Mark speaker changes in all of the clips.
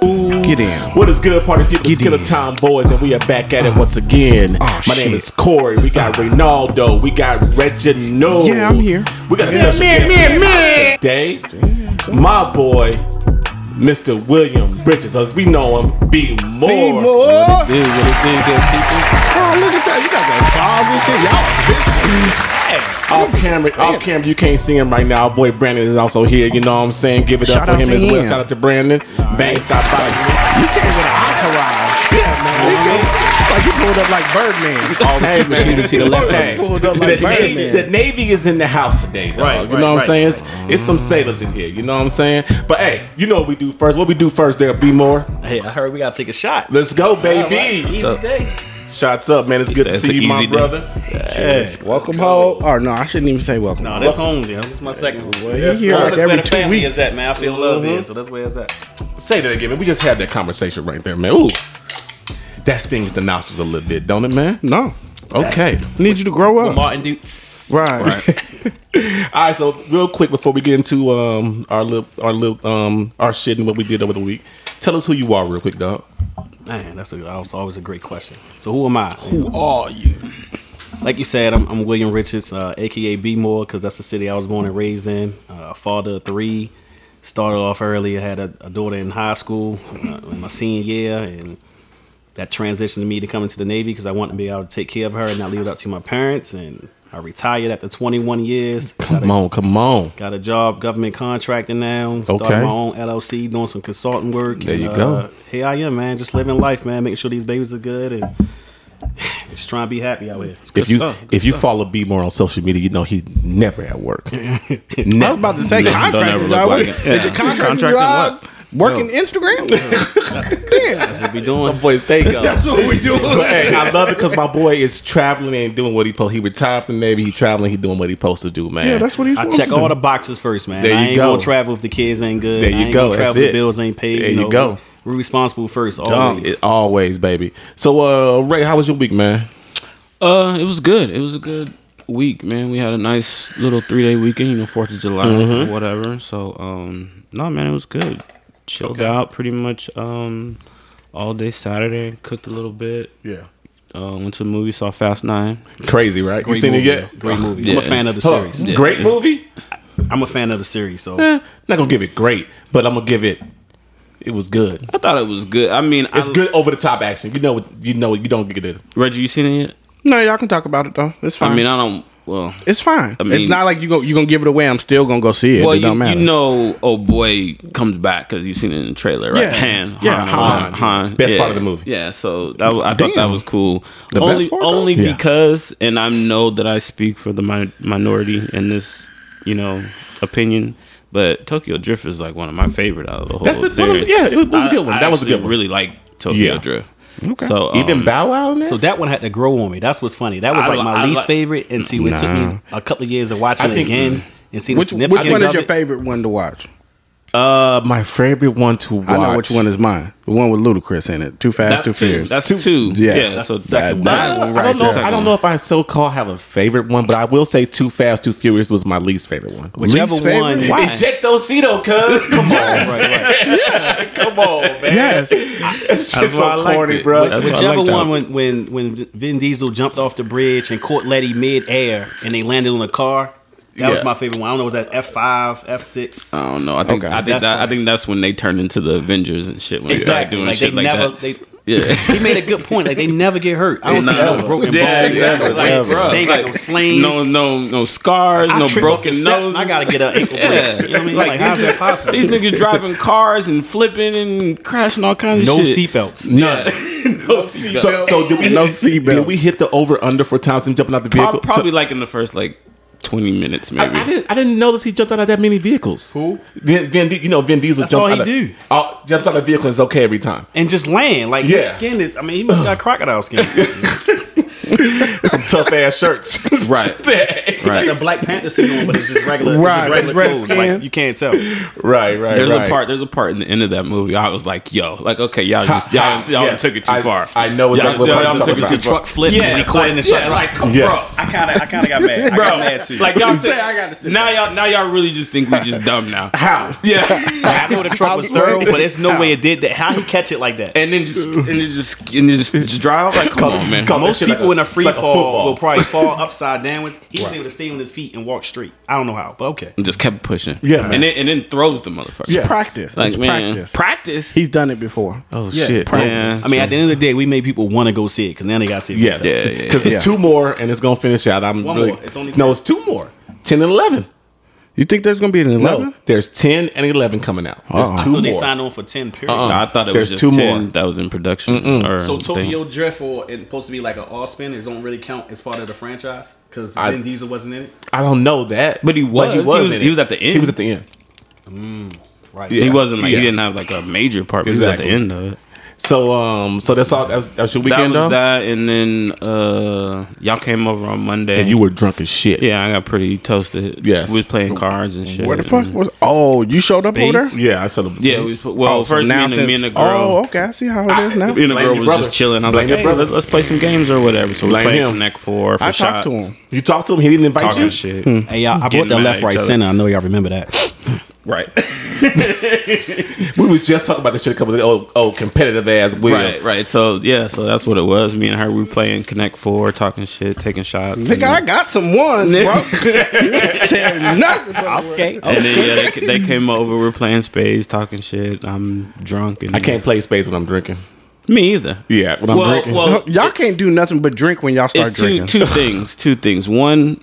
Speaker 1: Get in.
Speaker 2: What is good, party people? It's
Speaker 1: Get
Speaker 2: Killer
Speaker 1: in.
Speaker 2: Time Boys, and we are back at it once again.
Speaker 1: Oh,
Speaker 2: My name
Speaker 1: shit.
Speaker 2: is Corey. We got Reynaldo. We got Reginald.
Speaker 1: Yeah, I'm here.
Speaker 2: We got a
Speaker 1: Yeah,
Speaker 2: special
Speaker 1: man, man,
Speaker 2: guest today. My boy, Mr. William Bridges, as we know him, B Moore.
Speaker 1: Be more. Oh,
Speaker 3: Dude, what it think that
Speaker 1: look at that. You got that balls and shit. Y'all.
Speaker 2: Off camera, off camera, you can't see him right now. Our boy Brandon is also here. You know what I'm saying? Give it
Speaker 1: Shout
Speaker 2: up
Speaker 1: out
Speaker 2: for him
Speaker 1: to
Speaker 2: as well.
Speaker 1: him.
Speaker 2: Shout out to Brandon. Bang, stop by.
Speaker 1: You came with an entourage. Yeah, man. You came- It's like you pulled up like Birdman.
Speaker 3: people always keep shooting to the left.
Speaker 2: Hey,
Speaker 1: Pulled up like
Speaker 2: the, Navy,
Speaker 1: Birdman.
Speaker 2: the Navy is in the house today, dog.
Speaker 3: Right,
Speaker 2: you know
Speaker 3: right,
Speaker 2: what I'm
Speaker 3: right,
Speaker 2: saying? It's, it's some sailors in here. You know what I'm saying? But hey, you know what we do first? What we do first? There'll be more.
Speaker 3: Hey, I heard we gotta take a shot.
Speaker 2: Let's go, baby.
Speaker 3: Easy day.
Speaker 2: Shots up, man. It's good to
Speaker 3: It's
Speaker 2: see
Speaker 3: an
Speaker 2: you, my
Speaker 3: easy day.
Speaker 2: brother.
Speaker 1: Hey, welcome home. Or Oh, no, I shouldn't even say welcome.
Speaker 3: No, that's home, then. This is my second one.
Speaker 1: Well, you here like
Speaker 3: Home is where
Speaker 1: every
Speaker 3: the
Speaker 1: two
Speaker 3: family
Speaker 1: weeks.
Speaker 3: is
Speaker 1: Mm-hmm.
Speaker 3: at, man. I feel love here, so that's where it's at.
Speaker 2: Say that again, man. We just had that conversation right there, man. Ooh, that stings the nostrils a little bit, don't it, man?
Speaker 1: No.
Speaker 2: Okay.
Speaker 1: Need you to grow up.
Speaker 3: Martin Duke.
Speaker 1: Right.
Speaker 2: All right, so real quick before we get into um our little our little um our shit and what we did over the week, tell us who you are real quick, dog.
Speaker 3: Man, that's, a, that was always a great question. So who am I?
Speaker 2: Who are you?
Speaker 3: Like you said, I'm, I'm William Richards, uh, aka B Moore, because that's the city I was born and raised in. Uh, father of three, started off early. I had a, a daughter in high school uh, in my senior year, and that transitioned me to come into the Navy because I wanted to be able to take care of her and not leave it up to my parents. And I retired after 21 years.
Speaker 2: Come on, come on.
Speaker 3: Got a job, government contracting now. Started
Speaker 2: Okay.
Speaker 3: my own LLC, doing some consulting work.
Speaker 2: There you
Speaker 3: and,
Speaker 2: go.
Speaker 3: Uh, here I am, man, just living life, man, making sure these babies are good and just trying to be happy out here.
Speaker 2: If you
Speaker 3: stuff,
Speaker 2: if you follow B more on social media, you know he's never at work.
Speaker 1: I was about to say
Speaker 4: Don't
Speaker 1: contractor
Speaker 4: ever look like
Speaker 1: job. What-
Speaker 4: it. Yeah.
Speaker 1: Is your contractor
Speaker 4: Contracting
Speaker 1: job working Instagram? Damn.
Speaker 3: Be doing.
Speaker 2: Boy, stay go.
Speaker 1: what we doing.
Speaker 2: hey, I love it because my boy is traveling and doing what he po He retired from the Navy. He traveling. He doing what he supposed to do, man.
Speaker 1: Yeah, that's what he's
Speaker 3: I
Speaker 1: supposed
Speaker 3: check
Speaker 1: to
Speaker 3: all
Speaker 1: do.
Speaker 3: the boxes first, man.
Speaker 2: There
Speaker 3: I
Speaker 2: you
Speaker 3: ain't
Speaker 2: go.
Speaker 3: gonna travel if the kids ain't good.
Speaker 2: There you
Speaker 3: I ain't
Speaker 2: go.
Speaker 3: Gonna travel
Speaker 2: That's
Speaker 3: if
Speaker 2: it.
Speaker 3: the bills ain't paid.
Speaker 2: There
Speaker 3: you,
Speaker 2: you
Speaker 3: know.
Speaker 2: go.
Speaker 3: We're responsible first,
Speaker 2: Um,
Speaker 3: always.
Speaker 2: it- always, baby. So, uh, Ray, how was your week, man?
Speaker 4: Uh, it was good. It was a good week, man. We had a nice little three day weekend, you know, Fourth of July
Speaker 1: Mm-hmm.
Speaker 4: or whatever. So, um, no, man, it was good. Chilled out pretty much um all day Saturday. Cooked a little bit.
Speaker 1: Yeah.
Speaker 4: Uh, went to the movie, saw Fast Nine.
Speaker 2: Crazy, right? you seen it
Speaker 3: movie,
Speaker 2: yet?
Speaker 3: though. Great movie. I'm
Speaker 4: Yeah.
Speaker 3: a fan of the
Speaker 2: Hold on.
Speaker 3: series.
Speaker 2: Great movie.
Speaker 3: I'm a fan of the series, so
Speaker 2: Eh, not gonna give it great, but I'm gonna give it. It was good.
Speaker 4: I thought it was good. I mean,
Speaker 2: It's
Speaker 4: I,
Speaker 2: good over the top action. You know what? You know what? You don't get it.
Speaker 4: Reggie, you seen it yet?
Speaker 1: No, y'all can talk about it though. It's fine.
Speaker 4: I mean, I don't. Well,
Speaker 1: it's fine. it's
Speaker 4: mean-
Speaker 1: not like you go. You gonna give it away. I'm still gonna go see it.
Speaker 4: well,
Speaker 1: it don't
Speaker 4: you, you
Speaker 1: matter.
Speaker 4: know, oh boy comes back because you seen it in the trailer, right?
Speaker 1: Yeah.
Speaker 4: Han,
Speaker 1: Yeah,
Speaker 4: Han,
Speaker 2: Han. Best
Speaker 4: yeah.
Speaker 2: part of the movie.
Speaker 4: Yeah, so that was, I thought that
Speaker 1: Damn.
Speaker 4: was cool.
Speaker 1: The
Speaker 4: only,
Speaker 1: best part, though?
Speaker 4: only
Speaker 2: Yeah.
Speaker 4: because, and I know that I speak for the mi- minority in this, you know, opinion. But Tokyo Drift is like one of my favorite out of the whole
Speaker 2: That's it. One of-
Speaker 4: series.
Speaker 2: yeah, it was a good one.
Speaker 4: I
Speaker 2: That was a
Speaker 4: actually
Speaker 2: good one.
Speaker 4: Really like Tokyo
Speaker 2: Yeah.
Speaker 4: Drift. So
Speaker 2: Even
Speaker 4: um,
Speaker 2: Bow Wow in there.
Speaker 3: So that one had to grow on me. That's what's funny. That was
Speaker 4: I
Speaker 3: like
Speaker 4: li-
Speaker 3: my
Speaker 4: I
Speaker 3: least
Speaker 4: li-
Speaker 3: favorite until it took me a couple of years of watching
Speaker 2: I
Speaker 3: it
Speaker 2: think-
Speaker 3: again and seeing
Speaker 1: which
Speaker 3: the
Speaker 1: which
Speaker 3: significance
Speaker 1: one is
Speaker 3: of
Speaker 1: your
Speaker 3: it.
Speaker 1: favorite one to watch?
Speaker 2: uh, my favorite one to watch.
Speaker 1: I know which one is mine. The one with Ludacris in it. Too fast,
Speaker 4: that's
Speaker 1: too
Speaker 4: two.
Speaker 1: fierce.
Speaker 4: That's two.
Speaker 1: Yeah.
Speaker 4: Yeah.
Speaker 1: That's
Speaker 4: so
Speaker 1: the
Speaker 4: second
Speaker 1: that
Speaker 4: one.
Speaker 1: one
Speaker 2: I
Speaker 1: right
Speaker 2: don't know.
Speaker 1: there.
Speaker 2: I don't know if I so call have a favorite one, but I will say Too Fast, Too Furious was my least favorite one.
Speaker 3: Whichever
Speaker 1: Least favorite?
Speaker 3: one.
Speaker 4: Why?
Speaker 2: Ejectocito, cuz come on, come on, man.
Speaker 1: Yes.
Speaker 2: It's just
Speaker 4: why I
Speaker 2: so
Speaker 4: liked
Speaker 2: corny,
Speaker 4: it.
Speaker 2: bro.
Speaker 4: That's- why I
Speaker 3: Whichever
Speaker 4: like that
Speaker 3: one when, when when Vin Diesel jumped off the bridge and caught Letty mid air and they landed on a car. That was
Speaker 4: Yeah.
Speaker 3: my favorite one. I don't know was that F five, F six.
Speaker 4: I don't know. I think
Speaker 1: Okay.
Speaker 4: I think
Speaker 3: That's
Speaker 4: that, I
Speaker 3: fine.
Speaker 4: think that's when they turned into the Avengers and shit. When
Speaker 3: Exactly.
Speaker 4: they
Speaker 3: Like
Speaker 4: started
Speaker 3: they
Speaker 4: doing
Speaker 3: never
Speaker 4: shit like
Speaker 3: they
Speaker 4: that. Yeah.
Speaker 3: he made a good point. Like they never get hurt. I don't see
Speaker 4: Nah.
Speaker 3: no broken
Speaker 4: yeah,
Speaker 3: bones.
Speaker 4: exactly. Like,
Speaker 2: Never.
Speaker 4: bruh,
Speaker 3: They ain't got
Speaker 4: like,
Speaker 3: no slings.
Speaker 4: no, no, no scars,
Speaker 3: I
Speaker 4: no
Speaker 3: trip up the
Speaker 4: broken
Speaker 3: steps
Speaker 4: nose.
Speaker 3: and I gotta get an ankle
Speaker 4: Yeah.
Speaker 3: brace. You know what I mean? Like,
Speaker 4: Like,
Speaker 3: how's that possible?
Speaker 4: These niggas driving cars and flipping and crashing all kinds
Speaker 3: no
Speaker 4: of shit.
Speaker 3: seatbelts.
Speaker 4: None. no seatbelt.
Speaker 2: so, so did we
Speaker 1: No seatbelt.
Speaker 2: Did we hit the over under for Thompson jumping out the vehicle?
Speaker 4: Prob- probably like in the first like twenty minutes, maybe.
Speaker 2: I, I didn't. I didn't notice he jumped out of that many vehicles. Who? Vin, Vin, Di- you know, Vin Diesel
Speaker 3: That's
Speaker 2: jumps
Speaker 3: all
Speaker 2: out
Speaker 3: he
Speaker 2: of,
Speaker 3: do.
Speaker 2: out- jumps out of the vehicle and is okay every time.
Speaker 3: And just land. Like his
Speaker 2: Yeah.
Speaker 3: skin is I mean, he must got crocodile skin.
Speaker 2: It's some tough ass shirts,
Speaker 4: Right.
Speaker 3: Right. It's a Black Panther suit on, but it's just regular. it's
Speaker 1: Right,
Speaker 3: just regular
Speaker 1: it's red
Speaker 3: clothes.
Speaker 1: skin.
Speaker 3: Like, you can't tell.
Speaker 2: Right, right.
Speaker 4: There's
Speaker 2: right.
Speaker 4: a part. There's a part in the end of that movie. I was like, "Yo, like, okay, y'all just y'all, y'all
Speaker 2: Yes,
Speaker 4: took it too
Speaker 2: I-
Speaker 4: far."
Speaker 2: I know exactly
Speaker 4: y'all,
Speaker 2: what part
Speaker 4: y'all,
Speaker 2: you're
Speaker 4: took
Speaker 2: talking
Speaker 4: it too
Speaker 3: The
Speaker 2: about.
Speaker 4: far.
Speaker 3: truck flip. and recording
Speaker 4: like,
Speaker 3: the truck
Speaker 4: yeah,
Speaker 3: drive.
Speaker 4: like,
Speaker 2: Yes.
Speaker 3: I kind of, I kind of got mad. I
Speaker 4: bro,
Speaker 3: got mad too.
Speaker 4: like y'all
Speaker 3: said,
Speaker 4: said,
Speaker 3: I got to sit
Speaker 4: now y'all now y'all really just think we just dumb now.
Speaker 2: How?
Speaker 4: Yeah,
Speaker 3: Like, I know the truck was
Speaker 1: I was
Speaker 3: thorough,
Speaker 1: waiting.
Speaker 3: but there's no way it did that. How he catch it like that?
Speaker 4: and then just and then just and then just, just drive off like, come on, man.
Speaker 2: come-
Speaker 3: Most
Speaker 2: that shit
Speaker 3: people
Speaker 2: like a-
Speaker 3: in a free
Speaker 2: like a
Speaker 3: fall
Speaker 2: football.
Speaker 3: will probably fall upside down. He was
Speaker 2: Right.
Speaker 3: able to stay on his feet and walk straight. I don't know how, but okay.
Speaker 4: And just kept pushing.
Speaker 1: Yeah, man.
Speaker 4: and then and then throws the motherfucker.
Speaker 1: It's practice.
Speaker 4: Like
Speaker 1: it's
Speaker 4: man,
Speaker 1: practice.
Speaker 4: practice.
Speaker 1: He's done it before.
Speaker 2: Oh, shit.
Speaker 4: Yeah.
Speaker 1: Practice.
Speaker 3: I mean, at the end of the day, we made people want to go see it because now they got to see it.
Speaker 2: Yes.
Speaker 4: Yeah, yeah,
Speaker 2: Because
Speaker 1: yeah.
Speaker 2: two more and it's gonna finish out. I'm
Speaker 3: One
Speaker 2: really
Speaker 3: more. It's only
Speaker 2: no.
Speaker 3: ten.
Speaker 2: It's two more. Ten and eleven.
Speaker 1: You think there's gonna be an eleven?
Speaker 2: No, there's ten and eleven coming out. There's
Speaker 4: Uh-huh.
Speaker 2: two
Speaker 1: Uh-uh.
Speaker 3: So
Speaker 2: more.
Speaker 3: they signed on for ten period.
Speaker 2: Uh-uh.
Speaker 4: I thought it
Speaker 2: There's
Speaker 4: was just
Speaker 2: two
Speaker 4: ten
Speaker 2: more.
Speaker 4: that was in production. Or
Speaker 3: So
Speaker 4: thing.
Speaker 3: Tokyo Drift or it's supposed to be like an all spin. It don't really count as part of the franchise because
Speaker 2: I-
Speaker 3: Vin Diesel wasn't in it.
Speaker 2: I don't know that,
Speaker 4: But he was. He was-
Speaker 2: in
Speaker 4: he
Speaker 2: it.
Speaker 4: was at the end.
Speaker 2: He was at the end.
Speaker 3: Right.
Speaker 2: Yeah.
Speaker 4: he wasn't like
Speaker 2: Yeah.
Speaker 4: he didn't have like a major part. but
Speaker 2: Exactly.
Speaker 4: He was at the end of it.
Speaker 2: So um, so that's all. That's, that's your
Speaker 4: That
Speaker 2: weekend,
Speaker 4: was
Speaker 2: though.
Speaker 4: that, and then uh, y'all came over on Monday.
Speaker 2: And you were drunk as shit.
Speaker 4: yeah, I got pretty toasted.
Speaker 2: Yes.
Speaker 4: we was playing cards and shit.
Speaker 1: Where the fuck was? Oh, you showed up over there.
Speaker 3: Spades?
Speaker 2: Yeah, I saw the.
Speaker 4: Yeah, we was, well,
Speaker 1: Oh, so
Speaker 4: first me
Speaker 1: now
Speaker 4: and, the- me and the
Speaker 1: since-
Speaker 4: girl.
Speaker 1: Oh, okay. I see how it is now.
Speaker 4: Me and
Speaker 2: Blame
Speaker 4: the girl
Speaker 2: your
Speaker 4: was
Speaker 2: brother.
Speaker 4: just chilling. I was
Speaker 2: Blame
Speaker 4: like,
Speaker 2: your
Speaker 4: hey,
Speaker 2: brother.
Speaker 4: let, us play some games or whatever. So we
Speaker 2: Blame
Speaker 4: played
Speaker 2: him.
Speaker 4: Connect Four for
Speaker 1: I talked
Speaker 4: shots.
Speaker 1: to him.
Speaker 2: you talked to him. He didn't invite
Speaker 4: Talking
Speaker 2: you. Hmm.
Speaker 4: shit.
Speaker 3: Hey y'all, I
Speaker 4: Getting
Speaker 3: brought that
Speaker 4: mad
Speaker 3: left,
Speaker 4: at
Speaker 3: right,
Speaker 4: each other.
Speaker 3: center. I know y'all remember that.
Speaker 4: Right.
Speaker 2: We was just talking about this shit a couple of oh, oh competitive ass will.
Speaker 4: Right, right. So yeah, so that's what it was. Me and her, we were playing Connect Four, talking shit, taking shots.
Speaker 1: Nigga, I got some ones, bro. Saying nothing. Okay.
Speaker 4: And then yeah, they, they came over. We're playing spades, talking shit. I'm drunk and
Speaker 2: I can't play space when I'm drinking.
Speaker 4: Me either.
Speaker 2: Yeah, when I'm
Speaker 4: Well,
Speaker 2: drinking.
Speaker 4: well,
Speaker 1: Y'all can't do nothing but drink when y'all start
Speaker 4: it's two
Speaker 1: drinking.
Speaker 4: two things. Two things. One,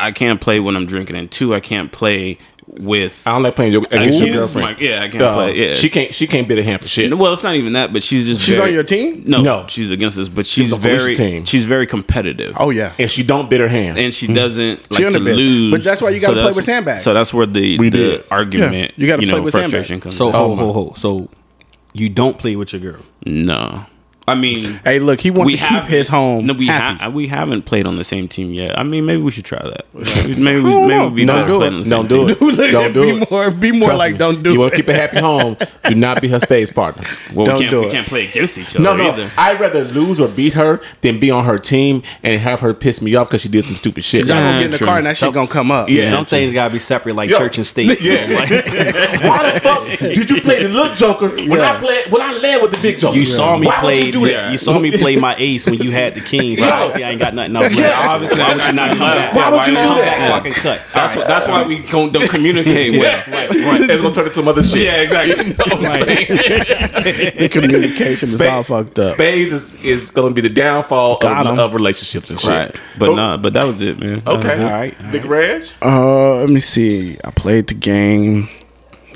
Speaker 4: I can't play when I'm drinking, and two, I can't play with.
Speaker 2: I don't like playing your, against your
Speaker 4: Against
Speaker 2: girlfriend.
Speaker 4: my, yeah, I can't
Speaker 2: Uh,
Speaker 4: play. Yeah,
Speaker 2: She can't. She can't bid a hand for shit.
Speaker 4: Well, it's not even that, but she's just
Speaker 1: She's
Speaker 4: very-
Speaker 1: on your team.
Speaker 4: No,
Speaker 2: No.
Speaker 4: she's against us, but she's
Speaker 2: on Felicia's
Speaker 4: very
Speaker 2: team.
Speaker 4: she's very competitive.
Speaker 1: Oh Mm. yeah.
Speaker 2: And she don't bid her hand.
Speaker 4: And she doesn't like
Speaker 1: on
Speaker 4: to
Speaker 1: the bench.
Speaker 4: lose,
Speaker 1: But that's why you gotta play
Speaker 4: that's-
Speaker 1: with sandbags.
Speaker 4: So that's where the,
Speaker 2: We
Speaker 4: the
Speaker 2: did.
Speaker 4: argument,
Speaker 1: Yeah, you
Speaker 4: you got to
Speaker 1: gotta play
Speaker 4: know,
Speaker 1: with
Speaker 4: frustration comes.
Speaker 3: So
Speaker 2: Oh
Speaker 4: in.
Speaker 3: ho ho ho. So you don't play with your girl.
Speaker 4: no, I mean
Speaker 1: Hey, look, he wants to keep
Speaker 4: haven't-
Speaker 1: his home.
Speaker 4: No, we
Speaker 1: happy.
Speaker 4: ha- we haven't played on the same team yet. I mean, maybe we should try that. maybe maybe,
Speaker 1: don't know.
Speaker 4: we
Speaker 2: don't
Speaker 4: better
Speaker 2: do
Speaker 4: playing on
Speaker 2: it.
Speaker 4: the
Speaker 2: Don't do
Speaker 4: same team.
Speaker 2: it. Don't do
Speaker 1: be
Speaker 2: it.
Speaker 1: more, be more
Speaker 2: Trust
Speaker 1: like,
Speaker 2: me.
Speaker 1: don't do
Speaker 2: You
Speaker 1: it.
Speaker 2: want to keep a happy home. Do not be her space partner.
Speaker 4: Well,
Speaker 1: Don't
Speaker 4: we can't,
Speaker 1: do
Speaker 4: we
Speaker 1: it.
Speaker 4: can't play against each other
Speaker 2: No, no.
Speaker 4: either.
Speaker 2: I'd rather lose or beat her than be on her team and have her piss me off because she did some stupid shit.
Speaker 1: Y'all gonna
Speaker 4: Yeah,
Speaker 1: get in the
Speaker 4: true.
Speaker 1: car and that shit
Speaker 4: Some-
Speaker 1: gonna come up.
Speaker 2: Yeah.
Speaker 3: Some things gotta be separate, like
Speaker 2: Yo.
Speaker 3: church and state.
Speaker 2: Yeah.
Speaker 3: Like,
Speaker 2: Why the fuck did you play the little joker when I
Speaker 1: Yeah.
Speaker 2: played when I led with the big joker?
Speaker 3: you saw me
Speaker 2: Why would
Speaker 3: play.
Speaker 2: You, do that?
Speaker 3: You saw me play my ace when you had the king. So
Speaker 2: Yo.
Speaker 3: obviously I ain't got nothing else left.
Speaker 2: Yes.
Speaker 3: Obviously, why would you not come back?
Speaker 2: Why would you do
Speaker 3: come
Speaker 2: that?
Speaker 3: back so I can cut?
Speaker 4: That's wh- that's why we don't, don't communicate well.
Speaker 2: Right, right. It's gonna turn into some other shit.
Speaker 4: Yeah, exactly.
Speaker 2: You know what I'm saying?
Speaker 1: The communication is all fucked up.
Speaker 2: Spades is, is going to be the downfall
Speaker 1: Got 'em.
Speaker 2: of, of relationships and shit.
Speaker 4: Right. But
Speaker 2: Oh,
Speaker 4: nah, but that was it, man. That
Speaker 2: Okay.
Speaker 4: was it.
Speaker 3: right, all
Speaker 2: Big Reg.
Speaker 1: Uh, let me see. I played the game.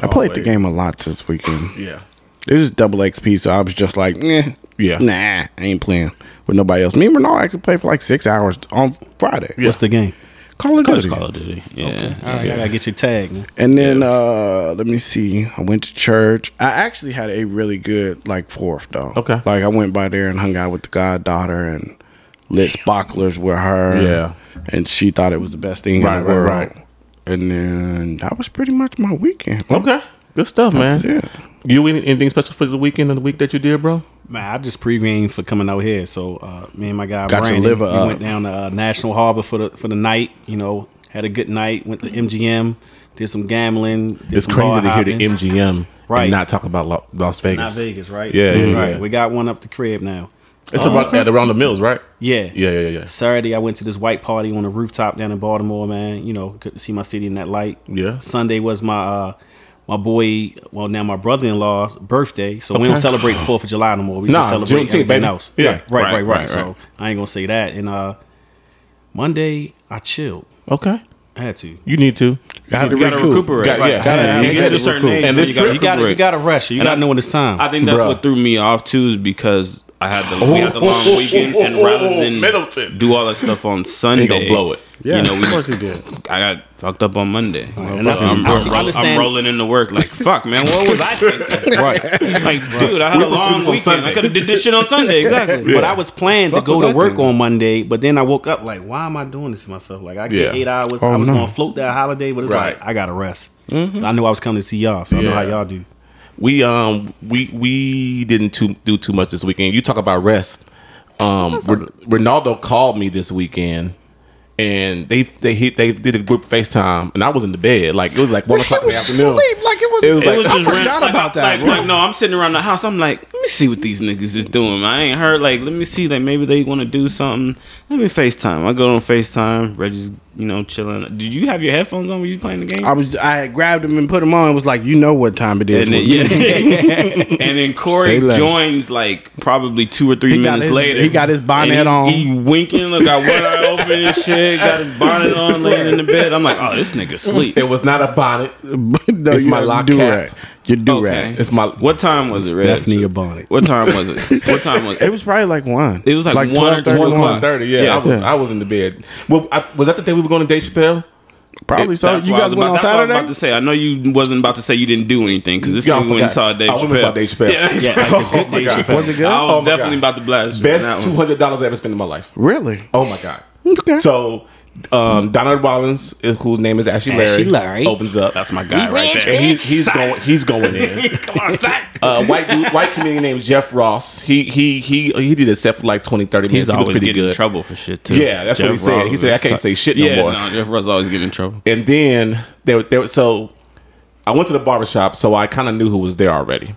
Speaker 1: I played the
Speaker 2: Always.
Speaker 1: game a lot this weekend.
Speaker 2: Yeah.
Speaker 1: It was double XP, so I was just like, eh,
Speaker 2: Yeah.
Speaker 1: nah, I ain't playing with nobody else. Me and Bernard actually played for like six hours on Friday.
Speaker 3: What's the game?
Speaker 1: Call of
Speaker 4: Call of
Speaker 1: Duty.
Speaker 4: Call of Duty. Yeah.
Speaker 3: All right, I gotta get your tag. Man.
Speaker 1: And then uh let me see. I went to church. I actually had a really good like fourth though.
Speaker 2: Okay.
Speaker 1: Like I went by there and hung out with the goddaughter and lit sparklers with her.
Speaker 2: Yeah.
Speaker 1: And she thought it was the best thing
Speaker 2: Right,
Speaker 1: in the
Speaker 2: right,
Speaker 1: world.
Speaker 2: right.
Speaker 1: And then that was pretty much my weekend.
Speaker 2: Okay. Good stuff, man.
Speaker 1: Yeah.
Speaker 2: You any- anything special for the weekend and the week that you did, bro?
Speaker 3: Man, I just pre-game for coming out here. So uh, me and my guy
Speaker 1: Got your
Speaker 3: Brandon,
Speaker 1: liver
Speaker 3: we
Speaker 1: up.
Speaker 3: went down to uh, National Harbor for the for the night. You know, had a good night. Went to MGM, did some gambling. did
Speaker 2: It's
Speaker 3: some
Speaker 2: crazy
Speaker 3: bar
Speaker 2: to hear the
Speaker 3: hopping.
Speaker 2: MGM
Speaker 3: Right.
Speaker 2: and not talk about Lo- Las Vegas.
Speaker 3: Not Vegas, right?
Speaker 2: Yeah, yeah,
Speaker 3: right.
Speaker 2: yeah.
Speaker 3: We got one up the crib now.
Speaker 2: It's around, at around the mills, right?
Speaker 3: Yeah.
Speaker 2: Yeah, yeah, yeah.
Speaker 3: Saturday, I went to this white party on the rooftop down in Baltimore. Man, you know, could see my city in that light.
Speaker 2: Yeah.
Speaker 3: Sunday was my uh, my boy. Well, now my brother-in-law's birthday, so we don't celebrate Fourth of July no more. We
Speaker 2: Nah,
Speaker 3: just celebrate
Speaker 2: Juneteenth,
Speaker 3: everything
Speaker 2: baby.
Speaker 3: else.
Speaker 2: Yeah.
Speaker 3: Right, right, right, right,
Speaker 4: Right, right,
Speaker 3: So
Speaker 4: right.
Speaker 3: I ain't gonna say that. And uh, Monday, I chilled.
Speaker 2: Okay.
Speaker 3: I had to.
Speaker 2: You need to.
Speaker 1: Got
Speaker 4: You gotta recuperate.
Speaker 2: Got-
Speaker 4: right.
Speaker 2: yeah, gotta-
Speaker 4: You
Speaker 2: you
Speaker 4: get
Speaker 2: gotta
Speaker 4: to a certain
Speaker 2: recuperate.
Speaker 4: age
Speaker 2: And
Speaker 4: where
Speaker 2: this
Speaker 4: you gotta
Speaker 2: trip-
Speaker 3: You gotta, you
Speaker 4: recuperate.
Speaker 3: gotta rush. You
Speaker 4: And
Speaker 3: gotta
Speaker 4: I-
Speaker 3: know when it's time.
Speaker 4: I think that's
Speaker 2: Bruh.
Speaker 4: what threw me off too, is because I had the we had the long weekend, and rather than
Speaker 2: Middleton.
Speaker 4: do all that stuff on Sunday,
Speaker 2: He gonna blow it.
Speaker 4: You know, we,
Speaker 5: of course he did.
Speaker 4: I got fucked up on Monday.
Speaker 3: And that's
Speaker 4: I'm,
Speaker 3: I
Speaker 4: I'm, I'm,
Speaker 3: understand-
Speaker 4: rolling into work like fuck, man. What was I thinking? right. Like, dude, I had
Speaker 2: supposed to do
Speaker 4: a long
Speaker 2: this on
Speaker 4: weekend.
Speaker 2: Sunday.
Speaker 4: I could have did this shit on Sunday. Exactly.
Speaker 3: But I was planning to
Speaker 4: Fuck
Speaker 3: go
Speaker 4: was
Speaker 3: to
Speaker 4: I
Speaker 3: work
Speaker 4: thinking?
Speaker 3: on Monday, but then I woke up like, why am I doing this to myself? Like I get
Speaker 2: Yeah.
Speaker 3: eight hours.
Speaker 1: Oh,
Speaker 3: I was
Speaker 1: no.
Speaker 3: gonna float that holiday, but it's
Speaker 2: Right.
Speaker 3: like I gotta rest.
Speaker 4: Mm-hmm.
Speaker 3: I knew I was coming to see y'all, so I know how
Speaker 2: Yeah.
Speaker 3: y'all do.
Speaker 2: We um we we didn't too, do too much this weekend. You talk about rest. Um, Re- Ronaldo called me this weekend, and they they hit they did a group Facetime, and I was in the bed like it was like one o'clock in the afternoon.
Speaker 1: Like it was.
Speaker 2: It was
Speaker 4: It
Speaker 2: like
Speaker 4: was
Speaker 1: I
Speaker 4: just
Speaker 1: forgot
Speaker 4: random.
Speaker 1: about that,
Speaker 4: Like, like, no, I'm sitting around the house. I'm like, let me see what these niggas is doing. Man. I ain't heard. Like, let me see. Like, maybe they want to do something. Let me Facetime. I go on Facetime. Reggie's, you know, chilling. Did you have your headphones on when you was playing the game?
Speaker 1: I was. I had grabbed him and put him on. and Was like, you know what time it is.
Speaker 4: and then,
Speaker 1: When-
Speaker 4: yeah. and then Corey
Speaker 1: Say less.
Speaker 4: joins like probably two or three
Speaker 1: He got
Speaker 4: minutes
Speaker 1: his-
Speaker 4: later.
Speaker 1: he got his bonnet
Speaker 4: And he's-
Speaker 1: on.
Speaker 4: He winking, look, got one eye open and shit. Got his bonnet on, laying in the bed. I'm like, oh, this nigga sleep.
Speaker 2: It was not a bonnet.
Speaker 1: But no,
Speaker 2: It's
Speaker 1: you
Speaker 2: my
Speaker 1: had
Speaker 2: lock
Speaker 1: do-rag.
Speaker 2: cap.
Speaker 1: Your do
Speaker 4: Okay,
Speaker 1: rag.
Speaker 2: It's my-
Speaker 4: What time was it? Reg?
Speaker 3: Stephanie Abonic.
Speaker 4: What time was it? What time was
Speaker 1: It was probably like one.
Speaker 4: It was like one or
Speaker 1: 12:30,
Speaker 4: two o'clock.
Speaker 2: One thirty. Yeah, I
Speaker 4: Yes.
Speaker 2: was I was in the bed. Well, I, was that the day we were going to Dave Chappelle?
Speaker 1: Probably so.
Speaker 4: That's
Speaker 1: You
Speaker 4: what I
Speaker 1: guys
Speaker 4: was about-
Speaker 1: went on
Speaker 4: that's what I was about
Speaker 1: Saturday.
Speaker 4: to say. I know you wasn't about to say you didn't do anything because this
Speaker 2: Y'all
Speaker 4: nigga went and saw
Speaker 2: forgot.
Speaker 4: Dave
Speaker 2: I went and
Speaker 4: Chappelle.
Speaker 2: saw Dave Chappelle. Oh,
Speaker 4: Yeah,
Speaker 3: Yeah, like a good
Speaker 2: my
Speaker 3: day
Speaker 2: God.
Speaker 3: Chappelle.
Speaker 1: Was it good?
Speaker 4: I was
Speaker 2: Oh my
Speaker 4: definitely
Speaker 2: God.
Speaker 4: about to blast you. on that
Speaker 2: Best two
Speaker 4: one.
Speaker 2: hundred dollars I ever spent in my life.
Speaker 1: Really?
Speaker 2: Oh my god.
Speaker 1: Okay.
Speaker 2: So um, Donald Rollins, whose name is Ashley Larry,
Speaker 3: Ashley Larry.
Speaker 2: opens up.
Speaker 4: That's my guy right
Speaker 2: and
Speaker 4: there.
Speaker 2: he's, he's going he's going in.
Speaker 4: Come on, Zach.
Speaker 2: Uh, white dude, white comedian named Jeff Ross. He he he he did a set for like 20, 30 minutes.
Speaker 4: He's
Speaker 2: He was
Speaker 4: always
Speaker 2: pretty
Speaker 4: getting in
Speaker 2: good.
Speaker 4: trouble for shit too.
Speaker 2: Yeah, that's what he said. He said I can't say shit no
Speaker 4: yeah,
Speaker 2: more.
Speaker 4: no, Jeff Ross always getting in trouble.
Speaker 2: And then there there so I went to the barbershop, so I kind of knew who was there already.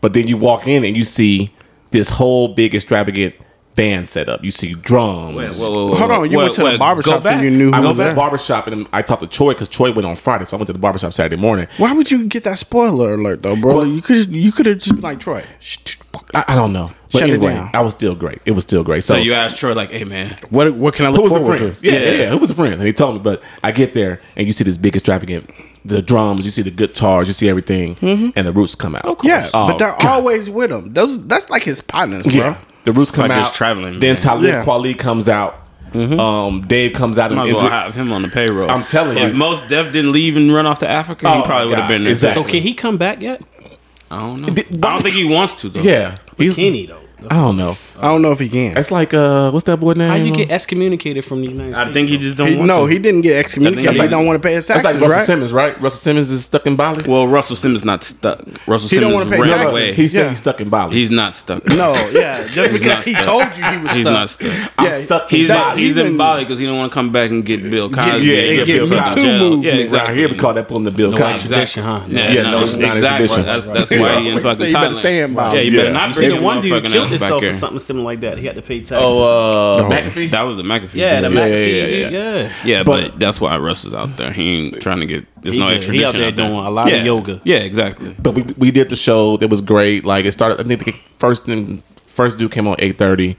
Speaker 2: But then you walk in and you see this whole big extravagant band set up. You see drums.
Speaker 1: Hold on, you went to the barbershop
Speaker 4: go
Speaker 1: and you
Speaker 4: back.
Speaker 1: knew who
Speaker 2: I
Speaker 1: was
Speaker 2: went to the
Speaker 1: there.
Speaker 2: barbershop and I talked to Troy because Troy went on Friday, so I went to the barbershop Saturday morning.
Speaker 1: Why would you get that spoiler alert though, bro?
Speaker 2: Well-
Speaker 1: you could you could have just been like Troy. Shh, shh,
Speaker 2: I, I don't know. But
Speaker 1: Shut it
Speaker 2: anyway,
Speaker 1: down.
Speaker 2: I was still great. It was still great. So,
Speaker 4: So you asked Troy like, "Hey man,
Speaker 1: What what can I
Speaker 2: who
Speaker 1: look
Speaker 2: was the
Speaker 1: forward
Speaker 2: friends?
Speaker 1: to?
Speaker 2: Yeah,
Speaker 4: Yeah.
Speaker 2: yeah, yeah. Who was the friends? And he told me, but I get there and you see this big extravagant, the drums, you see the guitars, you see everything, and the roots come out. Of
Speaker 1: Yeah, but they're always with him. Those that's like his partners, bro.
Speaker 2: Oh, yeah. The roots come
Speaker 4: like
Speaker 2: out.
Speaker 4: it's traveling,
Speaker 2: Then
Speaker 4: man.
Speaker 2: Talib
Speaker 1: Yeah.
Speaker 2: Kweli comes out. Um, Dave comes out.
Speaker 4: might as
Speaker 2: and-
Speaker 4: well have him on the payroll."
Speaker 2: I'm telling
Speaker 4: if
Speaker 2: you.
Speaker 4: most Def didn't leave and run off to Africa,
Speaker 2: Oh,
Speaker 4: he probably would
Speaker 2: God.
Speaker 4: have been there.
Speaker 2: Exactly.
Speaker 3: So can he come back yet?
Speaker 4: I don't know. I don't think he wants to though.
Speaker 2: yeah. He's,
Speaker 3: Can he though?
Speaker 2: I don't know.
Speaker 1: I don't know if he can.
Speaker 2: It's like, uh, what's that boy name?
Speaker 3: How you get excommunicated from the United States?
Speaker 4: I think he just don't.
Speaker 1: He-
Speaker 4: want
Speaker 1: no,
Speaker 4: to.
Speaker 1: he didn't get
Speaker 4: I
Speaker 1: excommunicated.
Speaker 4: think
Speaker 1: He
Speaker 4: he-
Speaker 1: don't want to pay his
Speaker 2: That's like
Speaker 1: taxes,
Speaker 2: Russell
Speaker 1: right?
Speaker 2: Simmons, right? Russell Simmons is stuck in Bali.
Speaker 4: Well, Russell Simmons not stuck. Russell
Speaker 1: don't
Speaker 4: Simmons
Speaker 1: wanna pay
Speaker 4: ran
Speaker 1: taxes.
Speaker 4: away.
Speaker 2: He said
Speaker 1: Yeah.
Speaker 2: he's stuck in Bali.
Speaker 4: He's not stuck.
Speaker 1: No, yeah, just
Speaker 4: He's
Speaker 1: because
Speaker 4: not
Speaker 1: he
Speaker 4: stuck.
Speaker 1: told you he was
Speaker 4: he's
Speaker 1: stuck.
Speaker 4: not stuck.
Speaker 2: I'm
Speaker 1: yeah,
Speaker 2: stuck
Speaker 4: He's uh,
Speaker 2: in
Speaker 4: in,
Speaker 2: Bali.
Speaker 4: he's
Speaker 1: in-
Speaker 4: in Bali because he don't want to come back and get Bill Cosby.
Speaker 2: yeah, yeah, Bill
Speaker 4: put in
Speaker 2: Cosby.
Speaker 4: jail.
Speaker 1: Movement
Speaker 4: Yeah,
Speaker 2: Yeah,
Speaker 4: exactly.
Speaker 2: Here we call that pulling the Bill
Speaker 3: No,
Speaker 2: Cosby.
Speaker 3: exactly. tradition, huh?
Speaker 4: Yeah,
Speaker 2: Yeah,
Speaker 4: no,
Speaker 2: no, it's not
Speaker 4: exactly.
Speaker 2: exhibition.
Speaker 4: That's that's why he in
Speaker 1: Always say
Speaker 4: fucking
Speaker 1: you
Speaker 4: Thailand.
Speaker 1: better stay in Bali.
Speaker 4: Yeah, you
Speaker 2: Yeah.
Speaker 4: better not bring
Speaker 3: Said
Speaker 4: your
Speaker 3: one dude
Speaker 4: motherfucking
Speaker 3: killed
Speaker 4: ass back
Speaker 3: himself or
Speaker 4: here.
Speaker 3: something similar like that. He had to pay taxes.
Speaker 2: Oh, uh, McAfee.
Speaker 4: That was the McAfee.
Speaker 3: yeah, the
Speaker 4: dude.
Speaker 3: Mac
Speaker 2: yeah,
Speaker 3: yeah,
Speaker 2: yeah,
Speaker 3: yeah,
Speaker 4: Yeah,
Speaker 2: But-
Speaker 4: but, that's why Russ is out there. He ain't trying to get. There's
Speaker 3: He
Speaker 4: no
Speaker 3: good. He
Speaker 4: extradition.
Speaker 3: out there doing a lot of
Speaker 4: Yeah.
Speaker 3: yoga.
Speaker 4: Yeah, exactly.
Speaker 2: But we we did the show. It was great. Like it started. I think the first and first dude came on eight thirty,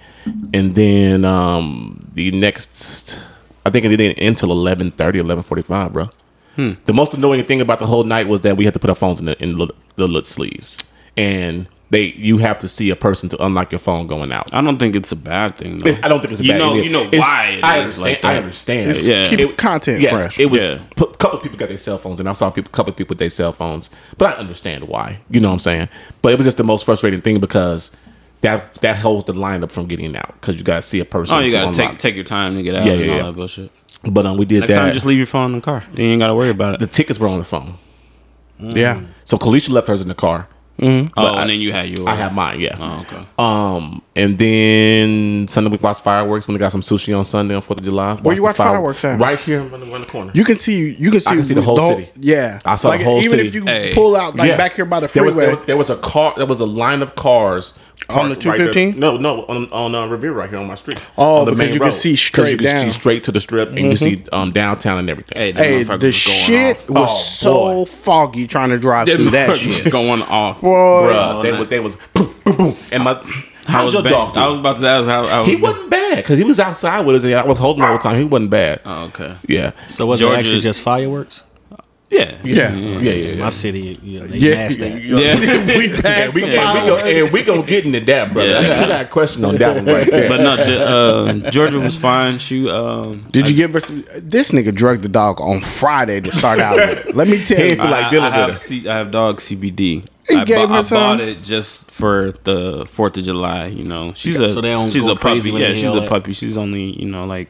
Speaker 2: and then um the next. I think it didn't end until 11.30, 11.45, bro.
Speaker 4: Hmm.
Speaker 2: The most annoying thing about the whole night was that we had to put our phones in the, in the, the little sleeves, and they you have to see a person to unlock your phone going out.
Speaker 4: I don't think it's a bad thing. Though.
Speaker 2: It's- I don't think it's a
Speaker 4: you
Speaker 2: bad
Speaker 4: know,
Speaker 2: idea.
Speaker 4: You know
Speaker 2: It's-
Speaker 4: why it
Speaker 2: I
Speaker 4: is
Speaker 2: understand.
Speaker 4: like that.
Speaker 2: I understand.
Speaker 1: It's
Speaker 4: Yeah.
Speaker 1: keep
Speaker 2: It-
Speaker 1: content
Speaker 2: yes,
Speaker 1: fresh.
Speaker 2: It was
Speaker 4: Yeah.
Speaker 2: a couple of people got their cell phones, and I saw a couple of people with their cell phones. But I understand why. You know what I'm saying? But it was just the most frustrating thing because that that holds the lineup from getting out because you gotta see a person.
Speaker 4: Oh, you
Speaker 2: to
Speaker 4: gotta take
Speaker 2: unlock.
Speaker 4: take your time to get out
Speaker 2: Yeah,
Speaker 4: and
Speaker 2: yeah,
Speaker 4: all
Speaker 2: yeah.
Speaker 4: that bullshit.
Speaker 2: But um, we did
Speaker 4: Next
Speaker 2: that.
Speaker 4: time, just leave your phone in the car. You ain't gotta worry about
Speaker 2: the
Speaker 4: it.
Speaker 2: tickets were on the phone,
Speaker 1: yeah,
Speaker 2: so Kalisha left hers in the car.
Speaker 4: Oh, and then you had your.
Speaker 2: I have mine. Yeah.
Speaker 4: Oh, okay.
Speaker 2: Um, and then Sunday we watched fireworks. When they got some sushi on Sunday on Fourth of July. Where
Speaker 1: you watch fireworks at?
Speaker 2: Right here around the around the corner.
Speaker 1: you can see you can see,
Speaker 2: can see the whole city.
Speaker 1: Yeah,
Speaker 2: I saw the
Speaker 1: Like,
Speaker 2: whole
Speaker 1: even
Speaker 2: city.
Speaker 1: if you
Speaker 4: Hey.
Speaker 1: pull out like back here by the
Speaker 2: There was,
Speaker 1: freeway.
Speaker 2: there, was- there was a car. There was a line of cars
Speaker 1: On the
Speaker 2: parked right there.
Speaker 1: 215?
Speaker 2: no, no, on on uh, Revere right here on my street.
Speaker 1: Oh,
Speaker 2: on the
Speaker 1: because you can see
Speaker 2: 'Cause
Speaker 1: straight
Speaker 2: you can
Speaker 1: down. Mm-hmm.
Speaker 2: see straight to the strip, and you see um, downtown and everything.
Speaker 4: Hey,
Speaker 1: hey,
Speaker 4: motherfuckers
Speaker 1: the
Speaker 4: was going
Speaker 1: shit
Speaker 4: off.
Speaker 1: was
Speaker 2: Oh,
Speaker 1: so foggy trying to drive
Speaker 4: Them
Speaker 1: through that
Speaker 4: motherfuckers was
Speaker 1: shit.
Speaker 4: going off.
Speaker 1: Boy,
Speaker 2: Bruh, they, was they was boom, boom, boom. And my,
Speaker 4: I
Speaker 2: how's
Speaker 4: was
Speaker 2: your
Speaker 4: bad.
Speaker 2: dog?
Speaker 4: I
Speaker 2: doing?
Speaker 4: was about to ask how. how
Speaker 2: he wasn't bad because he was outside with us, and I was holding him all the time. He wasn't bad.
Speaker 4: Oh, okay.
Speaker 2: Yeah,
Speaker 3: So was it
Speaker 4: Georgia-
Speaker 3: actually just fireworks?
Speaker 4: Yeah.
Speaker 2: Yeah,
Speaker 1: Yeah.
Speaker 2: yeah,
Speaker 3: My
Speaker 2: yeah.
Speaker 3: city, yeah, they
Speaker 1: Yeah.
Speaker 3: masked that.
Speaker 4: Yeah.
Speaker 1: we passed
Speaker 2: Yeah, we,
Speaker 1: the
Speaker 2: yeah, we go, and we gonna get into that, brother. I, got, I got a question on that one right there.
Speaker 4: But no, Ge- uh, Georgia was fine. She um,
Speaker 1: Did you give her some? This nigga drugged the dog on Friday to start out with. Let me tell
Speaker 2: He ain't
Speaker 1: you.
Speaker 2: feel like
Speaker 4: I-
Speaker 2: dealing with
Speaker 4: I, have
Speaker 2: her.
Speaker 4: C- I have dog CBD.
Speaker 1: He
Speaker 4: I,
Speaker 1: gave her
Speaker 4: I
Speaker 1: some?
Speaker 4: bought it just for the Fourth of July. You know, she's a
Speaker 3: So they don't
Speaker 4: she's
Speaker 3: go
Speaker 4: a puppy.
Speaker 3: crazy when
Speaker 4: Yeah,
Speaker 3: they
Speaker 4: she's
Speaker 3: yell
Speaker 4: a
Speaker 3: at-
Speaker 4: puppy. She's only you know like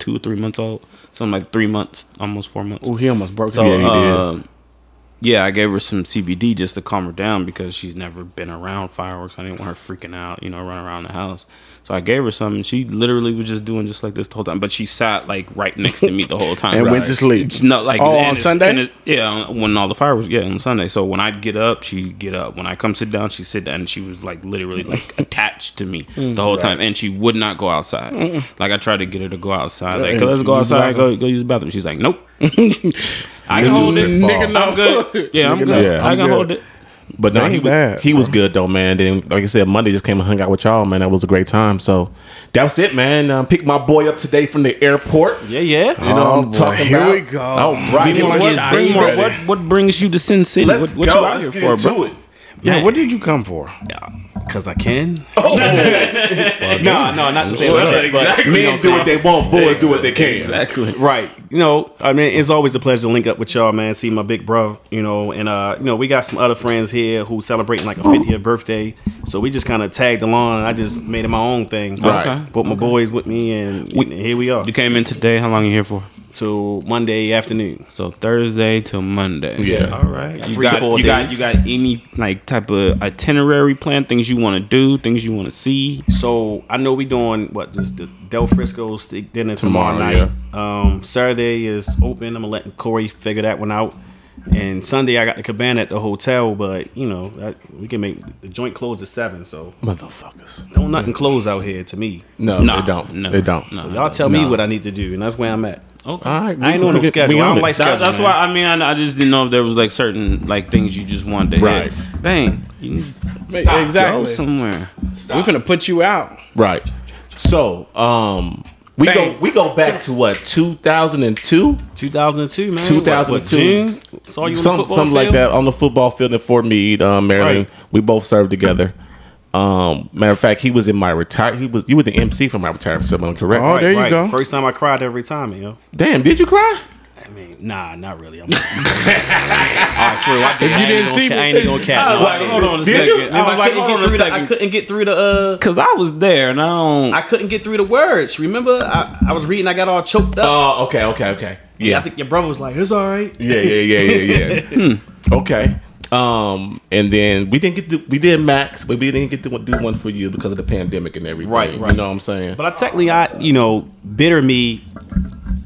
Speaker 4: two or three months old. Something like three months, almost four months.
Speaker 1: he almost broke
Speaker 4: So
Speaker 1: his
Speaker 2: he did.
Speaker 4: uh, yeah, I gave her some CBD just to calm her down because she's never been around fireworks. I didn't want her freaking out, you know, running around the house. So I gave her some, and she literally was just doing just like this the whole time. But she sat like right next to me the whole time
Speaker 1: and went to sleep.
Speaker 4: It's not like
Speaker 1: Oh,
Speaker 4: and
Speaker 1: on
Speaker 4: it's-
Speaker 1: Sunday?
Speaker 4: and it- yeah, on- when all the fireworks, yeah, on Sunday. So when I'd get up, she'd get up. When I come sit down, she'd sit down. And she was like literally like attached to me
Speaker 1: Mm.
Speaker 4: the whole time, and she would not go outside. Like I tried to get her to go outside, like
Speaker 1: Uh-uh.
Speaker 4: let's go
Speaker 1: Use the
Speaker 4: outside, go
Speaker 1: bathroom.
Speaker 4: go use the bathroom. She's like, nope. I can hold it,
Speaker 1: Nigga, no.
Speaker 4: I'm good. Yeah, I'm
Speaker 1: Nigga,
Speaker 4: good.
Speaker 1: no.
Speaker 2: Yeah,
Speaker 4: I
Speaker 1: I'm
Speaker 4: can
Speaker 1: good.
Speaker 4: hold it.
Speaker 2: But no,
Speaker 1: That
Speaker 2: he
Speaker 1: ain't
Speaker 2: was,
Speaker 1: bad,
Speaker 2: he was good though, man. Then, like I said, Monday just came and hung out with y'all, man. That was a great time. So that's it, man. Um, pick my boy up today from the airport.
Speaker 3: Yeah, yeah.
Speaker 2: You know
Speaker 1: Oh,
Speaker 2: what I'm
Speaker 1: boy,
Speaker 2: talking
Speaker 1: here
Speaker 2: about.
Speaker 1: we go.
Speaker 2: All right,
Speaker 3: We doing
Speaker 2: What's-
Speaker 3: shots.
Speaker 2: bring
Speaker 3: Bring
Speaker 2: more-
Speaker 3: more-
Speaker 2: what-
Speaker 4: What what brings you to Sin City?
Speaker 2: Let's
Speaker 4: what what
Speaker 2: go.
Speaker 4: you out here
Speaker 2: Let's
Speaker 4: for,
Speaker 2: get
Speaker 4: bro?
Speaker 2: into it.
Speaker 1: Yeah, what did you come for?
Speaker 3: Cause I can.
Speaker 2: Oh, Nah,
Speaker 3: no, not the same.
Speaker 4: Well, exactly.
Speaker 3: you know
Speaker 2: men do what they want, boys do what they can.
Speaker 4: Exactly.
Speaker 3: Right. You know, I mean, it's always a pleasure to link up with y'all, man. See my big bro, you know, and uh, you know, we got some other friends here who celebrating like a 50th birthday. So we just kind of tagged along, and I just made it my own thing.
Speaker 2: Right.
Speaker 4: Okay.
Speaker 3: Put my boys with me, and, and here we are
Speaker 4: You came in today. How long you here for?
Speaker 3: till Monday afternoon.
Speaker 4: So Thursday till Monday.
Speaker 2: Yeah.
Speaker 4: All right. You
Speaker 3: Three to
Speaker 4: got
Speaker 3: four
Speaker 4: you got you
Speaker 3: days.
Speaker 4: got any like type of itinerary plan? Things you want to do? Things you want to see?
Speaker 3: So I know we doing what is the Del Frisco steak dinner tomorrow,
Speaker 2: Tomorrow,
Speaker 3: night. Um, Saturday is open. I'm gonna let Corey figure that one out. And Sunday I got the cabana at the hotel, but you know that, we can make the joint close at seven. So
Speaker 2: Motherfuckers.
Speaker 3: don't nothing close out here to me.
Speaker 2: No,
Speaker 4: Nah,
Speaker 2: they don't.
Speaker 4: no,
Speaker 2: they don't.
Speaker 4: no.
Speaker 3: Y'all tell
Speaker 2: Nah.
Speaker 3: me what I need to do, and that's where I'm at.
Speaker 4: Okay.
Speaker 2: All right, we
Speaker 3: I ain't on
Speaker 2: gonna
Speaker 3: no
Speaker 2: get-
Speaker 3: schedule.
Speaker 2: we
Speaker 3: I
Speaker 2: on
Speaker 3: don't
Speaker 2: it.
Speaker 3: like
Speaker 4: That-
Speaker 3: schedules.
Speaker 4: that's
Speaker 3: man.
Speaker 4: why I mean I, I just didn't know if there was like certain like things you just wanted to
Speaker 2: Right.
Speaker 4: hit. Bang. You need to go somewhere.
Speaker 1: We're gonna put you out.
Speaker 2: Right. So, um, we
Speaker 1: Bang.
Speaker 2: go we go back to what 2002,
Speaker 3: 2002, man.
Speaker 2: 2002.
Speaker 3: What, what, June? Saw you in the
Speaker 2: Some,
Speaker 3: football
Speaker 2: something like
Speaker 3: field?
Speaker 2: that on the football field in Fort Meade, uh, Maryland.
Speaker 3: Right.
Speaker 2: We both served together. Um, matter of fact, he was in my retire. He was you were the MC for my retirement ceremony, correct?
Speaker 1: Oh,
Speaker 3: Right,
Speaker 1: there you
Speaker 3: right.
Speaker 1: go.
Speaker 3: First time I cried every time, yo.
Speaker 2: Damn, did you cry?
Speaker 3: I mean, nah, not really. I'm All right, true. I did. I ain't
Speaker 1: didn't
Speaker 3: gonna
Speaker 1: see
Speaker 3: ca-
Speaker 1: me-
Speaker 3: I ain't even gonna cap.
Speaker 4: I was
Speaker 3: No, I
Speaker 4: like,
Speaker 3: didn't.
Speaker 4: hold on a
Speaker 2: Did
Speaker 4: second.
Speaker 2: you?
Speaker 4: I was like, hold on a
Speaker 3: the- I
Speaker 4: second.
Speaker 3: couldn't get through the. Uh,
Speaker 4: Cause I was there and I don't.
Speaker 3: I couldn't get through the words. Remember, I, I was reading. I got all choked up.
Speaker 2: Oh, okay, okay, okay.
Speaker 3: I think your brother was like, "It's all right."
Speaker 2: Yeah, yeah, yeah, yeah, yeah. Hmm. okay. Um, and then we didn't get to, we did Max, but we didn't get to do one for you because of the pandemic and everything.
Speaker 3: Right, right.
Speaker 2: You know what I'm saying?
Speaker 3: But I technically, I you know, bitter me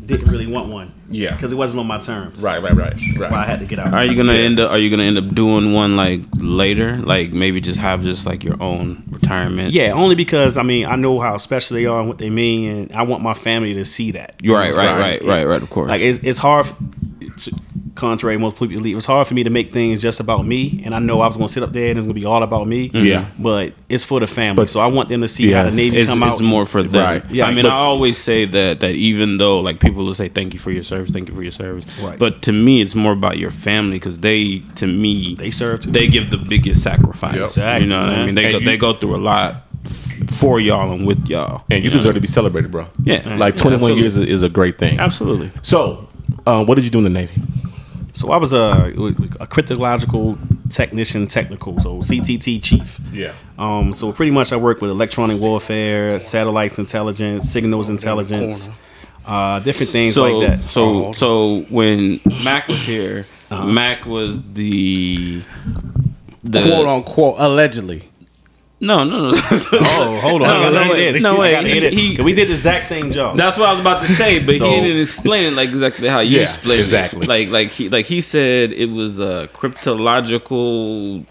Speaker 3: didn't really want one.
Speaker 2: Yeah.
Speaker 3: because it wasn't on my terms.
Speaker 2: right, right, right, right.
Speaker 3: Why I had to get out.
Speaker 4: Are you gonna end up? Are you gonna end up doing one like later? Like maybe just have just like your own retirement.
Speaker 3: Yeah, only because I mean I know how special they are and what they mean, and I want my family to see that.
Speaker 4: You're right,
Speaker 3: You know what I'm
Speaker 4: right,
Speaker 3: saying?
Speaker 4: right, right, right, of course.
Speaker 3: Like it's, it's hard. f- It's, contrary to most people, believe, it's hard for me to make things just about me, and I know I was going to sit up there and it's going to be all about me.
Speaker 4: Mm-hmm.
Speaker 2: Yeah.
Speaker 3: but it's for the family, so I want them to see how
Speaker 2: Yes.
Speaker 3: the Navy
Speaker 4: it's,
Speaker 3: come out.
Speaker 4: it's more for them.
Speaker 2: Right.
Speaker 4: Yeah,
Speaker 3: Yeah,
Speaker 4: I mean,
Speaker 3: but-
Speaker 4: I always say that that even though like people will say thank you for your service, thank you for your service,
Speaker 3: Right.
Speaker 4: but to me it's more about your family because they to me
Speaker 3: They serve too.
Speaker 4: They give the biggest sacrifice.
Speaker 2: Yep.
Speaker 4: you know, what I
Speaker 3: Exactly,
Speaker 4: mean, they
Speaker 2: man.
Speaker 4: go,
Speaker 2: And you-
Speaker 4: they go through a lot f- for y'all and with y'all.
Speaker 2: And you
Speaker 4: know?
Speaker 2: deserve to be celebrated, bro.
Speaker 4: Yeah.
Speaker 2: Like
Speaker 4: Yeah,
Speaker 2: 21
Speaker 4: absolutely.
Speaker 2: years is, is a great thing.
Speaker 4: absolutely.
Speaker 2: So, um, what did you do in the Navy?
Speaker 3: So I was a, a cryptological technician, technical, so CTT chief.
Speaker 2: Yeah.
Speaker 3: Um, so pretty much I work with electronic warfare, satellites intelligence, signals intelligence, uh, different things
Speaker 4: so,
Speaker 3: like that. Uh-huh.
Speaker 4: So so when Mac was here, Mac was the the
Speaker 1: Quote unquote, allegedly.
Speaker 4: No, no, no.
Speaker 3: Oh, hold on.
Speaker 4: No,
Speaker 3: I gotta
Speaker 4: no,
Speaker 3: edit
Speaker 4: wait.
Speaker 3: this.
Speaker 4: No,
Speaker 3: I
Speaker 4: wait.
Speaker 3: gotta edit.
Speaker 4: He-
Speaker 3: 'Cause we did the exact same job.
Speaker 4: That's what I was about to say, but
Speaker 3: So-
Speaker 4: he didn't explain it like exactly how you
Speaker 2: Yeah,
Speaker 4: explained
Speaker 2: exactly.
Speaker 4: it. Like like he like he said it was a cryptological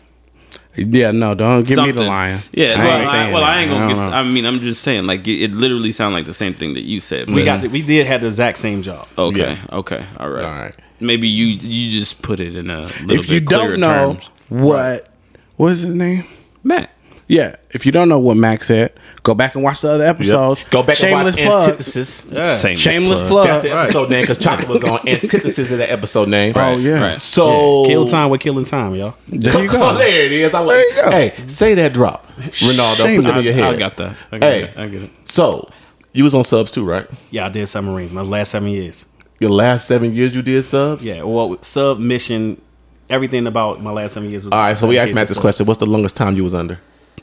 Speaker 1: Yeah, no, don't give
Speaker 4: something.
Speaker 1: me the lion.
Speaker 4: Yeah,
Speaker 1: I
Speaker 4: well,
Speaker 1: ain't
Speaker 4: I,
Speaker 1: saying
Speaker 4: well, I
Speaker 1: that.
Speaker 4: ain't gonna
Speaker 1: I
Speaker 4: get.
Speaker 1: don't know.
Speaker 4: I mean, I'm just saying like it, it literally sounded like the same thing that you said.
Speaker 3: we
Speaker 4: but-
Speaker 3: got. The, we did have the exact same job.
Speaker 4: okay,
Speaker 2: Yeah.
Speaker 4: okay, all right.
Speaker 2: All right.
Speaker 4: Maybe you you just put it in a little
Speaker 1: If you
Speaker 4: bit clearer
Speaker 1: don't know
Speaker 4: terms.
Speaker 1: what what's his name,
Speaker 4: Mac.
Speaker 1: Yeah, if you don't know what Mac said, go back and watch the other episodes.
Speaker 2: Go back
Speaker 1: Shameless
Speaker 2: and watch
Speaker 1: plug.
Speaker 2: Antithesis.
Speaker 5: Shameless,
Speaker 1: Shameless plug.
Speaker 2: That's the episode name because Chaka was on Antithesis of that episode name.
Speaker 1: Oh yeah.
Speaker 2: So
Speaker 3: Kill time with killing time, y'all.
Speaker 1: There you
Speaker 2: Oh,
Speaker 1: go.
Speaker 2: there it is. I was,
Speaker 1: There you go.
Speaker 2: Hey, say that drop, Ronaldo.
Speaker 1: Shameless.
Speaker 2: Put it
Speaker 4: I,
Speaker 2: in your head.
Speaker 4: I got that. I got
Speaker 2: Hey.
Speaker 4: it. I get it.
Speaker 2: So you was on subs too, right?
Speaker 3: Yeah, I did submarines my last seven years.
Speaker 2: Your last seven years you did subs.
Speaker 3: Yeah, well, submission, everything about my last seven years was.
Speaker 2: All right. So we asked Matt this
Speaker 3: Subs.
Speaker 2: question: What's the longest time you was under?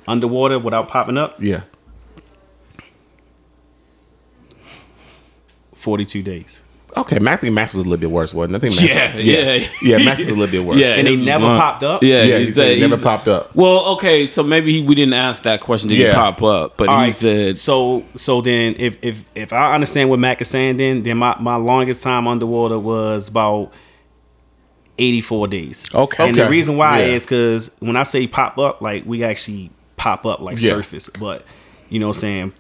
Speaker 3: Underwater without popping up,
Speaker 2: Yeah.
Speaker 3: 42 days.
Speaker 2: Okay, Matt, I think Max was a little bit worse, wasn't it? I think Max,
Speaker 4: Yeah, yeah.
Speaker 2: yeah. Max was a little bit worse.
Speaker 4: Yeah,
Speaker 3: And they
Speaker 4: this is
Speaker 3: never
Speaker 4: one.
Speaker 3: popped up?
Speaker 4: Yeah,
Speaker 2: yeah.
Speaker 4: he
Speaker 2: He
Speaker 4: said
Speaker 2: said it never
Speaker 4: he's-
Speaker 2: popped up.
Speaker 4: Well, okay, so maybe he, we didn't ask that question. Did
Speaker 2: Yeah.
Speaker 4: he pop up? But
Speaker 3: All
Speaker 4: he
Speaker 3: right,
Speaker 4: said
Speaker 3: so so then if if if I understand what Mac is saying then then my, my longest time underwater was about 84 days.
Speaker 1: Okay.
Speaker 3: And the
Speaker 2: Okay.
Speaker 3: reason why
Speaker 2: Yeah.
Speaker 3: is cuz when I say pop up like we actually pop up like
Speaker 2: Yeah.
Speaker 3: surface but you know what I'm saying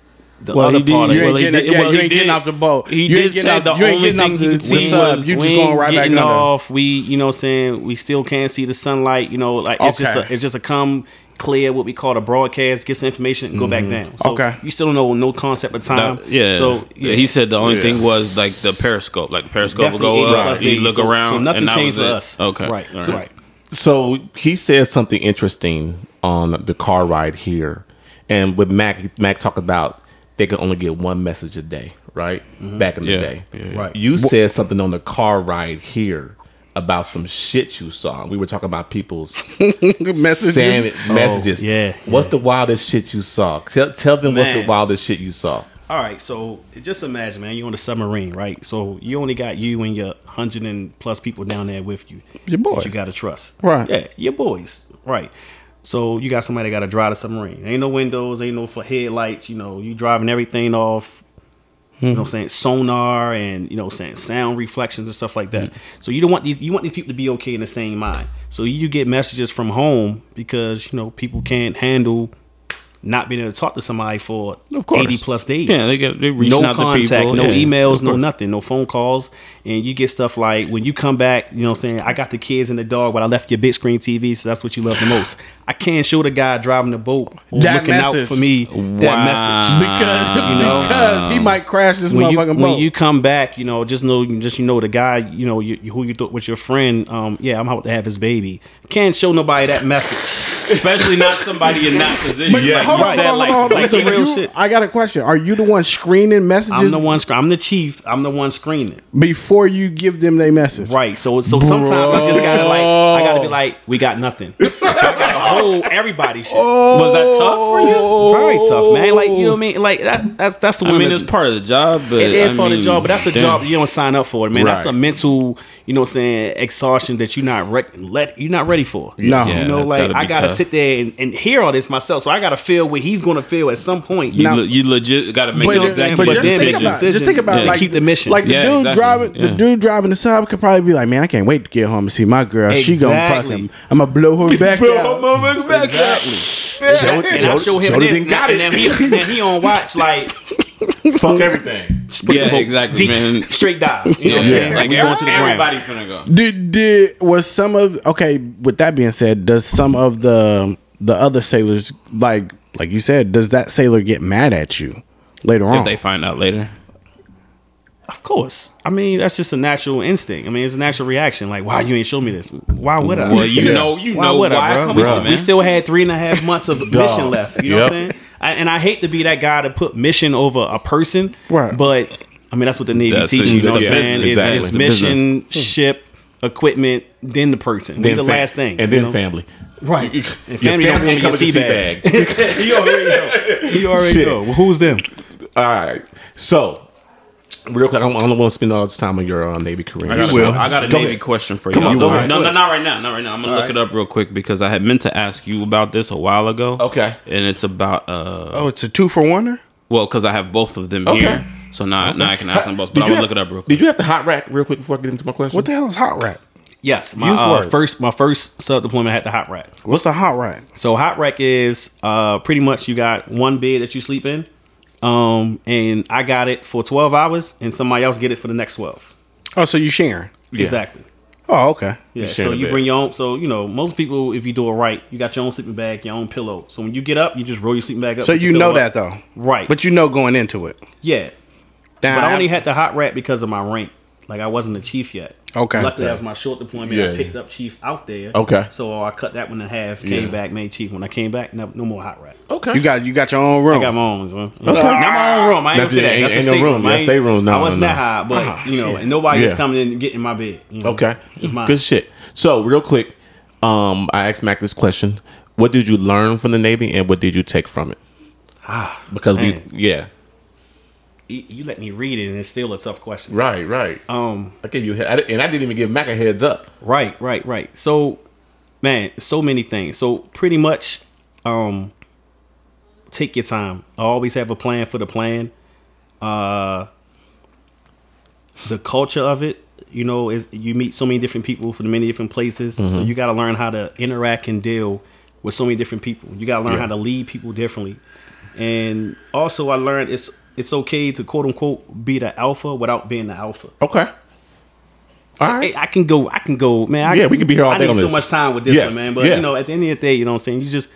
Speaker 3: the
Speaker 4: Well,
Speaker 3: other
Speaker 4: he did-
Speaker 3: part
Speaker 4: you
Speaker 3: of
Speaker 4: ain't
Speaker 3: it
Speaker 4: Well, he
Speaker 1: getting,
Speaker 4: did-
Speaker 1: yeah,
Speaker 4: well,
Speaker 1: you
Speaker 4: he
Speaker 1: ain't getting
Speaker 4: did-
Speaker 1: off the boat.
Speaker 4: he
Speaker 1: you ain't
Speaker 4: did
Speaker 1: getting
Speaker 4: say
Speaker 1: off-
Speaker 4: the
Speaker 1: you ain't
Speaker 4: only
Speaker 1: getting off
Speaker 4: thing he
Speaker 1: the
Speaker 4: could swing
Speaker 1: sub.
Speaker 4: was
Speaker 1: You just
Speaker 3: swing,
Speaker 1: going right back
Speaker 3: getting
Speaker 1: under.
Speaker 3: off. We, you know, what I'm saying we still can't see the sunlight. You know, like it's just
Speaker 1: Okay.
Speaker 3: a, it's just a come clear what we call a broadcast, get some information, and go back down. So
Speaker 1: Mm-hmm. Okay.
Speaker 3: you still don't know no concept of time.
Speaker 4: that- yeah.
Speaker 3: um, So
Speaker 4: yeah, he said the only
Speaker 2: Yeah.
Speaker 4: thing was like the periscope, like the periscope would
Speaker 3: definitely
Speaker 4: go
Speaker 3: 80
Speaker 4: up,
Speaker 3: plus
Speaker 4: you
Speaker 3: days.
Speaker 4: look
Speaker 3: So-
Speaker 4: around,
Speaker 3: So nothing
Speaker 4: and that
Speaker 3: changed
Speaker 4: was
Speaker 3: for
Speaker 4: it.
Speaker 3: us.
Speaker 4: Okay,
Speaker 3: Right.
Speaker 4: All
Speaker 3: Right.
Speaker 2: So he said something interesting on the car ride here, and with Mac, Mac talked about they could only get one message a day, right?
Speaker 3: Mm-hmm.
Speaker 2: Back in the
Speaker 4: Yeah.
Speaker 2: day,
Speaker 4: Yeah, yeah.
Speaker 3: Right.
Speaker 2: You said something on the car ride here about some shit you saw. We were talking about people's
Speaker 1: Messages.
Speaker 2: sandwich- messages.
Speaker 3: Oh, yeah,
Speaker 2: What's the wildest shit you saw? Tell, tell them what's the
Speaker 3: Man.
Speaker 2: wildest shit you saw.
Speaker 3: All right. So just imagine, man, you're on a submarine, right? So you only got you and your hundred and plus people down there with you. that
Speaker 1: Your boys.
Speaker 3: You got to trust.
Speaker 1: Right.
Speaker 3: Yeah, your boys. Right. So you got somebody that got to drive the submarine. Ain't no windows. Ain't no for headlights. You know, you driving everything off you know what I'm saying sonar and you know what I'm saying sound reflections and stuff like that. So you don't want these you want these people to be okay in the same mind. So you get messages from home because you know people can't handle not being able to talk to somebody for
Speaker 4: Of course.
Speaker 3: 80 plus days.
Speaker 4: Yeah, they get- they reaching
Speaker 3: no
Speaker 4: out to
Speaker 3: contact,
Speaker 4: people,
Speaker 3: no
Speaker 4: yeah,
Speaker 3: emails,
Speaker 4: of
Speaker 3: no
Speaker 4: course.
Speaker 3: nothing, no phone calls, and you get stuff like when you come back, you know what I'm saying, I got the kids and the dog, but I left your big screen TV, so that's what you love the most. I can't show the guy driving the boat or
Speaker 1: That
Speaker 3: looking
Speaker 1: message.
Speaker 3: out for me
Speaker 4: Wow.
Speaker 3: that message.
Speaker 1: Because, because
Speaker 4: uh,
Speaker 1: he might crash this
Speaker 3: when you
Speaker 1: motherfucking
Speaker 3: when
Speaker 1: boat.
Speaker 3: you come back, you know, just know, just you know, the guy, you know, you, who you thought was your friend. Um, yeah, I'm about to have his baby. Can't show nobody that message.
Speaker 4: especially not somebody in that position.
Speaker 2: Yeah,
Speaker 4: like
Speaker 1: hold
Speaker 4: you
Speaker 1: on,
Speaker 4: said,
Speaker 1: hold on,
Speaker 4: like,
Speaker 1: hold on.
Speaker 4: like
Speaker 1: So
Speaker 3: the real
Speaker 1: you-
Speaker 3: shit.
Speaker 1: I got a question. Are you the one screening
Speaker 3: I'm
Speaker 1: messages
Speaker 3: the one. sc- I'm the chief. I'm the one screening.
Speaker 1: before you give them their message?
Speaker 3: Right. So so sometimes I just gotta like, I gotta be like, we got nothing. So I gotta hold everybody's shit.
Speaker 4: was that tough for you?
Speaker 3: Very tough, man. Like you know what I mean? Like that. That's that's the
Speaker 4: I
Speaker 3: one
Speaker 4: mean,
Speaker 3: that-
Speaker 4: it's part of the job, but
Speaker 3: It is
Speaker 4: I
Speaker 3: part of
Speaker 4: mean,
Speaker 3: the job, but that's a
Speaker 4: damn.
Speaker 3: job you don't sign up for, man. That's
Speaker 2: Right.
Speaker 3: a mental, you know, what I'm saying exhaustion that you're not re- let you're not ready for.
Speaker 1: No.
Speaker 4: Yeah,
Speaker 3: you know,
Speaker 4: that's
Speaker 3: like
Speaker 4: gotta
Speaker 3: I
Speaker 4: be
Speaker 3: gotta
Speaker 4: tough.
Speaker 3: sit there and, and hear all this myself, so I gotta feel what he's gonna feel at some point.
Speaker 4: You,
Speaker 1: Now-
Speaker 4: le- you legit got to make
Speaker 1: But,
Speaker 4: an
Speaker 3: know
Speaker 1: exactly.
Speaker 3: exactly
Speaker 1: but
Speaker 3: what
Speaker 4: executive
Speaker 3: them
Speaker 1: just, think
Speaker 4: decision.
Speaker 1: about,
Speaker 3: decision.
Speaker 1: just think about
Speaker 4: Yeah.
Speaker 1: like
Speaker 3: Keep the mission.
Speaker 1: Like the
Speaker 4: Yeah,
Speaker 1: dude
Speaker 4: exactly.
Speaker 1: driving,
Speaker 4: Yeah.
Speaker 1: the dude driving the sub could probably be like, "Man, I can't wait to get home and see my girl. She gonna fuck
Speaker 3: Exactly.
Speaker 1: him. I'm gonna blow her back out."
Speaker 3: and I show him
Speaker 2: Jody
Speaker 3: this,
Speaker 2: didn't got
Speaker 3: and, then he, and then he on watch like
Speaker 2: Fuck everything.
Speaker 4: yeah, exactly,
Speaker 3: deep,
Speaker 4: man.
Speaker 3: straight dive. You know what I'm
Speaker 2: Yeah.
Speaker 3: saying?
Speaker 4: Like
Speaker 3: we going to the ground.
Speaker 4: everybody finna go.
Speaker 1: Did did was some of okay? With that being said, does some of the the other sailors like like you said? Does that sailor get mad at you later on?
Speaker 4: If they find out later,
Speaker 3: Of course. I mean, that's just a natural instinct. I mean, it's a natural reaction. Like, why you ain't show me this? Why would I?
Speaker 4: well, you know, you know why.
Speaker 3: would I, bro?
Speaker 4: come
Speaker 3: we,
Speaker 4: on,
Speaker 3: still, we
Speaker 4: man.
Speaker 3: still had three and a half months of mission left. You know what I'm
Speaker 2: Yep.
Speaker 3: saying? I, and I hate to be that guy to put mission over a person,
Speaker 1: Right.
Speaker 3: But I mean, that's what the Navy
Speaker 4: That's it.
Speaker 3: teaches. You know what I'm
Speaker 4: Yeah,
Speaker 3: saying? It's-
Speaker 2: exactly.
Speaker 3: It's,
Speaker 2: The
Speaker 3: mission, ship, equipment, then the person. Then the
Speaker 2: fam-
Speaker 3: last thing,
Speaker 2: and
Speaker 3: you
Speaker 2: then
Speaker 3: know?
Speaker 2: family.
Speaker 3: right? And
Speaker 2: Your
Speaker 3: family, don't want me
Speaker 2: come
Speaker 3: to
Speaker 2: with your
Speaker 3: see
Speaker 2: sea
Speaker 3: bag. you already know. You already
Speaker 2: Shit.
Speaker 3: know. Well, who's them?
Speaker 2: All right. So, real quick, I don't, I don't want to spend all this time on your uh, Navy career.
Speaker 4: I got,
Speaker 1: will.
Speaker 4: a, I got a
Speaker 2: Go
Speaker 4: Navy
Speaker 2: ahead.
Speaker 4: question for you.
Speaker 2: Come on, go ahead.
Speaker 4: No, no, not right now. Not right now. I'm gonna look it up real quick because I had meant to ask you about this a while ago.
Speaker 2: Okay.
Speaker 4: And it's about uh
Speaker 1: oh, it's a two for one.
Speaker 4: well because I have both of them
Speaker 2: Okay.
Speaker 4: here, so now now I can ask them both. But
Speaker 2: Did
Speaker 4: I'm
Speaker 2: you
Speaker 4: gonna
Speaker 2: have-
Speaker 4: look it up real quick.
Speaker 2: Did you have to hot rack real quick before I get into my question?
Speaker 1: What the hell is hot rat?
Speaker 3: Yes, my
Speaker 1: Use
Speaker 3: uh,
Speaker 1: words.
Speaker 3: first, my first sub deployment had the hot rack.
Speaker 1: What's a hot rat?
Speaker 3: So hot rack is uh pretty much you got one bed that you sleep in. Um and I got it for 12 hours and somebody else get it for the next 12.
Speaker 1: Oh, so you sharing?
Speaker 3: Exactly.
Speaker 1: Oh, okay.
Speaker 3: Yeah,
Speaker 2: sharing
Speaker 3: so
Speaker 2: a
Speaker 3: you
Speaker 2: bed.
Speaker 3: bring your own. So you know, most people, if you do it right, you got your own sleeping bag, your own pillow. So when you get up, you just roll your sleeping bag up.
Speaker 1: So
Speaker 3: put
Speaker 1: you
Speaker 3: your
Speaker 1: know
Speaker 3: pillow
Speaker 1: that
Speaker 3: up.
Speaker 1: though,
Speaker 3: right? But
Speaker 1: but you know going into it.
Speaker 3: yeah,
Speaker 1: Damn,
Speaker 3: but I only had the hot rat because of my rank. Like I wasn't a chief yet.
Speaker 1: Okay.
Speaker 3: Luckily, that was my short deployment. I
Speaker 2: Yeah.
Speaker 3: picked up chief out there.
Speaker 2: Okay.
Speaker 3: So uh, I cut that one in half. Came
Speaker 2: Yeah.
Speaker 3: back, made chief. When I came back, no, no more hot rat.
Speaker 2: Okay.
Speaker 1: you got you got your own room.
Speaker 3: I got my own. So. Okay.
Speaker 2: Oh. Okay.
Speaker 3: Not my own room. I ain't
Speaker 2: That's
Speaker 3: gonna say
Speaker 2: it.
Speaker 3: that.
Speaker 2: Ain't- ain't
Speaker 3: That's a
Speaker 2: no
Speaker 3: state
Speaker 2: room.
Speaker 3: room.
Speaker 2: Yeah,
Speaker 3: I ain't-
Speaker 2: state room. No,
Speaker 3: I wasn't
Speaker 2: no, no.
Speaker 3: that high, but
Speaker 1: Ah,
Speaker 3: you know,
Speaker 1: shit.
Speaker 3: and nobody was
Speaker 2: Yeah.
Speaker 3: coming in and getting my bed. you know.
Speaker 2: Okay.
Speaker 3: It's mine.
Speaker 2: Good shit. So real quick, um, I asked Mac this question: What did you learn from the Navy, and what did you take from it? Because
Speaker 3: man.
Speaker 2: we, yeah,
Speaker 3: You you let me read it, and it's still a tough question.
Speaker 2: right, right.
Speaker 3: Um.
Speaker 2: I gave you, a- I di- and I didn't even give Mac a heads up.
Speaker 3: Right, right, right. So, man, so many things. So pretty much, um, take your time. Always have a plan for the plan. Uh, the culture of it, you know, is you meet so many different people from many different places. So you got to learn how to interact and deal with so many different people. You got to learn
Speaker 2: Yeah.
Speaker 3: how to lead people differently. And also, I learned it's it's okay to quote unquote be the alpha without being the alpha.
Speaker 2: Okay. All right.
Speaker 3: Hey, I can go. I can go, man. I,
Speaker 2: Yeah, we could be here all
Speaker 3: I
Speaker 2: day
Speaker 3: need
Speaker 2: on
Speaker 3: so
Speaker 2: this.
Speaker 3: much time with this
Speaker 2: Yes,
Speaker 3: one, man. But
Speaker 2: yeah.
Speaker 3: you know, at the end of the day, you know what I'm saying. You just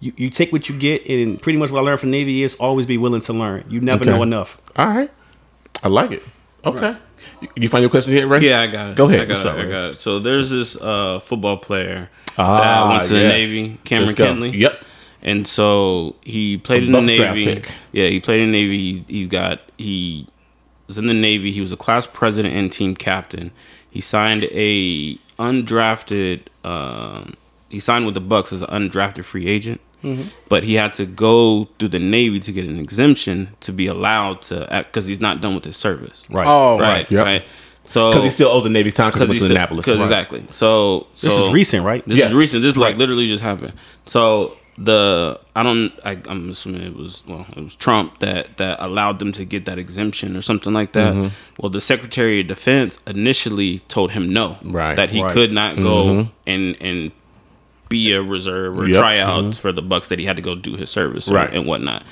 Speaker 3: you, you take what you get, and pretty much what I learned from Navy is always be willing to learn. You never
Speaker 2: Okay.
Speaker 3: know enough.
Speaker 2: All right. I like it. Okay. You, you find your question yet, right?
Speaker 4: Yeah, I got it.
Speaker 2: Go ahead.
Speaker 4: I got,
Speaker 2: What's
Speaker 4: it,
Speaker 2: up,
Speaker 4: I
Speaker 2: Ray?
Speaker 4: got it. So there's this uh, football player
Speaker 2: Ah,
Speaker 4: that went to the
Speaker 2: yes.
Speaker 4: Navy, Cameron
Speaker 2: Let's go.
Speaker 4: Kenley.
Speaker 2: Yep.
Speaker 4: And so he played
Speaker 2: A
Speaker 4: in the
Speaker 2: Bucks draft
Speaker 4: Navy.
Speaker 2: pick.
Speaker 4: Yeah, he played in the Navy. He, he's got he was in the Navy. He was a class president and team captain. He signed a undrafted. Um, he signed with the Bucks as an undrafted free agent.
Speaker 2: Mm-hmm.
Speaker 4: But he had to go through the Navy to get an exemption to be allowed to, because he's not done with his service.
Speaker 2: Right.
Speaker 1: oh,
Speaker 4: Right.
Speaker 2: Yep.
Speaker 4: Right. So
Speaker 2: Because he still owes the Navy time because he went
Speaker 4: he's
Speaker 2: to
Speaker 4: still-
Speaker 2: Annapolis.
Speaker 4: 'cause
Speaker 2: Right.
Speaker 4: Exactly. So,
Speaker 3: This
Speaker 4: so-
Speaker 3: is recent, right?
Speaker 4: This
Speaker 2: Yes.
Speaker 4: is recent. This like
Speaker 2: Right.
Speaker 4: literally just happened. So the I don't I, I'm assuming it was well it was Trump that that allowed them to get that exemption or something like that.
Speaker 2: Mm-hmm.
Speaker 4: Well, the Secretary of Defense initially told him no,
Speaker 2: Right. Mm-hmm.
Speaker 4: that he
Speaker 3: Right.
Speaker 4: could not go and and be a reserve or
Speaker 2: Yep. Mm-hmm.
Speaker 4: try out for the Bucks that he had to go do his service or-
Speaker 2: Right.
Speaker 4: and whatnot.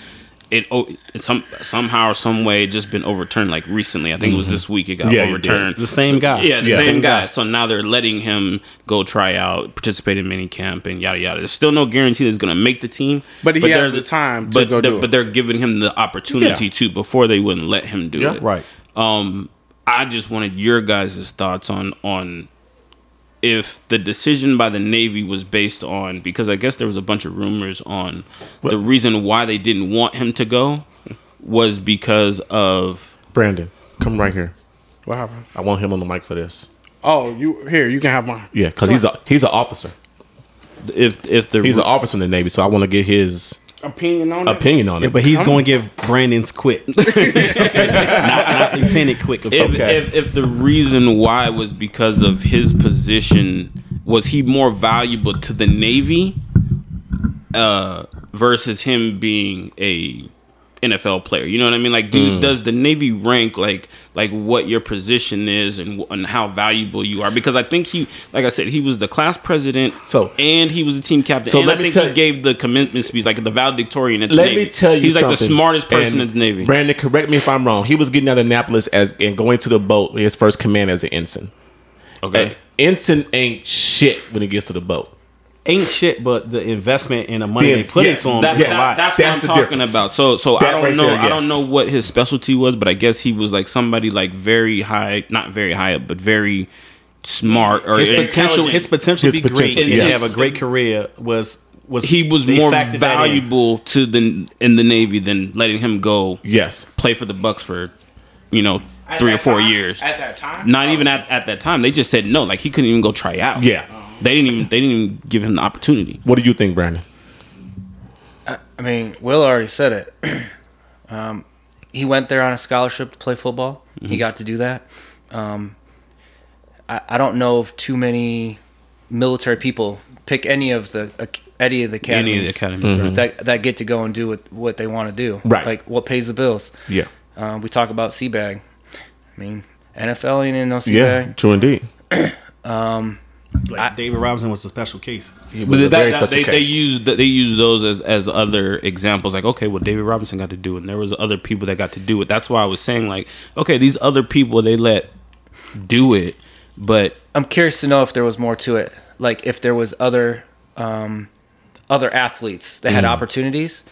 Speaker 4: It oh, it some somehow or some way just been overturned like recently. I think it was this week it got
Speaker 2: Mm-hmm. Yeah, it did.
Speaker 4: overturned.
Speaker 3: The same guy.
Speaker 4: Yeah, the
Speaker 2: Yeah.
Speaker 4: same
Speaker 2: Same
Speaker 4: guy. So now they're letting him go try out, participate in mini camp, and yada yada. There's still no guarantee that he's going to make the team,
Speaker 1: But he has
Speaker 4: they're-
Speaker 1: the time to
Speaker 4: but
Speaker 1: go
Speaker 4: they're,
Speaker 1: do it.
Speaker 4: But they're giving him the opportunity
Speaker 2: Yeah.
Speaker 4: to before they wouldn't let him do
Speaker 2: Yeah.
Speaker 4: it.
Speaker 3: Right.
Speaker 4: Um, I just wanted your guys' thoughts on on if the decision by the Navy was based on because I guess there was a bunch of rumors on the reason why they didn't want him to go was because of
Speaker 2: Brandon, come right here.
Speaker 1: what happened?
Speaker 2: I want him on the mic for this.
Speaker 1: Oh, you here? You can have mine.
Speaker 2: Yeah, because he's a he's an officer.
Speaker 4: if if the
Speaker 2: He's an officer in the Navy, so I want to get his
Speaker 1: Opinion on it.
Speaker 2: opinion on it.
Speaker 3: But he's going to give Brandon's quick, not, not Lieutenant quick. Or
Speaker 4: if,
Speaker 3: something.
Speaker 4: if, if the reason why was because of his position was he more valuable to the navy uh versus him being a NFL player, you know what I mean? Like,
Speaker 2: Mm.
Speaker 4: dude, does the Navy rank like like what your position is and wh- and how valuable you are? Because I think he, like I said, he was the class president,
Speaker 2: So-
Speaker 4: and he was the team captain,
Speaker 2: So
Speaker 4: and
Speaker 2: let me
Speaker 4: I think
Speaker 2: tell
Speaker 4: he
Speaker 2: you-
Speaker 4: gave the commitment speech, like the valedictorian at the
Speaker 2: Let
Speaker 4: Navy.
Speaker 2: me tell you,
Speaker 4: he's like the
Speaker 2: something.
Speaker 4: smartest person
Speaker 2: And
Speaker 4: in the Navy.
Speaker 2: Brandon, correct me if I'm wrong. He was getting out of Annapolis as and going to the boat. His first command as an ensign.
Speaker 4: okay,
Speaker 2: An ensign ain't shit when he gets to the boat.
Speaker 3: ain't shit, but the investment and the money
Speaker 2: Then,
Speaker 3: they put
Speaker 2: yes,
Speaker 3: into him
Speaker 4: That's,
Speaker 2: Yes.
Speaker 3: is a
Speaker 4: that-
Speaker 3: lot.
Speaker 4: that's,
Speaker 2: That's
Speaker 4: what
Speaker 2: the
Speaker 4: I'm talking
Speaker 2: difference.
Speaker 4: about. So, so I
Speaker 2: That
Speaker 4: don't
Speaker 2: right
Speaker 4: know.
Speaker 2: there,
Speaker 4: I don't
Speaker 2: yes.
Speaker 4: know what his specialty was, but I guess he was like somebody like very high, not very high up, but very smart or
Speaker 3: his potential,
Speaker 4: intelligent.
Speaker 3: his potential
Speaker 2: His
Speaker 3: to be great
Speaker 2: potential,
Speaker 3: and
Speaker 4: yes.
Speaker 3: have a great career was was
Speaker 4: he was
Speaker 3: they
Speaker 4: more
Speaker 3: factored that in.
Speaker 4: valuable to the in the Navy than letting him go
Speaker 2: Yes.
Speaker 4: play for the Bucks for, you know, three or four years.
Speaker 1: At that time,
Speaker 4: Not even at, at that time. They just said no. Like he couldn't even go try out.
Speaker 2: Yeah.
Speaker 4: They didn't even they didn't even give him the opportunity.
Speaker 2: What do you think, Brandon?
Speaker 5: I mean, Will already said it. um, he went there on a scholarship to play football. He got to do that. Um, I, I don't know of too many military people pick any of the ac- any of the academies,
Speaker 4: Any of the academies, right.
Speaker 5: that that get to go and do what, what they want to do.
Speaker 2: Mm-hmm. Right.
Speaker 5: like what pays the bills.
Speaker 2: Yeah.
Speaker 5: Um, we talk about Seabag. I mean, NFL ain't in no Seabag.
Speaker 2: Yeah. True indeed.
Speaker 3: Like David Robinson was a special case.
Speaker 2: He was
Speaker 4: But
Speaker 2: a
Speaker 4: that,
Speaker 2: very
Speaker 4: that,
Speaker 2: special
Speaker 4: they, they
Speaker 2: case.
Speaker 4: use they use those as, as other examples. Like, okay, well, David Robinson got to do it, and there was other people that got to do it. That's why I was saying, like, okay, these other people they let do it, but
Speaker 5: I'm curious to know if there was more to it, like if there was other um, other athletes that had
Speaker 3: Mm.
Speaker 5: opportunities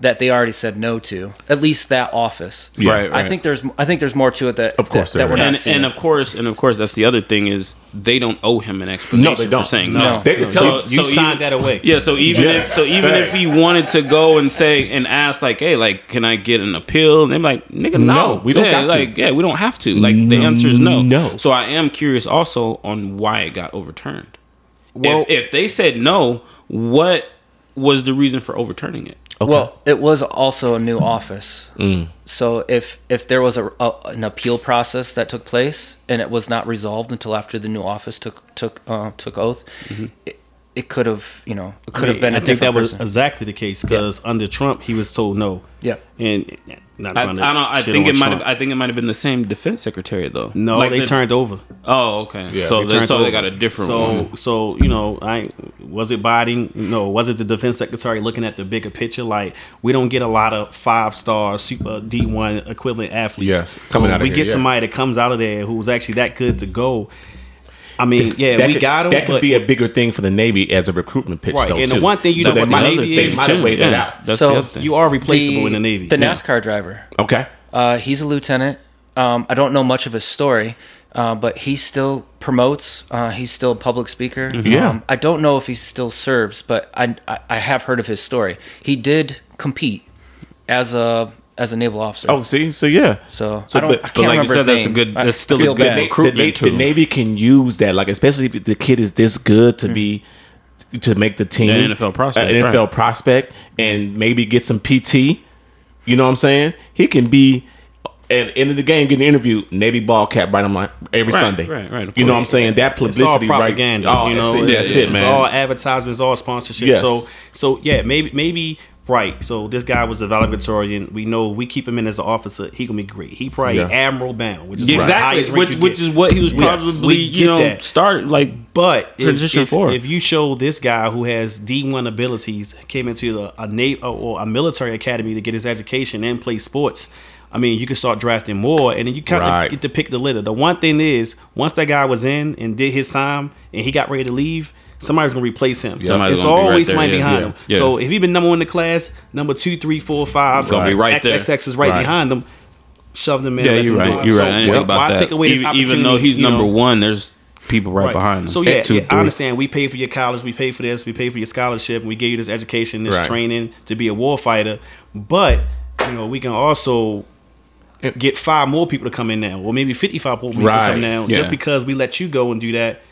Speaker 5: that they already said no to. At least that office.
Speaker 2: Yeah.
Speaker 4: Right,
Speaker 5: I think there's I think there's more to it that
Speaker 2: Of course
Speaker 5: that, that
Speaker 2: there
Speaker 5: we're
Speaker 2: is.
Speaker 5: not
Speaker 4: and,
Speaker 5: seeing.
Speaker 4: and of course, and of course, that's the other thing is they don't owe him an explanation
Speaker 2: No, they don't.
Speaker 4: for saying
Speaker 2: No.
Speaker 4: no.
Speaker 2: They can tell you-
Speaker 3: You signed
Speaker 4: even-
Speaker 3: that away.
Speaker 4: Yeah, so even
Speaker 2: Yes.
Speaker 4: if, so even if he wanted to go and say and ask like, hey, like, can I get an appeal? And they're like, nigga,
Speaker 2: No,
Speaker 4: no,
Speaker 2: we don't
Speaker 4: yeah,
Speaker 2: got to.
Speaker 4: like, yeah, we don't have to. Like, the answer is no.
Speaker 2: No.
Speaker 4: So I am curious also on why it got overturned.
Speaker 5: Well-
Speaker 4: if, if they said no, what was the reason for overturning it?
Speaker 5: Well, it was also a new office.
Speaker 3: Mm.
Speaker 5: So if if there was a, a- an appeal process that took place and it was not resolved until after the new office took took uh, took oath, it, it could have you know it could have been a
Speaker 3: Mm-hmm. I think
Speaker 5: different
Speaker 3: that was
Speaker 5: person.
Speaker 3: exactly the case because under Trump he was told no.
Speaker 5: Yeah.
Speaker 3: and not
Speaker 4: I, I
Speaker 3: trying
Speaker 4: don't.
Speaker 3: to
Speaker 4: I
Speaker 3: shit
Speaker 4: think
Speaker 3: on
Speaker 4: it might have.
Speaker 3: Trump.
Speaker 4: I think it might have been the same defense secretary though.
Speaker 3: No,
Speaker 4: Like
Speaker 3: they
Speaker 4: the-
Speaker 3: turned over.
Speaker 4: Oh, okay. so
Speaker 3: They
Speaker 4: they,
Speaker 3: turned
Speaker 4: so
Speaker 3: over.
Speaker 4: they got a different
Speaker 3: so,
Speaker 4: one.
Speaker 3: So you know, I was it Biden? No, was it the defense secretary looking at the bigger picture? Like we don't get a lot of five star super D one equivalent athletes.
Speaker 2: Yes,
Speaker 3: so
Speaker 2: coming out of
Speaker 3: we
Speaker 2: here,
Speaker 3: get
Speaker 2: yeah.
Speaker 3: somebody that comes out of there who's actually that good to go. I mean, yeah,
Speaker 2: that
Speaker 3: we
Speaker 2: could,
Speaker 3: got him.
Speaker 2: That could
Speaker 3: but
Speaker 2: be a bigger thing for the Navy as a recruitment pitch,
Speaker 3: Right,
Speaker 2: though.
Speaker 3: and the
Speaker 2: too.
Speaker 3: one thing you
Speaker 2: so
Speaker 3: know
Speaker 2: they
Speaker 3: what
Speaker 2: might
Speaker 3: the
Speaker 2: have-
Speaker 3: Navy
Speaker 2: they
Speaker 3: is,
Speaker 2: might have
Speaker 4: too,
Speaker 2: weighed that
Speaker 4: yeah.
Speaker 2: out.
Speaker 4: That's
Speaker 5: so
Speaker 4: the other thing.
Speaker 3: you are replaceable in the Navy.
Speaker 5: The
Speaker 3: Yeah.
Speaker 5: NASCAR driver.
Speaker 2: Okay,
Speaker 5: Uh, he's a lieutenant. Um, I don't know much of his story, uh, but he still promotes. Uh, he's still a public speaker.
Speaker 4: Mm-hmm.
Speaker 2: Yeah.
Speaker 5: Um, I don't know if he still serves, but I, I I have heard of his story. He did compete as a as a naval officer.
Speaker 2: Oh, see, so yeah.
Speaker 5: So,
Speaker 2: So,
Speaker 5: I don't.
Speaker 2: but-
Speaker 5: I
Speaker 2: but
Speaker 5: can't
Speaker 4: like you
Speaker 5: remember
Speaker 4: said,
Speaker 5: his
Speaker 4: that's a
Speaker 5: name.
Speaker 4: good-
Speaker 5: I
Speaker 4: that's still a
Speaker 5: feel
Speaker 4: good
Speaker 5: bad.
Speaker 4: name.
Speaker 2: the,
Speaker 4: recruitment
Speaker 2: Na- the
Speaker 4: tool.
Speaker 2: Navy can use that, like especially if the kid is this good to be to make the team, uh,
Speaker 4: An NFL prospect,
Speaker 2: an NFL
Speaker 4: right.
Speaker 2: prospect, and maybe get some PT. You know what I'm saying? He can be at the end of the game getting interviewed, Navy ball cap right on my every
Speaker 4: Right,
Speaker 2: Sunday.
Speaker 4: right, right, of
Speaker 2: You know what I'm
Speaker 4: course.
Speaker 2: saying? That
Speaker 3: It's all
Speaker 2: publicity,
Speaker 3: propaganda.
Speaker 2: right? Oh,
Speaker 3: you know,
Speaker 2: that's it,
Speaker 3: it's,
Speaker 2: that's it,
Speaker 3: it's
Speaker 2: man.
Speaker 3: all advertisements, all sponsorship.
Speaker 2: Yes.
Speaker 3: So, so yeah, maybe, maybe right. So this guy was a valedictorian. We know we keep him in as an officer. He gonna be great. He probably
Speaker 2: Yeah.
Speaker 3: admiral bound, which is
Speaker 4: Yeah,
Speaker 3: the
Speaker 4: exactly,
Speaker 3: highest rank
Speaker 4: which
Speaker 3: you
Speaker 4: which
Speaker 3: get.
Speaker 4: is what he was
Speaker 3: Yes,
Speaker 4: probably
Speaker 3: we
Speaker 4: you
Speaker 3: get
Speaker 4: know
Speaker 3: that.
Speaker 4: start like.
Speaker 3: But if,
Speaker 4: Transition
Speaker 3: if,
Speaker 4: forward.
Speaker 3: if you show this guy who has D one abilities came into the, a na- or a military academy to get his education and play sports, I mean you can start drafting more, and then you kind of
Speaker 2: Right.
Speaker 3: get to pick the litter. The one thing is, once that guy was in and did his time, and he got ready to leave, somebody's gonna replace him.
Speaker 4: Somebody's
Speaker 3: It's
Speaker 4: gonna be right
Speaker 3: always
Speaker 4: there,
Speaker 3: somebody
Speaker 4: yeah,
Speaker 3: behind
Speaker 4: yeah,
Speaker 3: him.
Speaker 4: yeah.
Speaker 3: So if he been number one in the class, number two, three, four, five,
Speaker 4: Gonna be right there.
Speaker 3: XXX is right,
Speaker 2: Right.
Speaker 3: behind them. Shove them in.
Speaker 4: Yeah,
Speaker 3: let
Speaker 4: you're
Speaker 3: them do
Speaker 4: right.
Speaker 3: it.
Speaker 4: You're
Speaker 3: So
Speaker 4: right. I didn't
Speaker 3: why-
Speaker 4: think about
Speaker 3: Why
Speaker 4: that.
Speaker 3: take away this
Speaker 4: even, even though
Speaker 3: opportunity,
Speaker 4: he's
Speaker 3: you know?
Speaker 4: number one, there's people right, behind him.
Speaker 3: So yeah,
Speaker 4: two,
Speaker 3: yeah
Speaker 4: three.
Speaker 3: I understand. We pay for your college, we pay for this, we pay for your scholarship, we give you this education, this
Speaker 2: Right.
Speaker 3: training to be a warfighter. But you know, we can also get five more people to come in now, or maybe fifty-five more people
Speaker 2: Right,
Speaker 3: to come now,
Speaker 2: yeah.
Speaker 3: just because we let you go and do that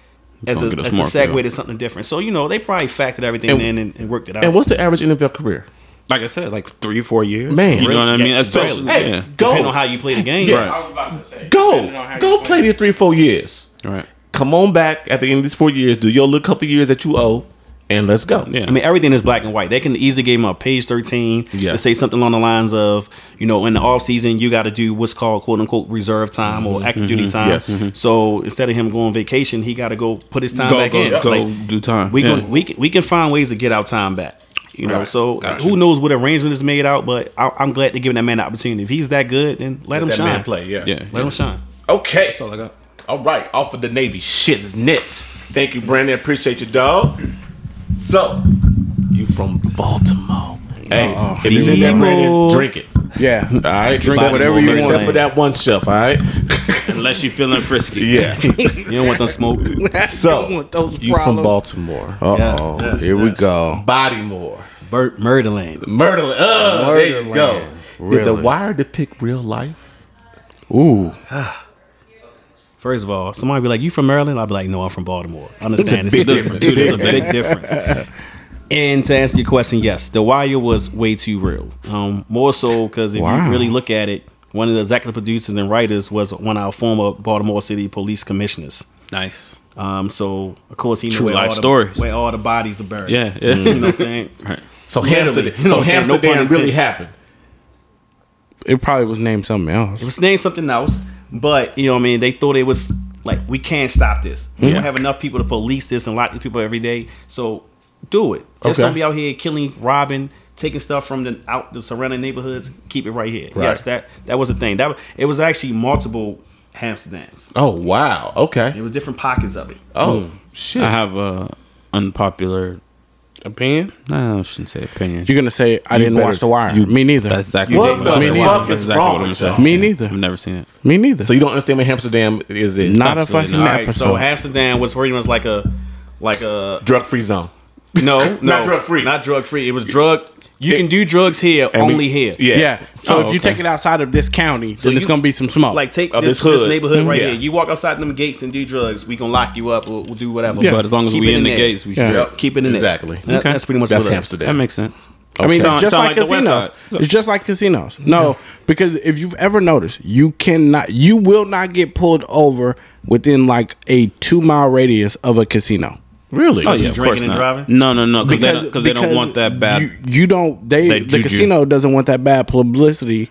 Speaker 3: as a,
Speaker 4: gonna get us
Speaker 3: as a
Speaker 4: more
Speaker 3: segue
Speaker 4: people.
Speaker 3: to something different. So you know, they probably factored everything
Speaker 2: And-
Speaker 3: in and, and worked it out.
Speaker 2: and what's the average NFL career?
Speaker 4: Like I said, like three, four years.
Speaker 2: Man.
Speaker 4: you know what I mean?
Speaker 3: Yeah,
Speaker 4: Especially,
Speaker 2: hey,
Speaker 4: yeah.
Speaker 2: go,
Speaker 3: Depending on how you play the game,
Speaker 2: Yeah.
Speaker 4: Right.
Speaker 6: was about to say. depending on
Speaker 2: go,
Speaker 6: how
Speaker 2: go
Speaker 6: you
Speaker 2: play these three, four years.
Speaker 4: Right.
Speaker 2: Come on back at the end of these four years. Do your little couple years that you owe, and let's go.
Speaker 4: Yeah.
Speaker 3: I mean, everything is black and white. They can easily give him a page 13 to
Speaker 2: Yes.
Speaker 3: say something along the lines of, you know, in the off season, you got to do what's called quote unquote reserve time or active duty time.
Speaker 2: Mm-hmm. Yes. Mhm.
Speaker 3: So instead of him going vacation, he got to go put his time
Speaker 4: Go,
Speaker 3: back
Speaker 4: go,
Speaker 3: in.
Speaker 4: go.
Speaker 3: Like,
Speaker 4: do time.
Speaker 3: we,
Speaker 4: yeah.
Speaker 3: can, we, can, we can find ways to get our time back. You know,
Speaker 2: Right.
Speaker 3: so
Speaker 2: Gotcha.
Speaker 3: who knows what arrangement is made out, but I, I'm glad to give that man the opportunity. If he's that good, then let, him
Speaker 2: That
Speaker 3: shine.
Speaker 2: man play. Yeah.
Speaker 4: Yeah.
Speaker 3: Let him shine.
Speaker 2: Okay.
Speaker 4: all I got.
Speaker 2: All right, off of the Navy shit's nits. Thank you, Brandon. Appreciate you, dog. So, you from Baltimore? Hey,
Speaker 1: Oh,
Speaker 2: if it's in that Brandon, drink it. All
Speaker 1: Yeah.
Speaker 2: right,
Speaker 1: Drink whatever you
Speaker 2: except
Speaker 1: want.
Speaker 2: for that one shelf. All right.
Speaker 4: Unless you're feeling frisky.
Speaker 2: yeah.
Speaker 3: You don't want them smoke.
Speaker 2: So,
Speaker 1: want those
Speaker 2: you from Baltimore?
Speaker 1: Uh oh.
Speaker 3: Yes, yes,
Speaker 1: Here we
Speaker 3: yes.
Speaker 1: go.
Speaker 2: Bodymore,
Speaker 3: Burt Murderland.
Speaker 2: Murderland. Uh, there you go.
Speaker 1: Murderland.
Speaker 2: Did the
Speaker 1: Really?
Speaker 2: wire depict real life?
Speaker 1: Ooh.
Speaker 3: First of all, somebody be like, "You from Maryland?" I'd be like, "No, I'm from Baltimore." Understand? It's a
Speaker 2: big
Speaker 3: big
Speaker 2: difference.
Speaker 3: difference. It's a big difference. And to answer your question, yes, The Wire was way too real. Um, more so because if
Speaker 1: Wow.
Speaker 3: you really look at it, one of the executive producers and writers was one of our former Baltimore City police commissioners.
Speaker 4: Nice.
Speaker 3: Um, so of course he
Speaker 4: True
Speaker 3: knew where
Speaker 4: life
Speaker 3: all,
Speaker 4: stories.
Speaker 3: The, where all the bodies are buried.
Speaker 4: Yeah. yeah.
Speaker 3: you know what I'm saying.
Speaker 2: So
Speaker 3: Literally.
Speaker 2: Hamster, so
Speaker 3: No, no
Speaker 2: Hamster
Speaker 3: pun
Speaker 2: Dan really
Speaker 3: intended.
Speaker 2: happened.
Speaker 1: It probably was named something
Speaker 3: It
Speaker 1: else.
Speaker 3: was named something else, but you know what I mean. They thought it was like we can't stop this. We
Speaker 2: Yeah.
Speaker 3: don't have enough people to police this and lock these people every day. So do it. Just
Speaker 2: Okay.
Speaker 3: don't be out here killing, robbing, taking stuff from the out the surrounding neighborhoods. Keep it right here. Yes, that that was the thing. That it was actually multiple Amsterdam's.
Speaker 2: Oh wow. Okay.
Speaker 3: It was different pockets of it.
Speaker 2: Oh shit.
Speaker 4: I have a unpopular.
Speaker 1: Opinion?
Speaker 4: No, I shouldn't say opinion.
Speaker 1: You're gonna say I didn't
Speaker 2: better-
Speaker 1: watch The Wire? me neither.
Speaker 4: That's exactly
Speaker 2: What
Speaker 4: what,
Speaker 2: the
Speaker 4: that's
Speaker 2: fuck
Speaker 4: exactly
Speaker 2: is
Speaker 4: what
Speaker 2: wrong
Speaker 4: I'm
Speaker 2: with
Speaker 4: saying.
Speaker 2: y'all?
Speaker 1: me neither.
Speaker 4: I've never seen it.
Speaker 1: Me neither.
Speaker 2: so you don't understand what Amsterdam is? It's
Speaker 1: Not a fucking
Speaker 3: All
Speaker 1: map.
Speaker 3: right, so Amsterdam was pretty much like a like a
Speaker 2: drug free zone.
Speaker 3: no, no
Speaker 2: drug-free.
Speaker 3: not drug free. It was drug. You
Speaker 2: It-
Speaker 3: can do drugs here,
Speaker 2: And we-
Speaker 3: only here.
Speaker 2: Yeah.
Speaker 1: yeah. So
Speaker 2: Oh,
Speaker 1: if you
Speaker 2: okay.
Speaker 1: take it outside of this county, then it's
Speaker 3: you-
Speaker 1: gonna be some
Speaker 4: Oh,
Speaker 1: smoke.
Speaker 3: Like take
Speaker 2: Of
Speaker 3: this,
Speaker 2: this
Speaker 3: this,
Speaker 2: hood.
Speaker 3: neighborhood right
Speaker 1: Mm-hmm.
Speaker 2: Yeah.
Speaker 3: here. You walk outside them gates and do drugs, we gonna lock you up. We'll, we'll do whatever.
Speaker 4: But as long as
Speaker 3: Keep
Speaker 4: we
Speaker 3: it
Speaker 4: in the
Speaker 3: there.
Speaker 4: gates, we
Speaker 1: Yeah.
Speaker 4: straight.
Speaker 2: Yep.
Speaker 3: keep it in there.
Speaker 2: exactly.
Speaker 3: That-
Speaker 4: Okay.
Speaker 3: That's pretty much
Speaker 2: That's
Speaker 3: what it is.
Speaker 2: Amsterdam.
Speaker 4: That makes sense.
Speaker 1: I mean,
Speaker 4: Sound-
Speaker 1: it's just
Speaker 4: sound
Speaker 1: like,
Speaker 4: like the West
Speaker 1: casinos.
Speaker 4: Side.
Speaker 1: It's just like casinos. No, because if you've ever noticed, you cannot, you will not get pulled over within like a two mile radius of a casino
Speaker 2: Really?
Speaker 4: Oh yeah, of
Speaker 3: drinking
Speaker 4: course
Speaker 3: and
Speaker 4: not.
Speaker 3: driving?
Speaker 4: No, no, no, because they, don't- 'cause they don't want that bad.
Speaker 1: You, you don't. They
Speaker 4: That
Speaker 1: the
Speaker 4: juju.
Speaker 1: casino doesn't want that bad publicity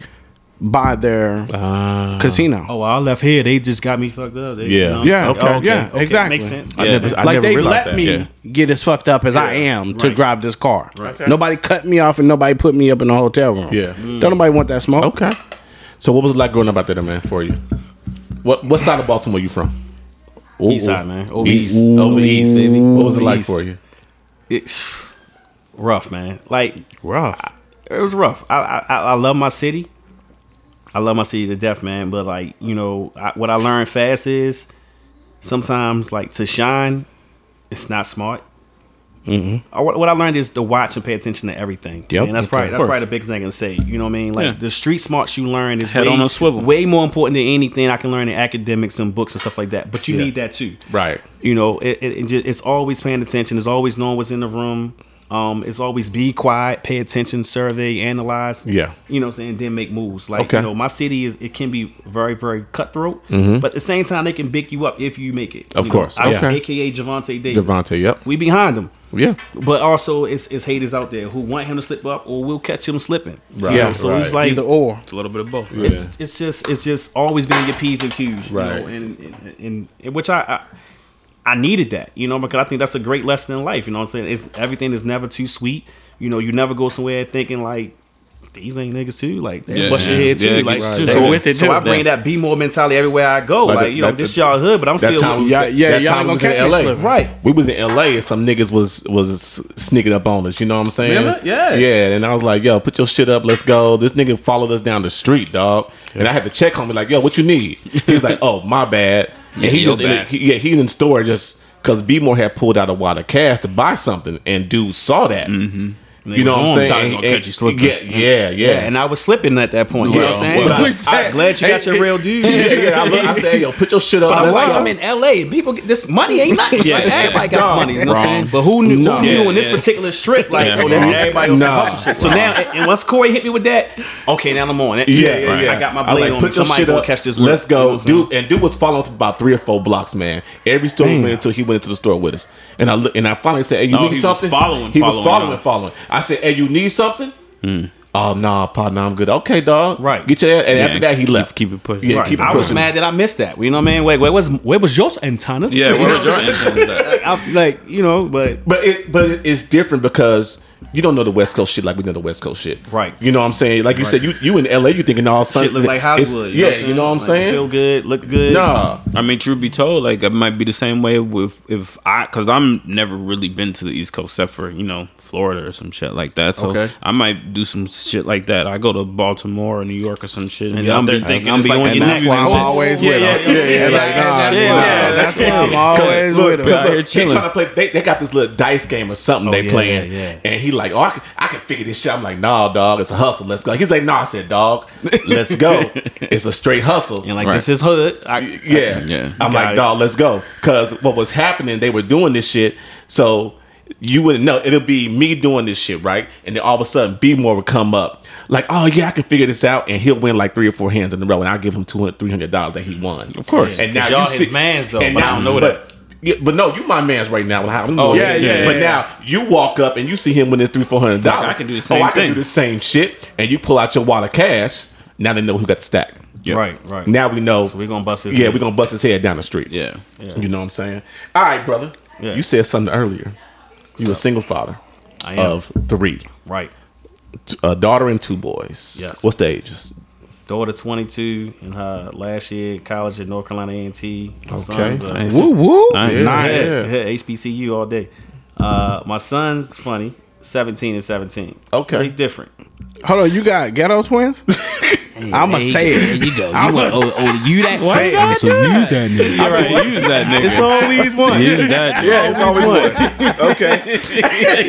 Speaker 1: by their
Speaker 2: Uh-huh. Uh,
Speaker 1: casino.
Speaker 3: Oh, well, I left here. They just got me fucked up. They,
Speaker 2: Yeah.
Speaker 1: Yeah,
Speaker 2: Okay.
Speaker 1: okay, yeah, exactly.
Speaker 3: Makes sense.
Speaker 2: I never, I
Speaker 1: like
Speaker 2: never
Speaker 1: they
Speaker 2: realized
Speaker 1: let
Speaker 2: that.
Speaker 1: me
Speaker 2: Yeah.
Speaker 1: get as fucked up as I am to
Speaker 3: right.
Speaker 1: drive this car. Nobody cut me off and nobody put me up in a hotel room.
Speaker 2: Yeah.
Speaker 1: don't nobody want that smoke.
Speaker 2: Okay. So what was it like growing up out there, man? For you, what what side of Baltimore you from?
Speaker 3: East side, man. Oh, East.
Speaker 2: over east, baby. What was it
Speaker 3: Over
Speaker 2: like
Speaker 3: east.
Speaker 2: for you?
Speaker 3: It's rough, man. Like
Speaker 1: Rough.
Speaker 3: it was rough. I I, I- I love my city. I love my city to death, man. But like you know, I, what I learned fast is sometimes like to shine, it's not smart. Mm-hmm. What, what I learned is to watch and pay attention to everything.
Speaker 1: Yep,
Speaker 3: and that's
Speaker 1: of
Speaker 3: probably
Speaker 1: course.
Speaker 3: that's probably the biggest thing I can say. You know what I mean? Like
Speaker 4: Yeah.
Speaker 3: the street smarts you learn is
Speaker 4: Head
Speaker 3: way,
Speaker 4: on a swivel.
Speaker 3: way more important than anything I can learn in academics and books and stuff like that. But you
Speaker 2: Yeah.
Speaker 3: need that too,
Speaker 2: Right.
Speaker 3: you know it, it, it just, it's always paying attention it's always knowing what's in the room um it's always be quiet pay attention survey analyze
Speaker 2: Yeah.
Speaker 3: you know what i'm saying then make moves like
Speaker 2: Okay.
Speaker 3: you know my city is it can be very very cutthroat but at the same time they can big you up if you make it
Speaker 2: Mm-hmm. Of
Speaker 3: You
Speaker 2: course.
Speaker 3: know, I-
Speaker 2: Okay.
Speaker 3: aka Javante Davis
Speaker 2: Devontae. Yep.
Speaker 3: we behind him
Speaker 2: Yeah.
Speaker 3: but also it's, it's haters out there who want him to slip up or will catch him slipping
Speaker 2: Right.
Speaker 1: Yeah.
Speaker 3: so it's
Speaker 2: Right.
Speaker 3: like
Speaker 1: Either or.
Speaker 4: It's a little bit of both.
Speaker 2: Yeah.
Speaker 3: it's it's just it's just always being your p's and q's, you
Speaker 2: Right.
Speaker 3: Know, and, and, and and which I, I I needed that, you know, because I think that's a great lesson in life. You know what I'm saying? It's everything is never too sweet. You know, you never go somewhere thinking like these ain't niggas too, like they
Speaker 4: Yeah,
Speaker 3: bust your
Speaker 4: yeah.
Speaker 3: head too,
Speaker 4: Yeah,
Speaker 3: like
Speaker 4: right.
Speaker 1: So with it
Speaker 3: so
Speaker 1: too.
Speaker 3: I bring that be more mentality everywhere I go.
Speaker 2: Like
Speaker 3: Like,
Speaker 2: that-
Speaker 3: you know,
Speaker 2: that-
Speaker 3: this y'all hood, but I'm
Speaker 2: That
Speaker 3: still
Speaker 2: time,
Speaker 1: Yeah, yeah,
Speaker 2: that
Speaker 1: y'all
Speaker 2: time we
Speaker 1: ain't gonna
Speaker 2: was in
Speaker 1: catch me
Speaker 2: LA.
Speaker 1: slipping.
Speaker 3: Right.
Speaker 2: We was in LA and some niggas was was sneaking up on us. You know what I'm saying?
Speaker 3: Really? Yeah.
Speaker 2: Yeah. And I was like, yo, put your shit up. Let's go. This nigga followed us down the street, dog. And I had to check on me like, yo, what you need? He was like, oh, my bad. And he
Speaker 4: your
Speaker 2: just
Speaker 4: bad.
Speaker 2: he- yeah he in store just because B-more had pulled out a wad of cash to buy something and dude saw that. You know
Speaker 3: Mm-hmm. was
Speaker 2: what I'm
Speaker 3: on,
Speaker 2: saying?
Speaker 3: thought he
Speaker 2: And-
Speaker 3: was gonna
Speaker 2: and-
Speaker 3: catch you slipping.
Speaker 2: Yeah, yeah, yeah.
Speaker 3: yeah, and I was slipping at that point. You know what I'm
Speaker 2: Well,
Speaker 3: saying?
Speaker 2: well,
Speaker 3: Like,
Speaker 2: we said-
Speaker 3: I'm glad you got your real dude.
Speaker 2: yeah, yeah. I, look, I said, yo, put your shit up.
Speaker 3: But I'm
Speaker 2: Let's
Speaker 3: like,
Speaker 2: go.
Speaker 3: I'm in LA. People, get, this money ain't nothing.
Speaker 4: Yeah,
Speaker 3: like,
Speaker 4: yeah.
Speaker 3: everybody got
Speaker 2: Dog.
Speaker 3: money. You know what I'm
Speaker 4: Wrong.
Speaker 3: saying? But who knew?
Speaker 2: No.
Speaker 3: Who knew
Speaker 4: Yeah,
Speaker 3: in this
Speaker 4: yeah.
Speaker 3: particular strip? Like,
Speaker 4: Yeah,
Speaker 3: oh, that's
Speaker 2: wrong.
Speaker 3: everybody was
Speaker 2: No.
Speaker 3: hustle shit. So now, and and once Corey hit me with that, okay, now I'm on. it.
Speaker 2: Yeah, yeah, yeah.
Speaker 3: I got my
Speaker 2: I
Speaker 3: blade
Speaker 2: like,
Speaker 3: on.
Speaker 2: Put your
Speaker 3: Somebody
Speaker 2: shit
Speaker 3: gonna
Speaker 2: up.
Speaker 3: catch this. whip.
Speaker 2: Let's
Speaker 3: You know
Speaker 2: go,
Speaker 3: what I'm saying?
Speaker 2: dude. And dude was following us for about three or four blocks, man. Every store we went into, he went into the store with us. And I look, and I finally said, "Hey, you
Speaker 4: Oh,
Speaker 2: need
Speaker 4: he was
Speaker 2: something?"
Speaker 4: following,
Speaker 2: He was
Speaker 4: following,
Speaker 2: following,
Speaker 4: huh?
Speaker 2: following. I said, "Hey, you need something?" Oh nah, partner, I'm good. Okay, dog.
Speaker 3: Hmm. Right.
Speaker 2: Get your. ass. And
Speaker 4: Yeah,
Speaker 2: after that, he
Speaker 4: keep-
Speaker 2: left.
Speaker 4: keep it pushing.
Speaker 2: Yeah,
Speaker 3: Right.
Speaker 2: keep it
Speaker 3: I was
Speaker 2: pushing.
Speaker 3: mad that I missed that. You know what I mean? Wait, where was where was Jos Antanas?
Speaker 4: Yeah,
Speaker 3: You
Speaker 4: where was
Speaker 3: know?
Speaker 4: your answer to that?
Speaker 3: I'm like you know, but
Speaker 2: But it but it- it's different because you don't know the West Coast shit like we know the West Coast shit.
Speaker 3: Right.
Speaker 2: You know what I'm saying? Like you said, you you in LA, you thinking all something.
Speaker 3: shit look like Hollywood.
Speaker 2: yeah, you know what I'm
Speaker 3: Like,
Speaker 2: saying?
Speaker 3: Feel good, look good.
Speaker 2: Nah.
Speaker 4: I mean, truth be told, like it might be the same way with if I, because I'm never really been to the East Coast except for you know Florida or some shit like that. So
Speaker 3: Okay.
Speaker 4: I might do some shit like that. I go to Baltimore or New York or some shit, and,
Speaker 3: And
Speaker 4: be out
Speaker 3: I'm
Speaker 4: there
Speaker 3: be-
Speaker 4: thinking
Speaker 3: I'm
Speaker 4: it's
Speaker 3: be
Speaker 4: like
Speaker 3: on
Speaker 4: when
Speaker 3: your
Speaker 4: you
Speaker 3: next
Speaker 4: lose and
Speaker 3: one.
Speaker 4: shit.
Speaker 3: I'm
Speaker 1: always
Speaker 4: yeah,
Speaker 1: with
Speaker 4: yeah,
Speaker 1: him.
Speaker 4: yeah, yeah,
Speaker 1: Like,
Speaker 4: yeah,
Speaker 1: nah,
Speaker 4: yeah,
Speaker 1: shit,
Speaker 4: yeah,
Speaker 1: nah,
Speaker 4: yeah,
Speaker 1: that's
Speaker 4: yeah.
Speaker 1: why I'm always
Speaker 2: Look,
Speaker 1: with him.
Speaker 4: Be out
Speaker 2: look,
Speaker 4: here
Speaker 2: They
Speaker 4: chilling.
Speaker 2: trying to play. They, they got this little dice game or something they
Speaker 3: Oh, yeah,
Speaker 2: playing,
Speaker 3: yeah.
Speaker 2: and he like, oh, I can, I can figure this shit. I'm like, nah, dog, it's a hustle. Let's go. He's like, nah, I said, dog, let's go. It's a straight hustle.
Speaker 3: And like
Speaker 4: Right.
Speaker 3: this is hood. I,
Speaker 2: yeah,
Speaker 4: Yeah.
Speaker 2: I'm
Speaker 3: Got
Speaker 2: like,
Speaker 3: it.
Speaker 2: dog, let's go. Because what was happening, they were doing this shit, so you wouldn't know. It'll be me doing this shit, right? And then all of a sudden, B more would come up, like, oh yeah, I can figure this out, and he'll win like three or four hands in a row, and I'll give him two hundred, three hundred dollars that he won. Of
Speaker 4: course.
Speaker 2: and now
Speaker 3: 'Cause
Speaker 2: you
Speaker 3: y'all
Speaker 2: see,
Speaker 3: his mans, though,
Speaker 2: and
Speaker 3: but I
Speaker 2: now-
Speaker 3: don't know
Speaker 2: but- yeah, but no, you my man's right now. How-
Speaker 3: Oh,
Speaker 1: yeah, yeah, yeah,
Speaker 2: But
Speaker 1: yeah.
Speaker 2: now you walk up and you see him winning three, four hundred dollars.
Speaker 4: Like, I can do the same
Speaker 2: Oh, I
Speaker 4: thing.
Speaker 2: can do the same shit, and you pull out your wallet of cash. Now they know who got the stack.
Speaker 4: Yeah.
Speaker 3: Right, right.
Speaker 2: Now we know.
Speaker 3: we gonna bust his
Speaker 2: Yeah,
Speaker 3: head.
Speaker 2: we're gonna bust his head down the street.
Speaker 4: Yeah.
Speaker 2: You know what I'm saying? All right, brother.
Speaker 3: Yeah.
Speaker 2: You said something earlier. You a single father
Speaker 3: I am.
Speaker 2: of three,
Speaker 3: right.
Speaker 2: T- a daughter and two boys.
Speaker 3: Yes.
Speaker 2: What's the ages?
Speaker 3: daughter 22 in her last year at college at North Carolina A&T. My son's, uh,
Speaker 4: Nice.
Speaker 1: Woo woo.
Speaker 4: Nice.
Speaker 1: Yeah.
Speaker 3: Nice.
Speaker 2: Yeah.
Speaker 3: Yeah. HBCU all day. Uh, my son's funny. 17 and 17.
Speaker 2: Okay.
Speaker 3: Very different.
Speaker 1: Hold on, you got ghetto twins? I'ma say it.
Speaker 3: There you go.
Speaker 1: I'ma
Speaker 3: You went, oh, oh, you that
Speaker 1: say it.
Speaker 3: funny.
Speaker 6: So use that nigga.
Speaker 4: All right, use that nigga.
Speaker 3: It's always one.
Speaker 4: Use that.
Speaker 2: Yeah, it's always Oh, one. Okay.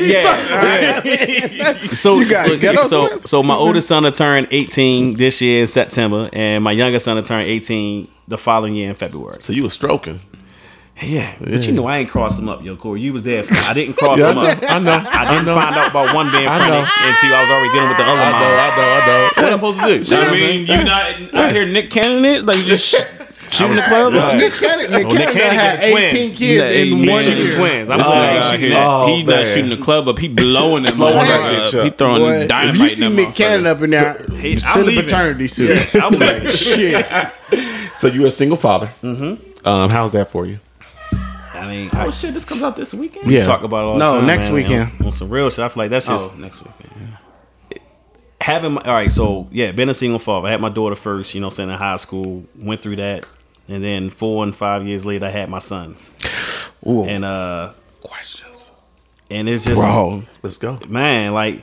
Speaker 3: yeah. So,
Speaker 1: got
Speaker 3: so,
Speaker 1: ghetto
Speaker 3: so,
Speaker 1: twins?
Speaker 3: so my oldest son will turn 18 this year in September, and my youngest son will turn 18 the following year in February.
Speaker 2: So you were stroking.
Speaker 3: Yeah, but you know I ain't cross them up, yo, Corey. You was there. For, I didn't cross
Speaker 2: Yeah, I
Speaker 3: them up.
Speaker 2: know, I know,
Speaker 3: I didn't find out about one being pregnant, and two, I was already dealing with the other mom.
Speaker 2: I know, I know.
Speaker 3: What am I supposed to do?
Speaker 4: I mean, you not out here Nick Cannon it like you just sh- shooting the club.
Speaker 3: Right.
Speaker 1: Nick Cannon, Nick
Speaker 3: Nick
Speaker 1: Cannon
Speaker 3: Cannon
Speaker 1: had
Speaker 3: getting
Speaker 1: 18
Speaker 3: twins.
Speaker 1: kids
Speaker 4: Yeah,
Speaker 1: in
Speaker 4: he
Speaker 1: one
Speaker 4: shooting
Speaker 1: year.
Speaker 3: twins. I'm
Speaker 4: This nigga
Speaker 3: like,
Speaker 4: out here, he not shooting the club up. He blowing them
Speaker 2: Blowing that
Speaker 4: motherfucker
Speaker 2: bitch
Speaker 4: up.
Speaker 2: up.
Speaker 4: He throwing
Speaker 1: Boy,
Speaker 4: dynamite.
Speaker 1: if you see
Speaker 4: in
Speaker 1: Nick
Speaker 4: that
Speaker 1: Cannon up in there,
Speaker 3: Hey, I'm
Speaker 1: send a
Speaker 3: leaving.
Speaker 1: paternity suit.
Speaker 3: I'm like,
Speaker 1: Shit.
Speaker 2: So you're a single father. Mm-hmm. Um, how's that for you?
Speaker 3: I mean, I
Speaker 4: Oh, shit, this comes out this weekend.
Speaker 1: Yeah.
Speaker 3: talk about it all the
Speaker 1: No,
Speaker 3: time.
Speaker 1: next
Speaker 3: man,
Speaker 1: weekend.
Speaker 3: On, on some real shit. I feel like that's just
Speaker 4: Oh, next weekend.
Speaker 3: having my all right so yeah been a single father i had my daughter first you know what I'm saying in high school went through that and then four and five years later i had my sons
Speaker 1: Ooh.
Speaker 3: and uh
Speaker 2: Questions.
Speaker 3: and it's just
Speaker 1: Bro.
Speaker 2: Let's go.
Speaker 3: man like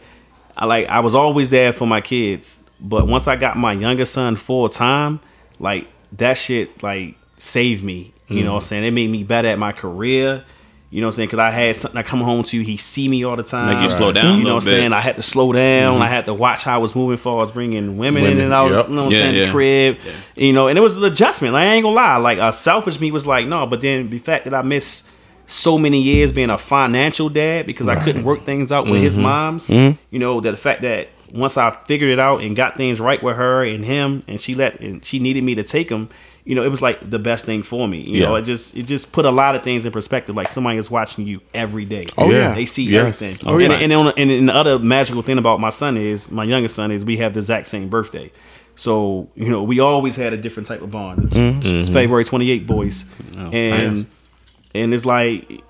Speaker 3: i like i was always there for my kids but once i got my younger son full time like that shit like saved me you
Speaker 4: Mm.
Speaker 3: know what i'm saying it made me better at my career you know what I'm saying? Because I had something I come home to. He see me all the time.
Speaker 4: Make you slow down a
Speaker 3: You know
Speaker 4: little
Speaker 3: what I'm saying?
Speaker 4: bit. Mm-hmm.
Speaker 3: I had to slow down. I had to watch how I was moving forward. I was bringing women, in
Speaker 2: Women,
Speaker 3: and out.
Speaker 2: yep.
Speaker 3: You know what
Speaker 4: Yeah,
Speaker 3: I'm saying?
Speaker 4: yeah.
Speaker 3: The crib. You know, and it was an adjustment. Like, I ain't gonna lie. Like a selfish me was like no, but then the fact that I missed so many years being a financial dad because I couldn't work things out with his
Speaker 4: Mm-hmm.
Speaker 3: moms. You know that the fact that once I figured it out and got things right with her and him, and she let and she needed me to take him. You know, it was like the best thing for me. You know,
Speaker 2: Yeah.
Speaker 3: it just it just put a lot of things in perspective. Like somebody is watching you every day.
Speaker 1: Oh, yeah.
Speaker 3: they see
Speaker 2: Yes.
Speaker 3: everything.
Speaker 2: Oh,
Speaker 3: and,
Speaker 2: yeah.
Speaker 3: and, on, and, and the other magical thing about my son is my youngest son is we have the exact same birthday. So you know we always had a different type of bond.
Speaker 1: Mm-hmm.
Speaker 3: It's February twenty eight boys, and and it's like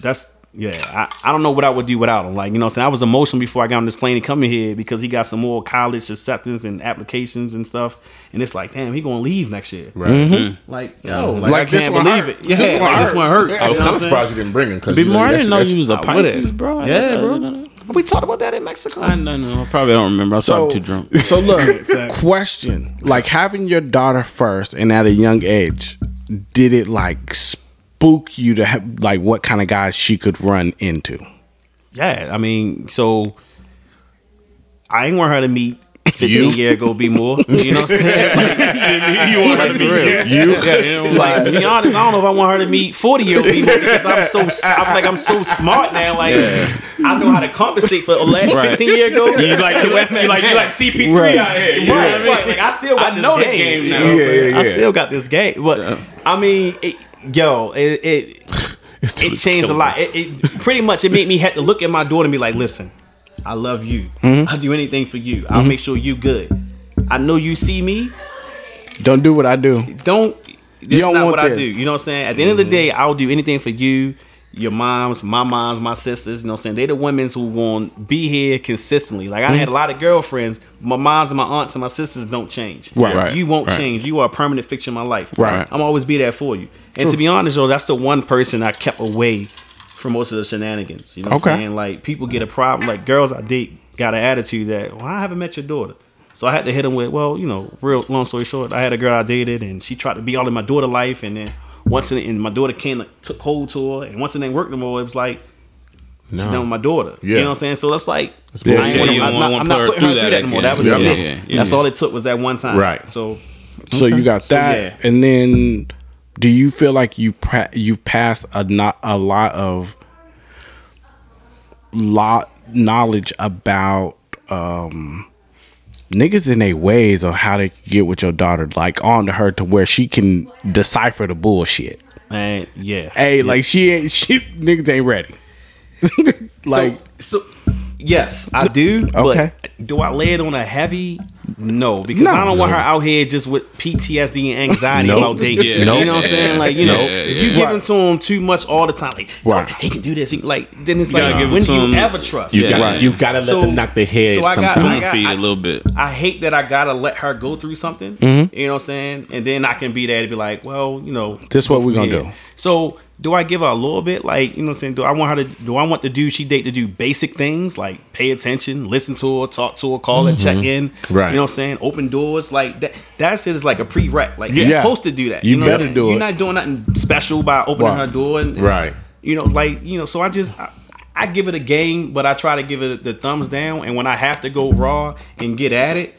Speaker 3: that's yeah. I, I don't know what I would do without him. Like you know, what I'm saying I was emotional before I got on this plane and coming here because he got some more college acceptance and applications and stuff. And it's like damn, he gonna leave next year.
Speaker 2: Right.
Speaker 3: Like yo, like,
Speaker 1: Mm-hmm. Like
Speaker 3: I
Speaker 1: this
Speaker 3: can't
Speaker 1: one
Speaker 3: believe
Speaker 1: hurt.
Speaker 3: it. Yeah,
Speaker 1: This one
Speaker 3: like,
Speaker 1: hurts.
Speaker 3: this one hurts.
Speaker 2: I was
Speaker 3: You know
Speaker 2: kind
Speaker 3: what
Speaker 2: of
Speaker 3: I'm saying?
Speaker 2: surprised you didn't bring him because
Speaker 4: Be more. I didn't know you was a
Speaker 3: I would've.
Speaker 4: Pisces, bro. I-
Speaker 3: Yeah,
Speaker 4: I-
Speaker 3: bro. We talked about that in Mexico.
Speaker 4: I don't know. I probably don't remember. I was probably too drunk.
Speaker 1: So look, question: Like having your daughter first and at a young age, did it like spook you to have like what kind of guys she could run into?
Speaker 3: Yeah, I mean, so I ain't want her to meet 15
Speaker 2: You?
Speaker 3: year ago be more. You know what I'm saying?
Speaker 2: you want to be real. You,
Speaker 3: Like, to be honest, I don't know if I want her to meet 40 year old people because I'm so I feel like I'm so smart now. Like I know how to compensate for the last 15 year ago. You like to you like you like CP3 out here. right, right. Like I still got this
Speaker 4: know the
Speaker 3: game.
Speaker 4: game
Speaker 3: you
Speaker 4: now.
Speaker 3: know what I'm
Speaker 2: Yeah,
Speaker 3: saying?
Speaker 2: yeah,
Speaker 3: I
Speaker 2: yeah.
Speaker 3: still got this game. But I mean, it, yo, it, it
Speaker 2: It's too-
Speaker 3: it changed a lot. It, it pretty much it made me have to look at my daughter and be like, "Listen, I love you.
Speaker 1: Mm-hmm.
Speaker 3: I'll do anything for you. I'll make sure you good. I know you see me.
Speaker 1: Don't do what I do.
Speaker 3: Don't. That's
Speaker 1: don't
Speaker 3: not
Speaker 1: want
Speaker 3: what I
Speaker 1: this. Mm-hmm.
Speaker 3: do. You know what I'm saying? At the end of the day, I'll do anything for you. Your moms, my moms, my sisters. You know what I'm saying? They the women who won't be here consistently. Like I had
Speaker 1: Mm-hmm.
Speaker 3: a lot of girlfriends. My moms and my aunts and my sisters don't change.
Speaker 1: Right. Right.
Speaker 3: You won't
Speaker 2: Right.
Speaker 3: change. You are a permanent fixture in my life.
Speaker 1: Right.
Speaker 3: I'm always be there for you. And to be honest, though, that's the one person I kept away from most of the shenanigans. You know what I'm
Speaker 1: Okay.
Speaker 3: saying? Like people get a problem. Like girls I date got an attitude that, well, I haven't met your daughter. So I had to hit them with, well, you know, real long story short, I had a girl I dated and she tried to be all in my daughter life, and then once in, and my daughter came like, took hold to her, and once it didn't work no more, it was like she's done with my daughter. You
Speaker 2: Yeah.
Speaker 3: know what I'm saying? So that's like. I
Speaker 2: bullshit.
Speaker 3: ain't wanna-
Speaker 2: Yeah, you
Speaker 3: I'm
Speaker 4: don't
Speaker 3: not-
Speaker 4: wanna
Speaker 3: I'm
Speaker 4: put her
Speaker 3: not putting her
Speaker 4: through that
Speaker 3: through that no more.
Speaker 4: again.
Speaker 3: That was
Speaker 4: Yeah,
Speaker 3: it.
Speaker 4: yeah, yeah.
Speaker 3: That's all it took was that one time.
Speaker 2: Right.
Speaker 3: So
Speaker 1: So you got
Speaker 3: So,
Speaker 1: that,
Speaker 3: yeah.
Speaker 1: and then do you feel like you pra- you passed a not a lot of lot knowledge about um niggas in their ways of how to get with your daughter like onto her to where she can decipher the bullshit.
Speaker 3: man, yeah.
Speaker 1: Hey, like she ain't she niggas ain't ready. like
Speaker 3: so, so yes, I do.
Speaker 1: Okay.
Speaker 3: But do I lay it on a heavy? No, because
Speaker 1: No.
Speaker 3: I don't want her out here just with PTSD and anxiety
Speaker 1: Nope.
Speaker 3: about dating.
Speaker 1: Yeah.
Speaker 3: You
Speaker 1: Nope.
Speaker 3: know what I'm saying? Like, you know,
Speaker 1: Nope.
Speaker 3: if you
Speaker 1: Yeah.
Speaker 3: give him to him too much all the time, like, oh,
Speaker 1: Right.
Speaker 3: he can do this. He, like, then it's
Speaker 4: You gotta
Speaker 3: like,
Speaker 4: give it
Speaker 3: when
Speaker 4: to
Speaker 3: do you
Speaker 4: him.
Speaker 3: ever trust?
Speaker 2: You
Speaker 4: Yeah.
Speaker 2: got
Speaker 4: Right.
Speaker 2: you gotta let
Speaker 3: So-
Speaker 2: them knock their head
Speaker 3: so I got-
Speaker 2: sometime.
Speaker 3: I got-
Speaker 4: feed
Speaker 3: I-
Speaker 4: a little bit.
Speaker 3: I hate that I gotta let her go through something.
Speaker 1: Mm-hmm.
Speaker 3: You know what I'm saying? And then I can be there to be like, well, you know,
Speaker 1: This
Speaker 3: go
Speaker 1: what we
Speaker 3: from
Speaker 1: gonna
Speaker 3: here.
Speaker 1: do.
Speaker 3: So do I give her a little bit? Like, you know what I'm saying? Do I want her to do I want the dude she date to do basic things like pay attention, listen to her, talk to her, call her, check in.
Speaker 1: Mm-hmm. Right.
Speaker 3: You know what I'm saying? Open doors. Like that that shit is like a prereq. Like you're
Speaker 1: Yeah.
Speaker 3: supposed to do that.
Speaker 1: You
Speaker 3: know what I'm
Speaker 1: better
Speaker 3: saying?
Speaker 1: do
Speaker 3: You're
Speaker 1: it.
Speaker 3: not doing nothing special by opening
Speaker 1: Right.
Speaker 3: her door and
Speaker 2: Right.
Speaker 3: you know, like you know, so I just I, I give it a game, but I try to give it the thumbs down. And when I have to go raw and get at it,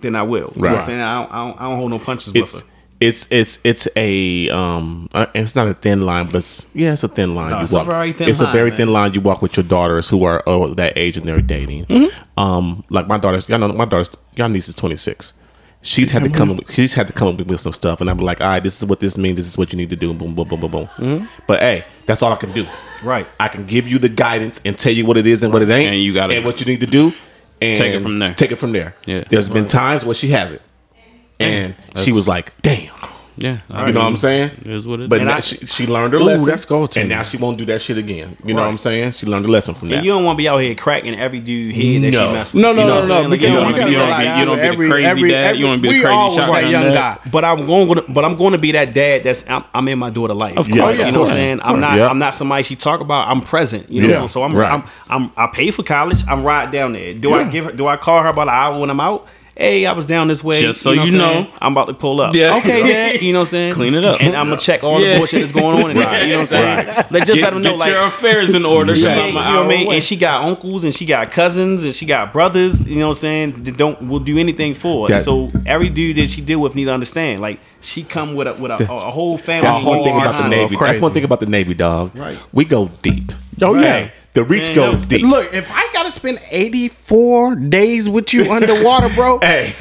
Speaker 3: then I will. You know what
Speaker 2: Right.
Speaker 3: I'm saying? I don't, I don't, I don't hold no punches with
Speaker 2: It's
Speaker 3: her.
Speaker 2: it's it's it's a um uh, it's not a thin line, but it's yeah, it's a thin line.
Speaker 3: No,
Speaker 2: you
Speaker 3: it's a
Speaker 2: walk.
Speaker 3: very thin
Speaker 2: it's
Speaker 3: line,
Speaker 2: a very
Speaker 3: man.
Speaker 2: thin line you walk with your daughters who are oh, that age and they're dating. Um, like my daughter's y'all know my daughter's y'all niece is twenty six. She's had to come. She's had to come up with some stuff, and I'm like, all right, this is what this means. This is what you need to do. Boom, boom, boom, boom, boom. But hey, that's all I can do.
Speaker 3: Right.
Speaker 2: I can give you the guidance and tell you what it is and what it ain't,
Speaker 4: And you gotta-
Speaker 2: and what you need to do, and
Speaker 4: Take it from there.
Speaker 2: Take it from there.
Speaker 4: Yeah.
Speaker 2: There's been times where she has it, and she was like, "Damn,"
Speaker 4: Yeah,
Speaker 2: you know what I'm saying?
Speaker 4: It is what it
Speaker 2: but
Speaker 4: is.
Speaker 2: now
Speaker 3: I-
Speaker 2: she, she learned her
Speaker 1: Ooh,
Speaker 2: lesson.
Speaker 1: that's gold to
Speaker 2: And
Speaker 1: me.
Speaker 2: now she won't do that shit again. You know
Speaker 3: Right.
Speaker 2: what I'm saying? She learned a lesson from that.
Speaker 3: And you don't want to be out here cracking every dude head that
Speaker 2: No.
Speaker 3: she mess with.
Speaker 1: No, no,
Speaker 3: you know
Speaker 1: no,
Speaker 3: what I'm
Speaker 1: no.
Speaker 3: saying? Like,
Speaker 1: because
Speaker 3: you
Speaker 4: you
Speaker 3: don't
Speaker 4: don't-
Speaker 3: wanna
Speaker 1: gotta
Speaker 3: be
Speaker 4: you don't
Speaker 3: like
Speaker 4: be-
Speaker 3: that.
Speaker 1: realize
Speaker 4: you don't be the
Speaker 1: every-
Speaker 4: crazy
Speaker 1: every-
Speaker 4: dad, you
Speaker 1: every-
Speaker 4: wanna be the
Speaker 1: we
Speaker 4: crazy
Speaker 1: always
Speaker 4: shotgun
Speaker 1: that young
Speaker 4: dad.
Speaker 1: guy.
Speaker 3: But I'm going, to, but I'm going to be that dad. That's I'm, I'm in my daughter life. Of
Speaker 2: course,
Speaker 3: you
Speaker 2: of
Speaker 3: know what
Speaker 2: course.
Speaker 3: I'm saying.
Speaker 2: Of
Speaker 3: I'm not,
Speaker 2: course. Yeah.
Speaker 3: I'm not somebody she talk about. I'm present. You know,
Speaker 2: Yeah.
Speaker 3: so, so I'm,
Speaker 2: Right.
Speaker 3: I'm, I'm, I pay for college. I'm right down there. Do I give her? Do I call her about an hour when I'm out? Hey, I was down this way.
Speaker 4: Just so you
Speaker 3: what I'm
Speaker 4: know.
Speaker 3: saying? I'm about to pull up.
Speaker 4: Yeah.
Speaker 3: Okay, dad. You know what I'm saying?
Speaker 4: Clean it up.
Speaker 3: and I'm gonna check all
Speaker 4: Yeah.
Speaker 3: the bullshit that's going on. In there, You know what I'm saying? Let just let them know,
Speaker 4: get
Speaker 3: like,
Speaker 4: your affairs in order. so I'm
Speaker 3: yeah, you
Speaker 4: an
Speaker 3: know what I
Speaker 4: hour
Speaker 3: mean?
Speaker 4: away.
Speaker 3: And she got uncles and she got cousins and she got brothers, you know what I'm saying? That don't will do anything for her.
Speaker 2: That-
Speaker 3: so every dude that she deal with need to understand. Like she come with a with a, a whole family.
Speaker 2: That's one thing about the
Speaker 3: behind her.
Speaker 2: Navy. That's one thing about the Navy, dog.
Speaker 3: Right.
Speaker 2: We go deep.
Speaker 1: Oh
Speaker 2: Hey, the reach
Speaker 3: Man,
Speaker 2: goes
Speaker 3: that-
Speaker 2: deep.
Speaker 1: Look, if I gotta spend eighty four days with you underwater, bro,
Speaker 2: Hey.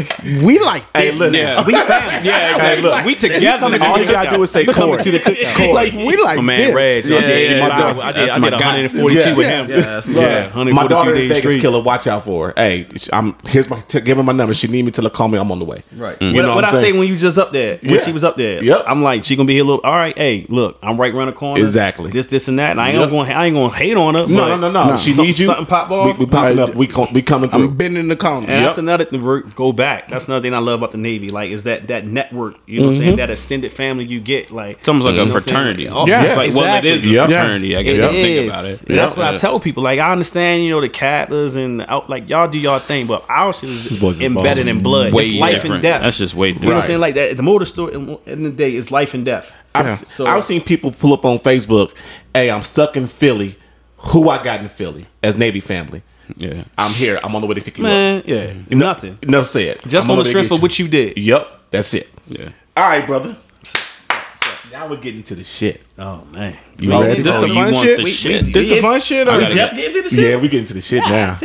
Speaker 1: we like
Speaker 2: Hey,
Speaker 1: this.
Speaker 2: listen.
Speaker 4: Yeah.
Speaker 3: We family.
Speaker 4: yeah,
Speaker 2: Hey, look.
Speaker 4: we together.
Speaker 2: All you gotta do is say
Speaker 3: coming
Speaker 2: corn.
Speaker 3: to the cookout.
Speaker 2: Corn.
Speaker 1: like we like
Speaker 3: My
Speaker 1: this.
Speaker 3: man Reg, yeah,
Speaker 4: Yeah,
Speaker 3: I did,
Speaker 4: yeah,
Speaker 3: 85.
Speaker 4: yeah.
Speaker 3: I did, I
Speaker 4: That's
Speaker 3: did
Speaker 4: my guy.
Speaker 3: 142 with
Speaker 2: Yes.
Speaker 3: him.
Speaker 4: Yeah, that's my guy.
Speaker 3: yeah, 142
Speaker 2: My daughter in
Speaker 3: days
Speaker 2: Vegas
Speaker 3: straight.
Speaker 2: killer. Watch out for her. Hey, sh- I'm here's my t- give her my number. She need me till I call me. I'm on the way.
Speaker 5: Right.
Speaker 2: You
Speaker 3: what
Speaker 2: know
Speaker 3: Mm. what
Speaker 2: what,
Speaker 3: I
Speaker 2: I'm
Speaker 3: say
Speaker 2: saying?
Speaker 3: when you just up there, when
Speaker 2: Yeah.
Speaker 3: she was up there,
Speaker 2: Yep.
Speaker 3: I'm like, she gonna be a little. All right, hey, look, I'm right around the corner.
Speaker 2: Exactly.
Speaker 3: This, this, and that. And I ain't
Speaker 2: Yep.
Speaker 3: gonna, I ain't gonna hate on
Speaker 2: no,
Speaker 3: her. but
Speaker 2: no, no, no,
Speaker 1: No.
Speaker 2: She
Speaker 3: Some-
Speaker 2: needs you.
Speaker 3: something pop off.
Speaker 2: We, we popping up. We com- we coming through.
Speaker 1: I'm bending the corner.
Speaker 3: And that's
Speaker 2: Yep.
Speaker 3: another thing. we're- Go back. That's another thing I love about the Navy. Like, is that that network? You know, what I'm
Speaker 2: Mm-hmm.
Speaker 3: saying that extended family you get. Like,
Speaker 4: It's almost like
Speaker 3: you
Speaker 4: a
Speaker 3: know what I'm saying?
Speaker 4: fraternity.
Speaker 3: Oh,
Speaker 1: Yes.
Speaker 4: It's like, well, it is a
Speaker 2: Yep.
Speaker 4: fraternity. I
Speaker 3: It
Speaker 4: guess.
Speaker 3: is.
Speaker 4: if you Think about it.
Speaker 3: And That's what I
Speaker 4: Yeah.
Speaker 3: tell people. Like, I understand, you know, the Kappas and the out, like y'all do y'all thing, but our shit
Speaker 2: boys
Speaker 3: is
Speaker 2: is
Speaker 3: embedded in blood.
Speaker 4: Way
Speaker 3: it's life
Speaker 4: different.
Speaker 3: and death.
Speaker 4: That's just way
Speaker 3: You know what
Speaker 4: different.
Speaker 3: I'm saying? Like that. The motor story in in the day is life and death.
Speaker 2: I've,
Speaker 1: Yeah.
Speaker 2: so, I've seen people pull up on Facebook, hey, I'm stuck in Philly. Who I got in Philly as Navy family?
Speaker 4: Yeah.
Speaker 2: I'm here. I'm on the way to pick you up.
Speaker 3: man, yeah, nothing.
Speaker 2: Enough said.
Speaker 3: Just
Speaker 2: Mm-hmm. I'm
Speaker 3: on the
Speaker 2: way to
Speaker 3: strength
Speaker 2: get
Speaker 3: of what you did.
Speaker 2: Yep, that's it.
Speaker 4: Yeah.
Speaker 2: All right, brother. So, so, so, now we're getting to the shit.
Speaker 3: Oh man,
Speaker 2: You
Speaker 3: Man,
Speaker 2: ready?
Speaker 1: This
Speaker 4: Oh,
Speaker 1: the
Speaker 4: you
Speaker 1: fun
Speaker 4: want
Speaker 1: shit.
Speaker 4: the
Speaker 1: We-
Speaker 4: shit.
Speaker 1: we- This the fun shit.
Speaker 4: I
Speaker 1: Or
Speaker 4: gotta
Speaker 3: Just
Speaker 4: get,
Speaker 3: get into the shit.
Speaker 2: Yeah, we're getting to the shit now.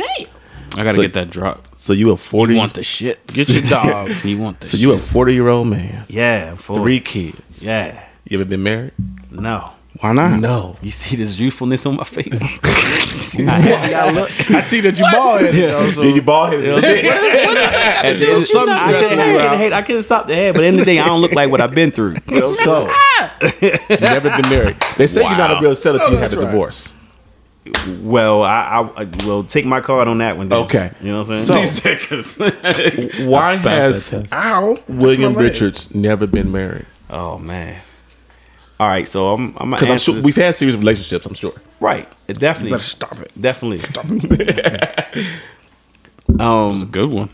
Speaker 4: I gotta
Speaker 2: So-
Speaker 4: get that drop.
Speaker 2: So you a forty?
Speaker 4: You want the shit.
Speaker 1: Get your dog.
Speaker 4: You want the
Speaker 2: so
Speaker 4: shit.
Speaker 2: you a forty year old man,
Speaker 3: Yeah, for
Speaker 2: three kids.
Speaker 3: Yeah,
Speaker 2: You ever been married?
Speaker 3: no.
Speaker 1: Why not?
Speaker 2: No.
Speaker 3: You see this youthfulness on my face. I, I look
Speaker 1: I see that you bald headed.
Speaker 2: Yeah, you bald headed. shit.
Speaker 3: at the end.
Speaker 1: Something's
Speaker 3: I
Speaker 1: stressing
Speaker 3: couldn't,
Speaker 1: you
Speaker 3: I, couldn't
Speaker 1: out.
Speaker 3: hate, I couldn't stop the head, but in the day, I don't look like what I've been through. You know?
Speaker 2: So never been married. They say you're not a real seller till you have
Speaker 1: that's
Speaker 2: a
Speaker 1: right.
Speaker 2: divorce.
Speaker 3: Well, I, I, I will take my card on that one. Then.
Speaker 2: Okay.
Speaker 3: you know what I'm
Speaker 2: So-
Speaker 3: saying.
Speaker 4: These seconds.
Speaker 2: Why
Speaker 4: passed
Speaker 2: has
Speaker 4: that test.
Speaker 1: Ow.
Speaker 2: William
Speaker 1: That's my leg.
Speaker 2: Richards never been married?
Speaker 3: oh man. All right, so I'm, I'm gonna
Speaker 2: Because I'm
Speaker 3: answer
Speaker 2: sure
Speaker 3: this-
Speaker 2: we've had serious relationships. I'm sure.
Speaker 3: right, definitely,
Speaker 1: Better stop it.
Speaker 3: definitely.
Speaker 4: It's a good one.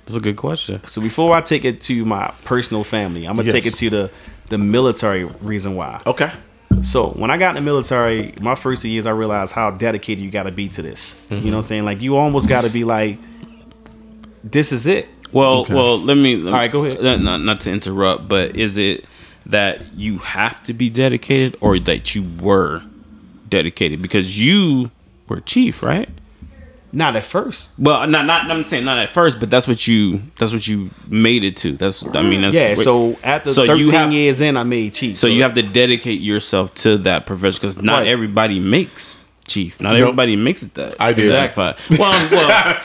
Speaker 4: That's a good question.
Speaker 3: So before I take it to my personal family, I'm gonna
Speaker 2: Yes.
Speaker 3: take it to the the military reason why.
Speaker 2: Okay.
Speaker 3: So when I got in the military, my first years, I realized how dedicated you got to be to this. You know what I'm saying? Like you almost got to be like, this is it.
Speaker 4: Well, well, let me. All
Speaker 3: right, go ahead.
Speaker 4: Not, not to interrupt, but is it that you have to be dedicated, or that you were dedicated because you were chief, right?
Speaker 3: Not at first.
Speaker 4: Well, not not I'm saying not at first, but that's what you that's what you made it to. That's I mean that's
Speaker 3: Yeah.
Speaker 4: what-
Speaker 3: So after
Speaker 4: So you
Speaker 3: 13
Speaker 4: have-
Speaker 3: years in, I made chief.
Speaker 4: so you have to dedicate yourself to that profession because not
Speaker 3: Right.
Speaker 4: everybody makes chief. Not everybody makes it that.
Speaker 2: I did.
Speaker 4: Exactly. Well, well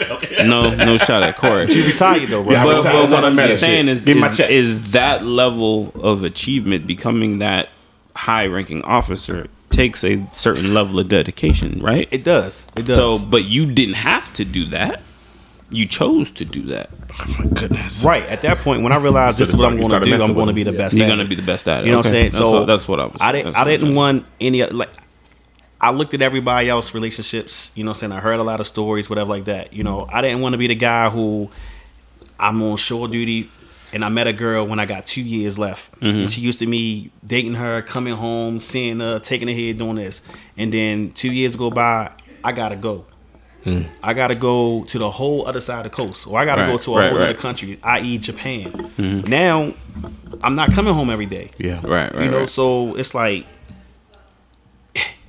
Speaker 4: no, no shot at Corey.
Speaker 3: You retired though, right?
Speaker 2: Yeah, I
Speaker 4: but,
Speaker 2: retired.
Speaker 4: but
Speaker 2: It's
Speaker 4: what
Speaker 2: not
Speaker 4: I'm
Speaker 2: meta
Speaker 4: just
Speaker 2: shit.
Speaker 4: saying is,
Speaker 2: Give me my
Speaker 4: is,
Speaker 2: check.
Speaker 4: is that level of achievement becoming that high ranking officer takes a certain level of dedication, right?
Speaker 3: it does. It does.
Speaker 4: so, but you didn't have to do that. You chose to do that.
Speaker 2: Oh,
Speaker 1: Goodness.
Speaker 3: Right at that point, when I realized this is what I'm
Speaker 2: You
Speaker 3: going to
Speaker 2: started
Speaker 3: do,
Speaker 2: messing
Speaker 3: I'm
Speaker 2: with
Speaker 3: going to
Speaker 2: him.
Speaker 3: be the best.
Speaker 4: You're
Speaker 3: at
Speaker 4: gonna
Speaker 3: it.
Speaker 4: be the best at it.
Speaker 3: You know what I'm
Speaker 4: Okay.
Speaker 3: saying?
Speaker 4: That's
Speaker 3: So
Speaker 4: what- that's what I was-
Speaker 3: I didn't.
Speaker 4: that's
Speaker 3: I
Speaker 4: what I'm
Speaker 3: didn't
Speaker 4: saying.
Speaker 3: want any. Like I looked at everybody else relationships. You know, what I'm saying I heard a lot of stories, whatever like that. You know, I didn't want to be the guy who I'm on shore duty. And I met a girl when I got two years left.
Speaker 4: Mm-hmm.
Speaker 3: And she used to me dating her, coming home, seeing her, taking her head, doing this. And then two years go by, I gotta go.
Speaker 4: Mm.
Speaker 3: I gotta go to the whole other side of the coast, or I gotta
Speaker 2: Right,
Speaker 3: go to a
Speaker 2: right,
Speaker 3: whole other
Speaker 2: right.
Speaker 3: country, i.e., Japan.
Speaker 4: Mm-hmm.
Speaker 3: Now, I'm not coming home every day.
Speaker 2: Yeah.
Speaker 4: Right, right.
Speaker 3: you know,
Speaker 4: right.
Speaker 3: so it's like,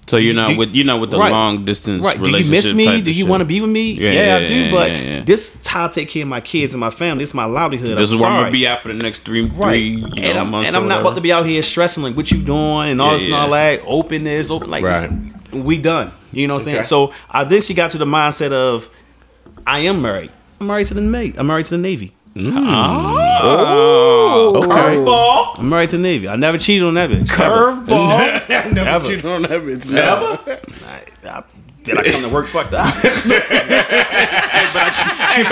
Speaker 4: So you're not
Speaker 3: do-
Speaker 4: with you're not with the
Speaker 3: right.
Speaker 4: long distance
Speaker 3: right? Do you
Speaker 4: relationship.
Speaker 3: miss me?
Speaker 4: type of
Speaker 3: Do you
Speaker 4: shit.
Speaker 3: want to be with me?
Speaker 4: Yeah,
Speaker 3: Yeah,
Speaker 4: yeah,
Speaker 3: I
Speaker 4: yeah,
Speaker 3: do.
Speaker 4: yeah,
Speaker 3: but
Speaker 4: yeah, yeah.
Speaker 3: this is how I take care of my kids and my family. It's my livelihood.
Speaker 4: This
Speaker 3: I'm
Speaker 4: is where I'm
Speaker 3: sorry.
Speaker 4: gonna be at for the next three, three
Speaker 3: Right,
Speaker 4: you know,
Speaker 3: and I'm,
Speaker 4: months.
Speaker 3: and I'm not about to be out here stressing like what you doing and all
Speaker 4: Yeah,
Speaker 3: this and
Speaker 4: yeah.
Speaker 3: all that. Open this, open like
Speaker 2: Right.
Speaker 3: we done. You know what I'm saying?
Speaker 2: Okay.
Speaker 3: So I then she got to the mindset of I am married. I'm married to the mate. I'm married to the Navy.
Speaker 2: Okay.
Speaker 4: curveball.
Speaker 3: I'm married to the Navy. I never cheated on that bitch. Ever.
Speaker 4: Curveball.
Speaker 3: Ever.
Speaker 1: You don't have it's
Speaker 3: I- Did I come to work fucked up? Hey, but I- hey, but I- she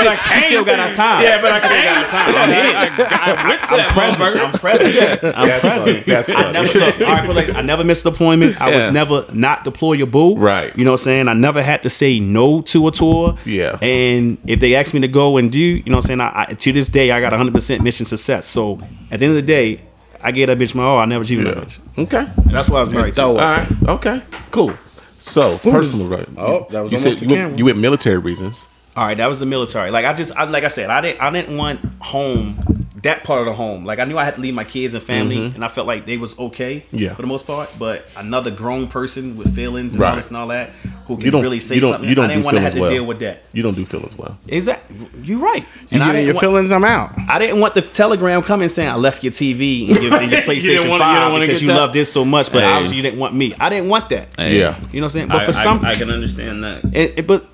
Speaker 3: still got her time.
Speaker 2: Yeah, but I
Speaker 3: Still
Speaker 2: can't.
Speaker 3: got her time. I'm here.
Speaker 4: I went to that
Speaker 3: present.
Speaker 4: motherfucker.
Speaker 3: I'm present. I'm
Speaker 2: That's
Speaker 3: present.
Speaker 2: funny. That's
Speaker 3: I
Speaker 2: funny.
Speaker 3: never, look, all right, but like, I never missed an appointment. I
Speaker 4: Yeah.
Speaker 3: was never not deployable.
Speaker 2: Right.
Speaker 3: You know what I'm saying? I never had to say no to a tour.
Speaker 2: Yeah.
Speaker 3: And if they asked me to go and do, you know what I'm saying? I, I, to this day, I got 100% mission success. So at the end of the day, I gave that bitch my all. I never cheated on that bitch.
Speaker 2: Okay.
Speaker 3: And that's why I was married to.
Speaker 2: All right. Okay. Cool. So personal, right?
Speaker 1: Oh, that was
Speaker 2: you
Speaker 1: almost
Speaker 2: said
Speaker 1: the
Speaker 2: you went,
Speaker 1: camera.
Speaker 2: you went military reasons.
Speaker 3: All right, that was the military. Like I just, I, like I said, I didn't, I didn't want home, that part of the home. Like I knew I had to leave my kids and family, and I felt like they was okay,
Speaker 2: Yeah.
Speaker 3: for the most part. But another grown person with feelings and all
Speaker 2: Right.
Speaker 3: this and all that, who
Speaker 2: You
Speaker 3: can
Speaker 2: don't
Speaker 3: really say
Speaker 2: you don't
Speaker 3: something,
Speaker 2: you don't
Speaker 3: I didn't
Speaker 2: do
Speaker 3: want to
Speaker 2: feel
Speaker 3: have
Speaker 2: as
Speaker 3: to
Speaker 2: well.
Speaker 3: deal with that.
Speaker 2: You don't do feel as well.
Speaker 3: Exactly, you're right. I
Speaker 1: You get in
Speaker 3: didn't
Speaker 1: your
Speaker 3: want,
Speaker 1: feelings, I'm out.
Speaker 3: I didn't want the telegram coming saying I left your TV and your, and your
Speaker 4: You didn't wanna-
Speaker 3: PlayStation
Speaker 4: you didn't
Speaker 3: Five
Speaker 4: wanna
Speaker 3: because
Speaker 4: get
Speaker 3: you
Speaker 4: that?
Speaker 3: loved it so much, but
Speaker 4: Hey.
Speaker 3: obviously you didn't want me. I didn't want that.
Speaker 2: Yeah.
Speaker 3: You know what I'm saying? But
Speaker 4: But
Speaker 3: for some,
Speaker 4: I can understand that.
Speaker 3: it, it- but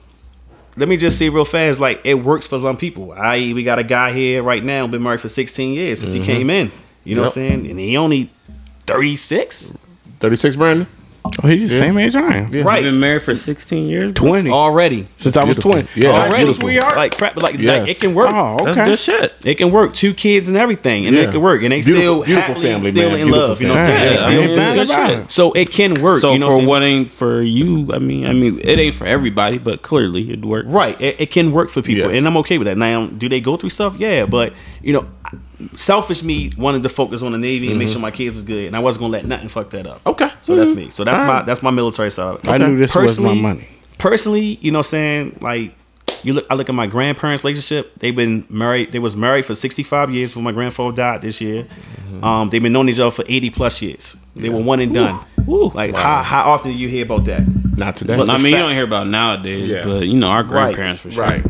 Speaker 3: let me just say real fast, like it works for some people. I.e., we got a guy here right now, been married for 16 years since he came in. You know
Speaker 2: Mm-hmm. Yep.
Speaker 3: what I'm saying? And he only 36,
Speaker 2: Thirty six, Brandon.
Speaker 1: Oh, he's the same age I am.
Speaker 3: right?
Speaker 4: I've been married for 16 years. bro.
Speaker 1: 20.
Speaker 3: Oh, already.
Speaker 1: since I was
Speaker 2: Beautiful.
Speaker 1: 20.
Speaker 2: Yeah, that's
Speaker 1: Already,
Speaker 2: beautiful.
Speaker 1: sweetheart.
Speaker 3: Like crap, but, like, like,
Speaker 2: Yes.
Speaker 3: it can work.
Speaker 1: oh, okay.
Speaker 4: That's good shit.
Speaker 3: It can work. Two kids and everything, and
Speaker 2: Yeah.
Speaker 3: it can work. And they
Speaker 2: Beautiful-
Speaker 3: still
Speaker 2: beautiful
Speaker 3: happily
Speaker 2: family,
Speaker 3: still
Speaker 2: man.
Speaker 3: in
Speaker 2: Beautiful
Speaker 3: love. You know what I'm
Speaker 1: family.
Speaker 3: saying?
Speaker 1: Yeah,
Speaker 3: They
Speaker 1: I
Speaker 3: still
Speaker 1: mean,
Speaker 3: bad
Speaker 1: it's good
Speaker 3: about
Speaker 1: shit.
Speaker 3: it. So it can work.
Speaker 4: So
Speaker 3: you know what
Speaker 4: for
Speaker 3: I'm saying?
Speaker 4: what ain't for you, I mean, I mean, it ain't for everybody, but clearly it works.
Speaker 3: Right. It, it can work for people,
Speaker 2: Yes.
Speaker 3: and I'm okay with that. Now, do they go through stuff? Yeah, but you know, selfish me wanted to focus on the Navy and make sure my kids was good, and I wasn't gonna let nothing fuck that up.
Speaker 2: Okay.
Speaker 3: So that's me. So that's
Speaker 2: All
Speaker 3: my
Speaker 2: right.
Speaker 3: that's my military side.
Speaker 1: I knew this was my
Speaker 3: Personally-
Speaker 1: money.
Speaker 3: Personally, you know, what I'm saying like. You look. I look at my grandparents' relationship. They've been married. They was married for sixty five years. When my grandfather died this year, um, they've been knowing each other for eighty plus years. They were one and done.
Speaker 4: Ooh.
Speaker 3: Like how how often do you hear about that?
Speaker 2: Not today.
Speaker 3: But
Speaker 4: I
Speaker 3: the
Speaker 4: mean, you
Speaker 3: fact-
Speaker 4: don't hear about nowadays,
Speaker 2: Yeah.
Speaker 4: but you know, our grandparents for sure.
Speaker 2: right.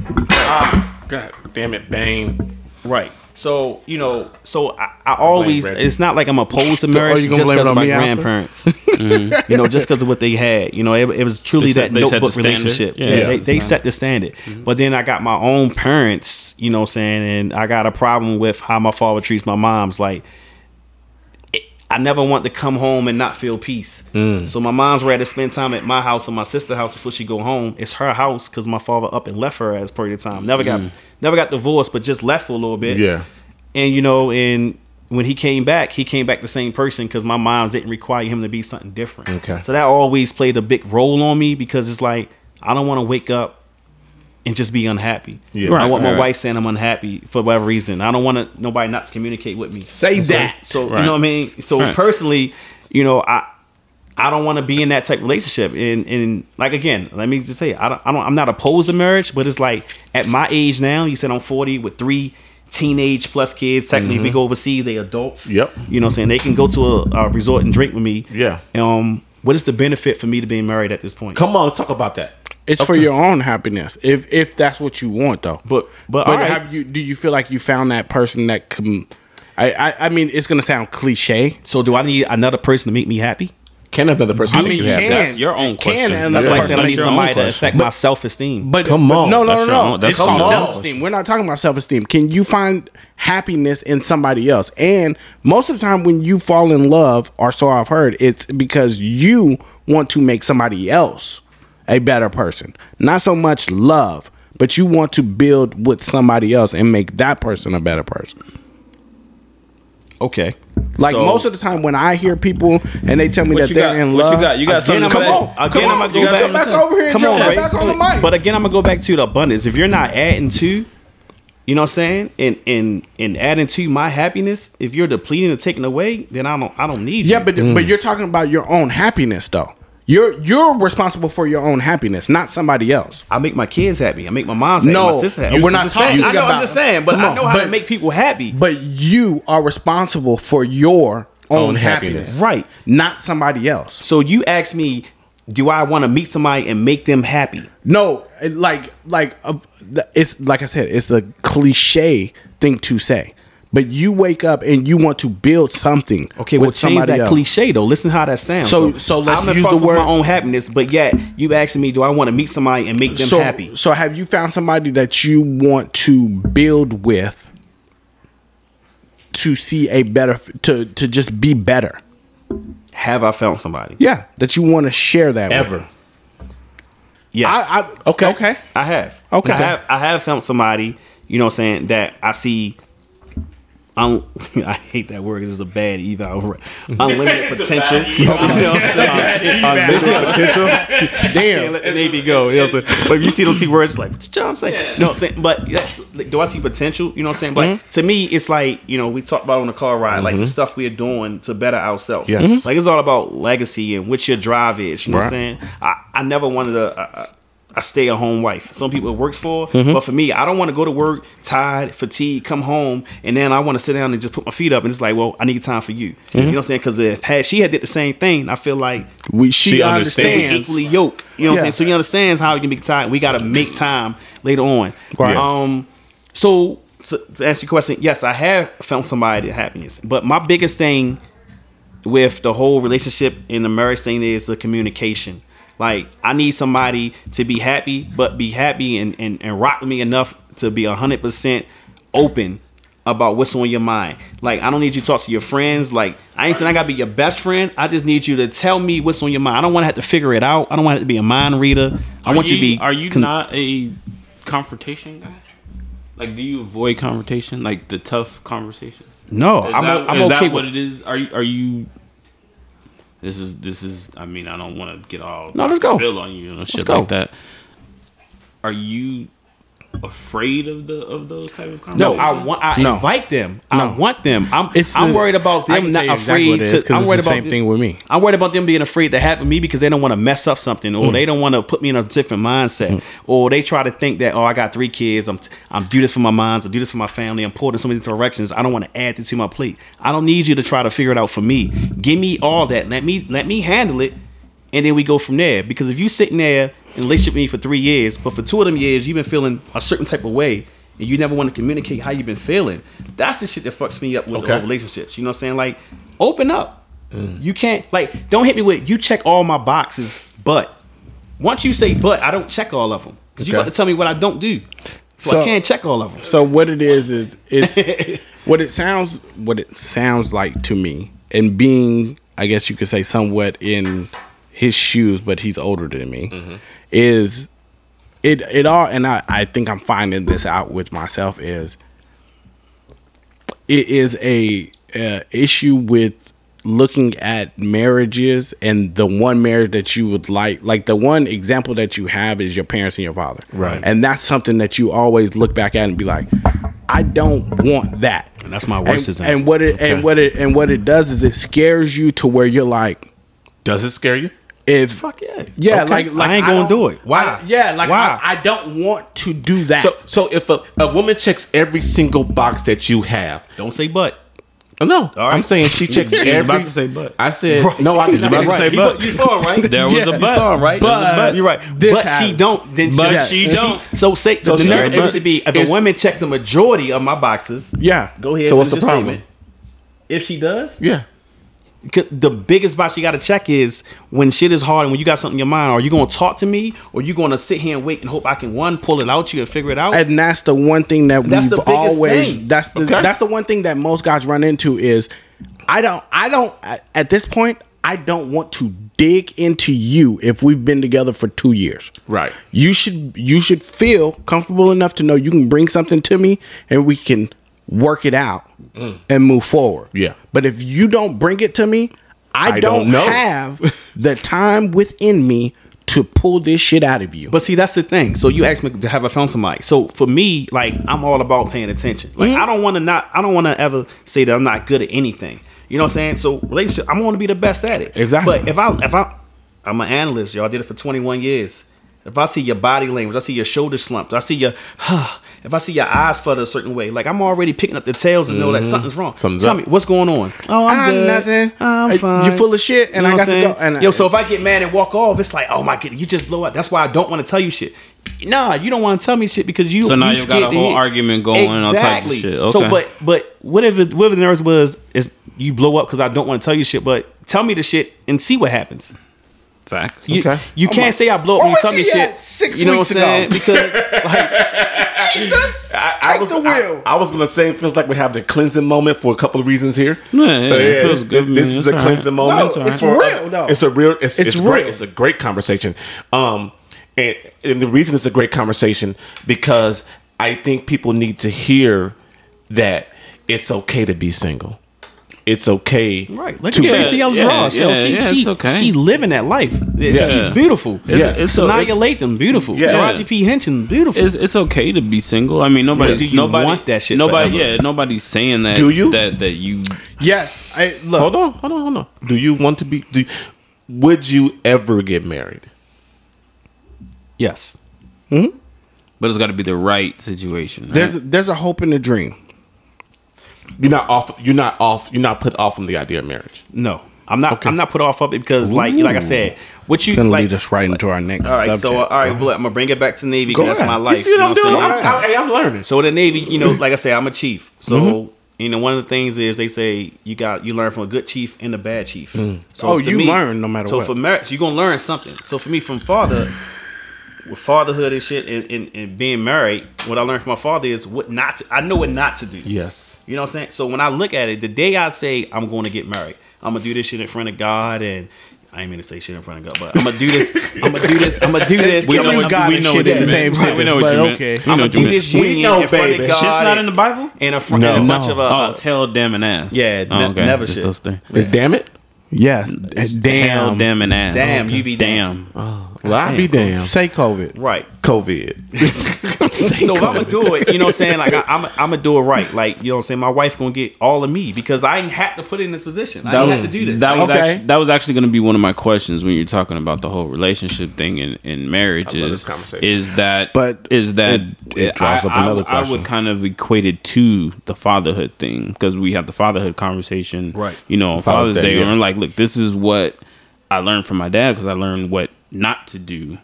Speaker 2: God damn it, Bane.
Speaker 3: Right. So you know, so I, I always
Speaker 2: Reggie.
Speaker 3: it's not like I'm opposed to marriage
Speaker 1: you
Speaker 3: just
Speaker 1: gonna blame it
Speaker 3: because
Speaker 1: on
Speaker 3: of my
Speaker 1: me after?
Speaker 3: grandparents. You know, just because of what they had. You know, it, it was truly
Speaker 4: They set-
Speaker 3: that
Speaker 4: they set the
Speaker 3: notebook
Speaker 4: standard.
Speaker 3: relationship.
Speaker 4: Yeah, Mm-hmm.
Speaker 3: Yeah,
Speaker 4: yeah.
Speaker 3: they, they set the standard. But then I got my own parents. You know, what I'm saying, and I got a problem with how my father treats my mom's. Like, it- I never want to come home and not feel peace.
Speaker 4: Mm.
Speaker 3: So my mom's rather spend time at my house or my sister's house before she go home. It's her house because my father up and left her as part of the time. Never got
Speaker 4: Mm.
Speaker 3: never got divorced, but just left for a little bit
Speaker 2: Yeah.
Speaker 3: and you know and when he came back he came back the same person because my mom didn't require him to be something different
Speaker 2: Okay.
Speaker 3: so that always played a big role on me because it's like i don't want to wake up and just be unhappy
Speaker 2: Yeah.
Speaker 3: i want my
Speaker 4: Right.
Speaker 3: wife saying i'm unhappy for whatever reason i don't want to, nobody not to communicate with me
Speaker 1: Say that.
Speaker 3: so
Speaker 4: Right.
Speaker 3: you know what i mean so
Speaker 4: Right.
Speaker 3: personally you know i I don't want to be in that type of relationship, and and like again, let me just say, I don't, I don't, I'm not opposed to marriage, but it's like at my age now, you said I'm 40 with three teenage plus kids. Technically, if we go overseas, they adults.
Speaker 2: Yep.
Speaker 3: You know, what I'm saying they can go to a, a resort and drink with me.
Speaker 2: Yeah.
Speaker 3: Um, what is the benefit for me to being married at this point?
Speaker 2: Come on, let's talk about that.
Speaker 1: It's for your own happiness, if if that's what you want, though.
Speaker 3: But- but all right.
Speaker 1: have you? Do you feel like you found that person that can? I I, I mean, it's gonna sound cliche.
Speaker 3: so do I need another person to make me happy?
Speaker 2: Can another person
Speaker 1: I
Speaker 2: make
Speaker 1: mean,
Speaker 2: you
Speaker 1: you
Speaker 2: happy?
Speaker 1: can.
Speaker 4: That's your own
Speaker 1: You can,
Speaker 4: question.
Speaker 1: and
Speaker 3: That's
Speaker 1: Yeah.
Speaker 3: why I said I
Speaker 4: That's
Speaker 3: need
Speaker 4: your
Speaker 3: somebody
Speaker 4: own
Speaker 3: to
Speaker 4: question.
Speaker 3: affect my self esteem.
Speaker 1: But
Speaker 2: Come on.
Speaker 1: no, no,
Speaker 4: That's your
Speaker 1: no,
Speaker 4: own-
Speaker 1: no.
Speaker 4: that's
Speaker 1: It's
Speaker 4: your
Speaker 1: called
Speaker 4: own
Speaker 1: self esteem. We're not talking about self esteem. Can you find happiness in somebody else? And most of the time, when you fall in love, or so I've heard, it's because you want to make somebody else a better person. Not so much love, but you want to build with somebody else and make that person a better person.
Speaker 3: Okay.
Speaker 1: Like
Speaker 3: So-
Speaker 1: most of the time, when I hear people and they tell me
Speaker 4: What
Speaker 1: that
Speaker 4: you
Speaker 1: they're
Speaker 4: got?
Speaker 1: in
Speaker 4: What you
Speaker 1: love,
Speaker 4: got? You got
Speaker 1: again,
Speaker 4: something to
Speaker 1: come
Speaker 4: say?
Speaker 1: on,
Speaker 3: Again,
Speaker 1: come
Speaker 3: I'ma
Speaker 1: on,
Speaker 4: go
Speaker 1: come
Speaker 4: back-
Speaker 1: back, over here,
Speaker 3: Come on,
Speaker 1: Joe,
Speaker 3: Ray.
Speaker 1: back on the mic.
Speaker 3: But again, I'm gonna go back to the abundance. If you're not adding to, you know what I'm saying, and and and adding to my happiness, if you're depleting and taking away, then I don't I don't need
Speaker 1: Yeah,
Speaker 3: you.
Speaker 1: but but you're talking about your own happiness though. You're you're responsible for your own happiness, not somebody else.
Speaker 3: I make my kids happy. I make my mom's happy.
Speaker 1: No,
Speaker 3: my sister happy.
Speaker 1: you- we're
Speaker 3: I'm
Speaker 1: not
Speaker 3: just saying.
Speaker 1: talking
Speaker 3: I know. I'm
Speaker 1: about-
Speaker 3: just saying. But
Speaker 1: Come
Speaker 3: I
Speaker 1: on,
Speaker 3: know how to
Speaker 1: but-
Speaker 3: make people happy.
Speaker 1: But you are responsible for your own,
Speaker 2: Own happiness.
Speaker 1: happiness.
Speaker 3: Right.
Speaker 1: Not somebody else.
Speaker 3: So you ask me, do I want to meet somebody and make them happy?
Speaker 1: No, it- like like uh, th- it's like I said, it's the cliche thing to say. But you wake up and you want to build something.
Speaker 3: Okay, well, change that cliche though. Listen how that sounds.
Speaker 1: So- so let's
Speaker 3: I'm in
Speaker 1: use the
Speaker 3: process of
Speaker 1: word-
Speaker 3: my own happiness, but yet you asking me, do I want to meet somebody and make them
Speaker 1: so,
Speaker 3: happy?
Speaker 1: So have you found somebody that you want to build with to see a better to to just be better?
Speaker 3: Have I found somebody?
Speaker 1: Yeah, that you want to share that with.
Speaker 2: Ever.
Speaker 3: Yes.
Speaker 1: I, I, okay. Okay.
Speaker 3: I have.
Speaker 1: Okay.
Speaker 3: I have, I have found somebody, you know what I'm saying, that I see. Un- I hate that word. 'cause It's a bad eval. Unlimited potential. You know what I'm saying? Unlimited potential. Damn. Let the Navy go. You know what I'm saying? But if you see those two words, it's like, what you know what I'm saying? You know what I'm saying? But yeah, like, do I see potential? You know what I'm saying? But
Speaker 1: Mm-hmm.
Speaker 3: to me, it's like, you know, we talked about on the car ride, like the stuff we're doing to better ourselves.
Speaker 2: Yes. Mhm.
Speaker 3: Like it's all about legacy and what your drive is. You know
Speaker 1: Mm-hmm. Right.
Speaker 3: what I'm saying? I, I never wanted to. I- I- a stay at home wife. Some people it works for,
Speaker 1: Mm-hmm.
Speaker 3: but for me, I don't want to go to work tired, fatigued, come home, and then I want to sit down and just put my feet up. And it's like, well, I need time for you.
Speaker 1: Mm-hmm.
Speaker 3: You know what I'm saying? Because if had she had did the same thing, I feel like
Speaker 1: We she,
Speaker 2: She
Speaker 3: we
Speaker 1: understands.
Speaker 2: understands.
Speaker 3: equally yoke. You know what I'm
Speaker 1: Yeah.
Speaker 3: saying? So he understands how you can be tired. We got to make time later on.
Speaker 1: Right.
Speaker 3: Um. So to, to answer your question, yes, I have found somebody that happiness, but my biggest thing with the whole relationship and the marriage thing is the communication. Like I need somebody to be happy, but be happy and and, and rock with me enough to be hundred percent open about what's on your mind. Like I don't need you to talk to your friends. Like I ain't saying I gotta be your best friend. I just need you to tell me what's on your mind. I don't want to have to figure it out. I don't want to have to be a mind reader. I
Speaker 4: Are
Speaker 3: want you, to be.
Speaker 4: Are you
Speaker 3: con-
Speaker 4: not a confrontation guy? Like, do you avoid confrontation? Like the tough conversations?
Speaker 3: No,
Speaker 4: Is
Speaker 3: I'm,
Speaker 4: that,
Speaker 3: I'm
Speaker 4: is
Speaker 3: okay
Speaker 4: that
Speaker 3: with
Speaker 4: what it is? Are you? Are you? This is this is. I mean, I don't want to get all
Speaker 3: No, let's go.
Speaker 4: Feel on you and shit
Speaker 3: go.
Speaker 4: like that. Are you afraid of the of those type of
Speaker 3: No,
Speaker 4: conversations?
Speaker 3: I want. I
Speaker 1: No.
Speaker 3: invite them.
Speaker 1: No.
Speaker 3: I want them. I'm.
Speaker 1: It's
Speaker 3: I'm
Speaker 1: a-
Speaker 3: worried about
Speaker 1: I
Speaker 3: them
Speaker 1: can
Speaker 3: not
Speaker 1: tell you exactly
Speaker 3: afraid
Speaker 1: what it is, 'cause
Speaker 3: to. I'm
Speaker 1: it's
Speaker 3: worried
Speaker 1: the
Speaker 3: about
Speaker 1: same thing with me.
Speaker 3: I'm worried about them being afraid to have me because they don't want to mess up something or they don't want to put me in a different mindset or they try to think that oh I got three kids I'm I'm do this for my moms I do this for my family I'm pulled in so many different directions I don't want to add this to my plate. I don't need you to try to figure it out for me. Give me all that. Let me let me handle it and then we go from there. Because if you sitting there in a relationship with me for three years, but for two of them years you've been feeling a certain type of way, and you never want to communicate how you've been feeling, that's the shit that fucks me up with
Speaker 2: Okay.
Speaker 3: the relationships. You know what I'm saying? Like, open up. You can't like don't hit me with you check all my boxes, but once you say but, I don't check all of them. 'Cause you
Speaker 2: Okay.
Speaker 3: got to tell me what I don't do. So,
Speaker 1: So-
Speaker 3: I can't check all of them.
Speaker 1: So what it is is it's what it sounds what it sounds like to me, and being I guess you could say somewhat in his shoes, but he's older than me, is it it all and I, I think I'm finding this out with myself is it is a uh, issue with looking at marriages and the one marriage that you would like like the one example that you have is your parents and your father
Speaker 3: Right.
Speaker 1: and that's something that you always look back at and be like i don't want that
Speaker 3: And that's my worst
Speaker 1: and,
Speaker 3: example.
Speaker 1: and what it and what it and what it does is it scares you to where you're like
Speaker 2: Does it scare you?
Speaker 1: if
Speaker 3: Fuck yeah.
Speaker 1: yeah
Speaker 3: Okay.
Speaker 1: like, like
Speaker 3: I ain't gonna
Speaker 1: don't-
Speaker 3: do it. Why?
Speaker 1: I- yeah like
Speaker 3: Why?
Speaker 1: I, I don't want to do that
Speaker 2: So, so if a, a woman checks every single box that you have,
Speaker 3: don't say but.
Speaker 2: no,
Speaker 3: All right.
Speaker 2: I'm saying she checks
Speaker 4: You was
Speaker 2: every.
Speaker 4: about to say but.
Speaker 2: I said no. I did
Speaker 4: about
Speaker 2: not
Speaker 4: to say
Speaker 2: say
Speaker 3: You-
Speaker 4: but.
Speaker 3: You saw him, right?
Speaker 4: There was a
Speaker 3: you
Speaker 4: but.
Speaker 3: saw him, right?
Speaker 1: But-
Speaker 3: There was a you're right.
Speaker 1: this
Speaker 3: but she
Speaker 1: happens.
Speaker 3: don't. Then
Speaker 4: But
Speaker 1: she
Speaker 4: don't.
Speaker 3: So say the
Speaker 2: she
Speaker 3: narrative
Speaker 2: doesn't.
Speaker 3: should be if a
Speaker 2: It's-
Speaker 3: woman checks the majority of my boxes.
Speaker 1: yeah
Speaker 3: Go ahead.
Speaker 2: So what's
Speaker 3: finish
Speaker 2: the
Speaker 3: your
Speaker 2: problem?
Speaker 3: statement. If she does,
Speaker 2: Yeah.
Speaker 3: c- the biggest box you got to check is when shit is hard and when you got something in your mind, are you going to talk to me or you going to sit here and wait and hope I can one pull it out you and figure it out?
Speaker 1: and that's the one thing that
Speaker 3: That's the
Speaker 1: we've
Speaker 3: biggest
Speaker 1: always
Speaker 3: thing.
Speaker 1: that's the
Speaker 2: Okay.
Speaker 1: that's the one thing that most guys run into is I don't I don't at- at this point I don't want to dig into you if we've been together for 2 years.
Speaker 2: Right.
Speaker 1: You should you should feel comfortable enough to know you can bring something to me and we can work it out and move forward.
Speaker 2: Yeah.
Speaker 1: But if you don't bring it to me, I,
Speaker 2: I
Speaker 1: don't,
Speaker 2: don't know.
Speaker 1: have the time within me to pull this shit out of you.
Speaker 3: But see, that's the thing. So you asked me to have I found somebody. So for me, like I'm all about paying attention. Like
Speaker 1: Mm-hmm.
Speaker 3: I don't want to not. I don't want to ever say that I'm not good at anything. You know what I'm saying? So relationship, I want to be the best at it.
Speaker 1: Exactly.
Speaker 3: But if I if I I'm an analyst, y'all did it for 21 years. If I see your body language, I see your shoulder slumps, I see your, if I see your eyes flutter a certain way, like I'm already picking up the tails and know
Speaker 1: Mm-hmm.
Speaker 3: that something's wrong.
Speaker 2: Something's
Speaker 3: Tell
Speaker 2: up.
Speaker 3: me what's going on. Oh, I'm,
Speaker 1: I'm
Speaker 3: good.
Speaker 1: nothing. Uh,
Speaker 3: I'm
Speaker 1: you
Speaker 3: fine.
Speaker 1: full of shit, and I
Speaker 3: what
Speaker 1: got
Speaker 3: I'm
Speaker 1: to go-
Speaker 3: saying?
Speaker 1: and uh, I-
Speaker 3: Yo, so if I get mad and walk off, it's like, oh my god, you just blow out. That's why I don't want to tell you shit. Nah, you don't want to tell me shit because you.
Speaker 4: So now
Speaker 3: you
Speaker 4: you got
Speaker 3: scared
Speaker 4: a
Speaker 3: to
Speaker 4: whole
Speaker 3: hit.
Speaker 4: argument going and all types of shit.
Speaker 3: So,
Speaker 4: Okay.
Speaker 3: but but what if it, what if the nerves was is you blow up because I don't want to tell you shit, but tell me the shit and see what happens.
Speaker 4: Facts.
Speaker 3: You,
Speaker 2: Okay.
Speaker 3: you
Speaker 1: Oh
Speaker 3: can't
Speaker 1: my-
Speaker 3: say I blow up
Speaker 1: Where
Speaker 3: when you
Speaker 1: was
Speaker 3: tell me
Speaker 1: he at
Speaker 3: shit.
Speaker 1: six
Speaker 3: you know
Speaker 1: weeks
Speaker 3: what I'm
Speaker 1: ago?
Speaker 3: saying? Because like
Speaker 1: Jesus,
Speaker 2: I, I was, I, I was gonna say it feels like we have the cleansing moment for a couple of reasons here.
Speaker 4: Yeah, yeah,
Speaker 2: But
Speaker 4: it feels
Speaker 2: this-
Speaker 4: good, man.
Speaker 2: This is
Speaker 4: It's
Speaker 2: a
Speaker 4: all
Speaker 2: cleansing
Speaker 4: right.
Speaker 2: moment.
Speaker 1: No, it's
Speaker 2: for-
Speaker 1: real, though.
Speaker 2: It's a real. It's,
Speaker 1: It's
Speaker 2: it's, great.
Speaker 1: real.
Speaker 2: It's a great conversation. Um, and, and the reason it's a great conversation because I think people need to hear that it's okay to be single. It's okay.
Speaker 3: right, look
Speaker 2: to
Speaker 3: at
Speaker 2: be-
Speaker 3: Tracy Ellis
Speaker 4: yeah,
Speaker 3: Ross. yo,
Speaker 4: yeah,
Speaker 3: she
Speaker 4: yeah,
Speaker 3: she
Speaker 4: it's okay.
Speaker 3: she living that life.
Speaker 2: Yes.
Speaker 3: She's beautiful.
Speaker 2: Yes.
Speaker 4: It's-
Speaker 3: Sonia Latham, beautiful.
Speaker 2: Yes.
Speaker 3: Taraji P Henson, beautiful.
Speaker 4: It's, it's okay to be single. I mean, nobody.
Speaker 3: But do you
Speaker 4: nobody
Speaker 3: want that shit
Speaker 4: Nobody.
Speaker 3: forever?
Speaker 4: Yeah, nobody's saying that.
Speaker 2: Do you?
Speaker 4: That that you.
Speaker 1: Yes, I look.
Speaker 2: Hold on, hold on, hold on. Do you want to be? Do would you ever get married?
Speaker 3: yes.
Speaker 4: But it's got to be the right situation. right?
Speaker 1: There's there's a hope and a dream.
Speaker 2: You're not off. You're not off. You're not put off from the idea of marriage.
Speaker 3: No, I'm not.
Speaker 2: Okay.
Speaker 3: I'm not put off of it because, like, like I said, what you
Speaker 1: Gonna
Speaker 3: like.
Speaker 1: lead us right into our next.
Speaker 3: all right,
Speaker 1: subject.
Speaker 3: so uh, all right, well, I'm gonna bring it back to Navy. 'cause that's
Speaker 1: ahead.
Speaker 3: my
Speaker 1: You
Speaker 3: life.
Speaker 2: You see what I'm
Speaker 3: know
Speaker 2: doing?
Speaker 3: saying?
Speaker 2: I'm, I'm, hey, I'm learning.
Speaker 3: So with the Navy, you know, like I said, I'm a chief. So
Speaker 1: Mm-hmm.
Speaker 3: you know, one of the things is they say you got you learn from a good chief and a bad chief. So
Speaker 1: Oh,
Speaker 3: to
Speaker 1: you learn no matter
Speaker 3: so
Speaker 1: what.
Speaker 3: for marriage, you're gonna learn something. So for me, from father, with fatherhood and shit, and, and, and being married, what I learned from my father is what not. To, I know what not to do.
Speaker 2: Yes.
Speaker 3: You know what I'm saying? So when I look at it, the day I say I'm going to get married, I'm gonna do this shit in front of God, and I ain't mean to say shit in front of God, but I'm gonna do this. I'm gonna do this. I'm gonna do this.
Speaker 1: We
Speaker 3: I'm
Speaker 1: know
Speaker 3: gonna-
Speaker 1: what God and shit in the same
Speaker 4: Right, We
Speaker 1: sentence,
Speaker 4: know what
Speaker 1: but
Speaker 4: you meant. We
Speaker 1: okay.
Speaker 4: know
Speaker 3: I'm gonna
Speaker 4: what you
Speaker 3: do
Speaker 4: meant.
Speaker 3: this union
Speaker 2: We know,
Speaker 3: in front
Speaker 2: baby.
Speaker 3: of God.
Speaker 2: Shit's
Speaker 4: Shit's not in the Bible.
Speaker 3: and a, fr- and
Speaker 2: No.
Speaker 3: a bunch of uh,
Speaker 4: Oh,
Speaker 3: uh,
Speaker 4: it's hell, damn, and ass.
Speaker 3: Yeah,
Speaker 4: oh,
Speaker 3: ne- never
Speaker 4: Just
Speaker 3: shit.
Speaker 4: those three.
Speaker 2: Is damn it?
Speaker 1: Yes,
Speaker 4: Hell,
Speaker 1: damn.
Speaker 4: damn, and ass.
Speaker 3: Damn, you be
Speaker 4: damn.
Speaker 2: Well, I be damn.
Speaker 1: Say COVID.
Speaker 3: right.
Speaker 2: COVID.
Speaker 3: So if I'm gonna do it, you know what I'm saying? Like I, I'm, I'm gonna do it right. Like you know what I'm saying? My wife gonna get all of me because I ain't had to put in this position. I ain't had to do this.
Speaker 4: That was
Speaker 1: Okay.
Speaker 4: actually, that was actually going to be one of my questions when you're talking about the whole relationship thing and, and marriage.
Speaker 2: I love
Speaker 4: Is
Speaker 2: this conversation.
Speaker 4: is that
Speaker 1: But
Speaker 4: is that
Speaker 1: it- it draws
Speaker 4: I,
Speaker 1: up another
Speaker 4: I, I
Speaker 1: question.
Speaker 4: would kind of equate it to the fatherhood thing because we have the fatherhood conversation,
Speaker 3: Right.
Speaker 4: You know, on
Speaker 2: Father's
Speaker 4: Father's,
Speaker 2: Day,
Speaker 4: Day, and
Speaker 2: yeah.
Speaker 4: we're like, look, this is what I learned from my dad because I learned what not to do.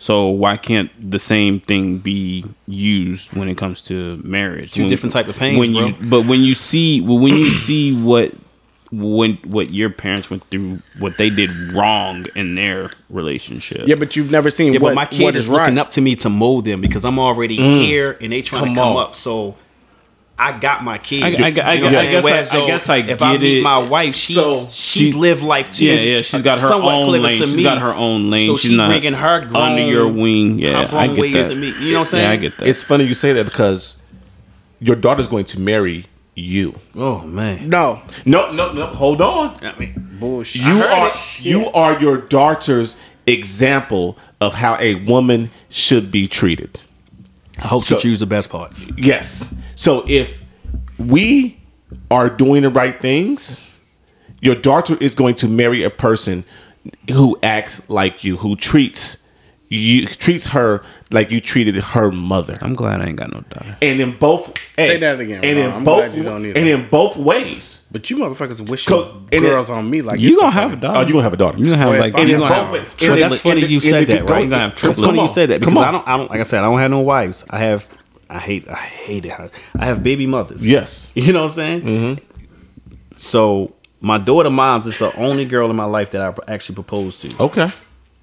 Speaker 4: So why can't the same thing be used when it comes to marriage?
Speaker 3: Two
Speaker 4: When-
Speaker 3: different type of pains,
Speaker 4: when
Speaker 3: bro.
Speaker 4: You, but when you see well, when you see what when what your parents went through, what they did wrong in their relationship.
Speaker 1: Yeah, but you've never seen
Speaker 3: yeah,
Speaker 1: what,
Speaker 3: but my kid
Speaker 1: what
Speaker 3: is,
Speaker 1: is,
Speaker 3: looking
Speaker 1: right.
Speaker 3: up to me to mold them because I'm already
Speaker 4: Mm.
Speaker 3: here and they trying
Speaker 2: Come
Speaker 3: to come
Speaker 2: on.
Speaker 3: up. So I got my kids.
Speaker 4: I- I- I-
Speaker 3: You know
Speaker 4: I
Speaker 3: what I'm saying?
Speaker 4: guess I-
Speaker 3: Whereas
Speaker 4: I
Speaker 3: though,
Speaker 4: guess I
Speaker 3: if I
Speaker 4: get
Speaker 3: meet
Speaker 4: it.
Speaker 3: my wife, she's
Speaker 2: So,
Speaker 3: she's lived life too.
Speaker 4: yeah, yeah. She's got her
Speaker 3: Somewhat
Speaker 4: own
Speaker 3: clever
Speaker 4: lane.
Speaker 3: to
Speaker 4: She's
Speaker 3: me.
Speaker 4: got her own lane.
Speaker 3: So
Speaker 4: she's
Speaker 3: she
Speaker 4: not
Speaker 3: bringing her grown,
Speaker 4: under your wing. Yeah,
Speaker 3: her grown
Speaker 4: I get
Speaker 3: ways
Speaker 4: that.
Speaker 3: to me. You know what I'm saying?
Speaker 4: Yeah, I get that.
Speaker 2: it's funny you say that because your daughter's going to marry you.
Speaker 3: Oh man.
Speaker 1: No
Speaker 2: No, no, no. Hold on.
Speaker 3: I mean,
Speaker 1: bullshit.
Speaker 2: You
Speaker 3: heard
Speaker 2: are
Speaker 3: it.
Speaker 2: you are your daughter's example of how a woman should be treated.
Speaker 3: I hope
Speaker 2: So-
Speaker 3: she choose the best parts.
Speaker 2: Yes. So if we are doing the right things, your daughter is going to marry a person who acts like you, who treats you treats her like you treated her mother.
Speaker 4: I'm glad I ain't got no daughter.
Speaker 2: And in both hey,
Speaker 1: that again,
Speaker 2: And in
Speaker 1: Ron. I'm
Speaker 2: both
Speaker 1: glad you don't
Speaker 2: and
Speaker 1: either.
Speaker 2: in both ways.
Speaker 1: but you motherfuckers wishing
Speaker 2: Co- and
Speaker 1: girls
Speaker 2: it-
Speaker 1: on me like
Speaker 4: You
Speaker 1: it's
Speaker 4: gonna
Speaker 1: a
Speaker 4: have a
Speaker 1: fucking-
Speaker 2: Oh,
Speaker 4: daughter?
Speaker 2: you gonna have a daughter.
Speaker 4: You gonna have
Speaker 1: Well,
Speaker 4: like
Speaker 1: if I-
Speaker 2: and
Speaker 4: you
Speaker 2: in
Speaker 4: gonna have
Speaker 2: both
Speaker 4: a
Speaker 2: and
Speaker 4: triple-
Speaker 2: if-
Speaker 3: that's funny
Speaker 2: and
Speaker 3: you
Speaker 2: if-
Speaker 3: said
Speaker 2: and if
Speaker 3: that,
Speaker 2: don't-
Speaker 3: right?
Speaker 4: You gotta have E.
Speaker 2: Come
Speaker 3: It's funny
Speaker 2: on.
Speaker 3: you said that
Speaker 2: Come
Speaker 3: because I
Speaker 2: on.
Speaker 3: don't, I don't, like I said, I don't have no wives. I have, I hate, I hate it. I have baby mothers.
Speaker 2: Yes.
Speaker 4: Mm-hmm.
Speaker 3: You know what I'm saying? So My daughter moms is the only girl in my life that I actually proposed to.
Speaker 2: Okay.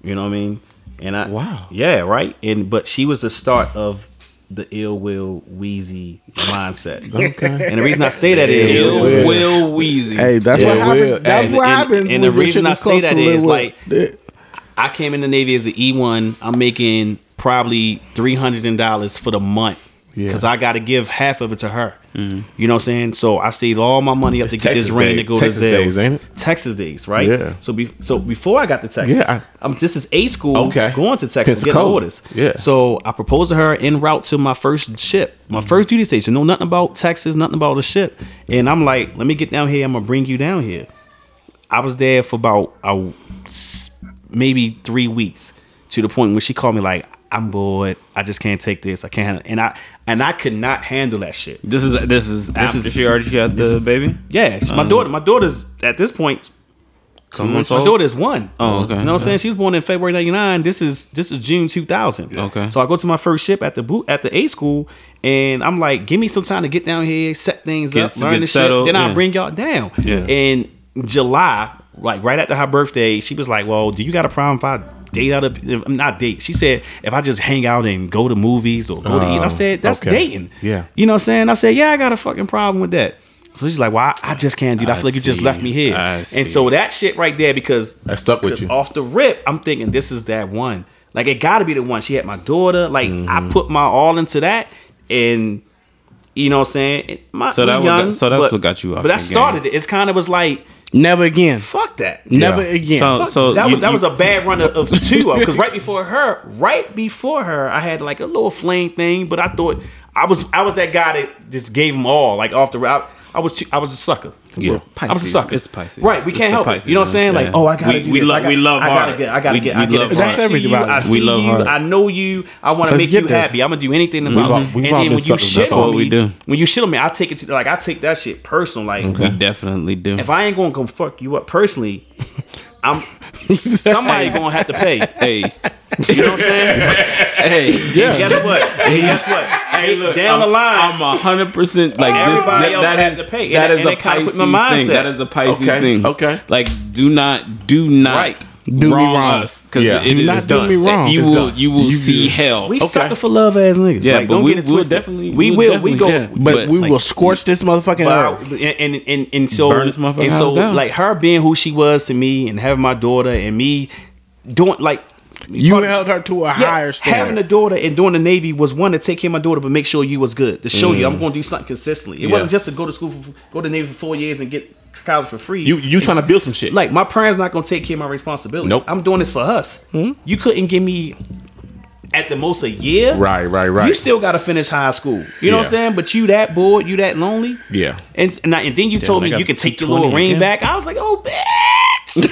Speaker 3: You know what I mean? And I
Speaker 2: Wow.
Speaker 3: yeah, right. And but she was the start of the ill will wheezy mindset. okay. And the reason I say that is
Speaker 4: Ill Will Wheezy.
Speaker 1: Hey, that's
Speaker 2: Yeah,
Speaker 1: what happened.
Speaker 2: Will-
Speaker 1: that's
Speaker 2: hey,
Speaker 1: what
Speaker 3: and-
Speaker 1: happened.
Speaker 3: and
Speaker 1: when
Speaker 3: the
Speaker 1: your
Speaker 3: reason
Speaker 1: shit
Speaker 3: I
Speaker 1: was
Speaker 3: say
Speaker 1: close
Speaker 3: that
Speaker 1: to
Speaker 3: is,
Speaker 1: Lil
Speaker 3: like,
Speaker 1: Will.
Speaker 3: I came in the Navy as an E one. I'm making probably three hundred dollars for the month.
Speaker 2: Yeah.
Speaker 3: Cause I got to give half of it to her.
Speaker 4: Mm-hmm.
Speaker 3: You know what I'm saying? So I saved all my money up to get
Speaker 2: Texas
Speaker 3: this ring
Speaker 2: day-
Speaker 3: to go
Speaker 2: Texas
Speaker 3: to Zales.
Speaker 2: days, ain't it?
Speaker 3: Texas days, right?
Speaker 2: Yeah.
Speaker 3: So be, so before I got to Texas,
Speaker 2: Yeah, I-
Speaker 3: I'm this is A school.
Speaker 2: Okay.
Speaker 3: Going to Texas, getting
Speaker 2: Pensacola.
Speaker 3: orders.
Speaker 2: Yeah.
Speaker 3: So I proposed to her en route to my first ship, my
Speaker 2: Mm-hmm.
Speaker 3: first duty station. Know nothing about Texas, nothing about the ship, and I'm like, let me get down here. I'm gonna bring you down here. I was there for about uh, s- maybe three weeks to the point where she called me like, "I'm bored. I just can't take this. I can't." And I and I could not handle that shit.
Speaker 4: This is this is after
Speaker 3: is-
Speaker 4: she already she had the
Speaker 3: this is-
Speaker 4: baby.
Speaker 3: Yeah, she- my daughter. My daughter's at this point.
Speaker 4: Two
Speaker 3: My
Speaker 4: Um, months old?
Speaker 3: daughter's one.
Speaker 4: Oh, okay.
Speaker 3: You know what I'm saying? She was born in February '99. This is this is June 2000.
Speaker 4: Okay.
Speaker 3: So I go to my first ship at the boot at the A school, and I'm like, "Give me some time to get down here, set things
Speaker 4: Get-
Speaker 3: up, learn
Speaker 4: get
Speaker 3: the
Speaker 4: settled,
Speaker 3: shit. Then
Speaker 4: yeah.
Speaker 3: I'll bring y'all down."
Speaker 4: Yeah.
Speaker 3: In July, like right after her birthday, she was like, "Well, do you got a problem if I?" Date out of if- not date. She said, if I just hang out and go to movies or go to eat, I
Speaker 2: Oh,
Speaker 3: said that's
Speaker 2: okay.
Speaker 3: dating.
Speaker 2: Yeah.
Speaker 3: You know what I'm saying? I said, yeah, I got a fucking problem with that. So she's like, well, I, I just can't do that. I,
Speaker 4: I
Speaker 3: feel like you just
Speaker 4: see.
Speaker 3: left me here.
Speaker 4: I see.
Speaker 3: And so that shit right there, because
Speaker 2: That stuck with you.
Speaker 3: off the rip, I'm thinking this is that one. Like it gotta be the one. She had my daughter. Like
Speaker 4: Mm-hmm.
Speaker 3: I put my all into that. And you know what I'm saying? My,
Speaker 4: So
Speaker 3: we
Speaker 4: that what
Speaker 3: young,
Speaker 4: got- so that's
Speaker 3: but-
Speaker 4: what got you off
Speaker 3: But that
Speaker 4: the game.
Speaker 3: started it. It's kind of was like,
Speaker 1: Never again.
Speaker 3: fuck that.
Speaker 1: Never
Speaker 2: Yeah.
Speaker 1: again.
Speaker 4: So-
Speaker 3: Fuck, that
Speaker 4: you-
Speaker 3: was that
Speaker 4: you-
Speaker 3: was a bad run of, of two because right before her, right before her, I had like a little flame thing, but I thought I was I was that guy that just gave them all like off the route. I was too, I was a sucker.
Speaker 2: Yeah.
Speaker 3: I was a
Speaker 4: Pisces.
Speaker 3: sucker.
Speaker 4: It's Pisces.
Speaker 3: Right, we
Speaker 4: It's
Speaker 3: can't
Speaker 4: the
Speaker 3: help it.
Speaker 4: Pisces
Speaker 3: You know what
Speaker 4: in
Speaker 3: I'm
Speaker 4: us,
Speaker 3: saying?
Speaker 4: yeah.
Speaker 3: Like, oh, I gotta
Speaker 4: We-
Speaker 3: do
Speaker 4: we
Speaker 3: this.
Speaker 4: lo-
Speaker 3: I got-
Speaker 4: we love
Speaker 3: I gotta
Speaker 4: hard.
Speaker 3: get. I gotta
Speaker 4: We-
Speaker 3: get.
Speaker 4: we
Speaker 3: I
Speaker 4: love
Speaker 3: get it. I
Speaker 4: hard.
Speaker 3: see
Speaker 1: That's
Speaker 3: you.
Speaker 1: everybody.
Speaker 3: I
Speaker 4: We
Speaker 3: see
Speaker 4: love Mm-hmm.
Speaker 3: you.
Speaker 4: hard.
Speaker 3: I know you. I want to
Speaker 1: Let's
Speaker 3: make you
Speaker 1: get this.
Speaker 3: happy. I'm gonna do anything about
Speaker 2: all-
Speaker 3: me.
Speaker 2: we've
Speaker 3: and
Speaker 2: all
Speaker 3: then
Speaker 2: been
Speaker 3: when you
Speaker 2: suckers. That's
Speaker 3: shit on
Speaker 4: what we
Speaker 3: me,
Speaker 4: do.
Speaker 3: when you shit on me, I take it to like I take that shit personal. Like
Speaker 4: We definitely do.
Speaker 3: if I ain't gonna come fuck you up personally, I'm somebody gonna have to pay.
Speaker 4: hey,
Speaker 3: You know what I'm saying?
Speaker 4: hey,
Speaker 3: And guess what? And guess what?
Speaker 4: hey, look, I'm,
Speaker 3: down the line,
Speaker 4: I'm hundred percent like this.
Speaker 3: Everybody
Speaker 4: That,
Speaker 3: else
Speaker 4: that
Speaker 3: had
Speaker 4: is
Speaker 3: to pay,
Speaker 4: that
Speaker 3: and-
Speaker 4: is
Speaker 3: and
Speaker 4: a
Speaker 3: it kinda
Speaker 4: Pisces
Speaker 3: put my
Speaker 4: thing.
Speaker 3: mindset.
Speaker 4: That is a Pisces
Speaker 2: Okay,
Speaker 4: thing.
Speaker 2: okay.
Speaker 4: Like, do not, do not,
Speaker 3: Right.
Speaker 1: Do me
Speaker 4: wrong,
Speaker 1: wrong.
Speaker 4: us because
Speaker 2: Yeah.
Speaker 4: it
Speaker 2: Do
Speaker 4: is
Speaker 1: not do
Speaker 4: done.
Speaker 1: me wrong.
Speaker 4: You
Speaker 1: It's
Speaker 4: will,
Speaker 1: done.
Speaker 4: you will
Speaker 1: You-
Speaker 4: see hell.
Speaker 3: we
Speaker 1: Okay.
Speaker 3: sucker for love as niggas.
Speaker 4: Yeah,
Speaker 3: like,
Speaker 4: but
Speaker 3: don't
Speaker 4: we
Speaker 3: get it
Speaker 4: will
Speaker 3: twisted.
Speaker 4: definitely,
Speaker 3: we
Speaker 4: we'll
Speaker 3: will, we
Speaker 4: definitely-
Speaker 3: go.
Speaker 4: yeah.
Speaker 1: but, we
Speaker 4: like,
Speaker 1: will scorch this motherfucking
Speaker 3: But
Speaker 1: earth.
Speaker 3: I- and, and and and so
Speaker 4: Burn this motherfucking
Speaker 3: and so
Speaker 4: house down.
Speaker 3: like her being who she was to me and having my daughter and me doing like
Speaker 1: You held her to a
Speaker 3: Yeah,
Speaker 1: higher
Speaker 3: Having a
Speaker 1: standard.
Speaker 3: daughter and doing the Navy was one to take care of my daughter, but make sure you was good to show
Speaker 4: Mm.
Speaker 3: you I'm going to do something consistently. It wasn't
Speaker 2: Yes.
Speaker 3: just to go to school, for, go to Navy for four years and get college for free.
Speaker 2: You you trying to build some shit.
Speaker 3: like my parents not going to take care of my responsibility.
Speaker 2: Nope.
Speaker 3: I'm doing this for us.
Speaker 4: Hmm?
Speaker 3: You couldn't give me at the most a year.
Speaker 2: Right, right, right.
Speaker 3: You still got to finish high school. You know what
Speaker 2: Yeah.
Speaker 3: I'm saying? But you that bored, you that lonely.
Speaker 2: Yeah.
Speaker 3: And and, I- and then you told
Speaker 4: I
Speaker 3: me
Speaker 4: got
Speaker 3: you can take your little
Speaker 4: 220
Speaker 3: ring
Speaker 4: again.
Speaker 3: back. I was like, oh, bitch. so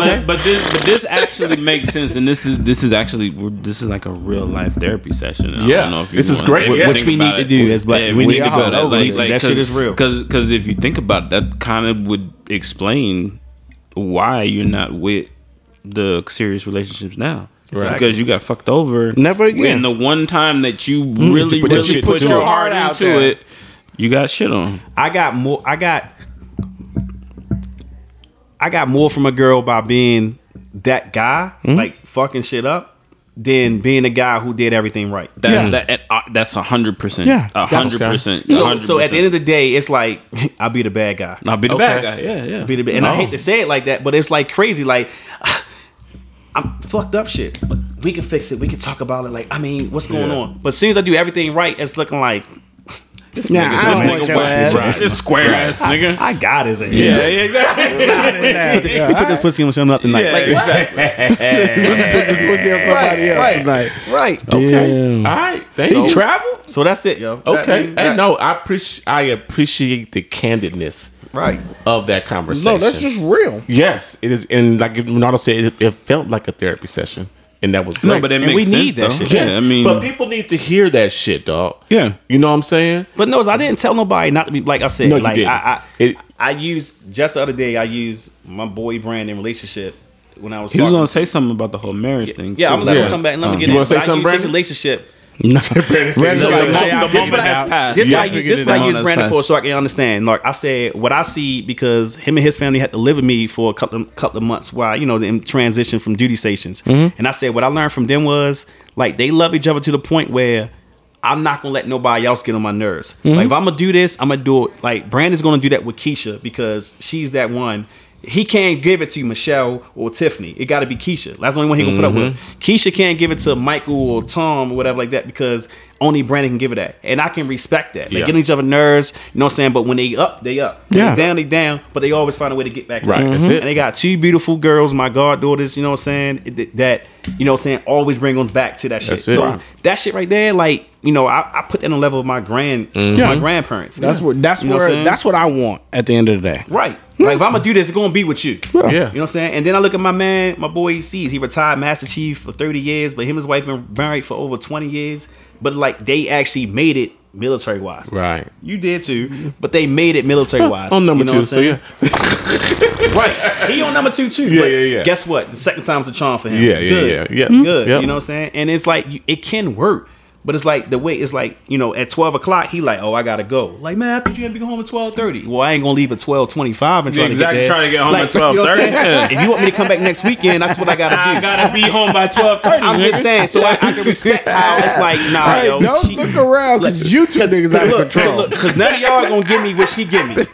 Speaker 4: But, but this but this actually makes sense, and this is this is actually we're, this is like a real life therapy session. I
Speaker 2: Yeah.
Speaker 4: don't know if you
Speaker 2: This is
Speaker 4: wanna
Speaker 2: great.
Speaker 4: really
Speaker 2: Which
Speaker 4: think
Speaker 3: we
Speaker 4: about
Speaker 3: need
Speaker 4: it.
Speaker 3: to do as black-
Speaker 4: Yeah,
Speaker 3: we
Speaker 4: we,
Speaker 3: need
Speaker 4: need to
Speaker 3: to go
Speaker 4: go
Speaker 3: over
Speaker 4: like,
Speaker 3: it.
Speaker 4: like,
Speaker 3: That shit is real.
Speaker 4: Because because if you think about it, that kind of would explain why you're not with the serious relationships now.
Speaker 3: Exactly.
Speaker 4: Because you got fucked over.
Speaker 1: Never again.
Speaker 4: And the one time that you really,
Speaker 2: put your
Speaker 4: really
Speaker 2: shit
Speaker 4: put
Speaker 2: to
Speaker 4: your
Speaker 2: it.
Speaker 4: heart
Speaker 1: Heart out
Speaker 4: into
Speaker 1: there.
Speaker 4: it, you got shit on.
Speaker 3: I got more. I got. I got more from a girl by being that guy,
Speaker 2: Hmm?
Speaker 3: like fucking shit up, than being a guy who did everything right.
Speaker 4: That,
Speaker 1: Yeah.
Speaker 4: that, uh, that's a hundred percent.
Speaker 1: Yeah,
Speaker 4: a
Speaker 1: that's-
Speaker 4: hundred percent.
Speaker 3: So, so at the end of the day, it's like I'll be the bad guy.
Speaker 4: I'll be the
Speaker 2: Okay.
Speaker 4: bad guy. Yeah, yeah.
Speaker 3: Be the bad, and I
Speaker 2: No.
Speaker 3: hate to say it like that, but it's like crazy. Like I'm fucked up shit, but we can fix it. We can talk about it. Like I mean, what's going
Speaker 2: Yeah.
Speaker 3: on? But as soon as I do everything right, it's looking like
Speaker 1: Nah, I
Speaker 3: this
Speaker 1: don't
Speaker 3: nigga
Speaker 1: want your
Speaker 3: whack
Speaker 1: ass.
Speaker 3: bitch.
Speaker 4: This is square ass nigga.
Speaker 3: I got his ass.
Speaker 4: Yeah, yeah, exactly.
Speaker 3: we put this pussy on something up tonight. like,
Speaker 4: exactly.
Speaker 1: Put this pussy on somebody else tonight.
Speaker 3: right.
Speaker 2: okay. All right. Thank you.
Speaker 3: travel? So that's it, yo.
Speaker 2: Okay. Hey, no, I appreciate I appreciate the candidness
Speaker 3: Right.
Speaker 2: of that conversation.
Speaker 1: No, that's just real.
Speaker 2: yes, it is. And like Ronaldo said, it, it felt like a therapy session, and that was great.
Speaker 4: No, but it
Speaker 3: And
Speaker 4: makes
Speaker 3: we
Speaker 4: sense.
Speaker 3: need that
Speaker 4: though.
Speaker 3: shit.
Speaker 2: Yes,
Speaker 4: Yeah, I mean,
Speaker 2: but people need to hear that shit, dog.
Speaker 4: Yeah.
Speaker 2: you know what I'm saying.
Speaker 3: But no, I didn't tell nobody not to be like I said.
Speaker 2: No, you
Speaker 3: like
Speaker 2: didn't.
Speaker 3: I, I,
Speaker 2: It-
Speaker 3: I used just the other day. I used my boy brand in relationship when I was.
Speaker 4: he was
Speaker 3: talking-
Speaker 4: gonna say something about the whole marriage thing.
Speaker 3: yeah, I'm
Speaker 4: too.
Speaker 3: gonna let
Speaker 2: Yeah.
Speaker 3: him come back and let
Speaker 2: Um,
Speaker 3: me get
Speaker 2: you
Speaker 3: in.
Speaker 2: wanna say
Speaker 3: But I
Speaker 2: something,
Speaker 3: used his
Speaker 2: Brandon?
Speaker 3: relationship
Speaker 1: Ren's
Speaker 2: The
Speaker 1: like,
Speaker 2: moment-
Speaker 1: "Hey, I
Speaker 2: the
Speaker 1: figured
Speaker 2: moment
Speaker 1: it
Speaker 2: has
Speaker 1: out."
Speaker 2: passed.
Speaker 3: This
Speaker 2: Yeah,
Speaker 3: why
Speaker 2: I
Speaker 3: you,
Speaker 2: figured
Speaker 3: this
Speaker 2: it
Speaker 3: why
Speaker 2: out.
Speaker 3: you use
Speaker 2: That's
Speaker 3: Brandon
Speaker 2: passed.
Speaker 3: for, so I can understand. Like I said, what I see because him and his family had to live with me for a couple of, couple of months while you know them transition from duty stations.
Speaker 2: Mm-hmm.
Speaker 3: And I said what I learned from them was like they love each other to the point where I'm not gonna let nobody else get on my nerves.
Speaker 2: Mm-hmm.
Speaker 3: Like if I'm gonna do this, I'm gonna do it. Like Brandon's gonna do that with Keisha because she's that one. He can't give it to Michelle or Tiffany. It got to be Keisha. That's the only one he gonna put up
Speaker 2: Mm-hmm.
Speaker 3: with. Keisha can't give it to Michael or Tom or whatever like that because only Brandon can give it that, and I can respect that. They
Speaker 2: Yeah.
Speaker 3: get each other nerves, you know what I'm saying. But when they up, they up. When
Speaker 1: Yeah.
Speaker 3: They down, they down. But they always find a way to get back.
Speaker 2: Right,
Speaker 3: Up.
Speaker 2: that's it.
Speaker 3: And they got two beautiful girls, my goddaughters. You know what I'm saying? th- That you know what I'm saying always bring them back to that shit.
Speaker 2: it.
Speaker 3: So that shit right there, like you know, I, I put that on the level of my grand,
Speaker 2: Mm-hmm.
Speaker 3: my grandparents.
Speaker 1: That's what that's
Speaker 3: You know
Speaker 1: where
Speaker 3: what I'm saying?
Speaker 1: that's what I want at the end of the day.
Speaker 3: Right. Like if I'm gonna do this, it's gonna be with you.
Speaker 1: Yeah.
Speaker 2: Yeah.
Speaker 3: You know what I'm saying? And then I look at my man, my boy sees he retired Master Chief for 30 years, but him and his wife been married for over 20 years. But like they actually made it military wise.
Speaker 2: Right.
Speaker 3: You did too, but they made it military wise.
Speaker 2: On number
Speaker 3: you know
Speaker 2: two,
Speaker 3: what I'm
Speaker 2: so yeah.
Speaker 3: saying? Right. He on number two too.
Speaker 2: Yeah,
Speaker 3: but
Speaker 2: yeah, yeah.
Speaker 3: Guess what? The second time's the charm for him.
Speaker 2: Yeah, yeah,
Speaker 3: Good.
Speaker 2: yeah, yeah.
Speaker 3: Good.
Speaker 2: Yep.
Speaker 3: You know what I'm saying? And it's like you, it can work. But it's like the way it's like, you know, at twelve o'clock, he like, oh, I gotta go. Like, man, I thought you had to be home at twelve thirty. Well, I ain't gonna leave at twelve twenty five and try
Speaker 4: Exactly,
Speaker 3: to get there.
Speaker 4: trying to get home at
Speaker 3: you know what I'm
Speaker 4: 12:30.
Speaker 3: saying? If you want me to come back next weekend, that's what I gotta do. I gotta be home by twelve thirty. I'm just saying, so I, I can respect how it's like, nah,
Speaker 1: Hey,
Speaker 3: yo,
Speaker 1: don't
Speaker 3: she-
Speaker 1: look around because you two niggas out of
Speaker 3: Look,
Speaker 1: control.
Speaker 3: look, Cause none of y'all gonna give me what she give me.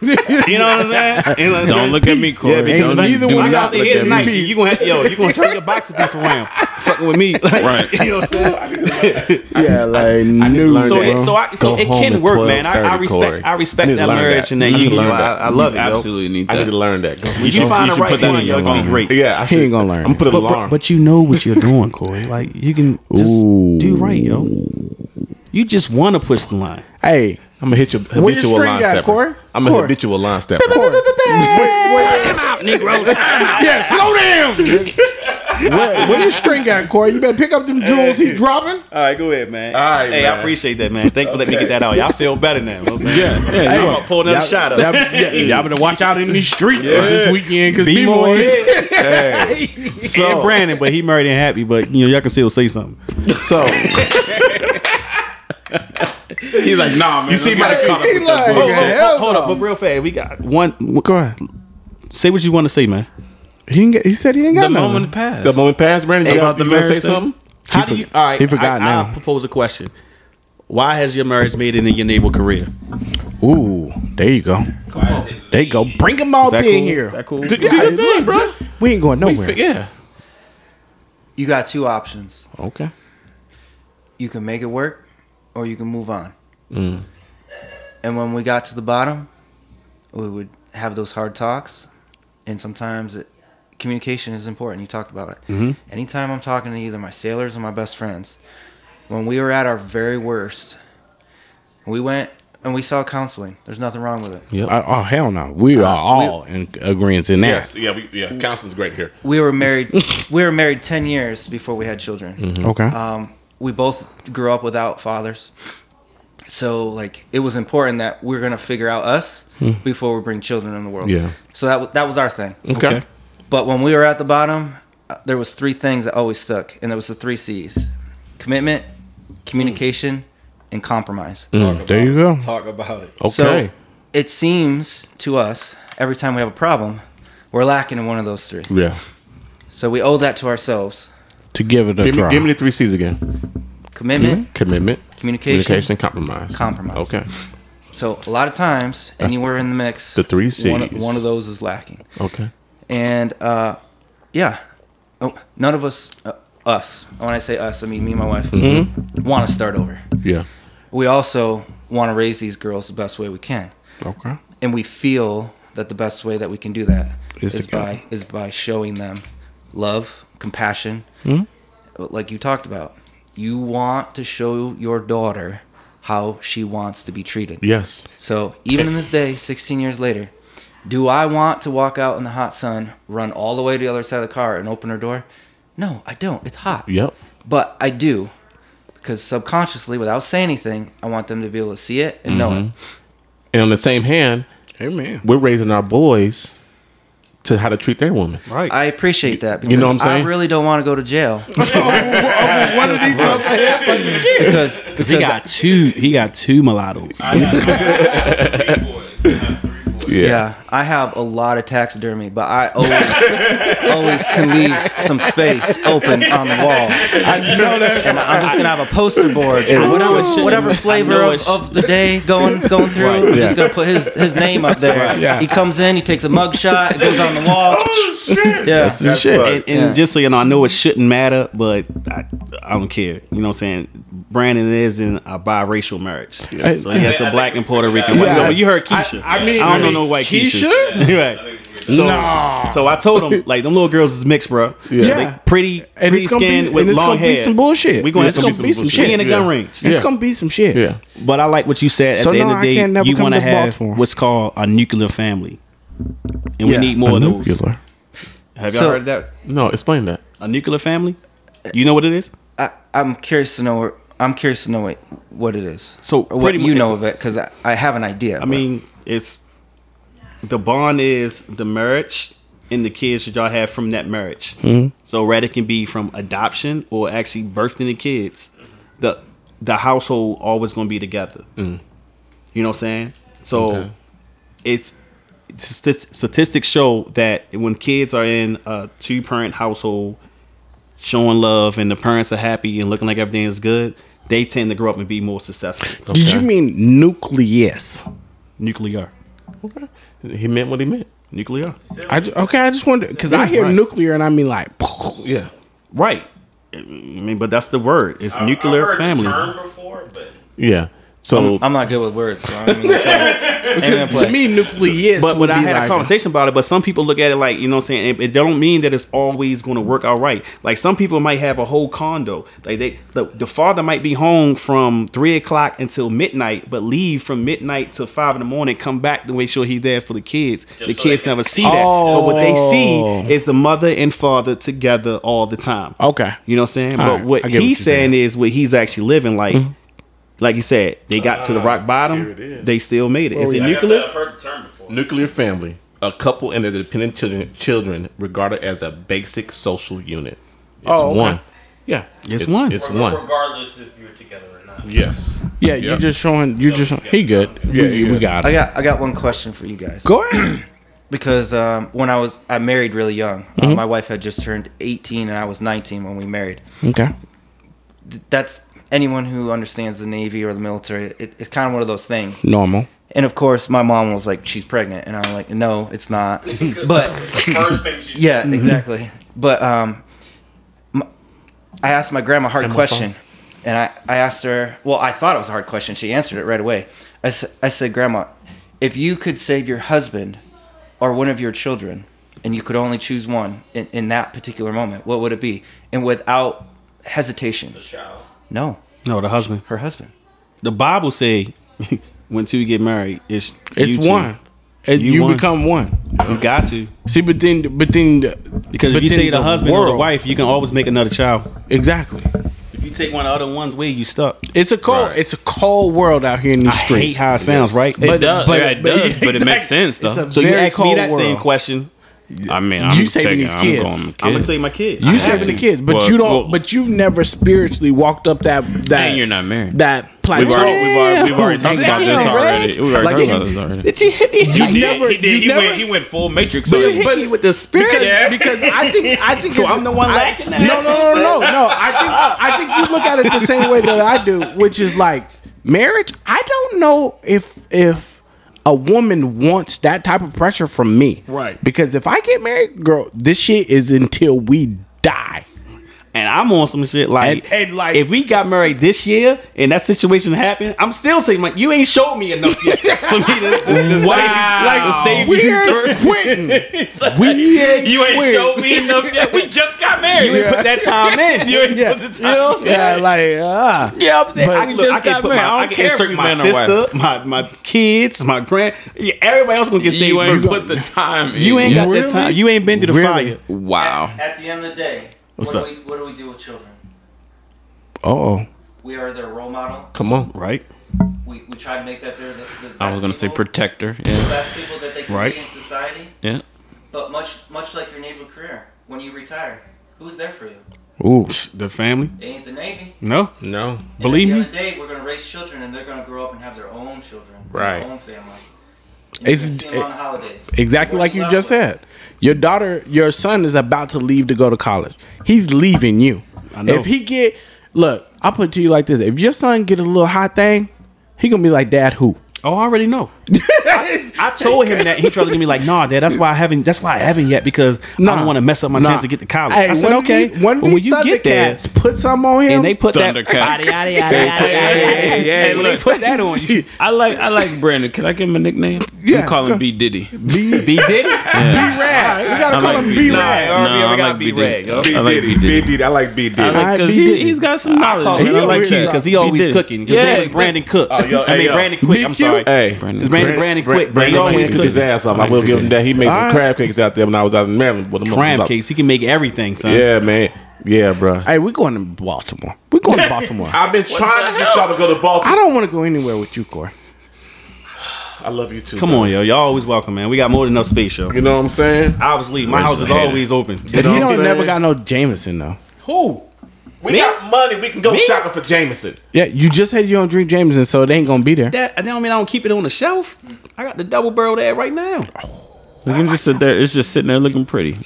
Speaker 3: You know what I'm saying? You know what I'm saying?
Speaker 4: Don't look at me, Corey.
Speaker 1: because
Speaker 4: Don't
Speaker 1: neither
Speaker 4: even- do
Speaker 3: I
Speaker 1: one of y'all
Speaker 4: not
Speaker 3: got
Speaker 1: look
Speaker 3: to
Speaker 4: look
Speaker 3: hit
Speaker 4: at
Speaker 3: at
Speaker 4: me.
Speaker 3: night. You gonna have, yo, you gonna turn your boxing beef around, fucking with me, right? You know what I'm saying?
Speaker 1: yeah, like new.
Speaker 2: learn
Speaker 3: So,
Speaker 2: that.
Speaker 3: it, so, I, so
Speaker 2: Go
Speaker 3: it
Speaker 2: home
Speaker 3: can
Speaker 2: at
Speaker 3: work, man. I, I
Speaker 2: 12:30,
Speaker 3: respect,
Speaker 2: Corey.
Speaker 3: I respect
Speaker 2: You need to
Speaker 3: that
Speaker 2: learn
Speaker 3: marriage
Speaker 2: that.
Speaker 3: and that
Speaker 2: You
Speaker 3: you,
Speaker 2: should
Speaker 3: know,
Speaker 2: learn that.
Speaker 3: I, I love it, yo.
Speaker 4: Absolutely need
Speaker 2: I need to
Speaker 4: that.
Speaker 2: learn that.
Speaker 3: When you find the right one, yo, it's gonna be great.
Speaker 2: Yeah, I
Speaker 1: He
Speaker 2: should,
Speaker 1: ain't gonna learn
Speaker 2: I'm gonna put an alarm.
Speaker 3: you know what you're doing, Corey. Like you can just do right, yo. You just want to push the line.
Speaker 1: hey,
Speaker 2: I'm gonna hit you
Speaker 1: Where your
Speaker 2: habitual
Speaker 1: string
Speaker 2: line
Speaker 1: at,
Speaker 2: stepper.
Speaker 1: Corey?
Speaker 2: I'm a
Speaker 1: Corey.
Speaker 2: habitual line stepper.
Speaker 1: Corey. Where- where-
Speaker 3: Out, Negro.
Speaker 1: yeah, slow down. where, where your string at, Corey? You better pick up them jewels he dropping.
Speaker 3: All right, go ahead, man. All
Speaker 2: right,
Speaker 3: hey,
Speaker 2: man.
Speaker 3: I appreciate that, man. Thank you for letting me get that out. Y'all feel better now.
Speaker 4: Yeah, yeah,
Speaker 3: Hey,
Speaker 4: you
Speaker 3: I'm
Speaker 4: are.
Speaker 3: gonna pull another shot up.
Speaker 1: Y'all, y'all better watch out in these streets this weekend because
Speaker 3: Be
Speaker 1: B-Boy
Speaker 3: more
Speaker 1: is
Speaker 3: head.
Speaker 2: So,
Speaker 3: and Brandon, but he married and happy. But you know, y'all can still say something.
Speaker 2: so
Speaker 4: He's like, nah, man.
Speaker 2: you see my
Speaker 1: He like,
Speaker 4: Oh,
Speaker 3: Hold,
Speaker 1: "Hell
Speaker 3: hold- hold
Speaker 1: no."
Speaker 3: up, but real fast, we got one. one-
Speaker 1: Go ahead.
Speaker 3: Say what you want to say, man.
Speaker 1: He, ain't get, he said he ain't got
Speaker 4: the
Speaker 1: nothing.
Speaker 4: moment passed.
Speaker 2: the moment passed, Brandon.
Speaker 4: About the
Speaker 2: you gonna say
Speaker 4: marriage thing?
Speaker 2: something?
Speaker 3: How do you? All right,
Speaker 1: he forgot
Speaker 3: I,
Speaker 1: now.
Speaker 3: I propose a question. Why has your marriage made it in your naval career?
Speaker 1: Ooh, there you go. There you go. Bring them all in
Speaker 3: that cool?
Speaker 1: here.
Speaker 3: That cool?
Speaker 2: Do, do your thing, bro.
Speaker 1: We ain't going nowhere.
Speaker 2: Yeah.
Speaker 5: You got two options.
Speaker 1: okay.
Speaker 5: You can make it work or you can move on. And when we got to the bottom, we would have those hard talks. And sometimes it, communication is important. You talked about it. Anytime I'm talking to either my sailors or my best friends, when we were at our very worst, we went and we saw counseling. There's nothing wrong with it.
Speaker 1: Uh, oh hell no. We are all in agreement in that.
Speaker 2: Yes. Yeah. We, yeah. Counseling's great here.
Speaker 5: We were married. we were married ten years before we had children.
Speaker 1: Okay.
Speaker 5: um, we both grew up without fathers so like it was important that we're gonna figure out us before we bring children in the world
Speaker 2: Yeah.
Speaker 5: so that, w- that was our thing
Speaker 2: Okay.
Speaker 5: but when we were at the bottom uh, there was three things that always stuck and it was the three c's commitment communication and compromise
Speaker 2: Mm,
Speaker 1: there you go.
Speaker 3: Talk about it.
Speaker 5: so it seems to us every time we have a problem we're lacking in one of those three
Speaker 2: yeah.
Speaker 5: so we owe that to ourselves
Speaker 1: To give it a
Speaker 2: Give me,
Speaker 1: try.
Speaker 2: give me the three C's again. Mm-hmm.
Speaker 5: commitment
Speaker 2: Commitment,
Speaker 5: communication.
Speaker 2: communication, compromise.
Speaker 5: Compromise.
Speaker 2: Okay.
Speaker 5: So a lot of times, anywhere in the mix,
Speaker 2: The three C's.
Speaker 5: one, one of those is lacking.
Speaker 2: Okay.
Speaker 5: And uh, yeah, oh, none of us, uh, us. When I say us, I mean me and my wife,
Speaker 2: Mm-hmm.
Speaker 5: want to start over.
Speaker 2: Yeah.
Speaker 5: We also want to raise these girls the best way we can,
Speaker 1: okay.
Speaker 5: and we feel that the best way that we can do that
Speaker 1: Is
Speaker 5: is,
Speaker 1: together.
Speaker 5: by is by showing them love, compassion,
Speaker 2: Mm-hmm.
Speaker 5: Uh, like you talked about. You want to show your daughter how she wants to be treated.
Speaker 2: Yes.
Speaker 5: So even in this day, 16 years later, do I want to walk out in the hot sun, run all the way to the other side of the car, and open her door? No, I don't. It's hot.
Speaker 2: Yep.
Speaker 5: But I do because subconsciously, without saying anything, I want them to be able to see it
Speaker 2: Mm-hmm.
Speaker 5: and know it.
Speaker 2: And on the same hand,
Speaker 1: Amen.
Speaker 2: we're raising our boys to how to treat their woman.
Speaker 3: Right.
Speaker 5: I appreciate that.
Speaker 2: You know what I'm
Speaker 5: because
Speaker 2: saying?
Speaker 5: I really don't want to go to jail oh,
Speaker 1: One of these folks
Speaker 5: because because
Speaker 3: he got two. He got two mulattoes.
Speaker 5: yeah. I have a lot of taxidermy, but I always always can leave some space open on the wall. I know that, and I'm just gonna have a poster board for
Speaker 3: know
Speaker 5: whatever
Speaker 3: it shouldn't- I
Speaker 5: whatever
Speaker 3: know
Speaker 5: flavor
Speaker 3: it
Speaker 5: of,
Speaker 3: sh-
Speaker 5: of the day going going through.
Speaker 3: Right,
Speaker 5: I'm
Speaker 1: yeah.
Speaker 5: just gonna put his his name up there.
Speaker 1: yeah.
Speaker 5: He comes in, he takes a mug shot, it goes on the wall. Oh shit! Yeah,
Speaker 2: That's shit.
Speaker 3: and, and
Speaker 5: Yeah.
Speaker 3: just so you know, I know it shouldn't matter, but I, I don't care. You know what I'm saying? Brandon is in a biracial marriage, so he has a black and Puerto Rican. wife. No, you heard Keisha.
Speaker 1: I- I mean-
Speaker 3: I
Speaker 1: I
Speaker 3: don't
Speaker 1: mean,
Speaker 3: know no white Keisha.
Speaker 1: Keisha?
Speaker 3: right. So, so I told him like them little girls is mixed, bro. Yeah,
Speaker 1: Yeah.
Speaker 3: pretty,
Speaker 1: And
Speaker 3: pretty
Speaker 1: it's gonna be-
Speaker 3: skin with
Speaker 1: and it's
Speaker 3: long
Speaker 1: gonna be
Speaker 3: hair.
Speaker 1: some bullshit.
Speaker 3: We gonna,
Speaker 1: Yeah,
Speaker 3: it's gonna be some shit. She in a gun
Speaker 2: Yeah.
Speaker 3: range.
Speaker 1: It's
Speaker 2: Yeah.
Speaker 1: gonna be some shit.
Speaker 2: Yeah.
Speaker 3: But I like what you said. At
Speaker 1: So
Speaker 3: the end
Speaker 1: no,
Speaker 3: of
Speaker 1: I
Speaker 3: the
Speaker 1: can't
Speaker 3: day,
Speaker 1: never
Speaker 3: you
Speaker 1: come
Speaker 3: want to
Speaker 1: to
Speaker 3: have
Speaker 1: Baltimore.
Speaker 3: what's called a nuclear family, and we
Speaker 5: Yeah.
Speaker 3: need more of those.
Speaker 2: Nuclear.
Speaker 3: Have y'all
Speaker 5: So-
Speaker 3: heard of that?
Speaker 2: No, explain that.
Speaker 3: A nuclear family? You know what it is?
Speaker 5: I, I'm curious to know. Where, I'm curious to know what, what it is.
Speaker 3: So,
Speaker 5: or what
Speaker 3: pretty
Speaker 5: you
Speaker 3: mu-
Speaker 5: know of it, because I, I have an idea.
Speaker 3: I mean, it's the bond is the marriage and the kids that y'all have from that marriage. So rather it can be from adoption or actually birthing the kids. The the household always gonna be together. You know what I'm saying? So it's statist- statistics show that when kids are in a two parent household showing love and the parents are happy and looking like everything is good, they tend to grow up and be more successful.
Speaker 1: Did you mean nucleus?
Speaker 3: Nuclear.
Speaker 2: Okay. He meant what he meant.
Speaker 3: Nuclear.
Speaker 1: I ju- okay, I just wonder because I hear
Speaker 3: Right.
Speaker 1: nuclear and I mean like
Speaker 2: Yeah.
Speaker 3: Right. I mean, but that's the word. It's
Speaker 6: I- I've
Speaker 3: nuclear
Speaker 6: heard the
Speaker 3: family.
Speaker 6: term before, but
Speaker 2: Yeah. So
Speaker 5: I'm not good with words, so I'm gonna play. Ain't gonna play.
Speaker 1: Um, to me nucleus.
Speaker 3: But
Speaker 1: would
Speaker 3: when I
Speaker 1: be
Speaker 3: had
Speaker 1: like-
Speaker 3: a conversation about it, but some people look at it like, you know what I'm saying? It, it don't mean that it's always going to work out right. Like some people might have a whole condo. Like they, the, the father might be home from three o'clock until midnight, but leave from midnight till five in the morning, come back to make sure he's there for the kids. the
Speaker 6: so
Speaker 3: kids
Speaker 6: they can
Speaker 3: never see
Speaker 6: see
Speaker 3: that. But what they
Speaker 1: Oh.
Speaker 3: see is the mother and father together all the time.
Speaker 1: Okay.
Speaker 3: You know what I'm saying?
Speaker 1: All
Speaker 3: but
Speaker 1: right,
Speaker 3: what
Speaker 1: I get what
Speaker 3: he's
Speaker 1: you're
Speaker 3: saying, Mm-hmm.
Speaker 1: saying.
Speaker 3: is what he's actually living like. Like you said, they got to the rock bottom. They still made it. Uh, Is it
Speaker 6: like I said,
Speaker 3: nuclear?
Speaker 6: I've heard the term before.
Speaker 2: nuclear family, a couple and their dependent children, children regarded as a basic social unit. It's
Speaker 1: Oh, okay.
Speaker 2: one. Yeah.
Speaker 3: It's one.
Speaker 2: It's
Speaker 6: Reg-
Speaker 2: one.
Speaker 6: Regardless if you're together or not.
Speaker 2: Yes.
Speaker 1: Yeah,
Speaker 2: Yep.
Speaker 1: you're just showing. You're just he good.
Speaker 2: Yeah,
Speaker 1: we,
Speaker 2: yeah.
Speaker 1: we got
Speaker 5: I
Speaker 1: it.
Speaker 5: got I got one question for you guys.
Speaker 1: Go ahead.
Speaker 5: Because um, when I was I married really young. Uh, my wife had just turned 18 and I was 19 when we married.
Speaker 1: okay.
Speaker 5: Th- That's anyone who understands the Navy or the military. It, it's kind of one of those things.
Speaker 1: Normal.
Speaker 5: And of course, my mom was like, "She's pregnant," and I'm like, "No, it's not." But
Speaker 6: First thing she
Speaker 5: Yeah, exactly. But um, m- I asked my grandma a hard question, and I, I asked her. Well, I thought it was a hard question. She answered it right away. I, s- I said, Grandma, if you could save your husband or one of your children, and you could only choose one in, in that particular moment, what would it be? And without hesitation,
Speaker 6: child.
Speaker 5: no,
Speaker 3: No, the husband.
Speaker 5: her husband.
Speaker 3: The Bible say when two get married, it's
Speaker 1: It's
Speaker 3: you two.
Speaker 1: one. And
Speaker 3: You
Speaker 1: you,
Speaker 3: one.
Speaker 1: become one.
Speaker 3: You got to
Speaker 1: See, but then, but then, the-
Speaker 3: because if
Speaker 1: but
Speaker 3: you
Speaker 1: then
Speaker 3: say the, husband or the
Speaker 1: world-
Speaker 3: wife, you can always make another child.
Speaker 1: exactly.
Speaker 3: If you take one of the other one's way, you stuck.
Speaker 1: It's a cold. It's a cold world out here in these
Speaker 3: I
Speaker 1: streets.
Speaker 3: hate how it sounds, right?
Speaker 4: It does, yeah, it does, but it makes sense, though.
Speaker 3: so you ask me that same question.
Speaker 4: I mean, I'm
Speaker 1: You saving
Speaker 4: taking,
Speaker 1: these
Speaker 4: I'm
Speaker 1: kids.
Speaker 4: going with
Speaker 3: I'm gonna
Speaker 4: kids.
Speaker 3: tell you my kid. I
Speaker 1: You
Speaker 3: have
Speaker 1: saving the
Speaker 3: to.
Speaker 1: kids, but
Speaker 4: Well,
Speaker 1: you don't.
Speaker 4: well-
Speaker 1: but you've never spiritually walked up that that.
Speaker 4: And you're not married.
Speaker 1: That plateau.
Speaker 4: We've already, we've already, we've already talked about this
Speaker 1: Damn,
Speaker 4: already.
Speaker 1: Reg.
Speaker 4: We've already
Speaker 1: Like,
Speaker 4: talked about this already.
Speaker 1: You
Speaker 6: He
Speaker 1: never.
Speaker 6: did. He,
Speaker 1: You
Speaker 6: did. he,
Speaker 1: never.
Speaker 6: went, he went full Matrix.
Speaker 1: But,
Speaker 6: on you.
Speaker 1: but with the spirit, because,
Speaker 6: Yeah.
Speaker 1: because I think I think so
Speaker 3: I'm the one lacking that?
Speaker 1: No, no, no, no, no. I think I think you look at it the same way that I do, which is like marriage. I don't know if if a woman wants that type of pressure from me,
Speaker 3: Right.
Speaker 1: Because if I get married, girl, this shit is until we die.
Speaker 3: and I'm on some shit like,
Speaker 1: And- and, like-
Speaker 3: if we got married this year and that situation happened, I'm still saying like you ain't showed me enough yet for me to, to, to save, like to save
Speaker 1: We
Speaker 3: you
Speaker 1: ain't
Speaker 3: first.
Speaker 1: quitting. We ain't
Speaker 6: you ain't
Speaker 1: quitting.
Speaker 6: showed me enough yet. We just got
Speaker 3: You
Speaker 6: married.
Speaker 3: ain't put that time in.
Speaker 6: You ain't
Speaker 1: Yeah.
Speaker 6: put the
Speaker 3: You know
Speaker 6: time.
Speaker 3: what I'm saying?
Speaker 1: Yeah, like ah.
Speaker 3: Yeah, I'm saying,
Speaker 1: But
Speaker 3: I can, look, I
Speaker 4: just
Speaker 3: can
Speaker 4: got
Speaker 3: put
Speaker 4: married. I
Speaker 3: my, I
Speaker 4: don't
Speaker 3: can
Speaker 4: care if
Speaker 3: insert
Speaker 4: you
Speaker 3: my
Speaker 4: man or wife.
Speaker 3: sister, my my kids, my grand. Yeah, everybody else gonna get saved.
Speaker 4: You ain't
Speaker 3: first.
Speaker 4: put the time in.
Speaker 3: you ain't got
Speaker 1: Really?
Speaker 3: that time. You ain't been through the
Speaker 1: Really?
Speaker 3: fire.
Speaker 4: Wow.
Speaker 5: At the end of the day,
Speaker 3: What's
Speaker 5: what
Speaker 3: up?
Speaker 5: do we what do we do with children?
Speaker 1: Oh,
Speaker 5: We are their role model.
Speaker 2: Come on.
Speaker 3: Right.
Speaker 5: We, we try to make that they're the, the best
Speaker 4: I was gonna say
Speaker 5: people-
Speaker 4: protector. Yeah.
Speaker 5: best people that they can
Speaker 3: Right.
Speaker 5: be in society.
Speaker 4: Yeah.
Speaker 5: But much much like your naval career, when you retire, who's there for you?
Speaker 1: Ooh.
Speaker 3: The family?
Speaker 5: It ain't the Navy.
Speaker 3: No.
Speaker 2: No.
Speaker 5: And
Speaker 3: Believe
Speaker 5: at the
Speaker 3: me.
Speaker 5: end of the day, we're gonna raise children, and they're gonna grow up and have their own children,
Speaker 2: Right.
Speaker 5: Their own family. And
Speaker 1: It's-
Speaker 5: you're gonna see 'em on the holidays.
Speaker 1: Exactly
Speaker 5: What
Speaker 1: like you
Speaker 5: left
Speaker 1: just
Speaker 5: with.
Speaker 1: said. Your daughter, your son is about to leave to go to college. He's leaving you.
Speaker 3: I know.
Speaker 1: If he get look, I'll put it to you like this. If your son get a little hot thing, he gonna be like, Dad, who?
Speaker 3: Oh, I already know. I, I told him that. He tried to give me like, nah, dad. That's why I haven't. That's why I haven't yet because I
Speaker 1: Nah.
Speaker 3: don't want to mess up my
Speaker 1: Nah.
Speaker 3: chance to get to college.
Speaker 1: Hey,
Speaker 3: I said,
Speaker 1: one of
Speaker 3: okay.
Speaker 1: these- one of
Speaker 3: but when
Speaker 1: these
Speaker 3: you get there,
Speaker 1: Thundercats put some on him.
Speaker 3: and they put that,
Speaker 4: Thundercats.
Speaker 3: Yada, yada, yada, yada, yada, yada.
Speaker 4: Hey, look,
Speaker 3: put that on you.
Speaker 4: I like I like Brandon. Can I give him a nickname?
Speaker 1: Yeah,
Speaker 4: I'm calling
Speaker 1: go-
Speaker 4: B Diddy.
Speaker 3: B Diddy.
Speaker 1: B Rad. We gotta
Speaker 4: I
Speaker 1: call
Speaker 4: like
Speaker 1: him
Speaker 4: B.
Speaker 1: B
Speaker 4: Nah,
Speaker 1: Rad.
Speaker 4: nah, I like B. Diddy. I like B. Diddy.
Speaker 2: I like B
Speaker 4: I like
Speaker 1: Alright,
Speaker 4: because
Speaker 1: B.
Speaker 4: he,
Speaker 1: Diddy.
Speaker 4: he's got some knowledge.
Speaker 3: Call
Speaker 4: man.
Speaker 3: him
Speaker 4: I like
Speaker 1: over
Speaker 4: him.
Speaker 1: here.
Speaker 3: because he always
Speaker 4: Diddy.
Speaker 3: cooking. His name is
Speaker 4: but-
Speaker 3: Brandon Cook.
Speaker 2: Oh, yo,
Speaker 3: I
Speaker 2: hey,
Speaker 3: mean
Speaker 2: yo.
Speaker 3: Brandon Quick. I'm
Speaker 1: BQ?
Speaker 3: sorry.
Speaker 2: Hey,
Speaker 4: Brandon
Speaker 3: It's Brandon
Speaker 4: Quick.
Speaker 3: Brandon Quick. But he
Speaker 2: Brandon
Speaker 3: always
Speaker 2: always cooked his
Speaker 3: cooking.
Speaker 2: ass off. I will give him that. He made some
Speaker 1: Alright.
Speaker 2: crab cakes out there when I was out in Maryland. Well, them motherfuckers
Speaker 3: Crab
Speaker 2: out-
Speaker 3: cakes. He can make everything, son.
Speaker 2: Yeah, man. Yeah, bro.
Speaker 1: Hey, we going to Baltimore. We going to Baltimore. I
Speaker 2: I've been trying to get y'all to go to Baltimore.
Speaker 1: don't want to go anywhere with you, Corey.
Speaker 2: I love you too.
Speaker 3: Come on, yo. Y'all always welcome, man. We got more than enough space, yo.
Speaker 2: You know what I'm saying?
Speaker 3: Obviously, my house is
Speaker 2: Hater.
Speaker 3: always open.
Speaker 1: He
Speaker 3: You know what I'm
Speaker 1: don't
Speaker 3: saying?
Speaker 1: never got no Jameson though.
Speaker 2: Who? We got money. We can go shopping for Jameson.
Speaker 1: Yeah, you just said you don't drink Jameson, so it ain't gonna be there.
Speaker 3: that. I don't mean I don't keep it on the shelf. I got the double barrel there right now.
Speaker 4: You can just sit there. It's just sitting there looking pretty.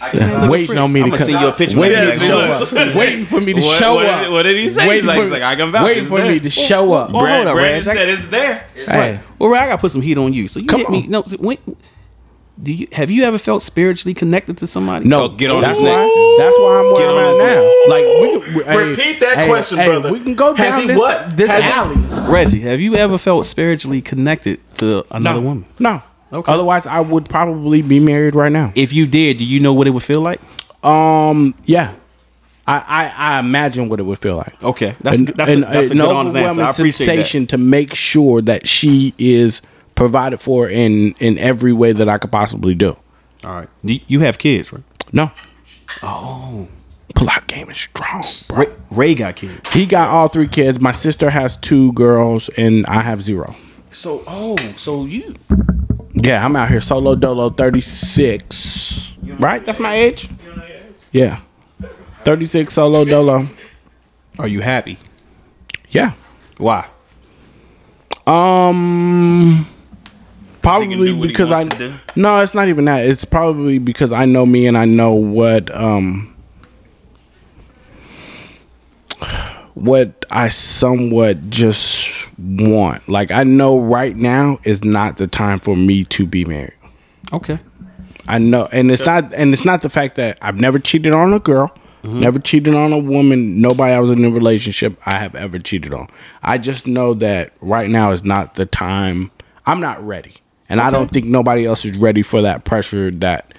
Speaker 1: waiting on me
Speaker 3: I'm
Speaker 1: to
Speaker 3: gonna
Speaker 1: come.
Speaker 3: send you a picture when
Speaker 1: waiting,
Speaker 3: you
Speaker 1: to
Speaker 3: next show up.
Speaker 1: show up. waiting for me to
Speaker 4: What-
Speaker 1: show
Speaker 4: what did-
Speaker 1: up.
Speaker 4: what did he say? He's like- he's like, I can vouch,
Speaker 1: Waiting
Speaker 4: it's
Speaker 1: for me
Speaker 4: there.
Speaker 1: to show up.
Speaker 3: Well, hold up,
Speaker 6: Brandon
Speaker 3: Reg. I-
Speaker 6: said it's there.
Speaker 1: hey,
Speaker 3: Well, Reg, I gotta put some heat on you. So you
Speaker 1: Come
Speaker 3: hit me.
Speaker 1: on.
Speaker 3: No, so when, do you have you ever felt spiritually connected to somebody?
Speaker 1: no,
Speaker 4: Go get on
Speaker 1: that's
Speaker 4: his neck.
Speaker 1: why. That's why I'm where
Speaker 4: on his
Speaker 1: I'm at
Speaker 4: neck.
Speaker 1: now. Like, we, can- we, hey,
Speaker 2: Repeat that
Speaker 1: hey,
Speaker 2: question,
Speaker 1: hey,
Speaker 2: brother.
Speaker 1: We can go
Speaker 2: Has
Speaker 1: down
Speaker 2: he
Speaker 1: this,
Speaker 2: what?
Speaker 1: this
Speaker 2: Has he-
Speaker 1: alley.
Speaker 3: Reggie, have you ever felt spiritually connected to another woman?
Speaker 1: No.
Speaker 3: Okay.
Speaker 1: Otherwise, I would probably be married right now.
Speaker 3: If you did, do you know what it would feel like?
Speaker 1: Um, yeah. I, I, I imagine what it would feel like. uh,
Speaker 3: Okay, that's
Speaker 1: an,
Speaker 3: that's
Speaker 1: an-
Speaker 3: a, that's a
Speaker 1: an
Speaker 3: good honest answer. I
Speaker 1: overwhelming
Speaker 3: appreciate
Speaker 1: sensation to make sure that she is provided for in in every way that I could possibly do.
Speaker 3: that. All right, Do you- you have kids, right?
Speaker 1: No. Oh.
Speaker 3: Oh.
Speaker 1: Block game is strong.
Speaker 3: Ray, Ray got kids.
Speaker 1: He got all three kids. My sister has two girls, and I have zero.
Speaker 3: So oh, so you
Speaker 1: Yeah, I'm out here solo dolo, 36. Right? That's my age? Yeah. 36 solo dolo.
Speaker 3: are you happy?
Speaker 1: Yeah.
Speaker 3: Why?
Speaker 1: Um, probably
Speaker 4: do what he
Speaker 1: because I
Speaker 4: wants to do?
Speaker 1: no, it's not even that. It's probably because I know me and I know what um what I somewhat just want. Like I know right now is not the time for me to be married.
Speaker 3: Okay.
Speaker 1: I know, and it's not, and it's not the fact that I've never cheated on a girl, never cheated on a woman, nobody I was in a relationship I have ever cheated on. I just know that right now is not the time. I'm not ready, and I don't think nobody else is ready for that pressure that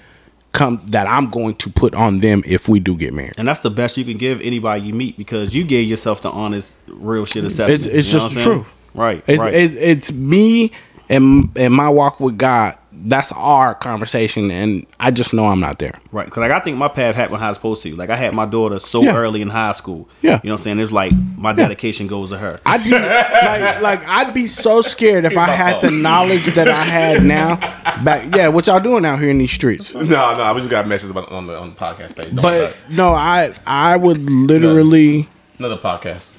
Speaker 1: come that I'm going to put on them if we do get married.
Speaker 3: And that's the best you can give anybody you meet because you gave yourself the honest, real shit assessment.
Speaker 1: It's it's
Speaker 3: You know
Speaker 1: just the
Speaker 3: what I'm saying?
Speaker 1: truth,
Speaker 3: Right.
Speaker 1: It's
Speaker 3: right.
Speaker 1: it, it's me and and my walk with God. That's our conversation, and I just know I'm not there.
Speaker 3: Right, because like I think my path happened when I was supposed to. Like I had my daughter so
Speaker 1: Yeah.
Speaker 3: early in high school.
Speaker 1: Yeah.
Speaker 3: you know what I'm saying. It's like my dedication goes to her.
Speaker 1: I'd be like, like I'd be so scared if I had the knowledge that I had now. Back, yeah, what y'all doing out here in these streets?
Speaker 2: No, no. We just got messages about, on the on the podcast page. Don't
Speaker 1: But no, I I would literally
Speaker 2: another podcast.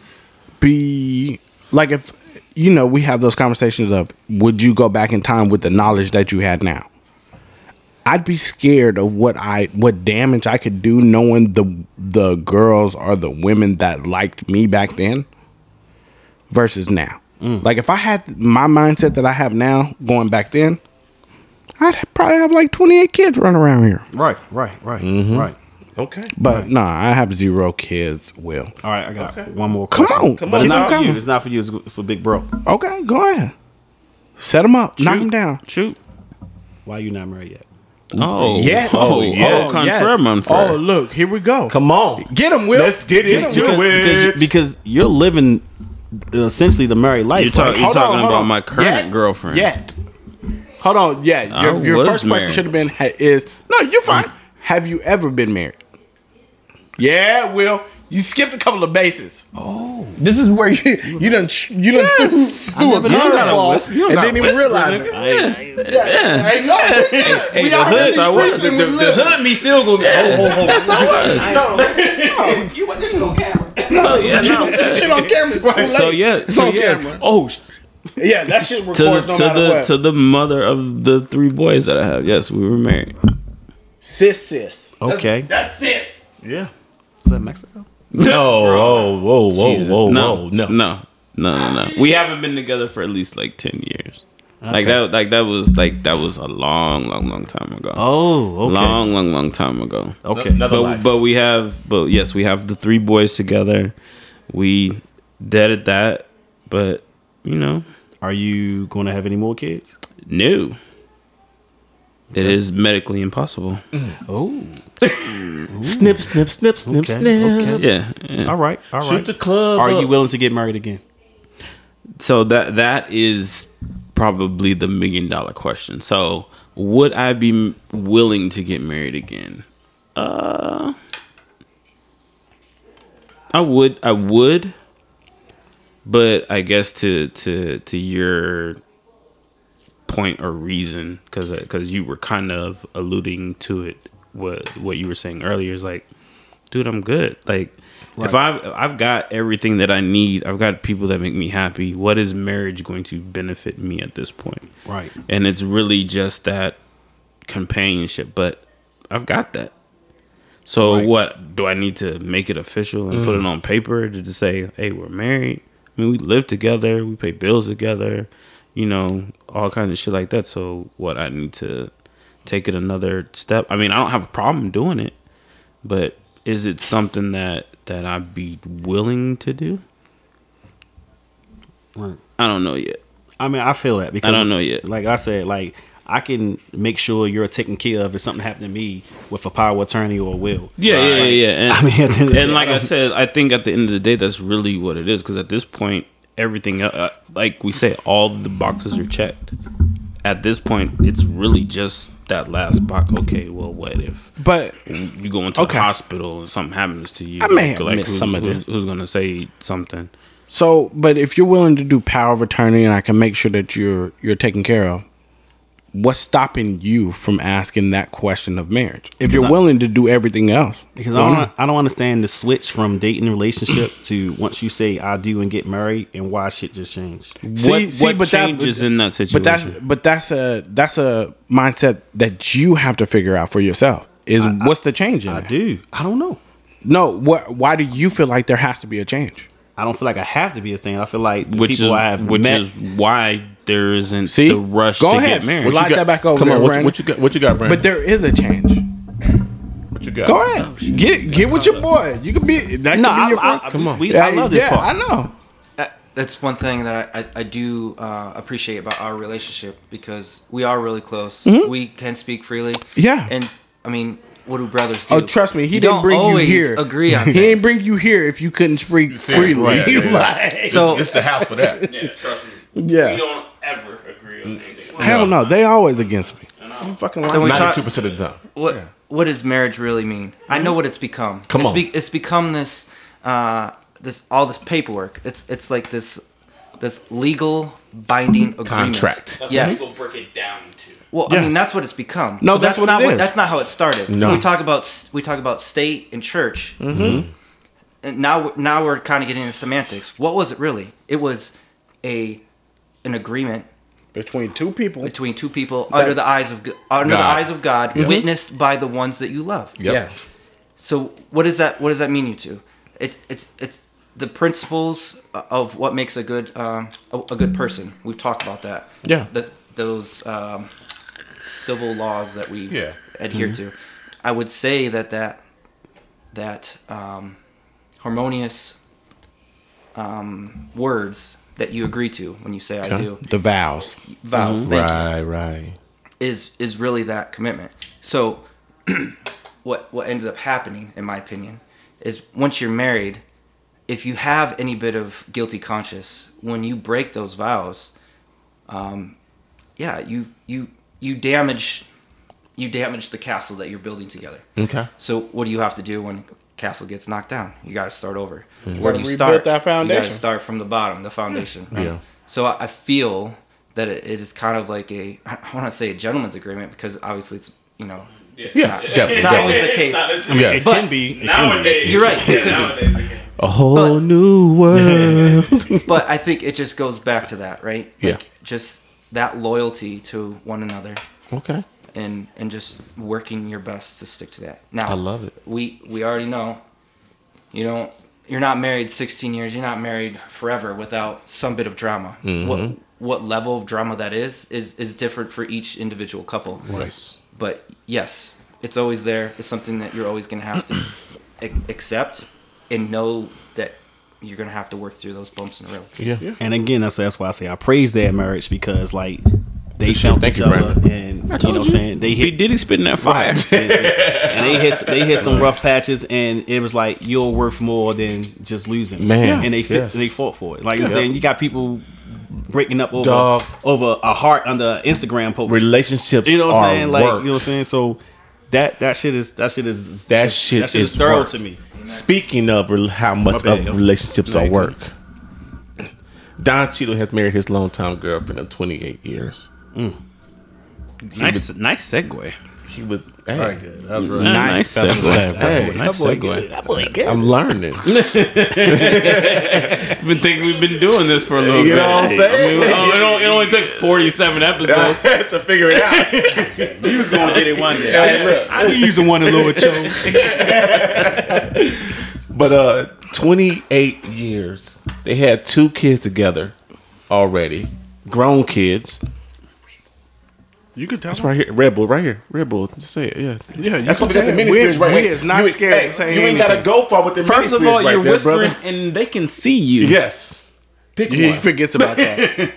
Speaker 1: be like if you know we have those conversations of would you go back in time with the knowledge that you had now? I'd be scared of what I what damage I could do knowing the the girls or the women that liked me back then versus now. Like if I had my mindset that I have now going back then, I'd probably have like 28 kids running around here.
Speaker 3: right, right, right,
Speaker 1: Mm-hmm.
Speaker 3: right.
Speaker 2: Okay.
Speaker 1: But no, nah, I have zero kids, Will.
Speaker 3: All right, I got one more.
Speaker 1: Come
Speaker 3: Question.
Speaker 1: on,
Speaker 3: But
Speaker 1: come on,
Speaker 3: it's
Speaker 1: keep
Speaker 3: not for
Speaker 1: coming.
Speaker 3: you. It's not for you. It's for Big Bro.
Speaker 1: Okay, go ahead. Set them up. Knock them down.
Speaker 4: Shoot.
Speaker 3: Why you not married yet?
Speaker 4: Oh,
Speaker 1: Yeah.
Speaker 4: Oh,
Speaker 2: Yeah.
Speaker 4: oh, contrary, man.
Speaker 1: Oh, look, here we go.
Speaker 2: Come on.
Speaker 1: Get him, Will.
Speaker 2: Let's get
Speaker 1: Get 'em,
Speaker 2: into
Speaker 1: Will.
Speaker 3: Because, you-
Speaker 2: it.
Speaker 3: because you're living essentially the married life.
Speaker 4: You're, talk,
Speaker 3: right?
Speaker 4: you're
Speaker 1: Hold on,
Speaker 4: talking
Speaker 1: hold
Speaker 4: about
Speaker 1: on.
Speaker 4: my current
Speaker 1: Yet?
Speaker 4: girlfriend.
Speaker 1: Yet. Hold on. Yeah, your,
Speaker 4: I
Speaker 1: your
Speaker 4: was
Speaker 1: first question
Speaker 4: married.
Speaker 1: should have been ha- is no, you're fine. have you ever been married? Yeah, Will.
Speaker 7: You skipped a couple of bases.
Speaker 1: Oh. This is where you you done ch- you done
Speaker 7: Yes.
Speaker 1: threw, threw a
Speaker 7: You don't gotta
Speaker 1: curveball
Speaker 7: whisper. You don't
Speaker 1: and
Speaker 7: gotta
Speaker 1: didn't even
Speaker 7: whisper,
Speaker 1: realize it.
Speaker 7: nigga.
Speaker 1: Yeah. Hey, no, yeah. we out here in
Speaker 7: so I
Speaker 1: these
Speaker 7: was-
Speaker 1: streets and we
Speaker 7: the- the
Speaker 1: live.
Speaker 7: hood me still gonna be. That's all I
Speaker 1: No, no,
Speaker 7: was. So, yeah, no.
Speaker 1: that shit on camera. is too late.
Speaker 4: So yeah,
Speaker 1: It's
Speaker 4: so
Speaker 1: on
Speaker 4: yes.
Speaker 1: camera.
Speaker 4: Oh, sh-
Speaker 1: yeah, that shit records
Speaker 4: to the,
Speaker 1: no
Speaker 4: to
Speaker 1: matter
Speaker 4: the
Speaker 1: what.
Speaker 4: to the mother of the three boys that I have. Yes, we were married.
Speaker 1: sis, sis.
Speaker 3: Okay.
Speaker 1: That's sis.
Speaker 3: yeah. Is that Mexico?
Speaker 2: No, whoa, whoa, whoa, whoa,
Speaker 4: no,
Speaker 2: whoa, no.
Speaker 4: no, no, no, no. We haven't been together for at least like ten years. Like that, like that was like that was a long, long, long time ago.
Speaker 3: Oh, okay.
Speaker 4: long, long, long time ago.
Speaker 3: Okay.
Speaker 2: Another
Speaker 4: but
Speaker 2: life.
Speaker 4: but we have but yes we have the three boys together we deaded that but you know
Speaker 3: Are you going to have any more kids?
Speaker 4: new it is medically impossible
Speaker 3: Oh,
Speaker 2: snip, snip, snip, snip,
Speaker 3: Okay,
Speaker 2: snip.
Speaker 4: yeah, yeah.
Speaker 3: all right, all
Speaker 2: Shoot
Speaker 3: right.
Speaker 2: the club.
Speaker 3: Are you
Speaker 2: up.
Speaker 3: willing to get married again?
Speaker 4: so that that is probably the million dollar question so would i be m- willing to get married again uh i would i would but i guess to to to your point or reason because because you were kind of alluding to it what what you were saying earlier is like dude i'm good like if i've i've got everything that i need i've got people that make me happy what is marriage going to benefit me at this point
Speaker 3: Right.
Speaker 4: and it's really just that companionship but i've got that so what do i need to make it official and put it on paper to just say hey we're married i mean we live together we pay bills together you know all kinds of shit like that so what i need to take it another step i mean i don't have a problem doing it but is it something that that i'd be willing to do
Speaker 3: Right.
Speaker 4: i don't know yet
Speaker 3: I mean, I feel that because
Speaker 4: I don't know yet.
Speaker 3: Like I said, like I can make sure you're taken care of if something happened to me with a power of attorney or a will.
Speaker 4: Yeah, yeah, yeah, yeah. And,
Speaker 3: I mean, at the end of the
Speaker 4: and
Speaker 3: day,
Speaker 4: like
Speaker 3: I
Speaker 4: I,
Speaker 3: don't-
Speaker 4: said, I think at the end of the day, that's really what it is. Because at this point, everything, uh, uh, like we say, all the boxes are checked. At this point, it's really just that last box. Okay, well, what if
Speaker 1: But
Speaker 4: you go into
Speaker 1: Okay.
Speaker 4: the hospital and something happens to you?
Speaker 1: I may have
Speaker 4: like,
Speaker 1: missed
Speaker 4: who-
Speaker 1: some of
Speaker 4: who's-
Speaker 1: this.
Speaker 4: Who's gonna say something?
Speaker 1: so, but if you're willing to do power of attorney, and I can make sure that you're you're taken care of, what's stopping you from asking that question of marriage? If you're willing to do everything else,
Speaker 3: Because I don't, I don't understand the switch from dating relationship to once you say I do and get married and why shit just changed.
Speaker 4: what what changes in that situation?
Speaker 1: But that's but that's a that's a mindset that you have to figure out for yourself. Is what's the change in
Speaker 3: I
Speaker 1: it?
Speaker 3: do. I don't know.
Speaker 1: No, what? Why do you feel like there has to be a change?
Speaker 3: I don't feel like I have to be a thing. I feel like the
Speaker 4: which
Speaker 3: people
Speaker 4: is
Speaker 3: I have
Speaker 4: which
Speaker 3: met.
Speaker 4: is why there isn't
Speaker 1: See?
Speaker 4: the rush
Speaker 1: Go
Speaker 4: to
Speaker 1: ahead.
Speaker 4: get married.
Speaker 1: Slide that back over
Speaker 2: Come
Speaker 1: there,
Speaker 2: on, what, you-
Speaker 1: Brandon.
Speaker 2: what you got? What you got, Brandon?
Speaker 1: But there is a change.
Speaker 2: what you got?
Speaker 1: Go ahead, get get with your boy. You can be that.
Speaker 3: no,
Speaker 1: could be
Speaker 3: I,
Speaker 1: your friend.
Speaker 3: I,
Speaker 2: Come on.
Speaker 3: we- I
Speaker 1: Hey,
Speaker 3: love this
Speaker 1: yeah,
Speaker 3: part.
Speaker 1: I know.
Speaker 5: that, that's one thing that I, I, I do uh, appreciate about our relationship because we are really close. We can speak freely.
Speaker 1: Mm-hmm. Yeah.
Speaker 5: And I mean, what do brothers do?
Speaker 1: Oh, trust me, he
Speaker 5: You
Speaker 1: didn't
Speaker 5: don't
Speaker 1: bring you
Speaker 5: always
Speaker 1: here.
Speaker 5: Agree on
Speaker 1: he
Speaker 5: things.
Speaker 1: didn't bring you here if you couldn't speak
Speaker 2: Seriously,
Speaker 1: freely.
Speaker 2: yeah, yeah, yeah.
Speaker 1: Like,
Speaker 5: So
Speaker 2: It's the house for that.
Speaker 6: Yeah, trust me.
Speaker 1: yeah.
Speaker 6: We don't ever agree on anything.
Speaker 1: Hell no, they always against me. I'm fucking lying.
Speaker 5: So we talk,
Speaker 2: Ninety-two percent of the time.
Speaker 5: what what does marriage really mean? I know what it's become.
Speaker 2: Come
Speaker 5: it's
Speaker 2: on.
Speaker 5: Be, it's become this uh, this all this paperwork. It's it's like this this legal binding agreement.
Speaker 2: Contract.
Speaker 6: That's
Speaker 5: Yes.
Speaker 6: what people break it down to.
Speaker 5: Well, I mean, that's what it's become.
Speaker 1: No,
Speaker 5: But
Speaker 1: that's what
Speaker 5: not
Speaker 1: it is.
Speaker 5: That's not how it started.
Speaker 2: No.
Speaker 5: We talk about s- we talk about state and church. Mm-hmm. And now, we're- now we're kind of getting into semantics. What was it really? It was a an agreement
Speaker 1: Between two people.
Speaker 5: between two people under the eyes of G- under the
Speaker 2: God.
Speaker 5: eyes of God, witnessed by the ones that you love.
Speaker 2: Yep.
Speaker 1: Yes.
Speaker 5: So what does that what does that mean you to? It's it's it's the principles of what makes a good um, a, a good person. We've talked about that.
Speaker 1: Yeah.
Speaker 5: That those um, civil laws that we
Speaker 2: Yeah.
Speaker 5: adhere to. I would say that that that um, harmonious um, words that you agree to when you say I do
Speaker 1: The vows.
Speaker 5: vows. Thank you
Speaker 2: Right, right.
Speaker 5: is is really that commitment. So what what ends up happening in my opinion is once you're married, if you have any bit of guilty conscience when you break those vows, um, yeah, you you you damage you damage the castle that you're building together.
Speaker 2: Okay.
Speaker 5: So what do you have to do when castle gets knocked down. You got to start over. Where do you
Speaker 1: Rebuild
Speaker 5: start?
Speaker 1: that
Speaker 5: You
Speaker 1: foundation.
Speaker 5: got to start from the bottom, the foundation.
Speaker 2: Mm-hmm.
Speaker 5: Right?
Speaker 2: Yeah.
Speaker 5: So I I feel that it, it is kind of like a I want to say a gentleman's agreement because obviously it's you know
Speaker 2: Yeah,
Speaker 5: it's
Speaker 2: definitely.
Speaker 5: not always the case.
Speaker 2: yeah.
Speaker 3: It can be. It can be.
Speaker 6: Nowadays,
Speaker 5: You're right, it
Speaker 6: Yeah,
Speaker 5: could be.
Speaker 6: nowadays, I can't.
Speaker 2: A whole new world.
Speaker 5: but I think it just goes back to that, right?
Speaker 2: Yeah.
Speaker 5: Like just that loyalty to one another
Speaker 2: okay.
Speaker 5: and and just working your best to stick to that. Now
Speaker 2: I love it.
Speaker 5: We we already know you don't you're not married 16 years, you're not married forever without some bit of drama. What
Speaker 2: Mm-hmm.
Speaker 5: what level of drama that is is is different for each individual couple.
Speaker 2: Nice.
Speaker 5: But yes, it's always there. It's something that you're always going to have to ac- accept and know that you're going to have to work through those bumps in the road.
Speaker 2: Yeah.
Speaker 3: And again, that's that's why I say I praise that marriage because like they
Speaker 2: shit.
Speaker 3: found
Speaker 2: Thank
Speaker 3: each
Speaker 2: you,
Speaker 3: other
Speaker 2: Brandon.
Speaker 3: and you know what I'm saying they
Speaker 4: He
Speaker 3: hit
Speaker 4: did he spitting that fire.
Speaker 3: and, and they hit they hit some rough patches and it was like you're worth more than just losing
Speaker 2: Man,
Speaker 3: and they fit,
Speaker 2: yes.
Speaker 3: they fought for it like you're saying you got people breaking up over
Speaker 2: Dog.
Speaker 3: over a heart under Instagram post
Speaker 2: Relationships.
Speaker 3: you know what I'm
Speaker 2: are
Speaker 3: saying like
Speaker 2: work.
Speaker 3: you know what I'm saying so that that shit is that shit is
Speaker 2: that shit,
Speaker 3: that shit is,
Speaker 2: is
Speaker 3: thorough
Speaker 2: work.
Speaker 3: to me
Speaker 2: Speaking of rel- how much
Speaker 3: bad,
Speaker 2: of
Speaker 3: yo.
Speaker 2: relationships
Speaker 3: No,
Speaker 2: are
Speaker 3: you
Speaker 2: work, Don Cheadle has married his longtime girlfriend of 28 years.
Speaker 4: nice, nice segue.
Speaker 2: He was. hey,
Speaker 3: good that
Speaker 4: Nice,
Speaker 3: was really
Speaker 4: nice segue.
Speaker 2: Hey,
Speaker 4: nice segue.
Speaker 3: that boy good
Speaker 2: I'm learning.
Speaker 4: I've been thinking we've been doing this for a little
Speaker 2: You
Speaker 4: bit.
Speaker 2: know what I'm saying?
Speaker 4: I mean, it, only, it only took 47 episodes.
Speaker 2: to figure it out.
Speaker 3: he was gonna get it one day
Speaker 2: Hey, look.
Speaker 3: I knew you was the one in love with Joe
Speaker 2: But uh, 28 years. They had two kids together already, grown kids.
Speaker 1: You could tell.
Speaker 2: That's right here, Red Bull, right here, Red Bull. Just say it, yeah.
Speaker 1: Yeah, you
Speaker 2: That's
Speaker 1: could
Speaker 2: what the
Speaker 1: tell.
Speaker 2: mini
Speaker 1: We-
Speaker 2: series right
Speaker 1: we
Speaker 2: here.
Speaker 1: is not
Speaker 2: You-
Speaker 1: scared
Speaker 2: hey,
Speaker 1: to say
Speaker 2: You ain't gotta
Speaker 1: anything.
Speaker 2: go far with the
Speaker 4: First of
Speaker 2: mini-series
Speaker 4: all,
Speaker 2: right
Speaker 4: you're
Speaker 2: there,
Speaker 4: whispering
Speaker 2: brother.
Speaker 4: and they can see you.
Speaker 2: Yes. Pick
Speaker 1: He
Speaker 2: one.
Speaker 1: forgets about that.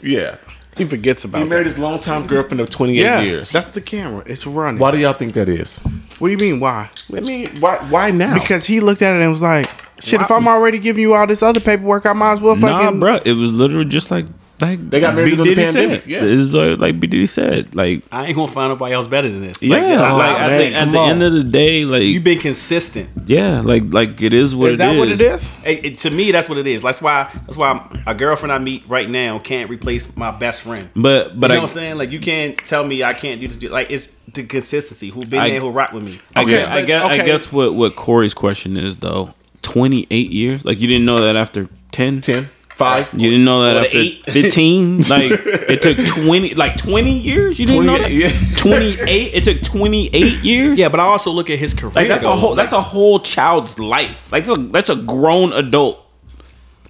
Speaker 2: Yeah.
Speaker 1: He forgets
Speaker 2: He
Speaker 1: about
Speaker 2: married
Speaker 1: that.
Speaker 2: his longtime girlfriend of 28
Speaker 1: Yeah,
Speaker 2: years.
Speaker 1: that's the camera. It's running.
Speaker 2: why do y'all think that is?
Speaker 1: What do you mean? Why?
Speaker 2: I mean, why why now?
Speaker 1: Because he looked at it and was like, "Shit, if I'm already giving you all this other paperwork, I might as well
Speaker 4: Nah,
Speaker 1: fucking."
Speaker 4: bro, it was literally just like like
Speaker 2: They got married during the pandemic,
Speaker 4: Said.
Speaker 2: yeah.
Speaker 4: This is like, like B Diddy said. Like
Speaker 3: I ain't gonna find nobody else better than this
Speaker 4: yeah,
Speaker 3: like, Oh,
Speaker 4: like
Speaker 2: oh,
Speaker 3: I
Speaker 4: I think
Speaker 3: said,
Speaker 4: at the end of the day, like
Speaker 3: you've been consistent
Speaker 4: yeah, like like it is what
Speaker 1: is that what it is?
Speaker 3: It- it- to me, that's what it is. That's why. That's why a girlfriend I meet right now can't replace my best friend.
Speaker 4: But but
Speaker 3: you know
Speaker 4: I,
Speaker 3: what I'm saying? Like you can't tell me I can't do this. Like it's the consistency. Who been
Speaker 4: I-
Speaker 3: there? Who rock with me?
Speaker 4: I,
Speaker 1: Okay,
Speaker 4: guess, I
Speaker 1: but-
Speaker 4: guess I
Speaker 1: okay.
Speaker 4: guess what what Corey's question is though. Twenty eight years, like you didn't know that after 10?
Speaker 2: 10, 5,
Speaker 4: You didn't know that
Speaker 3: Or
Speaker 4: after
Speaker 3: eight.
Speaker 4: 15? Like, it took 20, like 20 years? You didn't know that?
Speaker 2: 28, yeah.
Speaker 4: 28? It took 28 years?
Speaker 3: Yeah, but I also look at his career.
Speaker 4: Like, that's a
Speaker 3: though.
Speaker 4: whole, that's a whole child's life. Like, that's a, that's a grown adult.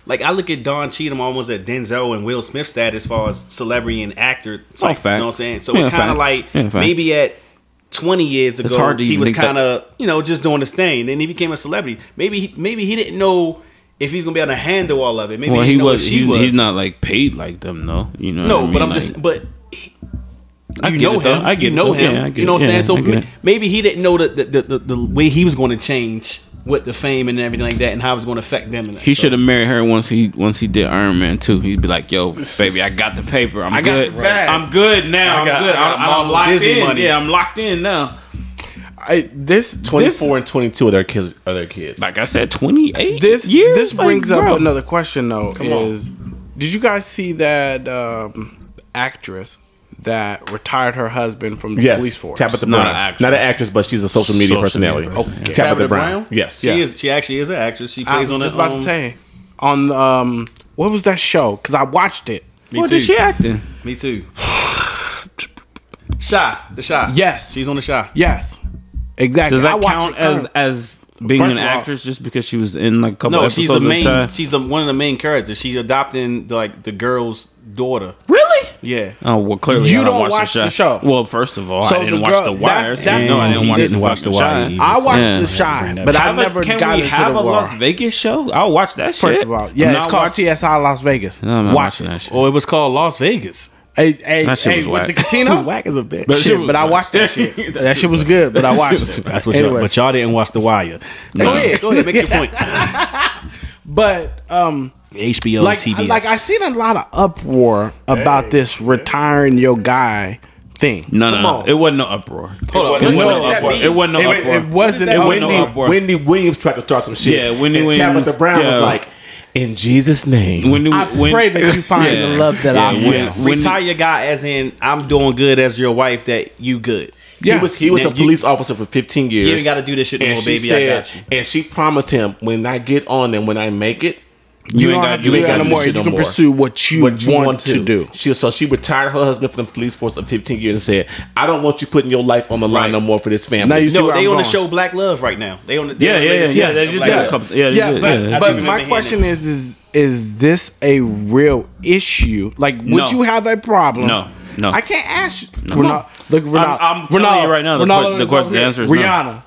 Speaker 3: Like I look at Don Cheadle almost at Denzel and Will Smith status as far as celebrity and actor. It's
Speaker 4: Oh,
Speaker 3: like, You
Speaker 4: fact.
Speaker 3: know what I'm saying? So
Speaker 4: Yeah,
Speaker 3: it's kind
Speaker 4: fact.
Speaker 3: of like
Speaker 4: Yeah, fact.
Speaker 3: maybe at 20 years ago,
Speaker 4: hard to
Speaker 3: he
Speaker 4: even
Speaker 3: was
Speaker 4: think that-
Speaker 3: kind of you know just doing his thing. Then he became a celebrity. Maybe he, maybe he didn't know if he's gonna be able to handle all of it. Maybe
Speaker 4: Well,
Speaker 3: he,
Speaker 4: he
Speaker 3: didn't know what
Speaker 4: was,
Speaker 3: she
Speaker 4: he's,
Speaker 3: was.
Speaker 4: he's not like paid like them, though. You know,
Speaker 3: No,
Speaker 4: what I mean?
Speaker 3: but I'm
Speaker 4: Like,
Speaker 3: just but he-
Speaker 4: I
Speaker 3: you
Speaker 4: get
Speaker 3: know
Speaker 4: it, though.
Speaker 3: him.
Speaker 4: I get
Speaker 3: you
Speaker 4: it,
Speaker 3: know
Speaker 4: though.
Speaker 3: him.
Speaker 4: Yeah, I get
Speaker 3: you know what
Speaker 4: it.
Speaker 3: I'm
Speaker 4: Yeah,
Speaker 3: saying? So
Speaker 4: I get
Speaker 3: ma-
Speaker 4: it.
Speaker 3: maybe he didn't know the the, the, the the way he was going to change with the fame and everything like that, and how it was going to affect them. And that.
Speaker 4: He
Speaker 3: So
Speaker 4: should have married her once he once he did Iron Man too. He'd be like, "Yo, baby, I got the paper. I'm
Speaker 3: got
Speaker 4: good.
Speaker 3: the bag.
Speaker 4: I'm good now.
Speaker 3: I got-
Speaker 4: I'm good.
Speaker 3: I got
Speaker 4: I'm, I'm
Speaker 3: Marvel
Speaker 4: locked
Speaker 3: Disney
Speaker 4: in.
Speaker 3: money."
Speaker 4: Yeah, I'm locked in now."
Speaker 1: I, this this
Speaker 2: 24 and 22 of their kids are their kids.
Speaker 4: Like I said, 28
Speaker 1: this
Speaker 4: years.
Speaker 1: this
Speaker 4: Like,
Speaker 1: brings
Speaker 4: bro.
Speaker 1: up another question though. is did you guys see that um, actress that retired her husband from the
Speaker 2: yes.
Speaker 1: police force?
Speaker 2: Tabitha
Speaker 4: not
Speaker 2: Brown.
Speaker 4: an actress.
Speaker 2: Not an actress, but she's a social media
Speaker 4: Social
Speaker 2: personality.
Speaker 4: media
Speaker 2: Tabitha,
Speaker 3: Tabitha
Speaker 2: Brown.
Speaker 3: Brown?
Speaker 2: Yes.
Speaker 3: she is. She actually is an actress. She
Speaker 1: I
Speaker 3: plays
Speaker 1: was
Speaker 3: on
Speaker 1: just
Speaker 3: the,
Speaker 1: about
Speaker 3: um,
Speaker 1: to say on um what was that show? Because I watched it.
Speaker 3: Me
Speaker 4: What
Speaker 3: too.
Speaker 4: is she acting?
Speaker 3: Me too. Shy, the shy.
Speaker 1: Yes.
Speaker 3: she's on the shy.
Speaker 1: Yes, exactly.
Speaker 4: Does that
Speaker 1: I
Speaker 4: count
Speaker 1: watched it
Speaker 4: as
Speaker 1: current.
Speaker 4: as being
Speaker 1: First
Speaker 4: an
Speaker 1: of all-
Speaker 4: actress just because she was in like a couple
Speaker 3: No,
Speaker 4: episodes
Speaker 3: she's the
Speaker 4: of
Speaker 3: main.
Speaker 4: Shy?
Speaker 3: She's the, one of the main characters. She's adopting like the girl's daughter.
Speaker 4: Really?
Speaker 3: Yeah.
Speaker 4: Oh well, clearly
Speaker 1: You
Speaker 4: I
Speaker 1: don't
Speaker 4: watch,
Speaker 1: watch the
Speaker 4: Shy.
Speaker 1: show.
Speaker 4: Well, first of all,
Speaker 1: So
Speaker 4: I didn't
Speaker 1: the
Speaker 4: watch
Speaker 1: girl-
Speaker 4: The
Speaker 1: that-
Speaker 4: Wire.
Speaker 1: that's-
Speaker 4: no, I didn't
Speaker 3: he
Speaker 4: watch
Speaker 3: didn't
Speaker 4: the
Speaker 3: watch
Speaker 4: fucking
Speaker 3: The Wire
Speaker 4: Shy.
Speaker 3: either.
Speaker 1: I watched
Speaker 4: Yeah.
Speaker 1: The Shy, but I
Speaker 4: Have a-
Speaker 1: never
Speaker 4: can
Speaker 1: got
Speaker 4: we
Speaker 1: into
Speaker 4: have
Speaker 1: the
Speaker 4: a Las
Speaker 1: war.
Speaker 4: Vegas show? I'll watch that shit.
Speaker 1: First of all, yeah,
Speaker 4: I'm
Speaker 1: it's
Speaker 4: not
Speaker 1: called
Speaker 4: watch-
Speaker 1: CSI Las Vegas.
Speaker 4: No, I'm not
Speaker 1: Watch
Speaker 4: watching
Speaker 1: it.
Speaker 4: that shit.
Speaker 3: Oh, it was called Las Vegas.
Speaker 1: Hey, hey,
Speaker 4: That shit
Speaker 1: hey,
Speaker 4: was
Speaker 1: with
Speaker 4: whack.
Speaker 1: the casino,
Speaker 3: Whack as a bitch.
Speaker 1: Shit,
Speaker 4: shit was
Speaker 1: but I
Speaker 4: whack.
Speaker 1: watched that shit. that, shit was good, but I watched it.
Speaker 3: That's what. Y'all,
Speaker 1: Anyway.
Speaker 3: but y'all didn't watch The Wire. Go ahead. Go ahead. Make your point.
Speaker 1: But um,
Speaker 3: HBO,
Speaker 1: like,
Speaker 3: TBS.
Speaker 1: like I seen a lot of uproar about this retiring your guy thing.
Speaker 4: No,
Speaker 1: Come
Speaker 4: no,
Speaker 1: on.
Speaker 4: no. It wasn't no uproar.
Speaker 2: Hold
Speaker 4: It wasn't no uproar. It wasn't no
Speaker 1: It, it
Speaker 4: uproar.
Speaker 1: wasn't.
Speaker 2: It
Speaker 1: It
Speaker 4: wasn't
Speaker 2: Wendy,
Speaker 4: no uproar.
Speaker 2: Wendy Williams tried to start some shit.
Speaker 4: Yeah, Wendy
Speaker 2: and
Speaker 4: Williams,
Speaker 2: Tabitha Brown
Speaker 4: yeah.
Speaker 2: was like, "In Jesus' name."
Speaker 4: When do
Speaker 1: I
Speaker 4: we- when-
Speaker 1: pray that you find the love that I
Speaker 4: when-
Speaker 1: have.
Speaker 4: when-
Speaker 3: Retire your guy as in I'm doing good as your wife that you good.
Speaker 1: Yeah.
Speaker 2: He was he was
Speaker 3: Now
Speaker 2: a
Speaker 3: you-
Speaker 2: police officer for 15 years.
Speaker 3: You ain't gotta do this shit no more, baby. I got you.
Speaker 2: And she promised him, when I get on and when I make it,
Speaker 1: You,
Speaker 4: ain't
Speaker 1: don't
Speaker 4: gotta-
Speaker 1: have to
Speaker 4: you
Speaker 1: do
Speaker 4: ain't
Speaker 1: that
Speaker 2: gotta
Speaker 1: no
Speaker 2: do
Speaker 1: more.
Speaker 2: shit
Speaker 1: You
Speaker 2: no
Speaker 1: can
Speaker 2: more.
Speaker 1: pursue what you,
Speaker 2: what you
Speaker 1: want, to do.
Speaker 2: She so she retired her husband from the police force of 15 years and said, I don't want you putting your life on the line
Speaker 3: Right.
Speaker 2: no more for this family.
Speaker 1: Now you see
Speaker 3: No,
Speaker 1: where
Speaker 3: they
Speaker 1: I'm
Speaker 3: on the
Speaker 1: going.
Speaker 3: show Black Love right now. They on the they
Speaker 4: Yeah,
Speaker 3: on the
Speaker 4: yeah, yeah,
Speaker 3: latest
Speaker 4: yeah.
Speaker 3: season
Speaker 4: They
Speaker 3: of
Speaker 4: did
Speaker 3: Black
Speaker 4: that a
Speaker 3: Love.
Speaker 4: couple. Yeah, they
Speaker 1: Yeah,
Speaker 4: did,
Speaker 1: but,
Speaker 4: yeah.
Speaker 1: but
Speaker 3: been
Speaker 1: my
Speaker 3: behind
Speaker 1: question is, is is this a real issue? Like, would
Speaker 4: No.
Speaker 1: you have a problem?
Speaker 4: No, no.
Speaker 1: I can't ask. you. Ronal- look, Ronaldo.
Speaker 4: I'm telling you right now, the que- the question- the answer is no.
Speaker 1: Rihanna.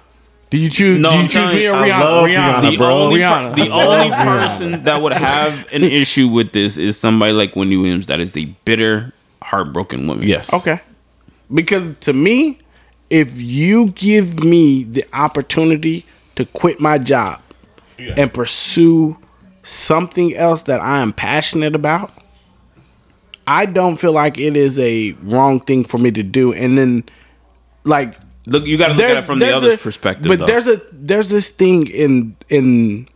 Speaker 1: Do you choose?
Speaker 4: No,
Speaker 1: do you
Speaker 4: I'm
Speaker 1: choose
Speaker 4: telling
Speaker 1: me
Speaker 4: you,
Speaker 1: or
Speaker 2: I
Speaker 1: Rihanna?
Speaker 2: love
Speaker 1: Rihanna,
Speaker 2: Rihanna,
Speaker 4: the
Speaker 2: bro.
Speaker 4: only,
Speaker 1: Rihanna.
Speaker 4: per- the only person that would have an issue with this is somebody like Wendy Williams that is the bitter, heartbroken woman.
Speaker 2: Yes.
Speaker 1: Okay. Because to me, if you give me the opportunity to quit my job and pursue something else that I am passionate about, I don't feel like it is a wrong thing for me to do. And then, like,
Speaker 4: Look, you got to look at it from the
Speaker 1: there's
Speaker 4: other's
Speaker 1: the-
Speaker 4: perspective.
Speaker 1: But
Speaker 4: though.
Speaker 1: there's a there's this thing in in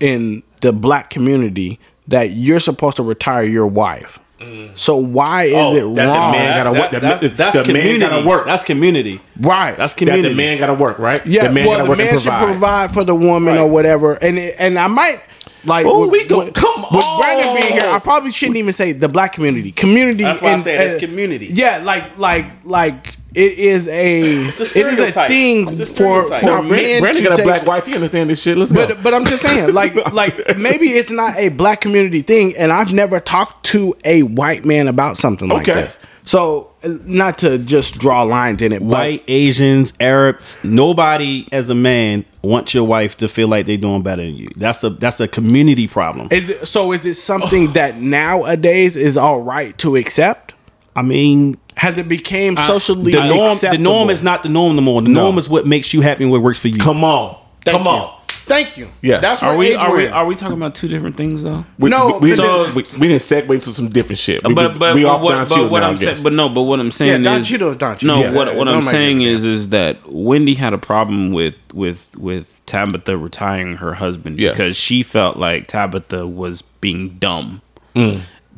Speaker 1: in the black community that you're supposed to retire your wife.
Speaker 4: Mm.
Speaker 1: So why is
Speaker 2: Oh,
Speaker 1: it
Speaker 2: that the
Speaker 1: wrong?
Speaker 2: man gotta work. The,
Speaker 3: That-
Speaker 2: the-
Speaker 3: that's
Speaker 2: the man
Speaker 3: community.
Speaker 2: gotta work.
Speaker 3: That's community.
Speaker 1: right.
Speaker 3: That's
Speaker 2: that
Speaker 3: community.
Speaker 2: the man gotta work, right?
Speaker 1: Yeah,
Speaker 2: the man
Speaker 1: well,
Speaker 2: gotta
Speaker 1: the
Speaker 2: work
Speaker 1: man
Speaker 2: and
Speaker 1: should
Speaker 2: provide.
Speaker 1: provide for the woman or
Speaker 2: Right.
Speaker 1: whatever. And it, and I might like.
Speaker 2: Oh, we go- come
Speaker 1: with
Speaker 2: on.
Speaker 1: Brandon being here, I probably shouldn't even say the black community. Community.
Speaker 3: That's why I
Speaker 1: and-
Speaker 3: said it's
Speaker 1: and-
Speaker 3: community.
Speaker 1: Yeah, like like like it is a,
Speaker 3: a
Speaker 1: it is a
Speaker 3: stereotype.
Speaker 1: thing
Speaker 3: It's a
Speaker 1: for
Speaker 3: stereotype.
Speaker 1: for
Speaker 2: Nah,
Speaker 1: men
Speaker 2: Brandon, Brandon
Speaker 1: to
Speaker 2: got a
Speaker 1: take-
Speaker 2: black wife. He understand this shit. Let's go.
Speaker 1: but but I'm just saying, like like maybe it's not a black community thing, and I've never talked to a white man about something like
Speaker 2: Okay.
Speaker 1: this. So uh, not to just draw lines in it, but
Speaker 3: White, Asians, Arabs, nobody as a man wants your wife to feel like they're doing better than you. That's a that's a community problem.
Speaker 1: Is it, so is it something that nowadays is all right to accept?
Speaker 3: I mean,
Speaker 1: Has it became socially
Speaker 3: the norm
Speaker 1: acceptable?
Speaker 3: the norm is not the norm no more. The norm is what makes you happy and what works for you.
Speaker 2: come on, come
Speaker 1: you.
Speaker 2: on.
Speaker 1: Thank you.
Speaker 2: Yes.
Speaker 1: That's
Speaker 4: are
Speaker 1: what
Speaker 4: we
Speaker 1: age
Speaker 4: are
Speaker 1: we're
Speaker 4: we
Speaker 1: in.
Speaker 4: are we talking about two different things though?
Speaker 2: We,
Speaker 1: No,
Speaker 2: we, we,
Speaker 1: so-
Speaker 2: we, we didn't segue into some different shit. We,
Speaker 4: but but,
Speaker 2: we
Speaker 4: but
Speaker 2: off
Speaker 4: what,
Speaker 2: Don
Speaker 4: but
Speaker 2: Cheadle
Speaker 4: what
Speaker 2: now, I
Speaker 4: I'm
Speaker 2: guess.
Speaker 4: saying, but no, but what I'm saying
Speaker 1: Don
Speaker 4: is
Speaker 1: Cheadle is Don Cheadle.
Speaker 4: no.
Speaker 1: Yeah,
Speaker 4: what what
Speaker 1: yeah,
Speaker 4: I'm
Speaker 1: yeah.
Speaker 4: saying is is that Wendy had a problem with with with Tabitha retiring her husband
Speaker 2: Yes.
Speaker 4: because she felt like Tabitha was being dumb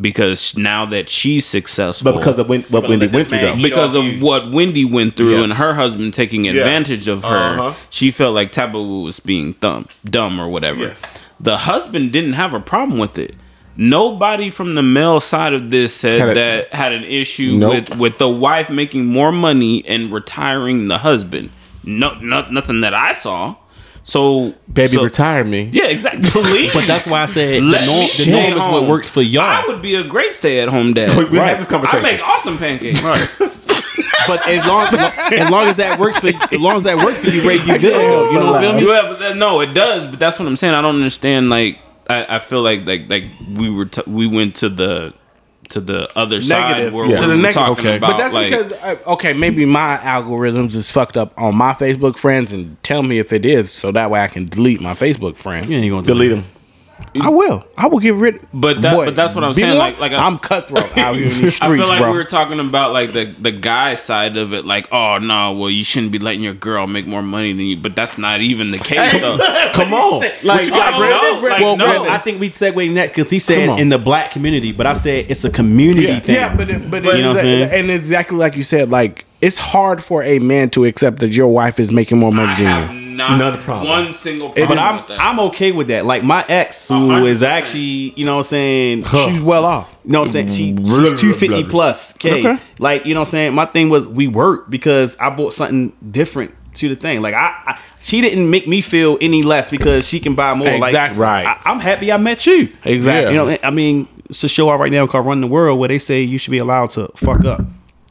Speaker 4: because now that she's successful,
Speaker 2: Mm. but because of when, what Wendy went through, though.
Speaker 4: because of what Wendy went through and
Speaker 2: Yes.
Speaker 4: her husband taking advantage of her,
Speaker 2: Uh-huh.
Speaker 4: she felt like Tabitha was being dumb, dumb or whatever.
Speaker 2: Yes.
Speaker 4: The husband didn't have a problem with it. Nobody from the male side of this said
Speaker 2: Had a-
Speaker 4: that had an issue
Speaker 2: Nope.
Speaker 4: with with the wife making more money and retiring the husband. No, no nothing that I saw. So
Speaker 2: Baby,
Speaker 4: so-
Speaker 2: retire me.
Speaker 4: Yeah, exactly. Please.
Speaker 3: But that's why I said the norm,
Speaker 4: Let me
Speaker 3: the
Speaker 4: stay
Speaker 3: norm is what
Speaker 4: home.
Speaker 3: works for y'all.
Speaker 4: I would be a great stay-at-home dad.
Speaker 2: We, we had this
Speaker 4: I
Speaker 2: conversation.
Speaker 4: make awesome pancakes.
Speaker 3: but as long as long as that works for as long as that works for you, Ray, you good. though. You know what I'm
Speaker 4: You
Speaker 3: saying?
Speaker 4: have that- no, it does, but that's what I'm saying. I don't understand. Like, I, I feel like like like we were t- we went to the to the other side
Speaker 1: Negative.
Speaker 4: where
Speaker 1: Yeah.
Speaker 4: we
Speaker 1: To the
Speaker 4: were
Speaker 1: neg-
Speaker 4: talking
Speaker 2: okay.
Speaker 4: about.
Speaker 1: But that's
Speaker 4: like,
Speaker 1: because uh, okay, maybe my algorithms is fucked up on my Facebook friends, and tell me if it is, so that way I can delete my Facebook friends.
Speaker 3: You ain't gonna
Speaker 2: Delete him.
Speaker 1: I will. I will get rid.
Speaker 4: But that- but that's what I'm
Speaker 1: be
Speaker 4: saying,
Speaker 1: more-
Speaker 4: like- like a-
Speaker 1: I'm cutthroat out here in these streets,
Speaker 4: I feel like
Speaker 1: bro.
Speaker 4: we were talking about like the the guy side of it. Like, oh no, well you shouldn't be letting your girl make more money than you. But that's not even the case though.
Speaker 2: Come on.
Speaker 4: Like,
Speaker 2: what you got,
Speaker 4: oh,
Speaker 2: Brandon?
Speaker 4: no, like,
Speaker 3: well,
Speaker 4: no.
Speaker 3: well, I think we'd segue that because he
Speaker 2: Come
Speaker 3: said
Speaker 2: on.
Speaker 3: in the black community, but I said it's a community thing.
Speaker 1: Yeah, but it, but
Speaker 3: You know
Speaker 1: it's,
Speaker 3: what I'm saying?
Speaker 1: and exactly like you said, like it's hard for a man to accept that your wife is making more
Speaker 4: I
Speaker 1: money
Speaker 4: have
Speaker 1: than you.
Speaker 4: not
Speaker 2: Not a problem.
Speaker 4: one single problem.
Speaker 3: but
Speaker 4: with
Speaker 3: I'm
Speaker 4: that.
Speaker 3: I'm okay with that. Like my ex, who
Speaker 4: hundred
Speaker 3: is
Speaker 4: percent.
Speaker 3: actually, you know what I'm saying,
Speaker 1: She's well off.
Speaker 3: You know what I'm saying? She,
Speaker 2: Blah, blah,
Speaker 3: she's 250
Speaker 2: blah.
Speaker 3: plus. K.
Speaker 1: Okay.
Speaker 3: Like, you know what I'm saying? My thing was we worked because I bought something different to the thing. Like I, I she didn't make me feel any less because she can buy more. Like
Speaker 1: Exactly.
Speaker 2: Right.
Speaker 3: I, I'm happy I met you.
Speaker 2: Exactly.
Speaker 3: You know, I mean, it's a show out right now called Run the World where they say you should be allowed to fuck up.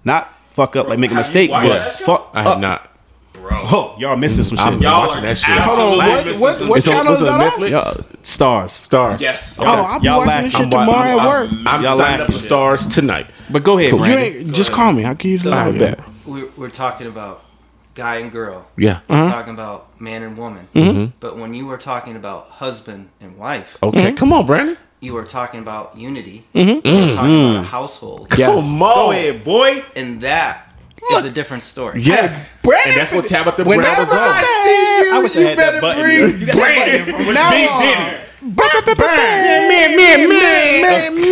Speaker 3: Not fuck up like make a
Speaker 4: have you
Speaker 3: mistake,
Speaker 4: watched
Speaker 3: but
Speaker 4: that show?
Speaker 3: fuck
Speaker 2: I have
Speaker 1: Uh,
Speaker 3: up.
Speaker 2: not.
Speaker 3: Oh, y'all missing some
Speaker 2: I'm
Speaker 3: shit.
Speaker 4: Y'all
Speaker 2: watching
Speaker 4: are
Speaker 2: that shit.
Speaker 4: absolute
Speaker 1: Hold on, what-
Speaker 4: business.
Speaker 1: what- what
Speaker 2: It's on,
Speaker 1: channel
Speaker 2: it's
Speaker 1: is
Speaker 2: on
Speaker 1: that on?
Speaker 2: Netflix.
Speaker 3: Y'all- stars.
Speaker 2: Stars.
Speaker 4: Yes.
Speaker 1: Oh, I'll be
Speaker 3: Y'all
Speaker 1: watching
Speaker 3: lack-
Speaker 1: this
Speaker 2: I'm
Speaker 1: shit
Speaker 2: wa-
Speaker 1: tomorrow at work.
Speaker 2: I'm, I'm
Speaker 3: Y'all
Speaker 2: signed up
Speaker 3: lacking
Speaker 2: for stars tonight.
Speaker 3: But go ahead,
Speaker 2: Cool.
Speaker 1: you
Speaker 3: Brandon.
Speaker 1: ain't just call me. I'll give you the
Speaker 2: I
Speaker 1: line.
Speaker 2: bet.
Speaker 5: We're, we're talking about guy and girl.
Speaker 2: Yeah.
Speaker 5: We're
Speaker 3: Uh-huh.
Speaker 5: talking about man and woman.
Speaker 3: Mm-hmm.
Speaker 5: But when you were talking about husband and wife,
Speaker 2: Okay.
Speaker 1: Mm-hmm.
Speaker 2: Come on, Brandon.
Speaker 5: you were talking
Speaker 3: Mm-hmm.
Speaker 5: about unity. You were talking about a household.
Speaker 1: Yes.
Speaker 4: Oh.
Speaker 2: Come on.
Speaker 3: Go ahead, boy.
Speaker 5: And that is a different story.
Speaker 2: Yes,
Speaker 1: Brandon-
Speaker 2: and that's what Tabitha Brown
Speaker 1: Whenever
Speaker 2: was on.
Speaker 1: I
Speaker 3: wish
Speaker 1: see
Speaker 3: I
Speaker 1: you, you
Speaker 3: had that
Speaker 1: better
Speaker 3: button.
Speaker 1: bring Brandon. Now
Speaker 2: Big
Speaker 1: on.
Speaker 2: Diddy.
Speaker 1: Man, man, man, man, man,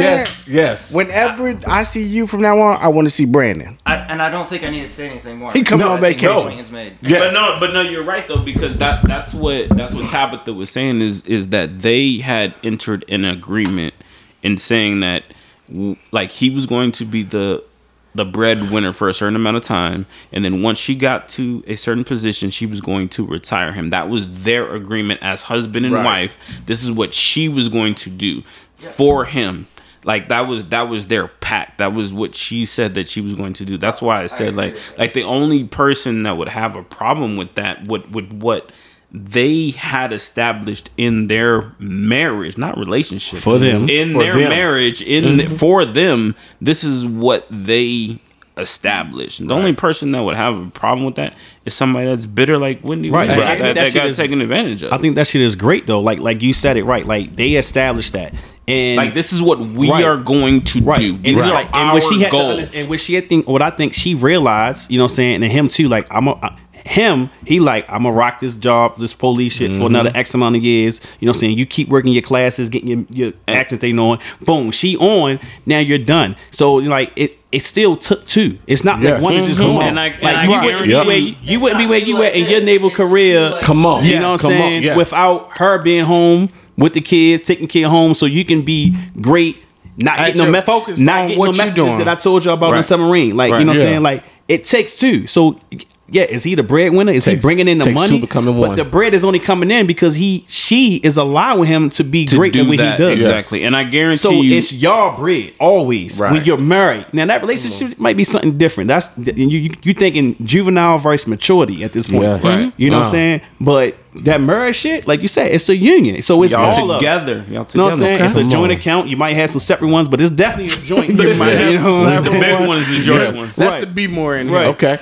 Speaker 2: Yes, yes.
Speaker 1: Whenever I see you from now on, I want to see Brandon.
Speaker 5: I, and I don't think I need to say anything more.
Speaker 1: He coming
Speaker 5: I
Speaker 1: on
Speaker 5: think the
Speaker 1: vacation.
Speaker 5: point is made.
Speaker 2: yeah.
Speaker 4: But no, but no, you're right though because that that's what that's what Tabitha was saying is is that they had entered an agreement in saying that w- like he was going to be the the breadwinner for a certain amount of time, and then once she got to a certain position, she was going to retire him. That was their agreement as husband and
Speaker 2: Right.
Speaker 4: wife. This is what she was going to do for him. Like that was that was their pact. That was what she said that she was going to do. That's why I said like like the only person that would have a problem with that would would what they had established in their marriage, not relationship,
Speaker 2: For them.
Speaker 4: in
Speaker 2: For
Speaker 4: their
Speaker 2: them.
Speaker 4: marriage, in
Speaker 3: Mm-hmm.
Speaker 4: for them. This is what they established. The only person that would have a problem with that is somebody that's bitter, like Wendy,
Speaker 3: Right.
Speaker 4: Williams,
Speaker 3: I think
Speaker 4: that,
Speaker 3: that
Speaker 4: that,
Speaker 3: shit
Speaker 4: got
Speaker 3: is-
Speaker 4: taken advantage of.
Speaker 3: I think that shit is great though. Like like you said it right. Like they established that. And
Speaker 4: like this is what we
Speaker 3: Right.
Speaker 4: are going to
Speaker 3: right.
Speaker 4: do.
Speaker 3: And,
Speaker 4: These
Speaker 3: it's
Speaker 4: are
Speaker 3: like, and
Speaker 4: our
Speaker 3: what she had to
Speaker 4: goals.
Speaker 3: understand- and what she had think what I think she realized, you know what I'm saying, and him too, like I'm a I- him, he like, I'm gonna rock this job, this police shit for
Speaker 4: Mm-hmm.
Speaker 3: another X amount of years. You know what I'm saying? You keep working your classes, getting your, your acting thing on. Boom, she on, now you're done. So like it it still took two. It's not like
Speaker 2: Yes.
Speaker 3: one to just
Speaker 2: Mhm.
Speaker 3: come on.
Speaker 4: Mm-hmm. And I-
Speaker 3: like
Speaker 4: and I
Speaker 3: you wouldn't, be
Speaker 2: guarantee-
Speaker 3: where you, you wouldn't be where you at in your naval career.
Speaker 2: Come on.
Speaker 3: You
Speaker 2: Yeah,
Speaker 3: know what
Speaker 2: come
Speaker 3: I'm
Speaker 2: on.
Speaker 3: saying?
Speaker 2: Yes.
Speaker 3: Without her being home with the kids, taking care of home, so you can be great, not
Speaker 1: At
Speaker 3: getting no
Speaker 1: your
Speaker 3: me-
Speaker 1: focus on
Speaker 3: not getting
Speaker 1: what
Speaker 3: no
Speaker 1: you
Speaker 3: messages
Speaker 1: doing.
Speaker 3: that I told you about in the
Speaker 4: Right.
Speaker 3: submarine. Like
Speaker 4: Right.
Speaker 3: you know what
Speaker 2: Yeah.
Speaker 3: I'm saying? Like it takes two. So yeah, is he the breadwinner? Is he
Speaker 2: Takes-
Speaker 3: bringing in the
Speaker 2: takes
Speaker 3: money?
Speaker 2: two becoming
Speaker 3: but
Speaker 2: one.
Speaker 3: the bread is only coming in because he she is allowing him to be
Speaker 4: to
Speaker 3: great
Speaker 4: do
Speaker 3: at what
Speaker 4: that
Speaker 3: he does.
Speaker 4: exactly. And I guarantee
Speaker 3: So
Speaker 4: you,
Speaker 3: it's y'all bread always
Speaker 2: Right.
Speaker 3: when you're married. Now that relationship might be something different. That's you you you thinking juvenile versus maturity at this point.
Speaker 2: Yes. Right.
Speaker 3: You know
Speaker 2: Uh.
Speaker 4: Uh-huh.
Speaker 3: what I'm saying? But that marriage shit, like you said, it's a union. So it's
Speaker 2: Y'all
Speaker 3: all of us.
Speaker 4: together. Y'all
Speaker 3: You know what I'm saying?
Speaker 4: together.
Speaker 3: It's
Speaker 2: Come
Speaker 3: a joint
Speaker 2: on.
Speaker 3: account. You might have some separate ones, but it's definitely a joint. you
Speaker 4: might have
Speaker 3: know what I'm
Speaker 4: the
Speaker 3: saying?
Speaker 4: big one is the joint one.
Speaker 1: That's
Speaker 3: Right.
Speaker 1: the B more in
Speaker 3: Right.
Speaker 1: here.
Speaker 2: Okay.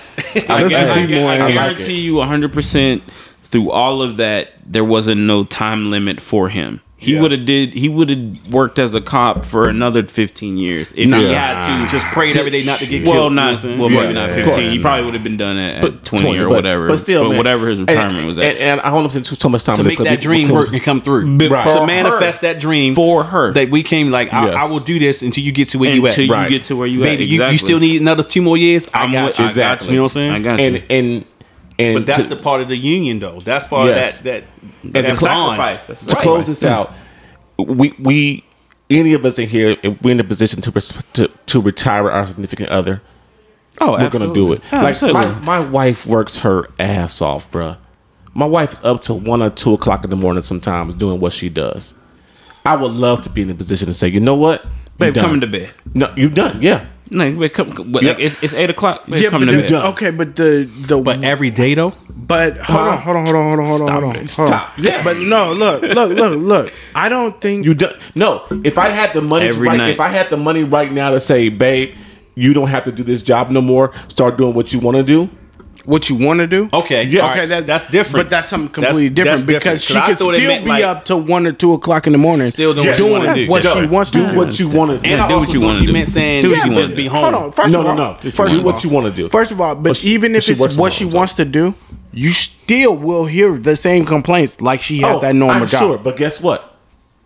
Speaker 4: I,
Speaker 2: Listen,
Speaker 4: gu- I gu- I
Speaker 2: I like
Speaker 4: guarantee
Speaker 2: it.
Speaker 4: you 100% through all of that there wasn't no time limit for him. He
Speaker 2: Yeah.
Speaker 4: would have did he would have worked as a cop for another 15 years if he had to
Speaker 3: Just prayed every day not to get
Speaker 4: well,
Speaker 3: killed. you know what I'm
Speaker 4: not
Speaker 3: saying?
Speaker 4: well,
Speaker 2: Yeah,
Speaker 4: maybe not
Speaker 2: of
Speaker 4: 15.
Speaker 2: course.
Speaker 4: He probably would have been done at, at 20, or
Speaker 2: but-
Speaker 4: whatever.
Speaker 2: But still, man.
Speaker 4: whatever his retirement
Speaker 2: and,
Speaker 4: was at.
Speaker 2: And, and I don't want to too, too much time
Speaker 3: to
Speaker 2: on this
Speaker 3: make
Speaker 2: 'cause
Speaker 3: that
Speaker 2: we-
Speaker 3: dream
Speaker 2: because-
Speaker 3: work and come through.
Speaker 4: But Right. for
Speaker 3: To
Speaker 4: her.
Speaker 3: manifest that dream
Speaker 4: For her.
Speaker 3: that we came like I,
Speaker 2: Yes.
Speaker 3: I will do this until you get to where
Speaker 4: until
Speaker 3: you
Speaker 4: you
Speaker 3: at.
Speaker 2: Right.
Speaker 4: get to where you
Speaker 3: Baby,
Speaker 4: at.
Speaker 3: you, you
Speaker 4: Exactly.
Speaker 3: still need another two more years. I
Speaker 4: I'm
Speaker 3: got
Speaker 4: with-
Speaker 3: you.
Speaker 4: I got
Speaker 2: Exactly.
Speaker 3: You know what I'm
Speaker 4: I
Speaker 3: saying?
Speaker 4: got you.
Speaker 2: And and and
Speaker 3: But that's
Speaker 2: to,
Speaker 3: the part of the union, though. That's part
Speaker 2: Yes.
Speaker 3: of that that
Speaker 2: As a
Speaker 3: that's on.
Speaker 4: sacrifice. That's
Speaker 2: to
Speaker 4: right.
Speaker 2: close this out. We we any of us in here, if we're in a position to pers- to, to retire our significant other,
Speaker 4: Oh,
Speaker 2: we're gonna do it. Like
Speaker 4: Absolutely.
Speaker 2: my, my wife works her ass off, bruh. My wife's up to one or two o'clock in the morning sometimes doing what she does. I would love to be in a position to say, you know what,
Speaker 4: Babe,
Speaker 2: You're done.
Speaker 4: coming to bed.
Speaker 2: No, you done. Yeah,
Speaker 4: No, babe, come. come- But
Speaker 2: Yeah.
Speaker 4: like, it's, it's eight o'clock. Babe,
Speaker 1: Yeah, but
Speaker 4: coming to
Speaker 1: the-
Speaker 4: bed.
Speaker 2: done.
Speaker 1: okay, but the the
Speaker 3: But every day, though,
Speaker 1: But hold on, hold on, hold on, hold on, hold on, hold on.
Speaker 2: it.
Speaker 1: hold on.
Speaker 2: Stop. Yes.
Speaker 1: But no, look, look, look, look. I don't think
Speaker 2: you done. No, if I had the money, to
Speaker 4: Every
Speaker 2: right,
Speaker 4: night.
Speaker 2: if I had the money right now to say, babe, you don't have to do this job no more. Start doing what you want to do.
Speaker 1: what you want to do.
Speaker 3: okay,
Speaker 2: Yeah.
Speaker 3: all
Speaker 1: Okay,
Speaker 3: right,
Speaker 1: that-
Speaker 3: that's different.
Speaker 1: But that's something
Speaker 3: That's-
Speaker 1: completely
Speaker 3: that's
Speaker 1: different because she
Speaker 3: I
Speaker 1: could
Speaker 3: thought it
Speaker 1: still
Speaker 3: meant,
Speaker 1: be
Speaker 3: like,
Speaker 1: up till one or two o'clock in the morning,
Speaker 3: Still doing
Speaker 1: doing
Speaker 3: what she wanna do.
Speaker 1: what she
Speaker 2: Done.
Speaker 1: wants
Speaker 2: do
Speaker 1: to
Speaker 2: what you want to do.
Speaker 3: And I
Speaker 4: do what
Speaker 3: also
Speaker 4: you
Speaker 3: thought
Speaker 4: wanna
Speaker 3: you
Speaker 4: do.
Speaker 3: meant saying
Speaker 4: Do what
Speaker 3: you
Speaker 4: you wanna
Speaker 3: just
Speaker 4: do.
Speaker 3: be home.
Speaker 1: Hold on, first
Speaker 2: No,
Speaker 1: of
Speaker 2: no,
Speaker 1: all,
Speaker 2: no. Do
Speaker 1: First of
Speaker 2: what
Speaker 1: all-
Speaker 2: you wanna do.
Speaker 1: First of all, but
Speaker 2: But she-
Speaker 1: even if
Speaker 2: she
Speaker 1: it's
Speaker 2: works
Speaker 1: what
Speaker 2: from
Speaker 1: she
Speaker 2: home,
Speaker 1: wants to do, you still will hear the same complaints like she had that normal
Speaker 2: Oh, I'm
Speaker 1: job.
Speaker 2: sure, but guess what?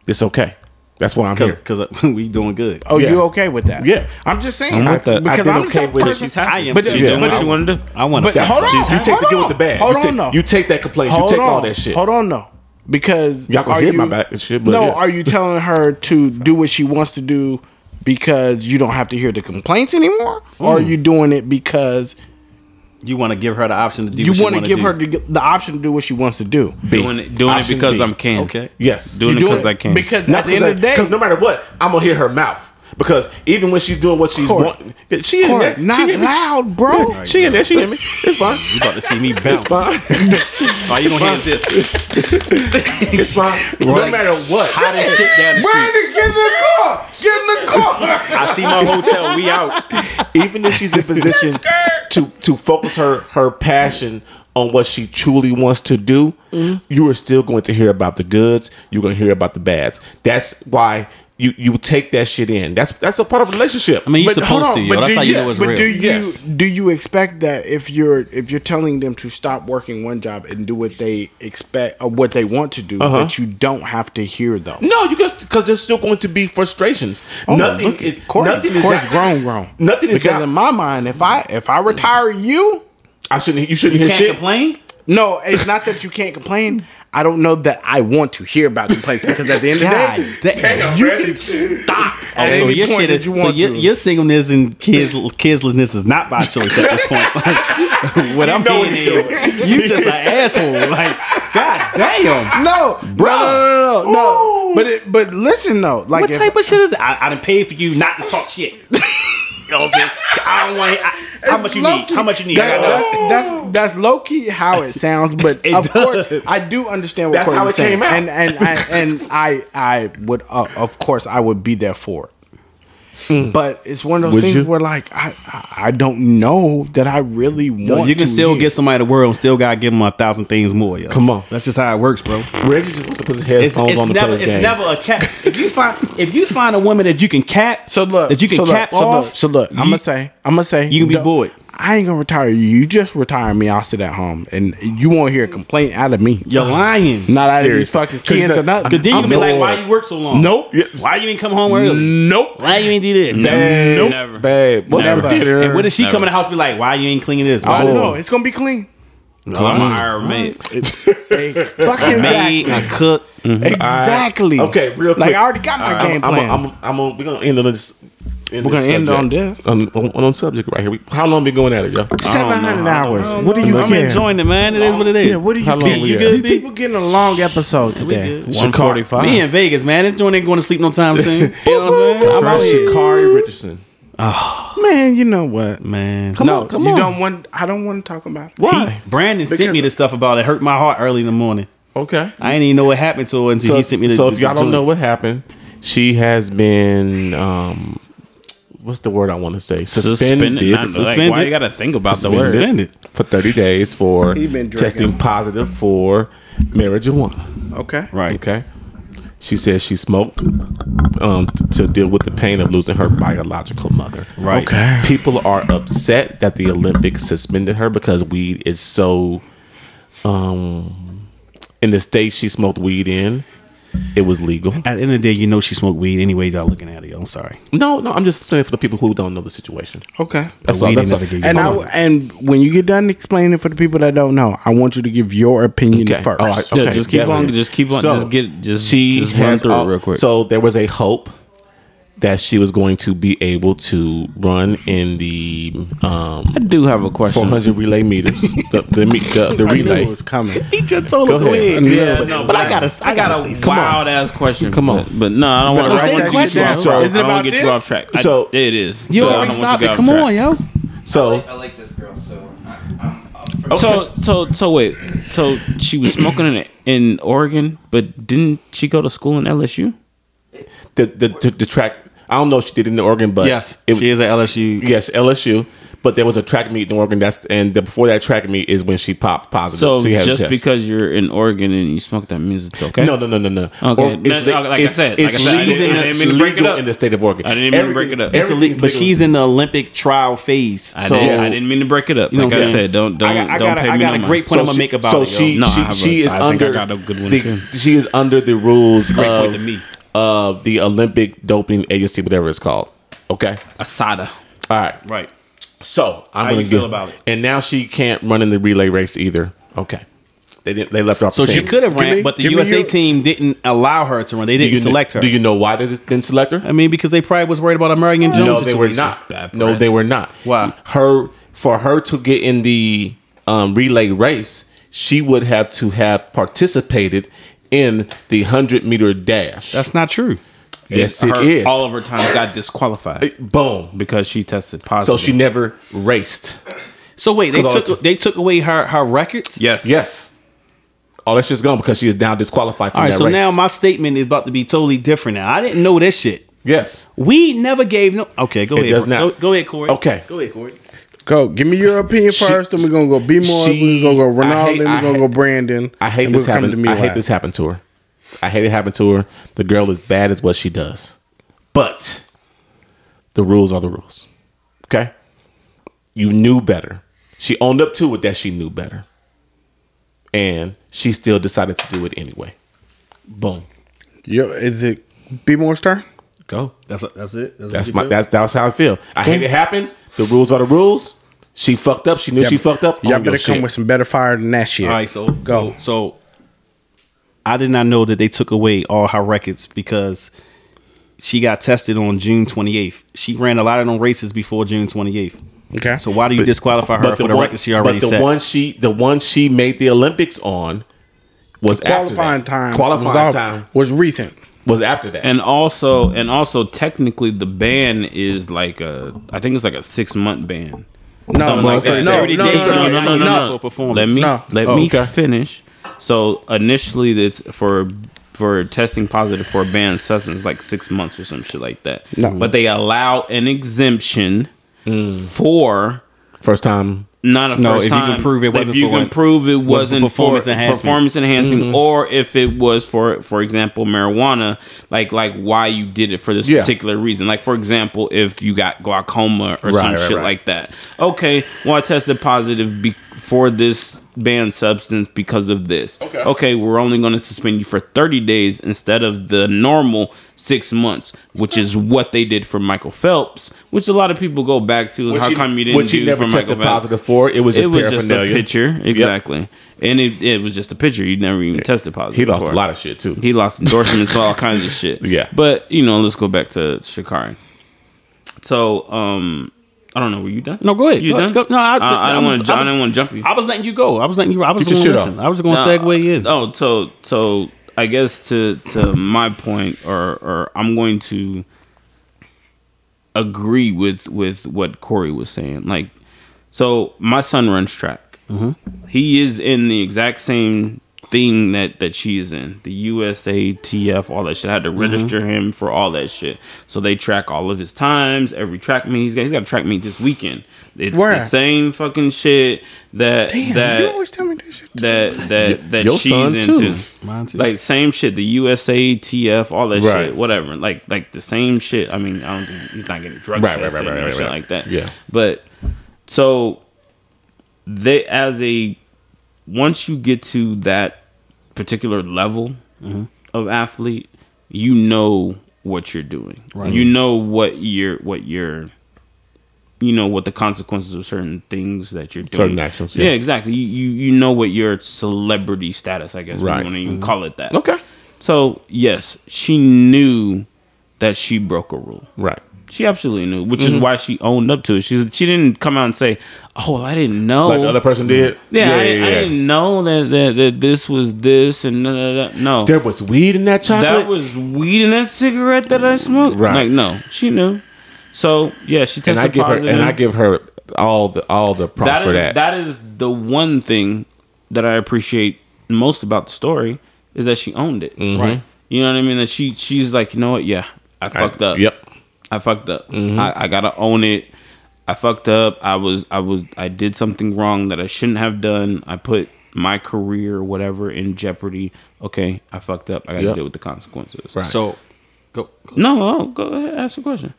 Speaker 2: It's okay. That's why I'm here.
Speaker 3: because uh, we doing good.
Speaker 1: Oh,
Speaker 2: Yeah.
Speaker 1: you okay with that?
Speaker 2: Yeah.
Speaker 1: I'm just saying
Speaker 4: I'm
Speaker 1: I-
Speaker 4: with that.
Speaker 2: I
Speaker 1: because
Speaker 2: did
Speaker 1: I'm the
Speaker 2: okay
Speaker 1: type of
Speaker 2: with it.
Speaker 1: person-
Speaker 4: She's happy.
Speaker 3: I am
Speaker 4: But
Speaker 3: too.
Speaker 4: she's
Speaker 2: Yeah.
Speaker 4: doing
Speaker 2: But
Speaker 4: what she
Speaker 2: it's-
Speaker 4: wanted to do.
Speaker 3: I want
Speaker 1: But
Speaker 3: to.
Speaker 1: hold on,
Speaker 2: She's- you take
Speaker 1: hold
Speaker 2: the deal
Speaker 1: on,
Speaker 2: with the bad.
Speaker 1: Hold
Speaker 2: you
Speaker 1: on,
Speaker 2: take,
Speaker 1: though.
Speaker 2: You take that complaint.
Speaker 1: Hold
Speaker 2: you take
Speaker 1: on.
Speaker 2: all that shit.
Speaker 1: Hold on, though, because
Speaker 2: Y'all gonna
Speaker 1: are
Speaker 2: hear
Speaker 1: you-
Speaker 2: my back and shit, but
Speaker 1: no,
Speaker 2: yeah.
Speaker 1: are you telling her to do what she wants to do because you don't have to hear the complaints anymore, or are
Speaker 2: Mm.
Speaker 1: you doing it because
Speaker 3: You want to give her the option to do.
Speaker 1: you
Speaker 3: what she
Speaker 1: want to
Speaker 3: wanna
Speaker 1: give
Speaker 3: do.
Speaker 1: her the, the option to do what she wants to do?
Speaker 2: B.
Speaker 4: Doing it, doing it
Speaker 2: Option
Speaker 4: because
Speaker 2: B.
Speaker 4: I'm can.
Speaker 3: Okay.
Speaker 2: Yes.
Speaker 4: Doing it
Speaker 1: Doing
Speaker 4: because I can.
Speaker 1: Because
Speaker 2: Not
Speaker 1: at the end of the day,
Speaker 2: because no matter what, I'm gonna hear her mouth. Because even when she's doing what she's
Speaker 1: Corey.
Speaker 2: wanting, she in
Speaker 1: Corey,
Speaker 2: there. she
Speaker 1: not
Speaker 2: in there.
Speaker 1: loud, bro.
Speaker 2: She in there. She in me. It's fine.
Speaker 3: You about to see me bounce?
Speaker 2: It's fine.
Speaker 3: Oh, you gonna hear this?
Speaker 2: It's fine. No matter what.
Speaker 3: Hot as shit down the street.
Speaker 1: get in the car. Get in the car.
Speaker 3: I see my hotel. We out.
Speaker 2: Even if she's in position to to focus her her passion on what she truly wants to
Speaker 1: Mm-hmm.
Speaker 2: do, you are still going to hear about the goods. You're going to hear about the bads. That's why you you take that shit in. That's that's a part of a relationship.
Speaker 3: I mean, you're
Speaker 2: But hold
Speaker 3: supposed
Speaker 2: on,
Speaker 3: to. Yo.
Speaker 2: but
Speaker 3: That's
Speaker 2: do
Speaker 3: how you know it's
Speaker 1: But
Speaker 3: real.
Speaker 1: do you
Speaker 2: Yes.
Speaker 1: do you expect that if you're if you're telling them to stop working one job and do what they expect or what they want to do,
Speaker 3: Uh-huh.
Speaker 1: but you don't have to hear though?
Speaker 2: No, you just because there's still going to be frustrations.
Speaker 1: Oh,
Speaker 2: nothing,
Speaker 1: look at
Speaker 2: is-
Speaker 1: Corey.
Speaker 2: nothing
Speaker 1: Corey's
Speaker 2: is
Speaker 1: grown, grown.
Speaker 2: Nothing is
Speaker 1: because
Speaker 2: out-
Speaker 1: in my mind, if I if I retire you,
Speaker 2: I shouldn't. You shouldn't
Speaker 3: You
Speaker 2: hear
Speaker 3: can't
Speaker 2: shit.
Speaker 3: complain.
Speaker 1: no, it's not that you can't complain. I don't know that I want to hear about complaints because at the end of the day,
Speaker 3: damn. Oh,
Speaker 1: you can stop at
Speaker 3: so
Speaker 1: any
Speaker 3: your
Speaker 1: point
Speaker 3: shit
Speaker 1: that
Speaker 3: is,
Speaker 1: you
Speaker 3: so
Speaker 1: want
Speaker 3: your,
Speaker 1: to.
Speaker 3: your singleness and kids, kidslessness is not by choice at this point. Like, what I'm
Speaker 2: know
Speaker 3: hearing
Speaker 2: what
Speaker 3: is you just an asshole. Like, god damn.
Speaker 1: no, bro, no, no, no, no. But it, but listen though, like
Speaker 3: What
Speaker 1: if-
Speaker 3: type of shit is that? I, I done paid for you not to talk shit. You know what I'm saying? I don't want. I, how
Speaker 1: It's
Speaker 3: much you
Speaker 1: low
Speaker 3: need?
Speaker 1: key-
Speaker 3: How much you need?
Speaker 1: That-
Speaker 3: I got
Speaker 1: that's, that's that's low key how it sounds, but of course I do understand what
Speaker 2: That's
Speaker 1: Corey's
Speaker 2: how it
Speaker 1: saying,
Speaker 2: came out.
Speaker 1: and and I, and I I would uh, of course I would be there for it. But it's one of those
Speaker 2: Would
Speaker 1: things
Speaker 2: you?
Speaker 1: where like I I- I don't know that I really want.
Speaker 3: Yo, you can
Speaker 1: to
Speaker 3: still
Speaker 1: hear.
Speaker 3: get somebody the world and still gotta give them a thousand things more. Yo.
Speaker 2: Come on.
Speaker 3: that's just how it works, bro.
Speaker 2: Reggie just wants to put his
Speaker 3: It's,
Speaker 2: headphones
Speaker 3: it's
Speaker 2: on to
Speaker 3: never
Speaker 2: play his
Speaker 3: it's
Speaker 2: game.
Speaker 3: never a cap. If you find if you find a woman that you can cap,
Speaker 1: So look,
Speaker 3: that you can
Speaker 1: so
Speaker 3: cap
Speaker 1: look, so
Speaker 3: off,
Speaker 1: Look, so look, I'm
Speaker 3: you-
Speaker 1: gonna say, I'm gonna say,
Speaker 3: you can be
Speaker 1: don't-
Speaker 3: bored.
Speaker 1: I ain't gonna retire you. You just retire me. I'll sit at home, and you won't hear a complaint out of me.
Speaker 3: You're lying.
Speaker 1: Not out
Speaker 2: Serious.
Speaker 1: of these fucking
Speaker 2: 'Cause
Speaker 1: kids
Speaker 2: the-
Speaker 1: or nothing.
Speaker 3: Cause then you
Speaker 2: I'm
Speaker 3: be like,
Speaker 2: bored.
Speaker 3: why you work so long?
Speaker 2: Nope. Yeah.
Speaker 3: Why you didn't come home early?
Speaker 2: Nope.
Speaker 3: Why you ain't do this?
Speaker 2: Nope.
Speaker 4: Never.
Speaker 2: Babe, what's
Speaker 1: Never.
Speaker 2: for dinner?
Speaker 3: And when does she come in the house? Be like, why you ain't cleaning this?
Speaker 1: I
Speaker 3: Why-
Speaker 1: don't know. It's gonna be clean.
Speaker 4: i I'm an Iron maid.
Speaker 1: Fucking
Speaker 3: Made, I cook.
Speaker 1: Mm-hmm. Exactly.
Speaker 2: Okay, real quick.
Speaker 1: Like I already got my
Speaker 2: All right,
Speaker 1: game
Speaker 2: I'm,
Speaker 1: plan.
Speaker 2: I'm, I'm, I'm, I'm, we're gonna end on this. End
Speaker 1: We're
Speaker 2: this
Speaker 1: gonna end
Speaker 2: subject.
Speaker 1: on this.
Speaker 2: on, on, on subject right here. We, how long been going at it, yo?
Speaker 1: Seven hundred hours. What do you
Speaker 3: I'm
Speaker 1: care?
Speaker 3: enjoying it, man. It is what it is.
Speaker 1: yeah, what do you
Speaker 2: How
Speaker 1: care?
Speaker 2: long we
Speaker 1: You
Speaker 2: at?
Speaker 1: good? These
Speaker 3: B?
Speaker 1: people getting a long episode today.
Speaker 3: good.
Speaker 4: One forty-five.
Speaker 3: Me in Vegas, man. This joint ain't going to sleep no time soon. You know what I'm saying?
Speaker 2: I'm
Speaker 3: I'm out here.
Speaker 2: Shikari Richardson.
Speaker 1: Man, you know what?
Speaker 3: Man,
Speaker 1: no,
Speaker 2: on, come
Speaker 1: you
Speaker 2: on.
Speaker 1: don't want. I don't want to talk about it.
Speaker 2: Why?
Speaker 3: Brandon sent me this stuff about it. Hurt my heart early in the morning.
Speaker 2: Okay.
Speaker 3: I didn't even know what happened to her until
Speaker 2: So,
Speaker 3: he sent me. The,
Speaker 2: so
Speaker 3: the-
Speaker 2: if y'all
Speaker 3: the
Speaker 2: don't
Speaker 3: joint.
Speaker 2: know what happened, she has been um, what's the word I want to say? Suspended,
Speaker 4: Suspended. Not, Like, why
Speaker 3: Suspended.
Speaker 4: you gotta think about the word?
Speaker 3: Suspended.
Speaker 2: for thirty days for
Speaker 1: He been drinking.
Speaker 2: testing positive for marijuana.
Speaker 1: Okay.
Speaker 3: Right.
Speaker 2: Okay. She says she smoked um, t- to deal with the pain of losing her biological mother.
Speaker 3: Right.
Speaker 1: Okay.
Speaker 2: People are upset that the Olympics suspended her because weed is so um in the state she smoked weed in, it was legal.
Speaker 3: At the end of the day, you know she smoked weed anyway. Y'all looking at it. yo. I'm sorry.
Speaker 2: No, no, I'm just saying for the people who don't know the situation.
Speaker 1: Okay.
Speaker 2: That's
Speaker 3: But
Speaker 2: all.
Speaker 3: weed
Speaker 2: That's
Speaker 3: ain't
Speaker 2: all.
Speaker 3: never get you
Speaker 1: And I
Speaker 3: Hold
Speaker 1: w- and when you get done explaining for the people that don't know, I want you to give your opinion
Speaker 2: Okay.
Speaker 1: first.
Speaker 2: All right.
Speaker 4: Yeah,
Speaker 2: Okay,
Speaker 4: just keep on- just keep on- just get- just- just run through it
Speaker 2: al-
Speaker 4: real quick.
Speaker 2: So there was a hope that she was going to be able to run in the um,
Speaker 4: I do have a question.
Speaker 2: 400 relay meters, the the, me- the, the
Speaker 1: I knew
Speaker 2: relay.
Speaker 1: it was coming.
Speaker 3: He just told
Speaker 2: Go ahead.
Speaker 4: Yeah, no,
Speaker 3: But I gotta, I gotta,
Speaker 4: a
Speaker 3: come on.
Speaker 4: wild ass question.
Speaker 2: Come on.
Speaker 4: but, but no, I don't
Speaker 1: But
Speaker 4: want
Speaker 1: I'm
Speaker 4: to. I
Speaker 1: saying
Speaker 4: want to get you
Speaker 1: question.
Speaker 4: off track.
Speaker 1: Is it
Speaker 4: I don't
Speaker 1: about
Speaker 4: want to get
Speaker 1: this?
Speaker 4: you off track. I,
Speaker 2: So-
Speaker 4: it is.
Speaker 3: You
Speaker 4: so I
Speaker 3: already
Speaker 4: don't want
Speaker 3: stopped
Speaker 4: you
Speaker 3: it.
Speaker 4: off
Speaker 3: Come
Speaker 4: track.
Speaker 3: on, yo.
Speaker 2: So
Speaker 6: I like this girl, so I, I'm, I'm for
Speaker 4: So so so wait. So she was smoking in in Oregon, but didn't she go to school in LSU?
Speaker 2: the, the the the track. I don't know if she did it in Oregon, but
Speaker 3: Yes,
Speaker 2: it,
Speaker 3: she is at LSU.
Speaker 2: yes, LSU. But there was a track meet in Oregon. That's and the, before that track meet is when she popped positive.
Speaker 4: So
Speaker 2: she had a
Speaker 4: just
Speaker 2: test.
Speaker 4: because you're in Oregon and you smoke that means it's okay.
Speaker 2: No, no, no, no, no.
Speaker 4: Okay.
Speaker 2: Or- it's
Speaker 4: No, no,
Speaker 2: le-
Speaker 4: like I
Speaker 2: it's-
Speaker 4: said,
Speaker 2: it's
Speaker 4: like I said, I
Speaker 2: legal-
Speaker 4: didn't- I didn't mean to break it
Speaker 2: legal
Speaker 4: up.
Speaker 2: in the state of Oregon.
Speaker 4: I didn't mean to break
Speaker 2: Everything-
Speaker 4: it up.
Speaker 3: It's a
Speaker 2: everything's
Speaker 3: but
Speaker 2: legal.
Speaker 3: she's in the Olympic trial phase.
Speaker 4: I,
Speaker 3: so
Speaker 4: didn't, I didn't mean to break it up.
Speaker 3: You know
Speaker 4: like
Speaker 3: what
Speaker 4: I
Speaker 3: I'm saying?
Speaker 4: said, don't don't
Speaker 3: I got, I
Speaker 4: don't
Speaker 3: got,
Speaker 4: pay
Speaker 3: a, I
Speaker 4: me
Speaker 3: got
Speaker 4: no
Speaker 3: a
Speaker 4: money.
Speaker 3: great point I'm
Speaker 2: So
Speaker 3: gonna
Speaker 2: she-
Speaker 3: make about
Speaker 2: so
Speaker 3: it.
Speaker 2: she
Speaker 3: yo.
Speaker 4: No, I
Speaker 2: she,
Speaker 4: have a-
Speaker 2: she is
Speaker 4: I think I
Speaker 2: under
Speaker 4: got a good one,
Speaker 2: the,
Speaker 4: too.
Speaker 2: she is under the rules
Speaker 3: Great
Speaker 2: of,
Speaker 3: point to me.
Speaker 2: of the Olympic doping agency, whatever it's called. Okay,
Speaker 4: Asada.
Speaker 2: all right.
Speaker 3: right.
Speaker 2: So I'm
Speaker 3: How
Speaker 2: gonna
Speaker 3: you feel
Speaker 2: get-
Speaker 3: about it?
Speaker 2: And now she can't run in the relay race either. Okay, they didn't, they left her off.
Speaker 3: So
Speaker 2: the
Speaker 3: she
Speaker 2: team.
Speaker 3: could have ran,
Speaker 1: me-
Speaker 3: but the
Speaker 1: give me
Speaker 3: USA
Speaker 1: your-
Speaker 3: team didn't allow her to run. They
Speaker 2: Do you
Speaker 3: didn't
Speaker 2: kn-
Speaker 3: select her.
Speaker 2: Do you know why they didn't select her?
Speaker 3: I mean, because they probably was worried about a Marion Jones.
Speaker 2: No, they
Speaker 3: situation.
Speaker 2: were not.
Speaker 4: Bad
Speaker 2: No,
Speaker 4: press.
Speaker 2: they were not.
Speaker 3: Why?
Speaker 2: Her for her to get in the um, relay race, she would have to have participated in the hundred meter dash.
Speaker 3: That's not true.
Speaker 2: yes,
Speaker 4: Her-
Speaker 2: it is.
Speaker 4: All of her time got disqualified
Speaker 2: Boom.
Speaker 4: because she tested positive.
Speaker 2: So she never raced.
Speaker 3: So wait, they
Speaker 2: 'Cause all
Speaker 3: took they took away her her records.
Speaker 4: yes
Speaker 2: Yes. All that shit's gone because she is now disqualified from
Speaker 3: All right.
Speaker 2: that
Speaker 3: So
Speaker 2: race.
Speaker 3: now my statement is about to be totally different. Now I didn't know this shit.
Speaker 2: yes.
Speaker 3: We never gave no. Okay, go
Speaker 2: It
Speaker 3: ahead.
Speaker 2: does
Speaker 3: Cor-
Speaker 2: not.
Speaker 3: Go, go ahead, Corey.
Speaker 2: Okay.
Speaker 3: Go ahead, Corey.
Speaker 1: Go. Give me your opinion first, then we're gonna go B more.
Speaker 2: she-
Speaker 1: We're gonna go
Speaker 2: I
Speaker 1: Ronaldo.
Speaker 2: hate-
Speaker 1: then
Speaker 2: I
Speaker 1: we're gonna
Speaker 2: hate-
Speaker 1: go Brandon.
Speaker 2: I hate
Speaker 1: and
Speaker 2: this
Speaker 1: we'll come
Speaker 2: happened.
Speaker 1: me
Speaker 2: I hate
Speaker 1: last.
Speaker 2: this happened to her. I hate it happened to her. The girl is bad as what she does. But the rules are the rules. Okay? You knew better. She owned up to it that she knew better. And she still decided to do it anyway. Boom.
Speaker 1: Yo, is it B Moore's turn?
Speaker 2: Go.
Speaker 3: That's that's it. what
Speaker 2: That's
Speaker 3: you
Speaker 2: my
Speaker 3: do?
Speaker 2: that's that's how I feel. I hate it happen. The rules are the rules. She fucked up. She knew she fucked up.
Speaker 1: Y'all
Speaker 2: Own your
Speaker 1: better come
Speaker 2: shit.
Speaker 1: with some better fire than that shit.
Speaker 3: All right, so go. So, so I did not know that they took away all her records because she got tested on June 28th. She ran a lot of them races before June 28th.
Speaker 1: Okay.
Speaker 3: So why do you disqualify her for the, record she already
Speaker 2: but the
Speaker 3: set?
Speaker 2: one she the one she made the Olympics on was after
Speaker 1: qualifying
Speaker 2: that.
Speaker 1: time
Speaker 2: Qualifying
Speaker 1: was, off-
Speaker 2: time
Speaker 1: was recent.
Speaker 2: was after that.
Speaker 4: and also and also technically the ban is like a I think it's like a six month ban.
Speaker 1: No,
Speaker 4: Something like
Speaker 1: it's-
Speaker 4: that.
Speaker 1: no, no,
Speaker 3: 30
Speaker 1: no,
Speaker 3: days
Speaker 1: no,
Speaker 3: for
Speaker 1: no, no,
Speaker 3: your
Speaker 1: no.
Speaker 3: for performance.
Speaker 4: Let me
Speaker 1: No.
Speaker 4: let
Speaker 2: Oh,
Speaker 4: me
Speaker 2: okay.
Speaker 4: finish. So initially, it's for for testing positive for a banned substance, like six months or some shit like that.
Speaker 1: No.
Speaker 4: But they allow an exemption for
Speaker 2: First time
Speaker 4: not a
Speaker 3: No,
Speaker 4: first
Speaker 3: if you
Speaker 4: time.
Speaker 3: can prove it wasn't
Speaker 4: if you
Speaker 3: for
Speaker 4: can
Speaker 3: what-
Speaker 4: prove it
Speaker 3: for
Speaker 4: wasn't
Speaker 3: performance
Speaker 4: for
Speaker 3: enhancement.
Speaker 4: performance enhancing, or if it was for for example marijuana, like like why you did it for this
Speaker 2: Yeah.
Speaker 4: particular reason. Like for example, if you got glaucoma or some
Speaker 2: right,
Speaker 4: shit
Speaker 2: right.
Speaker 4: like that. Okay, well I tested positive be- for this banned substance because of this. Okay, okay, we're only going to suspend you for thirty days instead of the normal six months, which is what they did for Michael Phelps, which a lot of people go back to. Is
Speaker 2: which
Speaker 4: how
Speaker 2: he-
Speaker 4: come you didn't
Speaker 2: which he
Speaker 4: do
Speaker 2: never
Speaker 4: for
Speaker 2: tested
Speaker 4: Michael Phelps?
Speaker 2: positive for. It was just
Speaker 4: it was just a
Speaker 2: paraphernalia.
Speaker 4: picture, exactly, and it, it was just a picture. You never even tested positive.
Speaker 2: He lost
Speaker 4: for
Speaker 2: a
Speaker 4: it.
Speaker 2: lot of shit too.
Speaker 4: He lost endorsements, all kinds of shit.
Speaker 2: Yeah.
Speaker 4: but you know, let's go back to Shikari. So, um, I don't know. Were you done?
Speaker 3: No, go ahead.
Speaker 4: You
Speaker 3: Go-
Speaker 4: done?
Speaker 3: go- no, I-
Speaker 4: I, I don't
Speaker 3: I
Speaker 4: want
Speaker 3: was-
Speaker 4: to.
Speaker 3: I
Speaker 4: I
Speaker 3: was-
Speaker 4: don't want to jump you.
Speaker 3: I was letting you go. I was letting you. I was
Speaker 2: Get your
Speaker 3: going to
Speaker 2: shit
Speaker 3: listen.
Speaker 2: off. Uh,
Speaker 3: I was going to
Speaker 4: No,
Speaker 3: segue in.
Speaker 4: Oh, so so I guess to to my point, or or I'm going to agree with with what Corey was saying. Like, so my son runs track.
Speaker 1: Mm-hmm.
Speaker 4: He is in the exact same thing that that she is in the USA TF all that shit. I had to
Speaker 1: Mm-hmm.
Speaker 4: register him for all that shit. So they track all of his times, every track meet. He's got, he's got a track meet this weekend. It's
Speaker 1: Where?
Speaker 4: the same fucking shit that
Speaker 1: Damn,
Speaker 4: that
Speaker 1: you always tell me this shit.
Speaker 4: that that that
Speaker 2: your
Speaker 4: she's
Speaker 2: son,
Speaker 4: into.
Speaker 2: too.
Speaker 3: Mine too.
Speaker 4: Like same shit, the USA, TF, all that
Speaker 2: Right.
Speaker 4: shit, whatever. Like like the same shit. I mean, I don't think he's not getting drug
Speaker 2: Right, right,
Speaker 4: tested
Speaker 2: right, right,
Speaker 4: or
Speaker 2: right,
Speaker 4: shit
Speaker 2: right.
Speaker 4: like that.
Speaker 2: Yeah.
Speaker 4: But so they as a once you get to that particular level
Speaker 2: Mm-hmm.
Speaker 4: of athlete, you know what you're doing. You know what you're what you're you know what the consequences of certain things that you're doing.
Speaker 2: Certain actions, yeah.
Speaker 4: Yeah, exactly. You, you you know what your celebrity status, I guess, right?
Speaker 2: Right. Mm-hmm.
Speaker 4: You want to even call it that.
Speaker 2: Okay.
Speaker 4: So yes, she knew that she broke a rule.
Speaker 2: Right.
Speaker 4: She absolutely knew, which
Speaker 2: Mm-hmm.
Speaker 4: is why she owned up to it. She she didn't come out and say, "Oh, well, I didn't know."
Speaker 2: Like the other person did.
Speaker 4: yeah, I, didn't, I didn't know that, that that this was this and da, da, da. no.
Speaker 2: There was weed in that chocolate.
Speaker 4: That was weed in that cigarette that I smoked.
Speaker 2: Right.
Speaker 4: Like no, she knew. So yeah, she
Speaker 2: and
Speaker 4: tested
Speaker 2: I give her
Speaker 4: positive.
Speaker 2: and I give her all the all the props
Speaker 4: That is
Speaker 2: for that.
Speaker 4: that is the one thing that I appreciate most about the story is that she owned it.
Speaker 2: Mm-hmm.
Speaker 4: Right. You know what I mean? That she she's like, you know what? Yeah, I fucked up.
Speaker 2: Yep. Mm-hmm.
Speaker 4: I fucked up. I, I gotta own it. I fucked up. I was I was I did something wrong that I shouldn't have done. I put my career, whatever, in jeopardy. Okay, I fucked up. I gotta
Speaker 2: Yep.
Speaker 4: deal with the consequences.
Speaker 2: Right.
Speaker 3: so go, go.
Speaker 4: No, no, go ahead, ask the question.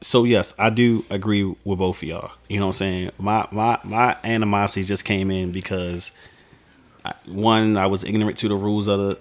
Speaker 3: So yes, I do agree with both of y'all. You know what I'm saying? My my my animosity just came in because I, one, I was ignorant to the rules of the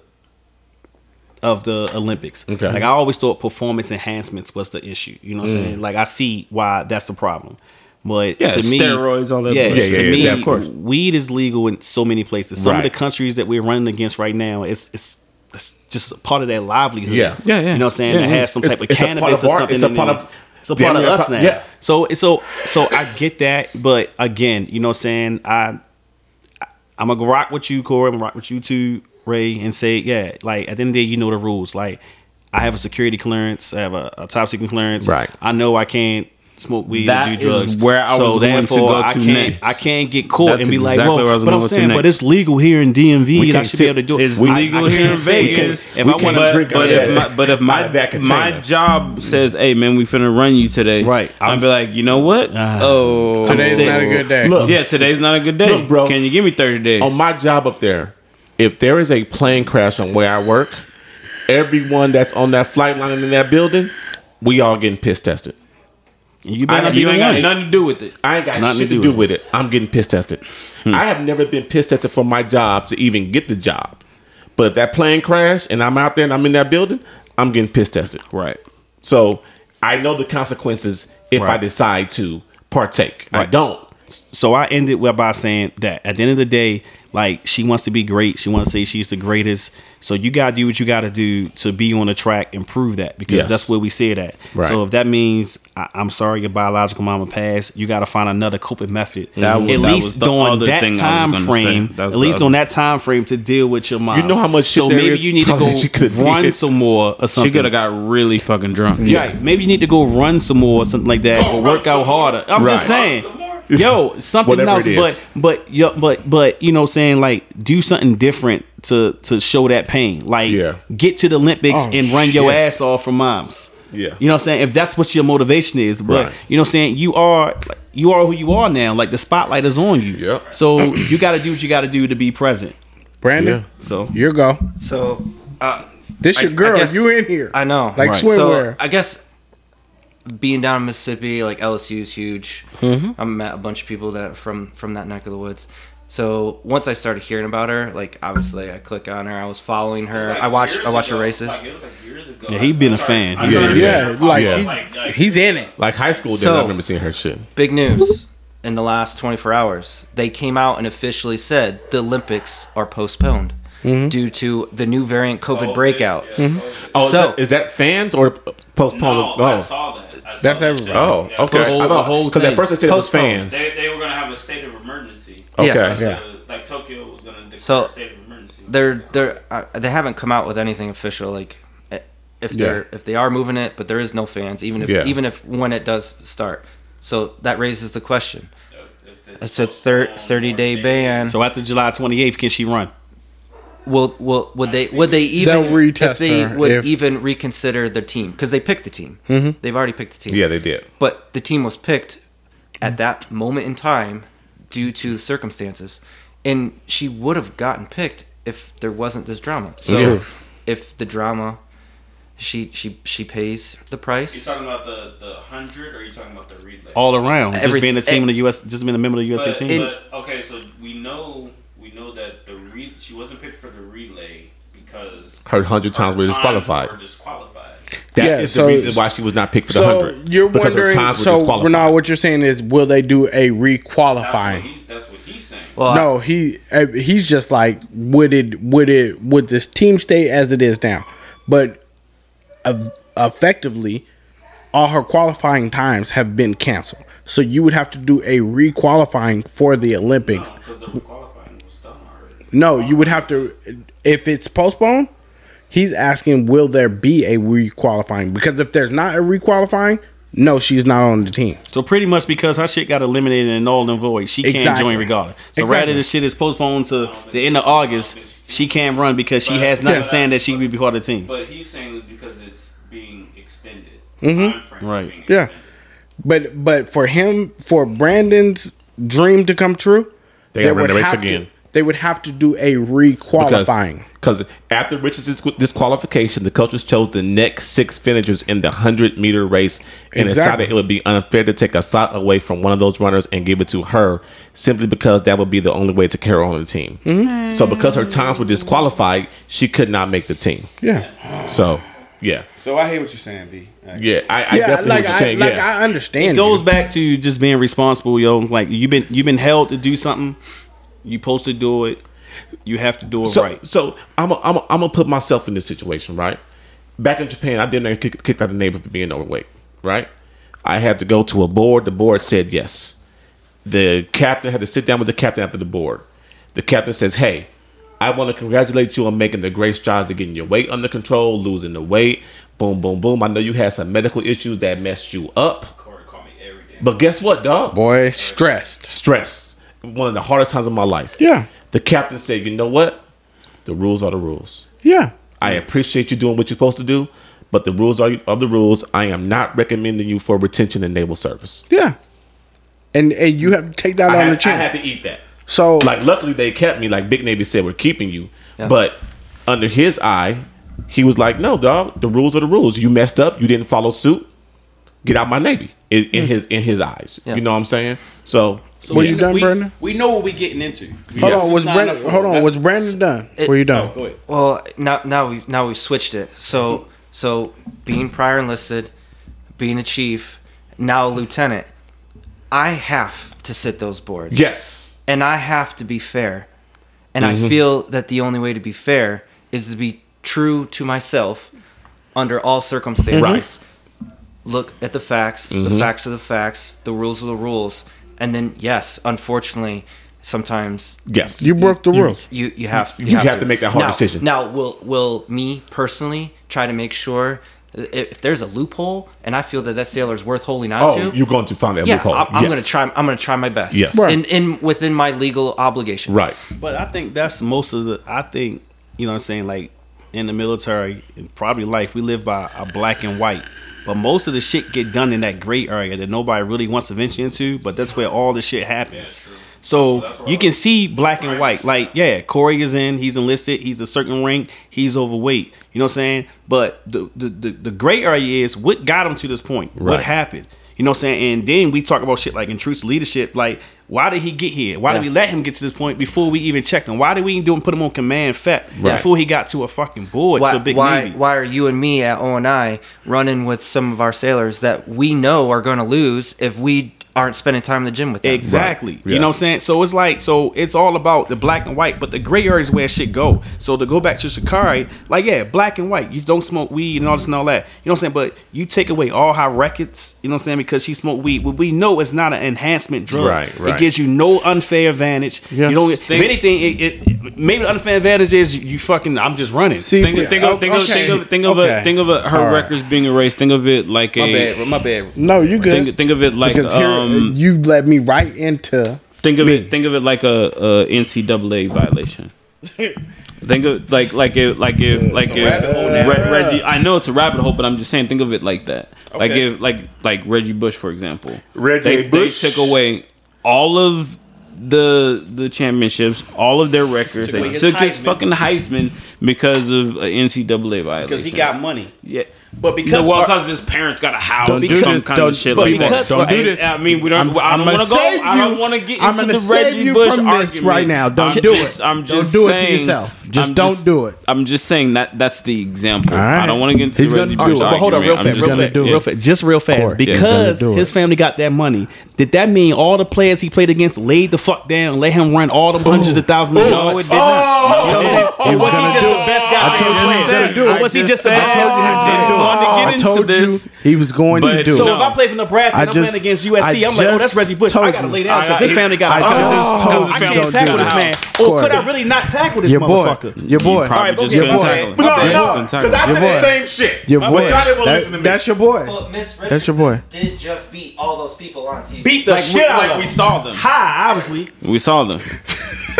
Speaker 3: of the Olympics.
Speaker 2: Okay. Mm.
Speaker 3: Like I always thought performance enhancements was the issue. You know what I'm saying? Like I see why that's a problem. But
Speaker 4: Yeah,
Speaker 3: to me,
Speaker 4: steroids, all that
Speaker 3: Yeah,
Speaker 4: bullshit.
Speaker 3: to
Speaker 2: Yeah, yeah,
Speaker 3: me,
Speaker 2: yeah, of course.
Speaker 3: weed is legal in so many places. Some of
Speaker 2: Right.
Speaker 3: the countries that we're running against right now, it's it's, it's just a part of their livelihood.
Speaker 2: Yeah.
Speaker 4: Yeah, yeah.
Speaker 3: You know what I'm saying?
Speaker 4: Yeah,
Speaker 3: to
Speaker 4: yeah.
Speaker 3: have some
Speaker 2: It's-
Speaker 3: type of
Speaker 2: it's a part
Speaker 3: cannabis
Speaker 2: of
Speaker 3: or
Speaker 2: our-
Speaker 3: something.
Speaker 2: it's a
Speaker 3: in
Speaker 2: part
Speaker 3: it.
Speaker 2: of-
Speaker 3: it's a part
Speaker 2: damn
Speaker 3: of
Speaker 2: near a
Speaker 3: us
Speaker 2: part-
Speaker 3: now.
Speaker 2: yeah.
Speaker 3: So so so I get that, but again, you know what I'm saying? I I'm gonna rock with you, Corey. I'm gonna rock with you too, Ray, and say, yeah, like at the end of the day, you know the rules. Like, I have a security clearance, I have a, a top secret clearance.
Speaker 2: Right.
Speaker 3: I know I can't smoke weed
Speaker 4: That
Speaker 3: or
Speaker 4: is
Speaker 3: do drugs.
Speaker 4: where I was going to go
Speaker 3: I
Speaker 4: to
Speaker 3: can't
Speaker 4: next.
Speaker 3: I can't get caught
Speaker 4: That's
Speaker 3: and be like,
Speaker 4: exactly where I
Speaker 3: well,
Speaker 4: was
Speaker 3: but
Speaker 4: gonna
Speaker 3: I'm
Speaker 4: go to
Speaker 3: saying, but
Speaker 4: next.
Speaker 3: it's legal here in DMV. And I
Speaker 2: can't
Speaker 3: should be
Speaker 2: sit-
Speaker 3: able to do it.
Speaker 4: It's
Speaker 3: I- I
Speaker 4: legal
Speaker 3: can't
Speaker 4: here in
Speaker 3: say-
Speaker 4: Vegas.
Speaker 3: If
Speaker 2: We
Speaker 3: I want
Speaker 2: can't
Speaker 3: to
Speaker 4: but,
Speaker 2: drink
Speaker 3: drink,
Speaker 2: out
Speaker 4: but
Speaker 2: of
Speaker 4: if
Speaker 2: that-
Speaker 4: my but if
Speaker 2: out
Speaker 4: my
Speaker 2: of that container. Mm-hmm.
Speaker 4: my job says, "Hey man, we finna run you today,"
Speaker 3: Right.
Speaker 4: I'd
Speaker 3: I'm-
Speaker 4: be like, you know
Speaker 2: Uh,
Speaker 4: what? oh,
Speaker 1: Today's
Speaker 3: sick.
Speaker 1: not a good day.
Speaker 2: Look,
Speaker 4: yeah, today's not a good day,
Speaker 2: Look, bro.
Speaker 4: Can you give me thirty days?
Speaker 2: on my job up there, if there is a plane crash on where I work, everyone that's on that flight line and in that building we all getting piss tested.
Speaker 3: You
Speaker 2: I-
Speaker 3: better not be
Speaker 2: you
Speaker 3: the
Speaker 2: ain't got
Speaker 3: one.
Speaker 2: it.
Speaker 7: nothing to do with it.
Speaker 2: I ain't got
Speaker 3: Nothing
Speaker 2: shit to do with it. Hmm. I'm getting piss tested. I have never been piss tested for my job to even get the job. But if that plane crashed and I'm out there and I'm in that building, I'm getting piss tested.
Speaker 3: Right.
Speaker 2: So I know the consequences if I
Speaker 3: Right.
Speaker 2: decide to partake. I
Speaker 3: Right.
Speaker 2: don't.
Speaker 3: So I ended with by saying that at the end of the day, like she wants to be great. She wants to say she's the greatest. So you gotta do what you gotta do to be on the track and prove that because
Speaker 2: Yes.
Speaker 3: that's where we see it at.
Speaker 2: Right.
Speaker 3: So if that means I, I'm sorry your biological mama passed, you gotta find another coping method.
Speaker 4: That was-
Speaker 3: at
Speaker 4: that was
Speaker 3: least
Speaker 4: the
Speaker 3: during
Speaker 4: other
Speaker 3: that
Speaker 4: thing I was
Speaker 3: time
Speaker 4: gonna say.
Speaker 3: frame.
Speaker 4: That was the
Speaker 3: At least
Speaker 4: other-
Speaker 3: on that time frame to deal with your mom.
Speaker 2: You know how much shit
Speaker 3: So
Speaker 2: there
Speaker 3: maybe
Speaker 2: is?
Speaker 3: you need to
Speaker 2: Probably she
Speaker 3: go
Speaker 2: could've did.
Speaker 3: run some more
Speaker 4: She
Speaker 3: or something.
Speaker 4: could have got really fucking drunk.
Speaker 3: Yeah. Right. Maybe you need to go run some more or something like that or work out harder. I'm just saying. Yo, something
Speaker 2: Whatever
Speaker 3: else,
Speaker 2: it is.
Speaker 3: but but yo, but but you know, what I'm saying like do something different to to show that pain. Like
Speaker 2: Yeah.
Speaker 3: get to the Olympics
Speaker 1: Oh,
Speaker 3: and run your
Speaker 1: shit.
Speaker 3: ass off for moms.
Speaker 2: Yeah.
Speaker 3: you know, what I'm saying if that's what your motivation is, but
Speaker 2: Right.
Speaker 3: you know, what I'm saying you are you are who you are now. Like the spotlight is on you.
Speaker 2: Yep.
Speaker 3: So you got to do what you got to do to be present.
Speaker 1: Brandon,
Speaker 3: So
Speaker 1: your go.
Speaker 5: So, uh,
Speaker 1: This
Speaker 5: I-
Speaker 1: your
Speaker 5: I
Speaker 1: girl.
Speaker 5: guess-
Speaker 1: you in here?
Speaker 5: I know.
Speaker 1: Like
Speaker 5: So
Speaker 1: swimwear.
Speaker 5: I guess being down in Mississippi, like LSU is huge. I met a bunch of people that from from that neck of the woods. So once I started hearing about her, like obviously I click on her. I was following her. I watched I watched her races.
Speaker 3: yeah, he been a fan. He-
Speaker 2: Yeah,
Speaker 1: yeah, like
Speaker 2: Yeah.
Speaker 1: He's, he's in it.
Speaker 2: Like high school, then
Speaker 5: So-
Speaker 2: I remember seeing her shit.
Speaker 5: Big news in the last 24 hours. They came out and officially said the Olympics are postponed due to the new variant COVID breakout.
Speaker 6: Mm-hmm.
Speaker 2: Oh,
Speaker 5: So-
Speaker 2: is, that, is that fans or postponed?
Speaker 8: No, I
Speaker 2: oh,
Speaker 8: saw that. I saw
Speaker 1: That's
Speaker 8: that,
Speaker 1: everybody.
Speaker 8: too.
Speaker 2: oh,
Speaker 8: Yeah.
Speaker 2: okay.
Speaker 3: whole-
Speaker 2: I
Speaker 3: the whole
Speaker 2: thought because
Speaker 3: thing.
Speaker 2: at first they said it was fans.
Speaker 5: Postponed.
Speaker 8: They, they were gonna have a state of emergency.
Speaker 2: Okay.
Speaker 5: Yes.
Speaker 2: Yeah.
Speaker 8: So, like Tokyo was gonna declare
Speaker 5: So-
Speaker 8: a state of emergency.
Speaker 5: they're they're uh, they haven't come out with anything official like eh, if they're if they are moving it but there is no fans even if
Speaker 2: Yeah.
Speaker 5: even if when it does start so that raises the question
Speaker 8: If it's
Speaker 5: it's a thir- 30 day ban
Speaker 3: So after July 28th, can she run?
Speaker 5: will will would they would they even
Speaker 1: They'll retest
Speaker 5: if they
Speaker 1: her
Speaker 5: would
Speaker 1: if-
Speaker 5: even reconsider their team because they picked the team mm-hmm. they've already picked the team
Speaker 2: Yeah, they did.
Speaker 5: but the team was picked at that moment in time due to the circumstances and she would have gotten picked if there wasn't this drama so
Speaker 2: Yeah.
Speaker 5: if the drama she she she pays the
Speaker 8: You
Speaker 5: price
Speaker 8: talking about the the hundred, or you talking about the relay?
Speaker 3: All around,
Speaker 5: Every-
Speaker 3: just being a team in the U.S., just being a member of the USA
Speaker 8: but,
Speaker 3: team.
Speaker 8: but okay, so we know we know that the re- she wasn't picked for the relay because
Speaker 2: Her 100 times were
Speaker 8: times
Speaker 2: disqualified.
Speaker 8: Were disqualified.
Speaker 2: That is
Speaker 1: Yeah,
Speaker 2: the
Speaker 1: so-
Speaker 2: reason why she was not picked for the
Speaker 1: So
Speaker 2: 100.
Speaker 1: you're
Speaker 2: because her
Speaker 1: wondering.
Speaker 2: times were
Speaker 1: So
Speaker 2: disqualified.
Speaker 1: Renard, what you're saying is, will they do a
Speaker 8: That's what
Speaker 1: requalifying?
Speaker 8: he's that's what he's saying.
Speaker 5: well
Speaker 1: no, he uh, he's just like would it would it would this team stay as it is now? But ev- effectively, all her qualifying times have been canceled. So you would have to do a re-qualifying for the Olympics.
Speaker 8: because the qualifying was done already.
Speaker 1: No, you would have to if it's postponed. He's asking, will there be a re-qualifying? Because if there's not a re-qualifying, no, she's not on the team.
Speaker 3: So pretty much because her shit got eliminated and null and void, she can't
Speaker 1: Exactly.
Speaker 3: join regardless. So
Speaker 1: Exactly.
Speaker 3: rather the shit is postponed to the end of August, she can't run because she has nothing saying that she would be part of the team.
Speaker 8: But he's saying that because it's being extended. Time frame
Speaker 3: Right.
Speaker 8: Being
Speaker 1: Mm-hmm. Yeah.
Speaker 8: extended.
Speaker 1: But but for him, for Brandon's dream to come true,
Speaker 2: They gotta run the race
Speaker 1: have
Speaker 2: again.
Speaker 1: To, they would have to do a re-qualifying.
Speaker 2: Because after Richardson's disqualification, the coaches chose the next six finishers in the 100 meter race and
Speaker 1: Exactly.
Speaker 2: decided it would be unfair to take a slot away from one of those runners and give it to her simply because that would be the only way to carry her on the team.
Speaker 1: Mm-hmm.
Speaker 2: So, because her times were disqualified, she could not make the team.
Speaker 1: yeah,
Speaker 2: So, yeah.
Speaker 9: So I hear what you're saying, B.
Speaker 2: Yeah, I, I
Speaker 1: yeah.
Speaker 2: definitely
Speaker 1: Like
Speaker 2: was
Speaker 1: I,
Speaker 2: saying,
Speaker 1: like
Speaker 2: yeah.
Speaker 1: I understand.
Speaker 3: It goes back to just being responsible, yo. Like you've been you've been held to do something, you supposed to do it, you have to do it
Speaker 2: so,
Speaker 3: right.
Speaker 2: So I'm i I'm i I'm gonna put myself in this situation, right? Back in Japan, I didn't get kicked out of the neighbor for being overweight, right? I had to go to a board. The board said yes. The captain had to sit down with the captain after the board. The captain says, "Hey, I want to congratulate you on making the great strides to getting your weight under control, losing the weight. Boom, boom, boom. I know you had some medical issues that messed you up,
Speaker 8: Corey called me every day.
Speaker 2: but guess what, dog?
Speaker 1: boy, stressed.
Speaker 2: stress. One of the hardest times of my life.
Speaker 1: Yeah.
Speaker 2: The captain said, "You know what? The rules are the rules.
Speaker 1: Yeah,
Speaker 2: I appreciate you doing what you're supposed to do, but the rules are, are the rules. I am not recommending you for retention and naval service.
Speaker 1: yeah. And and you have to take that
Speaker 2: I
Speaker 1: on the
Speaker 2: had, I
Speaker 1: chin.
Speaker 2: had to eat that.
Speaker 1: so
Speaker 2: Like, luckily they kept me. Like Big Navy said, we're keeping you,
Speaker 5: Yeah.
Speaker 2: but under his eye, He was like, "No, dog. The rules are the rules. You messed up. You didn't follow suit. Get out my navy." In, in
Speaker 1: Mm.
Speaker 2: his in his eyes,
Speaker 5: Yeah.
Speaker 2: you know what I'm saying. So,
Speaker 1: Were
Speaker 2: yeah.
Speaker 1: you done,
Speaker 9: we,
Speaker 1: Brandon?
Speaker 9: We know what we're getting into.
Speaker 1: Hold on, was
Speaker 9: Sign
Speaker 1: Brandon?
Speaker 9: up for
Speaker 1: Hold
Speaker 9: that.
Speaker 1: on, was Brandon done?
Speaker 5: It-
Speaker 1: Were you done?
Speaker 9: Go ahead.
Speaker 5: Well, now now we now we switched it. So so being prior enlisted, being a chief, now a lieutenant, I have to sit those boards.
Speaker 2: yes,
Speaker 5: and I have to be fair. And
Speaker 2: Mm-hmm.
Speaker 5: I feel that the only way to be fair is to be true to myself under all circumstances.
Speaker 2: Mm-hmm.
Speaker 5: Look at the facts. The facts are the facts. The rules are the rules. And then, yes, unfortunately, sometimes
Speaker 2: yes.
Speaker 1: You broke the rules.
Speaker 5: you you have
Speaker 2: You have to make that hard
Speaker 5: Now-
Speaker 2: decision.
Speaker 5: Now, will will me personally try to make sure i- if there's a loophole and I feel that that sailor's worth holding on
Speaker 2: oh,
Speaker 5: to?
Speaker 2: you're going to find that
Speaker 5: yeah,
Speaker 2: loophole.
Speaker 5: I'm, I'm
Speaker 2: Yes.
Speaker 5: gonna try. I'm gonna try my best.
Speaker 2: Yes.
Speaker 1: Right.
Speaker 5: in, in within my legal obligation.
Speaker 2: Right.
Speaker 3: But I think that's most of the. I think you know what I'm saying. Like in the military, and probably life, we live by a black and white. But most of the shit get done in that gray area that nobody really wants to venture into. But that's where all the shit happens. So you can see black and white. Like yeah, Corey is in. He's enlisted. He's a certain rank. He's overweight. You know what I'm saying? But the the the, the gray area is what got him to this point.
Speaker 2: Right.
Speaker 3: What happened? You know what I'm saying? And then we talk about shit like intrusive leadership. Like, why did he get here? Why did we let him get to this point before we even checked him? Why did we even do him put him on command FEP before he got to a fucking board
Speaker 5: why,
Speaker 3: to a big
Speaker 5: why,
Speaker 3: navy?
Speaker 5: why are you and me at ONI running with some of our sailors that we know are going to lose if we aren't spending time in the gym with them?
Speaker 3: Exactly.
Speaker 2: Yeah.
Speaker 3: You know what I'm saying? So it's like, so it's all about the black and white, but the gray area is where shit go. So to go back to Shikari, like, yeah, black and white. You don't smoke weed and all this and all that. You know what I'm saying? But you take away all her records, you know what I'm saying? Because she smoked weed. What we know it's not an enhancement drug.
Speaker 2: Right, right.
Speaker 3: It gives you no unfair advantage.
Speaker 2: Yes.
Speaker 3: You know, if anything, it, it maybe the unfair advantage is you, you fucking, I'm just running.
Speaker 1: See,
Speaker 4: Think
Speaker 1: we-
Speaker 4: of think of think of
Speaker 1: okay.
Speaker 4: think of think of, a,
Speaker 1: Okay.
Speaker 4: think of a, her
Speaker 1: All right.
Speaker 4: records being erased. Think of it like
Speaker 3: my
Speaker 4: a
Speaker 3: bad, my bad.
Speaker 1: No, you good.
Speaker 4: think, think of it like
Speaker 1: because here
Speaker 4: um
Speaker 1: uh, you led me right into.
Speaker 4: think of it think of it like a, a NCAA violation. think of like like if like if like if
Speaker 9: rabbit hole now.
Speaker 4: Re- Reggie. I know it's a rabbit hole, but I'm just saying think of it like that. Like if like like Reggie Bush for example.
Speaker 2: Reggie
Speaker 4: they,
Speaker 2: Bush.
Speaker 4: they took away all of the the championships, all of their records.
Speaker 9: away
Speaker 4: They
Speaker 9: his
Speaker 4: took his
Speaker 9: Heisman.
Speaker 4: fucking Heisman because of an NCAA violation.
Speaker 9: Because he got money.
Speaker 4: yeah.
Speaker 9: But because
Speaker 4: no, well,
Speaker 9: our-
Speaker 4: because his parents got a house,
Speaker 3: Don't
Speaker 4: do
Speaker 3: do
Speaker 4: some
Speaker 3: this.
Speaker 4: kind
Speaker 3: Don't-
Speaker 4: of shit
Speaker 3: but
Speaker 4: like
Speaker 3: because-
Speaker 4: that.
Speaker 3: don't do
Speaker 4: And-
Speaker 3: this.
Speaker 4: I mean, we don't. I'm,
Speaker 1: I'm-
Speaker 4: I do not
Speaker 1: I'm gonna
Speaker 4: want to go.
Speaker 1: save
Speaker 4: I don't
Speaker 1: you.
Speaker 4: want to get
Speaker 1: I'm
Speaker 4: into
Speaker 1: gonna
Speaker 4: the
Speaker 1: save
Speaker 4: Reggie
Speaker 1: you
Speaker 4: Bush
Speaker 1: from this
Speaker 4: argument
Speaker 1: right now. Don't
Speaker 4: I'm
Speaker 1: do
Speaker 4: just,
Speaker 1: it.
Speaker 4: I'm
Speaker 1: Don't
Speaker 4: just
Speaker 1: do it to
Speaker 4: saying,
Speaker 1: yourself. Just
Speaker 4: I'm
Speaker 1: don't do it.
Speaker 4: I'm just saying that that's the example.
Speaker 1: All right.
Speaker 4: I don't want to get into
Speaker 1: He's
Speaker 4: the
Speaker 1: gonna
Speaker 4: Reggie
Speaker 1: do it.
Speaker 4: Bush
Speaker 1: But
Speaker 3: But hold on,
Speaker 4: argument.
Speaker 3: real
Speaker 4: I'm
Speaker 3: fast,
Speaker 4: just
Speaker 3: real
Speaker 4: gonna
Speaker 3: fast,
Speaker 4: do it.
Speaker 3: real fast, just real fast.
Speaker 1: Corey, he's
Speaker 3: because
Speaker 1: gonna do
Speaker 3: his
Speaker 1: it.
Speaker 3: family got that money, did that mean all the players he played against laid the fuck down, let him run all them hundreds of thousands of
Speaker 4: No, it
Speaker 3: yards?
Speaker 4: did not.
Speaker 1: Oh. He
Speaker 3: Or was he
Speaker 1: gonna
Speaker 3: just
Speaker 1: do
Speaker 3: the
Speaker 1: it.
Speaker 3: best
Speaker 1: I told you he
Speaker 3: guy?
Speaker 1: was gonna do
Speaker 3: Or
Speaker 1: it.
Speaker 3: was he just the
Speaker 4: I
Speaker 3: best
Speaker 4: told you he was
Speaker 3: guy?
Speaker 4: gonna do it.
Speaker 1: I
Speaker 4: wanted to get
Speaker 1: told
Speaker 4: into
Speaker 1: you
Speaker 4: this,
Speaker 1: he was going to
Speaker 4: but-
Speaker 1: do
Speaker 3: So
Speaker 1: it.
Speaker 4: No.
Speaker 3: if I play for Nebraska and
Speaker 1: I
Speaker 3: I'm
Speaker 1: just-
Speaker 3: playing against USC,
Speaker 1: I
Speaker 3: I'm like, oh,
Speaker 1: just
Speaker 3: that's Reggie Bush. I
Speaker 1: told
Speaker 3: gotta
Speaker 1: you.
Speaker 3: lay down
Speaker 4: I
Speaker 3: because
Speaker 4: got-
Speaker 3: his family got.
Speaker 1: I
Speaker 3: a
Speaker 1: just-
Speaker 3: house.
Speaker 1: told
Speaker 4: you.
Speaker 3: I
Speaker 4: Don't do
Speaker 3: can't tackle
Speaker 4: that.
Speaker 3: this man. Or could I really not tackle this
Speaker 1: your boy,
Speaker 3: motherfucker?
Speaker 1: your boy,
Speaker 4: Probably
Speaker 3: Alright,
Speaker 4: just
Speaker 3: okay,
Speaker 4: couldn't
Speaker 3: my
Speaker 4: tackle him.
Speaker 3: bad.
Speaker 2: No,
Speaker 4: Probably just
Speaker 2: no, because
Speaker 4: couldn't tackle
Speaker 2: I said
Speaker 4: him.
Speaker 1: Your boy.
Speaker 2: the same shit.
Speaker 1: your
Speaker 2: But
Speaker 1: boy.
Speaker 2: y'all didn't want to
Speaker 1: That-
Speaker 2: listen to me.
Speaker 1: That's your boy.
Speaker 5: Well, Miss
Speaker 1: That's your boy.
Speaker 5: Richardson Did just beat all those people on TV,
Speaker 3: Beat the
Speaker 4: Like, we-
Speaker 3: shit out of
Speaker 4: like
Speaker 3: him.
Speaker 4: we saw them.
Speaker 3: High, obviously.
Speaker 4: We saw them.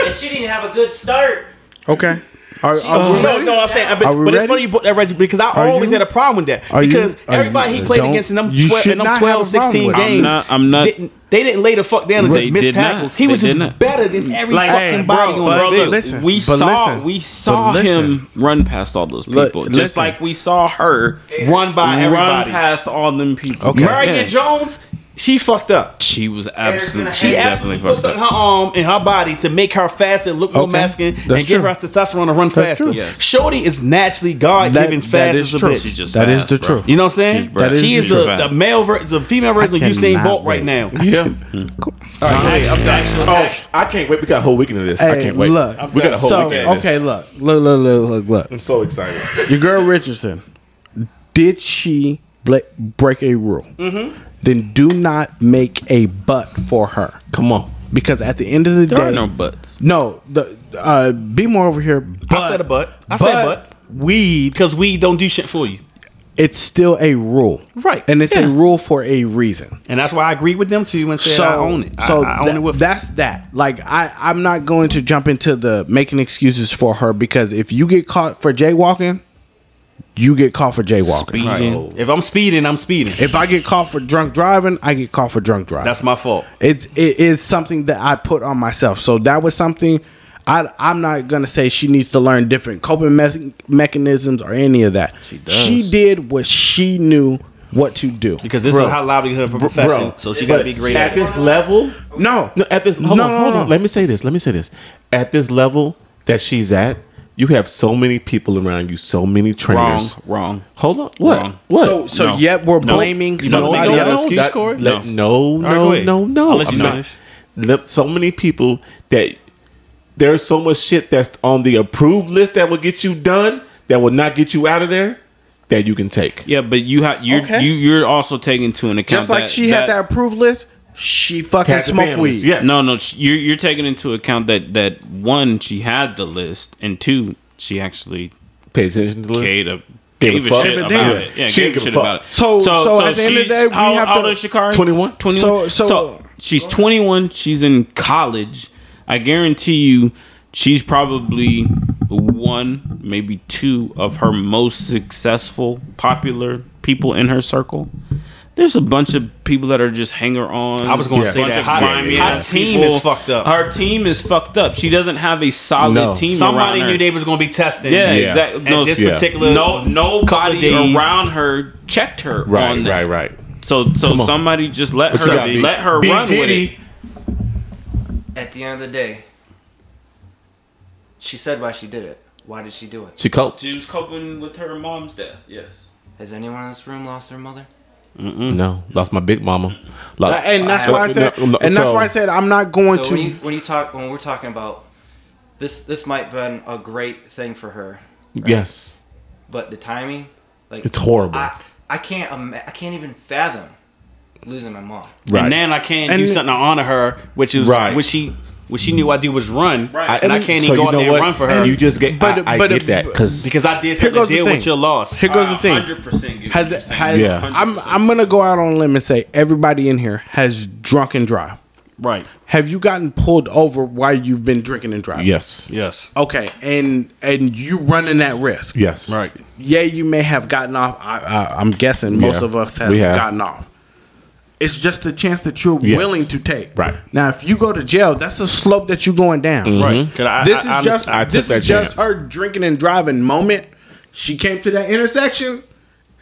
Speaker 5: and she didn't have a good start.
Speaker 1: Okay. Oh. Are, are
Speaker 3: No,
Speaker 1: we ready?
Speaker 3: no, I'm saying, but,
Speaker 1: Are we
Speaker 3: but it's
Speaker 1: ready?
Speaker 3: funny you put that Reggie because I
Speaker 1: Are
Speaker 3: always
Speaker 1: you?
Speaker 3: had a problem with that
Speaker 1: Are you-
Speaker 3: because
Speaker 1: are you-
Speaker 3: everybody he played
Speaker 1: don't-
Speaker 3: against in them,
Speaker 1: you
Speaker 3: 12,
Speaker 1: should
Speaker 3: in them
Speaker 1: not
Speaker 3: 12,
Speaker 1: have a problem
Speaker 3: 16
Speaker 1: with it. I'm
Speaker 3: games,
Speaker 4: not- I'm not-
Speaker 3: Didn't, they didn't lay the fuck down and
Speaker 4: They
Speaker 3: just miss
Speaker 4: did not.
Speaker 3: tackles. He
Speaker 4: They
Speaker 3: was
Speaker 4: did
Speaker 3: just
Speaker 4: not.
Speaker 3: better than every
Speaker 4: Like,
Speaker 3: fucking
Speaker 4: hey,
Speaker 3: body
Speaker 4: bro,
Speaker 3: on
Speaker 4: but
Speaker 3: the field.
Speaker 1: listen,
Speaker 4: we
Speaker 1: but
Speaker 4: saw
Speaker 1: listen,
Speaker 4: we
Speaker 1: but
Speaker 4: saw him run past all those people,
Speaker 1: Look,
Speaker 4: just
Speaker 1: listen.
Speaker 4: like we saw her
Speaker 3: Run by
Speaker 4: run
Speaker 3: everybody.
Speaker 4: past all them people.
Speaker 3: okay. Marion
Speaker 4: Yeah.
Speaker 3: Jones, she fucked up.
Speaker 4: she was
Speaker 5: gonna
Speaker 4: absolutely
Speaker 5: have-
Speaker 4: she
Speaker 3: She
Speaker 4: definitely
Speaker 3: absolutely
Speaker 4: fucked
Speaker 3: put
Speaker 4: up.
Speaker 3: something in her arm and her body to make her faster, look more
Speaker 1: Okay.
Speaker 3: masculine,
Speaker 1: That's
Speaker 3: and give
Speaker 1: true.
Speaker 3: her testosterone to run
Speaker 1: That's
Speaker 3: faster.
Speaker 1: true.
Speaker 4: Yes.
Speaker 3: Shorty is naturally God
Speaker 1: That-
Speaker 3: given
Speaker 1: that
Speaker 3: fast
Speaker 1: is
Speaker 3: as a
Speaker 1: true.
Speaker 3: bitch.
Speaker 4: She's just
Speaker 1: That is
Speaker 4: fast,
Speaker 1: the
Speaker 4: bro.
Speaker 1: truth.
Speaker 3: You know what I'm saying?
Speaker 4: She's brave.
Speaker 1: That
Speaker 3: she
Speaker 1: is
Speaker 3: is
Speaker 1: the
Speaker 3: the,
Speaker 4: truth.
Speaker 3: the male version, the female version of Usain
Speaker 1: cannot
Speaker 3: Bolt
Speaker 1: wait.
Speaker 3: right now.
Speaker 2: Yeah. Oh, I can't wait. We got a whole weekend of this. I
Speaker 1: Hey,
Speaker 2: can't wait.
Speaker 1: look.
Speaker 2: we got a whole
Speaker 1: So
Speaker 2: weekend. Of this.
Speaker 1: okay, look, look, look, look, look,
Speaker 2: I'm so excited.
Speaker 1: look. Your girl Richardson, did she ble- break a rule? Mm-hmm. Then do not make a butt for her
Speaker 2: Come on.
Speaker 1: because at the end of the
Speaker 4: There
Speaker 1: day,
Speaker 4: are no buts.
Speaker 1: no, the uh, be more over here. But,
Speaker 3: I said a butt. I
Speaker 1: but
Speaker 3: said butt.
Speaker 1: weed,
Speaker 3: Because we don't do shit for you.
Speaker 1: it's still a rule,
Speaker 3: Right,
Speaker 1: And it's a
Speaker 3: yeah.
Speaker 1: rule for a reason.
Speaker 3: And that's why I agree with them too and said
Speaker 1: so
Speaker 3: I own it. I-
Speaker 1: So
Speaker 3: I, own
Speaker 1: tha-
Speaker 3: it with
Speaker 1: that's that. Like I, I'm not going to jump into the making excuses for her because if you get caught for jaywalking, you get caught for jaywalking.
Speaker 4: Speeding.
Speaker 3: If I'm speeding, I'm speeding.
Speaker 1: If I get caught for drunk driving, I get caught for drunk driving.
Speaker 3: that's my fault.
Speaker 1: it's it is something that I put on myself. So that was something I, I'm not gonna say she needs to learn different coping me- mechanisms or any of that. She
Speaker 3: does.
Speaker 1: She did what she knew what to do.
Speaker 3: Because this
Speaker 2: Bro.
Speaker 3: is how loudly her
Speaker 2: Bro,
Speaker 3: profession.
Speaker 2: bro,
Speaker 3: so she got to
Speaker 2: but
Speaker 3: be great
Speaker 2: at
Speaker 3: at it.
Speaker 2: this level.
Speaker 1: No,
Speaker 2: No, at this hold
Speaker 1: No,
Speaker 2: on,
Speaker 1: no,
Speaker 2: hold
Speaker 1: no.
Speaker 2: on. Let me say this. Let me say this. At this level that she's at, you have so many people around you, so many
Speaker 4: Wrong,
Speaker 2: trainers.
Speaker 4: wrong.
Speaker 2: Hold on. What?
Speaker 4: Wrong.
Speaker 2: What?
Speaker 1: So, so
Speaker 4: No.
Speaker 1: yet we're blaming
Speaker 3: You don't
Speaker 2: no,
Speaker 3: think
Speaker 1: somebody
Speaker 3: they
Speaker 2: no,
Speaker 3: have an
Speaker 1: else.
Speaker 2: no,
Speaker 3: excuse
Speaker 2: that-
Speaker 3: score?
Speaker 2: let- no,
Speaker 3: right, go
Speaker 2: no,
Speaker 3: ahead.
Speaker 2: no, no.
Speaker 3: I'll let you
Speaker 2: Oh, I'm not-
Speaker 3: finish.
Speaker 2: the- so many people that there's so much shit that's on the approved list that will get you done, that will not get you out of there, that you can take.
Speaker 4: Yeah, but you have you're
Speaker 1: Okay.
Speaker 4: you, you're also taking into an account
Speaker 1: Just like
Speaker 4: that-
Speaker 1: she had that approved list, she fucking
Speaker 2: Had the
Speaker 1: smoked
Speaker 2: banners,
Speaker 1: weed.
Speaker 2: Yes.
Speaker 4: No, no, sh- you're you're taking into account that that one she had the list and two she actually
Speaker 2: Pay attention to the list.
Speaker 4: gave a
Speaker 2: Gave
Speaker 4: gave
Speaker 2: a
Speaker 4: a
Speaker 2: fuck.
Speaker 4: shit
Speaker 2: Yeah,
Speaker 4: about
Speaker 2: damn.
Speaker 4: it. Yeah,
Speaker 2: She
Speaker 4: gave
Speaker 2: didn't
Speaker 4: a shit
Speaker 2: give a fuck.
Speaker 4: about it.
Speaker 1: So- so at the end of the
Speaker 4: she's-
Speaker 1: day, we
Speaker 4: how
Speaker 1: have
Speaker 4: old
Speaker 1: to-
Speaker 4: is Shikari?
Speaker 2: 21?
Speaker 4: 21?
Speaker 1: So- so-
Speaker 4: she's 21. She's in college. I guarantee you, she's probably one, maybe two of her most successful, popular people in her circle. There's a bunch of people that are just hanger on.
Speaker 3: I was gonna say
Speaker 4: bunch
Speaker 3: that
Speaker 4: of
Speaker 3: hot-
Speaker 4: grimy
Speaker 3: hot
Speaker 4: ass
Speaker 3: team
Speaker 4: people.
Speaker 3: is fucked up.
Speaker 4: Her team is fucked up. She doesn't have a solid
Speaker 2: No.
Speaker 4: team.
Speaker 3: Somebody
Speaker 4: around
Speaker 3: knew
Speaker 4: her.
Speaker 3: they was going to be testing.
Speaker 4: Yeah,
Speaker 2: Yeah.
Speaker 4: exactly.
Speaker 3: At this
Speaker 2: yeah.
Speaker 3: particular
Speaker 4: no, nobody
Speaker 3: days.
Speaker 4: around her checked her
Speaker 2: Right,
Speaker 4: on that.
Speaker 2: right, right.
Speaker 4: So, so somebody just let
Speaker 2: What's
Speaker 4: her
Speaker 2: up, B?
Speaker 4: let her
Speaker 2: Big
Speaker 4: run
Speaker 2: Diddy.
Speaker 4: with it.
Speaker 6: At the end of the day, she said why she did it. Why did she do it?
Speaker 2: She coped.
Speaker 4: She was coping with her mom's death.
Speaker 8: Yes.
Speaker 6: Has anyone in this room lost their mother?
Speaker 3: Mm-hmm.
Speaker 2: No, lost my big mama. Lo-
Speaker 1: uh, And that's why I said.
Speaker 2: uh, No, no,
Speaker 1: And that's
Speaker 2: so-
Speaker 1: why I said I'm not going
Speaker 6: So
Speaker 1: to.
Speaker 6: when you when you talk when we're talking about this, this might have been a great thing for her,
Speaker 2: Yes,
Speaker 6: but the timing, like
Speaker 2: it's horrible.
Speaker 6: I I can't ima- I can't even fathom losing my mom.
Speaker 2: right.
Speaker 3: And then I can't
Speaker 1: And-
Speaker 3: do something to honor her, which is
Speaker 2: Right.
Speaker 3: what she what she knew I did was run.
Speaker 2: I-
Speaker 3: And I can't even go out
Speaker 2: know
Speaker 3: there and
Speaker 2: what?
Speaker 3: run for her.
Speaker 2: And you just get.
Speaker 1: But-
Speaker 2: I, I
Speaker 1: but-
Speaker 2: get that because
Speaker 3: because I did
Speaker 1: Here
Speaker 3: something to
Speaker 1: goes the
Speaker 3: deal
Speaker 1: thing.
Speaker 3: with your loss.
Speaker 1: Here goes the thing.
Speaker 8: Hundred percent.
Speaker 1: Has has
Speaker 2: Yeah.
Speaker 1: I'm I'm gonna go out on a limb and say everybody in here has drunk and drive.
Speaker 3: Right.
Speaker 1: Have you gotten pulled over while you've been drinking and driving?
Speaker 2: yes,
Speaker 3: Yes.
Speaker 1: Okay, and and you running that risk.
Speaker 2: yes,
Speaker 3: Right.
Speaker 1: Yeah, you may have gotten off. I, I, I'm guessing most
Speaker 2: Yeah,
Speaker 1: of us have,
Speaker 2: we have.
Speaker 1: gotten off. It's just the chance that you're
Speaker 2: Yes.
Speaker 1: willing to take.
Speaker 2: Right.
Speaker 1: now, if you go to jail, that's a slope that you're going down.
Speaker 2: Mm-hmm.
Speaker 3: Right. 'Cause I-
Speaker 1: This
Speaker 3: I-
Speaker 1: is
Speaker 3: I
Speaker 1: just
Speaker 2: I took
Speaker 1: this
Speaker 2: that
Speaker 1: is just
Speaker 2: chance.
Speaker 1: her drinking and driving moment. She came to that intersection,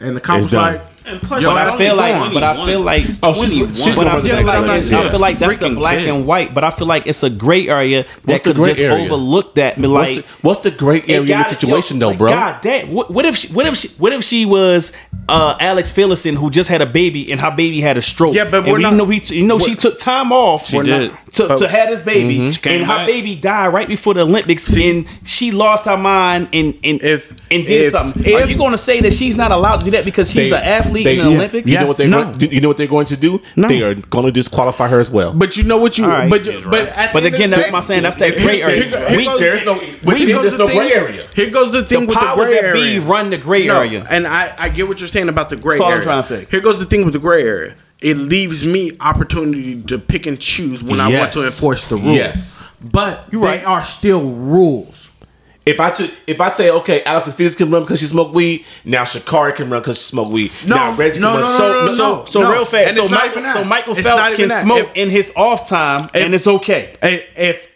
Speaker 1: and the cop
Speaker 2: It's
Speaker 1: was
Speaker 2: done.
Speaker 1: like,
Speaker 8: And plus,
Speaker 3: But I
Speaker 1: She's
Speaker 3: feel like,
Speaker 1: only
Speaker 3: but I feel like,
Speaker 2: Oh, she's- she's
Speaker 3: but
Speaker 2: one
Speaker 3: I
Speaker 2: of the
Speaker 3: feel like,
Speaker 2: next
Speaker 3: I feel like that's the
Speaker 4: Freaking
Speaker 3: black
Speaker 4: kid.
Speaker 3: and white. But I feel like it's a gray area
Speaker 2: What's
Speaker 3: that
Speaker 2: the
Speaker 3: could
Speaker 2: gray
Speaker 3: just
Speaker 2: area?
Speaker 3: overlook that. But
Speaker 2: What's
Speaker 3: like,
Speaker 2: the, what's the great
Speaker 3: it
Speaker 2: area in the
Speaker 3: gotta-
Speaker 2: situation
Speaker 3: yo,
Speaker 2: though,
Speaker 3: like,
Speaker 2: bro?
Speaker 3: God damn! What, what if she? What if she? What if she was uh, Alex Phillison who just had a baby and her baby had a stroke?
Speaker 1: Yeah, but
Speaker 3: And
Speaker 1: we're
Speaker 3: we
Speaker 1: not-
Speaker 3: know he. You know she took time off. She
Speaker 4: did.
Speaker 3: to, to have this baby,
Speaker 4: came
Speaker 3: and her
Speaker 4: back.
Speaker 3: baby died right before the Olympics, and she lost her mind and and
Speaker 1: If-
Speaker 3: and did
Speaker 1: if-
Speaker 3: something.
Speaker 1: if-
Speaker 3: Are you going to say that she's not allowed to do that because she's
Speaker 2: They-
Speaker 3: an athlete
Speaker 2: they-
Speaker 3: in the
Speaker 2: yeah.
Speaker 3: Olympics?
Speaker 2: You know what they're
Speaker 1: No.
Speaker 2: going, you know what they're going to do?
Speaker 1: No.
Speaker 2: They are going to disqualify her as well.
Speaker 1: But you know what you.
Speaker 3: All right.
Speaker 1: But
Speaker 3: He's
Speaker 1: but at the
Speaker 3: But
Speaker 1: end of
Speaker 3: again,
Speaker 1: the
Speaker 3: that's
Speaker 1: day-
Speaker 3: my saying. That's that gray
Speaker 1: Here- here-
Speaker 3: area.
Speaker 1: here
Speaker 3: We-
Speaker 1: goes-
Speaker 2: there's no-
Speaker 1: here
Speaker 2: with
Speaker 1: goes
Speaker 2: them, there's
Speaker 1: the
Speaker 2: no
Speaker 1: thing-
Speaker 2: gray area.
Speaker 1: Here goes the thing
Speaker 3: The
Speaker 1: with the
Speaker 3: powers
Speaker 1: gray
Speaker 3: that
Speaker 1: area.
Speaker 3: be run the gray
Speaker 1: No,
Speaker 3: area.
Speaker 1: and I, I get what you're saying about the gray
Speaker 3: That's all I'm
Speaker 1: area.
Speaker 3: trying to say.
Speaker 1: Here goes the thing with the gray area. It leaves me opportunity to pick and choose when I want
Speaker 2: Yes.
Speaker 1: to enforce the rules.
Speaker 2: Yes.
Speaker 1: but you
Speaker 3: right.
Speaker 1: are still rules.
Speaker 2: If I should, if I say okay, Alex Felix can run because she smoked weed. Now Shakari can run because she smoked weed.
Speaker 1: No,
Speaker 2: now
Speaker 1: no,
Speaker 2: Reggie
Speaker 1: no,
Speaker 2: can
Speaker 1: no,
Speaker 2: run.
Speaker 1: no,
Speaker 2: so,
Speaker 1: no, no,
Speaker 3: So,
Speaker 1: no.
Speaker 3: so
Speaker 1: no.
Speaker 3: real fast.
Speaker 1: And
Speaker 3: So
Speaker 1: it's not
Speaker 3: Michael,
Speaker 1: even that.
Speaker 3: so Michael
Speaker 1: It's not
Speaker 3: Phelps
Speaker 1: even
Speaker 3: can
Speaker 1: that.
Speaker 3: smoke
Speaker 1: If-
Speaker 3: in his off time, and it's okay.
Speaker 1: If if,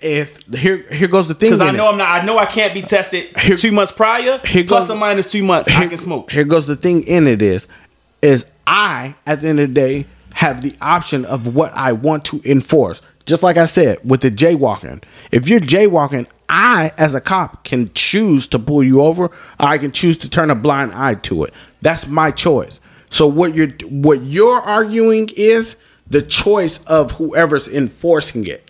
Speaker 1: if here here goes the thing.
Speaker 3: Because I
Speaker 1: in
Speaker 3: know
Speaker 1: it.
Speaker 3: I'm not. I know I can't be tested
Speaker 1: Here-
Speaker 3: two months prior.
Speaker 1: here
Speaker 3: plus
Speaker 1: goes-
Speaker 3: or minus two months, I can smoke.
Speaker 1: Here goes the thing in it is, is I at the end of the day have the option of what I want to enforce. Just like I said with the jaywalking, if you're jaywalking, I as a cop can choose to pull you over. I can choose to turn a blind eye to it. That's my choice. So what you're what you're arguing is the choice of whoever's enforcing it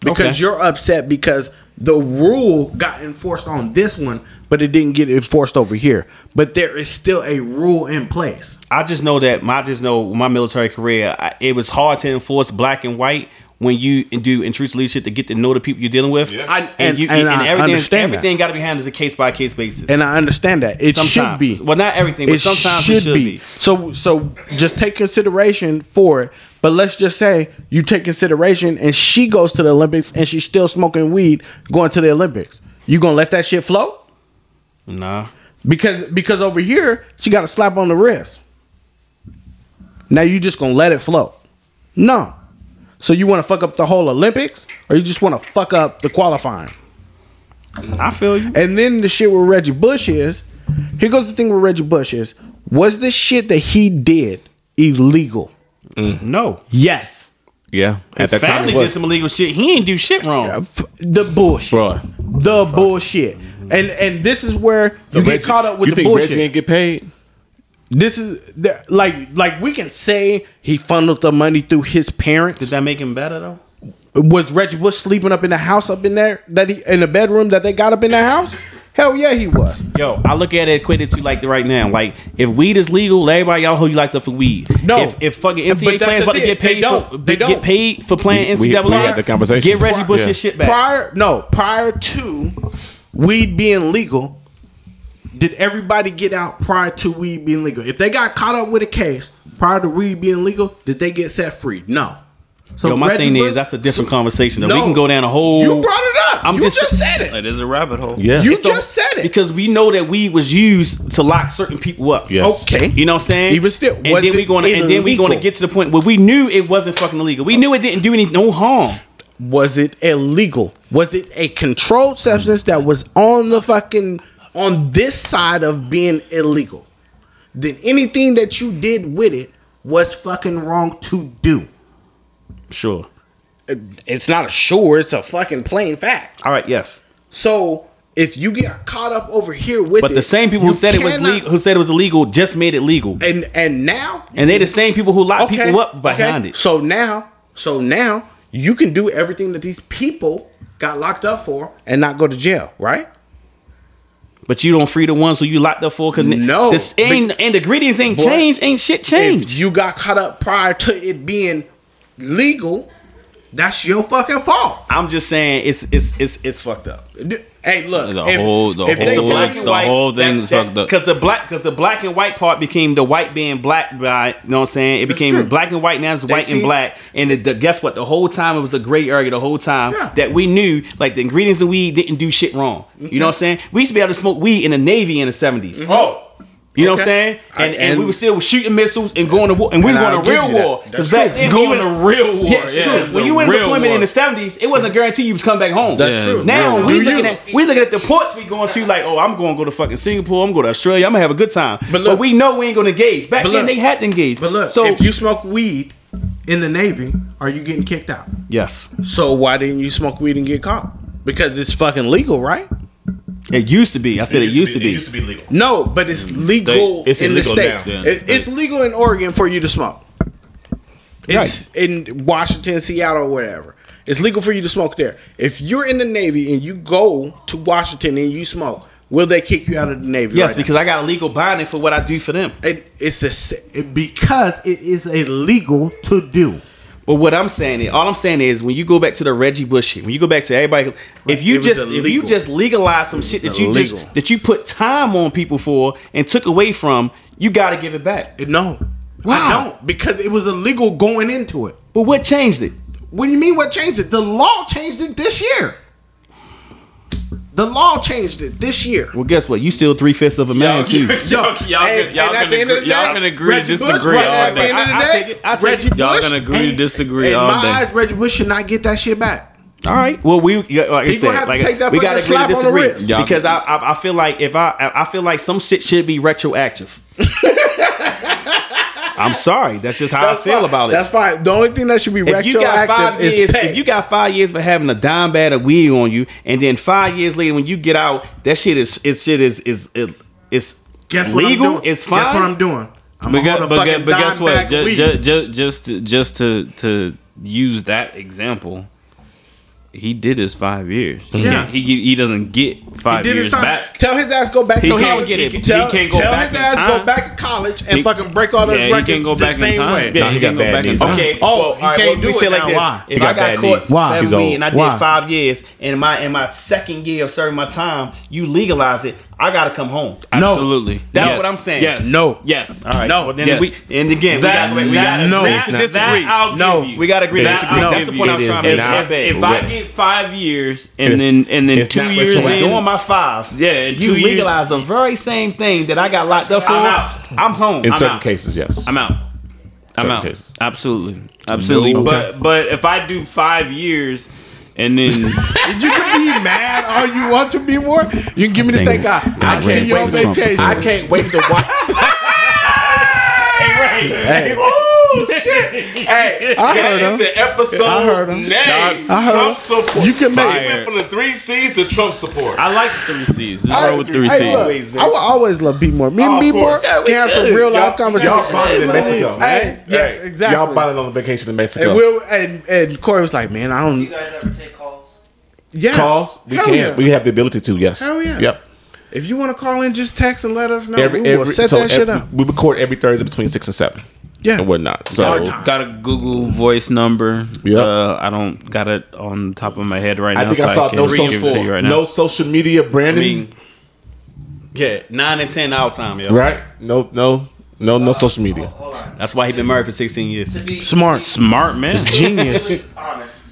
Speaker 1: because
Speaker 3: Okay.
Speaker 1: you're upset because the rule got enforced on this one, but it didn't get enforced over here. But there is still a rule in place.
Speaker 3: I just know that. My, I just know my military career. I, it was hard to enforce black and white when you do intrusive leadership to get to know the people you're dealing with.
Speaker 2: Yes.
Speaker 1: I,
Speaker 2: And
Speaker 1: and, and,
Speaker 3: you
Speaker 1: I
Speaker 3: everything,
Speaker 1: understand
Speaker 3: everything
Speaker 1: everything.
Speaker 3: got to be handled as a case by case basis.
Speaker 1: That. And I understand that it should be.
Speaker 3: Well, not everything, but sometimes it should be.
Speaker 1: So so just take consideration for it. But let's just say you take consideration, and she goes to the Olympics, and she's still smoking weed going to the Olympics. You gonna let that shit flow?
Speaker 3: Nah.
Speaker 1: Because because over here she got a slap on the wrist. Now you just gonna let it flow? No. So you want to fuck up the whole Olympics, or you just want to fuck up the qualifying?
Speaker 3: I feel you.
Speaker 1: And then the shit with Reggie Bush is here goes the thing with Reggie Bush is was this shit that he did illegal?
Speaker 3: No,
Speaker 1: Yes.
Speaker 2: Yeah, at
Speaker 3: his
Speaker 2: that time
Speaker 3: family
Speaker 2: it
Speaker 3: did
Speaker 2: was.
Speaker 3: some illegal shit. He ain't do shit wrong.
Speaker 1: Uh, F- The bullshit.
Speaker 2: Bro,
Speaker 1: The bullshit. And and this is where you get caught up with
Speaker 2: you
Speaker 1: the
Speaker 2: think
Speaker 1: bullshit.
Speaker 2: Reggie ain't get paid?
Speaker 1: this is the, like like we can say he funneled the money through his
Speaker 3: Did
Speaker 1: parents.
Speaker 3: that make him better though?
Speaker 1: Was Reggie Bush sleeping up in the house up in there that he in the bedroom that they got up in the house? Hell yeah, he was.
Speaker 3: Yo, I look at it equated to like the right now. Like if weed is legal, let everybody y'all who you like the for weed.
Speaker 1: No.
Speaker 3: if, if fucking
Speaker 1: But
Speaker 3: NCAA
Speaker 1: that's
Speaker 3: players about to
Speaker 1: just
Speaker 3: get
Speaker 1: it. They
Speaker 3: paid,
Speaker 1: don't.
Speaker 3: For,
Speaker 1: They
Speaker 3: get
Speaker 1: don't.
Speaker 3: paid for playing
Speaker 2: We- we-
Speaker 3: NCAA.
Speaker 2: we had the conversation.
Speaker 3: Get Reggie Bush
Speaker 2: Yeah.
Speaker 3: his shit back.
Speaker 1: Prior no, prior to weed being legal, did everybody get out prior to weed being legal? If they got caught up with a case prior to weed being legal, did they get set free? No. So
Speaker 3: Yo, my
Speaker 1: Reggie
Speaker 3: thing
Speaker 1: Bush-
Speaker 3: is that's a different conversation. Though. we
Speaker 1: No.
Speaker 3: can go down a whole.
Speaker 1: You brought it up.
Speaker 3: I'm
Speaker 1: you
Speaker 3: just-
Speaker 1: just, said it.
Speaker 4: It is a rabbit hole.
Speaker 2: Yeah.
Speaker 1: You
Speaker 3: So-
Speaker 1: just said it.
Speaker 3: because we know that weed was used to lock certain people up.
Speaker 2: Yes.
Speaker 1: Okay.
Speaker 3: You know what I'm saying?
Speaker 1: Even still,
Speaker 3: and
Speaker 1: was
Speaker 3: then we
Speaker 1: it
Speaker 3: going to and then we going to
Speaker 1: illegal?
Speaker 3: get to the point where we knew it wasn't fucking illegal. We knew it didn't do any no harm.
Speaker 1: was it illegal? Was it a controlled substance that was on the fucking on this side of being illegal? Then anything that you did with it was fucking wrong to do.
Speaker 3: Sure.
Speaker 1: It's not a sure, it's a fucking plain fact.
Speaker 3: All right. Yes.
Speaker 1: So if you get caught up over here with
Speaker 3: But
Speaker 1: it,
Speaker 3: the same people who
Speaker 1: you
Speaker 3: said it was
Speaker 1: cannot-
Speaker 3: legal, who said it was illegal, just made it legal.
Speaker 1: and and now
Speaker 3: And they're the same people who lock people up behind
Speaker 1: okay.
Speaker 3: it.
Speaker 1: So now, so now you can do everything that these people got locked up for and not go to jail, right?
Speaker 3: But you don't free the ones who you locked up for because
Speaker 1: No.
Speaker 3: this ain't, and the ingredients ain't
Speaker 1: Boy,
Speaker 3: changed, ain't shit changed.
Speaker 1: If you got caught up prior to it being legal, that's your fucking fault.
Speaker 3: I'm just saying it's it's it's it's fucked up.
Speaker 1: D- Hey, look,
Speaker 4: The whole- the
Speaker 1: they
Speaker 4: whole-
Speaker 1: take-
Speaker 4: the whole thing is fucked up.
Speaker 3: Because the black because the black and white part became the white being black by you know what I'm saying? It became
Speaker 1: true.
Speaker 3: black and white now it's white and
Speaker 1: see-
Speaker 3: black. And the, the, guess what? The whole time it was the gray area the whole time
Speaker 1: Yeah.
Speaker 3: that we knew like the ingredients of weed didn't do shit wrong. You know what I'm saying? We used to be able to smoke weed in the Navy in the 70s.
Speaker 1: oh,
Speaker 3: You know what I'm
Speaker 1: Okay.
Speaker 3: saying?
Speaker 1: I-
Speaker 3: And, and,
Speaker 1: and-
Speaker 3: we were still shooting missiles and going to war, and we
Speaker 1: And
Speaker 3: were going
Speaker 1: I'll
Speaker 3: to
Speaker 1: give
Speaker 3: real
Speaker 1: you that.
Speaker 3: war.
Speaker 1: That's
Speaker 3: Because back then,
Speaker 4: Going
Speaker 3: we
Speaker 4: to
Speaker 3: were-
Speaker 4: real war.
Speaker 3: Yeah,
Speaker 4: Yeah,
Speaker 3: it's true. When you went in deployment in the seventies, it wasn't guaranteed you was come back home.
Speaker 4: That's Yeah, true.
Speaker 3: Now
Speaker 4: real
Speaker 3: we
Speaker 4: war.
Speaker 3: looking
Speaker 1: you-
Speaker 3: at we looking at the ports we going to like, oh, I'm going to go to fucking Singapore. I'm going to Australia. I'm gonna have a good time. But,
Speaker 1: But look-
Speaker 3: we know we ain't going to engage. Back
Speaker 1: But
Speaker 3: then
Speaker 1: look-
Speaker 3: they had to engage.
Speaker 1: but look,
Speaker 3: so
Speaker 1: if you smoke weed in the Navy, are you getting kicked out?
Speaker 3: yes,
Speaker 1: So why didn't you smoke weed and get caught? Because it's fucking legal, right?
Speaker 3: it used to be. I said it, used to be.
Speaker 9: It used to be legal.
Speaker 1: No, but it's legal
Speaker 9: It's
Speaker 1: in the
Speaker 9: illegal
Speaker 1: state.
Speaker 9: now.
Speaker 1: It- it's legal in Oregon for you to smoke. It's in Washington, Seattle, whatever. It's legal for you to smoke there. If you're in the Navy and you go to Washington and you smoke, will they kick you out of the Navy?
Speaker 3: Yes,
Speaker 1: right now?
Speaker 3: because I got a legal binding for what I do for them.
Speaker 1: it, it's the sa- it, because it is illegal to do.
Speaker 3: But what I'm saying is, all I'm saying is, when you go back to the Reggie Bush shit, when you go back to everybody, if you
Speaker 1: It was
Speaker 3: just if you
Speaker 1: illegal.
Speaker 3: just legalize some shit that you
Speaker 1: illegal.
Speaker 3: just that you put time on people for and took away from, you got to give it back.
Speaker 1: No,
Speaker 3: Wow.
Speaker 1: I don't because it was illegal going into it.
Speaker 3: But what changed it?
Speaker 1: What do you mean? What changed it? The law changed it this year. The law changed it this year.
Speaker 3: Well, guess what? You still three fifths of a man too.
Speaker 1: Yo,
Speaker 4: y'all, y'all,
Speaker 1: and-
Speaker 4: can, y'all,
Speaker 1: and at
Speaker 4: can
Speaker 1: the end of
Speaker 4: agree,
Speaker 1: the
Speaker 4: y'all
Speaker 1: day,
Speaker 4: can agree to
Speaker 1: Reggie Bush
Speaker 4: disagree
Speaker 1: right
Speaker 4: all
Speaker 1: at the
Speaker 4: day.
Speaker 1: end of the
Speaker 3: I- I
Speaker 1: day,
Speaker 3: take it. I take
Speaker 1: Reggie
Speaker 3: it.
Speaker 4: Y'all
Speaker 1: Bush
Speaker 4: can agree to
Speaker 1: ain't-
Speaker 4: disagree
Speaker 1: in
Speaker 4: all
Speaker 1: my
Speaker 4: day.
Speaker 1: Eyes, Reggie Bush should not get that shit back.
Speaker 3: All right. Well, we like I
Speaker 1: He gonna
Speaker 3: said,
Speaker 1: have to
Speaker 3: like,
Speaker 1: take that
Speaker 3: we
Speaker 1: fucking
Speaker 3: gotta agree to
Speaker 1: slap on the
Speaker 3: disagree
Speaker 1: wrist.
Speaker 4: Y'all
Speaker 3: because
Speaker 4: can-
Speaker 3: I, I I feel like if I I I feel like some shit should be retroactive. I'm sorry. That's just how I feel
Speaker 1: fine.
Speaker 3: about it.
Speaker 1: That's fine. The only thing that should be
Speaker 3: if you
Speaker 1: retroactive
Speaker 3: got five
Speaker 1: is
Speaker 3: years,
Speaker 1: pay.
Speaker 3: if you got five years for having a dime bag of weed on you, and then five years later when you get out, that shit is it shit is is is it's
Speaker 1: Guess what I'm
Speaker 3: legal.
Speaker 1: doing?
Speaker 3: It's fine.
Speaker 1: Guess what I'm doing? I'm
Speaker 4: But, gu-
Speaker 1: hold a
Speaker 4: but, gu-
Speaker 1: fucking
Speaker 4: but guess
Speaker 1: dime
Speaker 4: what?
Speaker 1: back
Speaker 4: Just,
Speaker 1: weed.
Speaker 4: just, just, just, to, just to to use that example, he did his five years. He
Speaker 1: Yeah.
Speaker 4: can't- he, get- he doesn't get
Speaker 1: He
Speaker 4: five
Speaker 1: did his
Speaker 4: years
Speaker 1: time.
Speaker 4: back.
Speaker 1: Tell his ass go back
Speaker 4: He
Speaker 1: to
Speaker 4: can't
Speaker 1: college.
Speaker 4: get it. He
Speaker 1: Tell,
Speaker 4: can't go
Speaker 1: tell
Speaker 4: back
Speaker 1: his
Speaker 4: in
Speaker 1: ass
Speaker 4: time.
Speaker 1: go back to college and
Speaker 4: He-
Speaker 1: fucking break all those
Speaker 4: yeah,
Speaker 1: records
Speaker 4: he can go back
Speaker 1: the same
Speaker 4: in time.
Speaker 1: way.
Speaker 4: Yeah,
Speaker 2: Nah,
Speaker 4: he,
Speaker 2: he
Speaker 4: can
Speaker 2: got
Speaker 4: go
Speaker 2: bad
Speaker 4: back in
Speaker 2: knees.
Speaker 4: time.
Speaker 2: Okay.
Speaker 3: Okay.
Speaker 1: Oh,
Speaker 3: well,
Speaker 1: he
Speaker 3: all right,
Speaker 1: can't
Speaker 3: well,
Speaker 1: do
Speaker 3: we
Speaker 1: it
Speaker 3: say like
Speaker 1: now.
Speaker 3: this:
Speaker 1: Why?
Speaker 3: If
Speaker 2: He got
Speaker 3: I got
Speaker 2: bad
Speaker 3: caught
Speaker 2: knees.
Speaker 1: Why?
Speaker 3: selling
Speaker 2: He's
Speaker 3: weed
Speaker 2: old.
Speaker 3: and I did
Speaker 1: Why?
Speaker 3: five years, and in my in my second year of serving my time, you legalize it. I gotta come home.
Speaker 4: Absolutely.
Speaker 3: That's
Speaker 4: Yes.
Speaker 3: what I'm saying.
Speaker 4: Yes.
Speaker 1: No.
Speaker 4: Yes.
Speaker 3: All right.
Speaker 1: No.
Speaker 3: Well, then
Speaker 4: Yes.
Speaker 3: we and again
Speaker 4: That,
Speaker 3: we gotta, we gotta
Speaker 4: that,
Speaker 1: no.
Speaker 3: agree to
Speaker 4: that,
Speaker 3: disagree.
Speaker 4: that I'll
Speaker 1: No.
Speaker 4: give you.
Speaker 3: we gotta agree to
Speaker 4: That
Speaker 3: disagree.
Speaker 4: I'll
Speaker 3: That's the
Speaker 4: give
Speaker 3: point
Speaker 4: you.
Speaker 3: I'm
Speaker 2: It
Speaker 3: trying
Speaker 2: is
Speaker 3: to
Speaker 4: If,
Speaker 2: Nah.
Speaker 3: make.
Speaker 4: if,
Speaker 3: My bad.
Speaker 4: if I get five years and
Speaker 2: It's-
Speaker 4: then and then
Speaker 2: it's
Speaker 4: two
Speaker 2: not
Speaker 4: years
Speaker 2: retroactive.
Speaker 4: in,
Speaker 3: doing my five.
Speaker 4: Yeah, and
Speaker 3: you
Speaker 4: two years-
Speaker 3: legalize the very same thing that I got locked up for.
Speaker 4: I'm out.
Speaker 3: I'm home.
Speaker 2: In
Speaker 4: I'm
Speaker 2: certain
Speaker 4: out.
Speaker 2: cases, yes.
Speaker 4: I'm out. I'm
Speaker 2: certain
Speaker 4: out.
Speaker 2: cases.
Speaker 4: Absolutely, absolutely.
Speaker 2: No.
Speaker 4: But but if I do five years and then
Speaker 1: You can be mad all you want to be more. You can give me the
Speaker 3: Thank
Speaker 1: steak
Speaker 3: you.
Speaker 1: eye. I
Speaker 3: Thank you.
Speaker 1: can't
Speaker 3: Thank
Speaker 1: wait
Speaker 3: you. Trump
Speaker 1: vacation. I
Speaker 3: supporter.
Speaker 1: can't wait to watch.
Speaker 2: Hey, oh shit! Hey,
Speaker 1: I
Speaker 2: that
Speaker 1: heard
Speaker 2: is
Speaker 1: him.
Speaker 2: the episode
Speaker 1: I heard him.
Speaker 2: name.
Speaker 1: I heard him.
Speaker 2: Trump support.
Speaker 1: You can make-
Speaker 2: He went from the three C's to Trump support.
Speaker 4: I like the three C's. Just
Speaker 1: I,
Speaker 4: roll with three
Speaker 1: hey,
Speaker 4: C's.
Speaker 1: look, I will always love B more. Me and
Speaker 2: Oh, of
Speaker 1: B more
Speaker 2: course. Yeah,
Speaker 1: can have some real life conversations.
Speaker 2: Y'all bonded in
Speaker 1: It is what it
Speaker 2: Mexico.
Speaker 1: is. Hey, yes,
Speaker 2: Hey,
Speaker 1: exactly.
Speaker 2: Y'all bonded on the vacation in Mexico.
Speaker 1: and, Will, and and Corey was like, "Man, I
Speaker 6: Do you
Speaker 1: don't."
Speaker 6: guys ever take calls?
Speaker 1: Yes,
Speaker 2: Calls we
Speaker 1: Hell
Speaker 2: can.
Speaker 1: yeah.
Speaker 2: We have the ability to. Yes.
Speaker 1: Hell yeah.
Speaker 2: Yep.
Speaker 1: if you want to call in, just text and let us know.
Speaker 2: Every
Speaker 1: we will
Speaker 2: every
Speaker 1: set
Speaker 2: so
Speaker 1: that shit
Speaker 2: every-
Speaker 1: up.
Speaker 2: We record every Thursday between six and seven.
Speaker 1: Yeah.
Speaker 2: And whatnot.
Speaker 1: Our
Speaker 2: So
Speaker 1: time.
Speaker 4: Got a Google voice number.
Speaker 2: Yep.
Speaker 4: Uh, I don't got it on top of my head right now.
Speaker 2: I think I
Speaker 4: so
Speaker 2: saw
Speaker 4: can't
Speaker 2: no
Speaker 4: give it to
Speaker 2: social
Speaker 4: you right now.
Speaker 2: no social media
Speaker 3: I
Speaker 2: branding.
Speaker 3: mean, yeah, nine and ten all time, yo.
Speaker 2: right? No, no, no, no social media.
Speaker 6: Oh, Hold on.
Speaker 3: That's why he been married for sixteen years.
Speaker 6: To be
Speaker 1: Smart,
Speaker 4: Smart man.
Speaker 1: genius,
Speaker 6: really honest,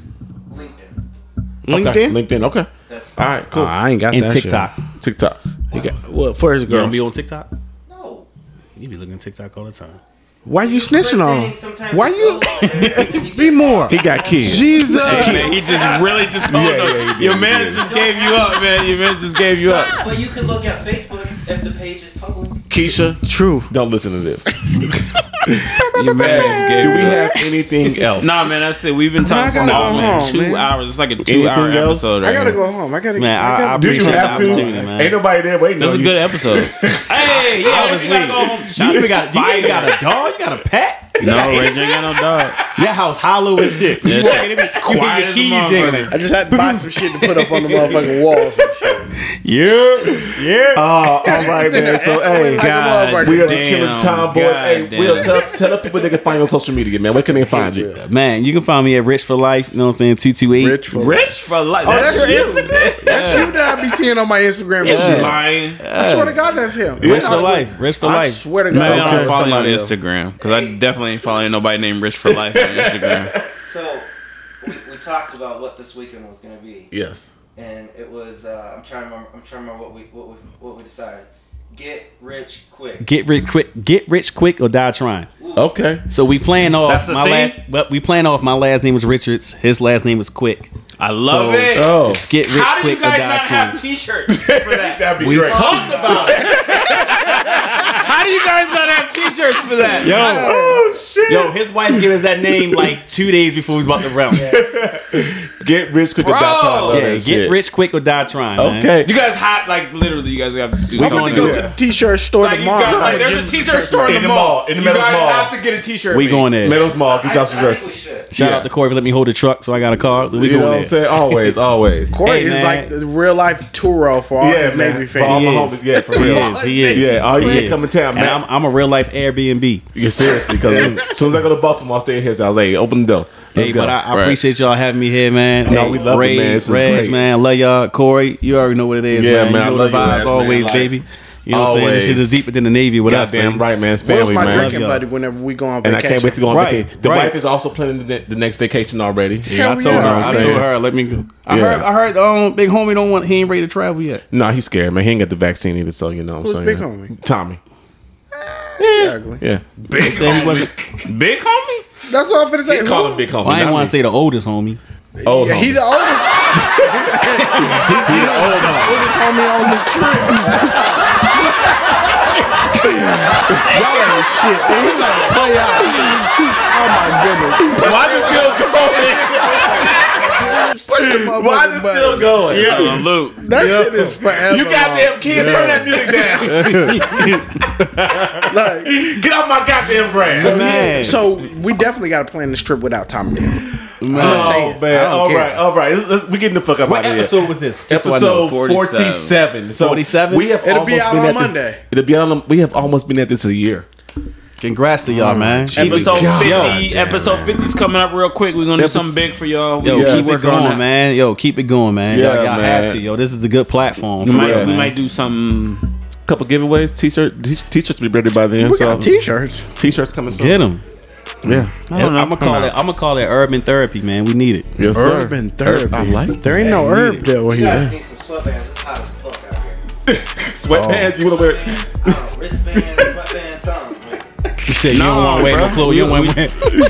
Speaker 6: LinkedIn.
Speaker 1: LinkedIn.
Speaker 2: Okay, LinkedIn. Okay.
Speaker 6: That's-
Speaker 2: All right. Cool.
Speaker 1: Oh, I ain't got
Speaker 3: And
Speaker 1: that
Speaker 3: TikTok.
Speaker 1: Shit.
Speaker 2: TikTok.
Speaker 1: Okay. Well, first
Speaker 3: You
Speaker 1: girl,
Speaker 3: don't be on TikTok?
Speaker 6: No.
Speaker 3: You be looking at TikTok all the time.
Speaker 1: why you snitching on
Speaker 6: Sometimes
Speaker 1: him? Why
Speaker 6: it
Speaker 1: you?
Speaker 6: goes there, and then you
Speaker 1: Be
Speaker 6: get-
Speaker 1: more.
Speaker 2: He got kids.
Speaker 1: Jesus.
Speaker 4: Hey, man, he just really just told
Speaker 2: Yeah,
Speaker 4: us.
Speaker 2: yeah, he did,
Speaker 4: Your
Speaker 2: he
Speaker 4: man
Speaker 2: did.
Speaker 4: just gave you up, man. Your man just gave you up.
Speaker 6: But you can look at Facebook if the page is public.
Speaker 2: Keisha,
Speaker 1: True.
Speaker 2: don't listen to this.
Speaker 4: Your man just gave
Speaker 2: Do we
Speaker 4: you up.
Speaker 2: have anything else?
Speaker 4: Nah, man, that's it. We've been
Speaker 1: I
Speaker 4: talking for
Speaker 1: gotta go
Speaker 4: almost
Speaker 1: home,
Speaker 4: two
Speaker 1: man.
Speaker 4: hours. It's like a two-hour
Speaker 2: Anything else?
Speaker 4: episode. Right
Speaker 1: I gotta
Speaker 4: here.
Speaker 1: go home. I gotta.
Speaker 3: Man, I-
Speaker 1: I,
Speaker 3: I
Speaker 1: gotta
Speaker 2: Do you
Speaker 3: Appreciate
Speaker 2: have
Speaker 3: the
Speaker 2: to?
Speaker 3: opportunity, man.
Speaker 2: Ain't nobody there waiting
Speaker 4: That was
Speaker 2: on
Speaker 4: a
Speaker 2: you.
Speaker 4: good episode. hey, yeah, obviously. You gotta go home.
Speaker 3: You even got, you even got a dog? You got a pet?
Speaker 4: No, Ray J ain't got no dog.
Speaker 3: Your house hollow as shit.
Speaker 4: That
Speaker 3: You
Speaker 4: shit
Speaker 3: walking in, it
Speaker 4: quiet
Speaker 3: be
Speaker 4: as
Speaker 3: quiet your
Speaker 4: a
Speaker 3: keys
Speaker 4: motherfucker.
Speaker 3: jingling.
Speaker 1: I just had to buy some shit to put up on the motherfucking walls. And shit.
Speaker 2: Yeah, yeah. Oh, all right, man. So,
Speaker 1: Oh
Speaker 2: hey,
Speaker 4: God
Speaker 2: we are the
Speaker 4: damn.
Speaker 2: killing tomboys. Hey,
Speaker 4: God
Speaker 2: Will,
Speaker 4: damn.
Speaker 2: tell, tell the people they can find you on social media, man. Where can they find you?
Speaker 3: Man, you can find me at Rich for Life. You know what I'm saying? Two two eight.
Speaker 1: Rich for
Speaker 4: Rich for life. that's,
Speaker 1: that's
Speaker 4: your
Speaker 1: you.
Speaker 4: Instagram?
Speaker 1: That's you that I be seeing on my Instagram. and
Speaker 4: You
Speaker 1: shit.
Speaker 4: lying.
Speaker 1: I swear to God, that's him.
Speaker 3: Rich
Speaker 1: I
Speaker 3: for
Speaker 1: swear-
Speaker 3: life. Rich for
Speaker 1: I
Speaker 3: life.
Speaker 1: swear to
Speaker 4: Maybe
Speaker 1: God.
Speaker 4: I don't
Speaker 1: Okay.
Speaker 4: follow you on
Speaker 1: Somebody else.
Speaker 4: Instagram because I definitely ain't following nobody named Rich for Life on Instagram.
Speaker 6: So we, we talked about what this weekend was gonna be,
Speaker 2: Yes.
Speaker 6: and it was uh, I'm trying to remember I'm trying to remember what we what we what we decided. Get rich quick.
Speaker 3: Get rich quick. Get rich quick or die trying.
Speaker 2: Okay.
Speaker 3: So we playing
Speaker 4: That's
Speaker 3: off
Speaker 4: the
Speaker 3: my
Speaker 4: thing?
Speaker 3: last. But we playing off my last name was Richards. His last name was Quick.
Speaker 4: I love
Speaker 3: So-
Speaker 4: it.
Speaker 2: Oh,
Speaker 3: It's get rich
Speaker 7: How do you
Speaker 3: quick or
Speaker 7: guys
Speaker 3: die
Speaker 7: not have
Speaker 3: trying.
Speaker 7: T-shirts for that?
Speaker 2: that'd be
Speaker 3: We
Speaker 2: great.
Speaker 3: talked about it.
Speaker 4: How do you guys not have T-shirts for that?
Speaker 3: Yo,
Speaker 2: oh shit.
Speaker 3: yo, his wife gave us that name like two days before we was about to realm.
Speaker 2: Get rich quick.
Speaker 7: Bro.
Speaker 3: Yeah, get rich quick or die trying. man.
Speaker 2: Okay.
Speaker 7: You guys hot like literally. You guys have to do
Speaker 1: I'm
Speaker 7: something.
Speaker 1: gonna go to the t-shirt store
Speaker 7: Like you
Speaker 1: tomorrow.
Speaker 7: got like
Speaker 2: Give
Speaker 7: there's a
Speaker 2: them
Speaker 7: T-shirt store in the mall.
Speaker 2: in the
Speaker 7: you
Speaker 2: middle of
Speaker 7: guys
Speaker 2: the mall.
Speaker 7: have to get a T-shirt.
Speaker 3: we
Speaker 7: made.
Speaker 3: going there.
Speaker 2: Meadows Mall. Get
Speaker 6: I,
Speaker 2: y'all
Speaker 6: I
Speaker 2: some
Speaker 6: think we
Speaker 2: dresses.
Speaker 6: should.
Speaker 3: Shout
Speaker 2: Yeah.
Speaker 3: out to Corey for letting me hold the truck, so I got a car. So we
Speaker 2: You know
Speaker 3: going
Speaker 2: what
Speaker 3: there.
Speaker 2: I'm saying? Always, always.
Speaker 1: Corey
Speaker 3: Hey,
Speaker 1: is
Speaker 3: man.
Speaker 1: like the real life Turo for all
Speaker 2: Yeah,
Speaker 1: his
Speaker 2: man.
Speaker 1: Navy
Speaker 2: For all
Speaker 1: fans.
Speaker 2: my
Speaker 3: He
Speaker 2: homies.
Speaker 3: is.
Speaker 2: Yeah, for
Speaker 3: He
Speaker 2: real.
Speaker 3: is. He is.
Speaker 2: Yeah, all you get
Speaker 3: Yeah.
Speaker 2: come to town,
Speaker 3: And
Speaker 2: man.
Speaker 3: I'm, I'm a real life Airbnb.
Speaker 2: Yeah, seriously, because as soon as I go to Baltimore, I'll stay at his house. Hey, open the door. Let's
Speaker 3: Hey,
Speaker 2: go.
Speaker 3: but I, I
Speaker 2: Right.
Speaker 3: appreciate y'all having me here, man.
Speaker 2: No,
Speaker 3: Hey,
Speaker 2: we love it, man. This is
Speaker 3: Reg,
Speaker 2: great.
Speaker 3: man, love y'all. Corey, you already know what it is,
Speaker 2: Yeah,
Speaker 3: man.
Speaker 2: man, I
Speaker 3: You know
Speaker 2: love
Speaker 3: the
Speaker 2: you,
Speaker 3: vibes
Speaker 2: Reg, man.
Speaker 3: always,
Speaker 2: Like,
Speaker 3: baby. You know what I'm saying? This shit
Speaker 2: always.
Speaker 3: is deeper than the Navy with us,
Speaker 2: Goddamn
Speaker 3: baby.
Speaker 2: right, man. It's
Speaker 1: Where's
Speaker 2: family,
Speaker 1: my
Speaker 2: man.
Speaker 1: drinking
Speaker 3: Love y'all.
Speaker 1: buddy whenever we go on vacation?
Speaker 2: And I can't wait to go on
Speaker 3: Right,
Speaker 2: vacation. The
Speaker 3: right.
Speaker 2: wife is also planning the, the next vacation already.
Speaker 3: Yeah, I
Speaker 1: Hell
Speaker 3: told
Speaker 1: yeah.
Speaker 3: her.
Speaker 2: You know
Speaker 3: I
Speaker 2: what I'm
Speaker 3: told
Speaker 2: saying?
Speaker 3: her. Let me go. I
Speaker 2: Yeah.
Speaker 3: heard. I heard. Um, big homie don't want. He ain't ready to travel yet.
Speaker 2: No, he's scared, man. He ain't got the vaccine either, so you know what I'm
Speaker 1: Who's
Speaker 2: saying.
Speaker 1: big homie?
Speaker 2: Tommy.
Speaker 1: Ugly.
Speaker 2: Yeah.
Speaker 4: Big
Speaker 3: Said he
Speaker 4: homie.
Speaker 3: wasn't-
Speaker 4: Big homie.
Speaker 1: That's what I'm finna say.
Speaker 2: Call
Speaker 1: Who-
Speaker 2: him big homie.
Speaker 3: Well, I
Speaker 2: not
Speaker 3: didn't want
Speaker 2: me.
Speaker 3: to say the oldest homie.
Speaker 2: old
Speaker 1: Yeah,
Speaker 2: homie.
Speaker 1: he the oldest. he the oldest homie on the trip. Y'all ain't shit. man. He's like a play out. Oh my goodness.
Speaker 2: Why is it still going?
Speaker 1: Push the
Speaker 2: Why is
Speaker 1: motherfucking
Speaker 2: it still
Speaker 1: button.
Speaker 2: going?
Speaker 4: Salute.
Speaker 1: That shit is forever.
Speaker 2: You goddamn kids, turn that music down.
Speaker 1: long. Like,
Speaker 2: Get off my goddamn brain.
Speaker 3: Man.
Speaker 1: So we definitely got to plan this trip without Tommy. Damon. I'm just
Speaker 2: Oh
Speaker 1: saying. I
Speaker 2: man!
Speaker 1: don't
Speaker 2: All
Speaker 1: care.
Speaker 2: right, all right. Let's, let's, we getting the fuck up
Speaker 3: What
Speaker 2: out of here.
Speaker 3: episode was this? Just so I know.
Speaker 2: episode 47. So
Speaker 3: 47?
Speaker 2: We have
Speaker 1: It'll be
Speaker 2: almost
Speaker 1: out
Speaker 2: been
Speaker 1: on
Speaker 2: at this-
Speaker 1: Monday.
Speaker 2: it'll be out on. We have almost been at this a year.
Speaker 3: Congrats to y'all, man. Keep it-
Speaker 4: Episode
Speaker 2: God.
Speaker 4: fifty. episode fifty's coming up real quick. We're gonna do
Speaker 2: Episode-
Speaker 4: something big for y'all.
Speaker 3: Yo,
Speaker 4: We
Speaker 2: Yeah.
Speaker 4: keep
Speaker 3: keep it
Speaker 4: working on
Speaker 3: going,
Speaker 4: that.
Speaker 3: man. Yo, keep it going, man.
Speaker 2: Yeah,
Speaker 3: y'all y'all have
Speaker 2: man.
Speaker 3: to. Yo, this is a good platform.
Speaker 4: We
Speaker 3: for
Speaker 4: might,
Speaker 3: real,
Speaker 2: Yes.
Speaker 4: we
Speaker 3: man.
Speaker 4: might do something.
Speaker 2: Couple giveaways, t-shirt, t- t-shirts will be ready by then.
Speaker 1: We
Speaker 2: so
Speaker 1: got t-shirts.
Speaker 2: t-shirts coming soon.
Speaker 3: Get him.
Speaker 2: Yeah,
Speaker 4: I don't know.
Speaker 3: I'm gonna call it. I'm gonna call it urban therapy, man. We need it.
Speaker 2: yes, sir.
Speaker 1: Urban therapy.
Speaker 2: I like
Speaker 1: There ain't no herb deal
Speaker 6: You guys
Speaker 1: here.
Speaker 6: need some sweatbands. It's hot as fuck out here.
Speaker 2: sweatpants. You want to wear?
Speaker 6: Sweatbands, I don't know, wristbands, sweatbands, something. man.
Speaker 3: You said you don't
Speaker 7: No,
Speaker 3: want to wear no
Speaker 7: bruh.
Speaker 3: clothes. You don't want to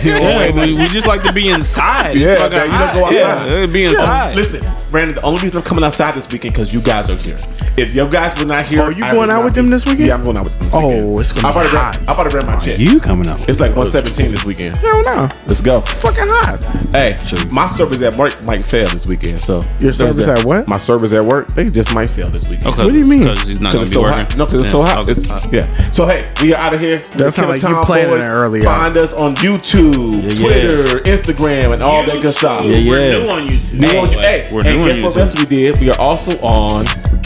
Speaker 7: Yeah, we, we just like to be inside.
Speaker 2: Yeah,
Speaker 7: It's fucking
Speaker 2: that- you don't go
Speaker 7: hot.
Speaker 2: outside.
Speaker 7: Yeah, be inside.
Speaker 2: Um, Listen, Brandon, the only reason I'm coming outside this weekend because you guys are here. If your guys were not here,
Speaker 1: Oh, you
Speaker 2: I
Speaker 1: going
Speaker 2: would
Speaker 1: out
Speaker 2: not
Speaker 1: with
Speaker 2: be-
Speaker 1: them this weekend?
Speaker 2: Yeah, I'm going out with them. This
Speaker 1: Oh,
Speaker 2: weekend.
Speaker 1: it's gonna
Speaker 2: I
Speaker 1: be
Speaker 2: about to
Speaker 1: hot.
Speaker 2: I about to bring my check.
Speaker 3: You coming up?
Speaker 2: It's like 117 this weekend.
Speaker 1: Hell no.
Speaker 2: Let's go.
Speaker 1: It's fucking hot.
Speaker 2: Hey, my service at work might fail this weekend. So
Speaker 1: Your service
Speaker 2: Thursday.
Speaker 1: at what?
Speaker 2: My service at work, they just might fail this weekend.
Speaker 4: Okay,
Speaker 1: What do you mean?
Speaker 4: Because he's not
Speaker 2: Cause it's
Speaker 4: gonna be
Speaker 2: so
Speaker 4: working.
Speaker 2: hot. No, cause it's so
Speaker 4: Yeah, Uh,
Speaker 2: hot. It's, Yeah. So hey, we are out of here.
Speaker 1: That sound like you planning it earlier.
Speaker 2: Find us on YouTube,
Speaker 3: yeah.
Speaker 2: Twitter, Instagram, and all that good stuff.
Speaker 3: Yeah, yeah.
Speaker 8: We're new on YouTube.
Speaker 2: Hey, hey,
Speaker 4: we're
Speaker 2: hey,
Speaker 4: doing
Speaker 2: guess what
Speaker 4: YouTube.
Speaker 2: else we did? We are also on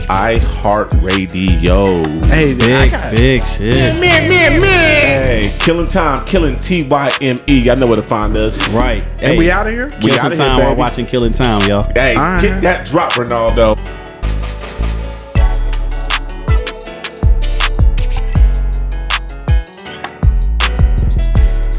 Speaker 2: iHeartRadio.
Speaker 1: Hey,
Speaker 3: Big, big shit.
Speaker 2: Hey, killing time, killing T Y M E. Y'all know where to find us.
Speaker 3: Right.
Speaker 1: and we out of here?
Speaker 2: We
Speaker 3: Kill
Speaker 2: outta
Speaker 3: some
Speaker 2: here,
Speaker 3: time while
Speaker 2: baby.
Speaker 3: watching Killing Time, y'all.
Speaker 2: Hey,
Speaker 1: All right.
Speaker 2: get that drop, Ronaldo.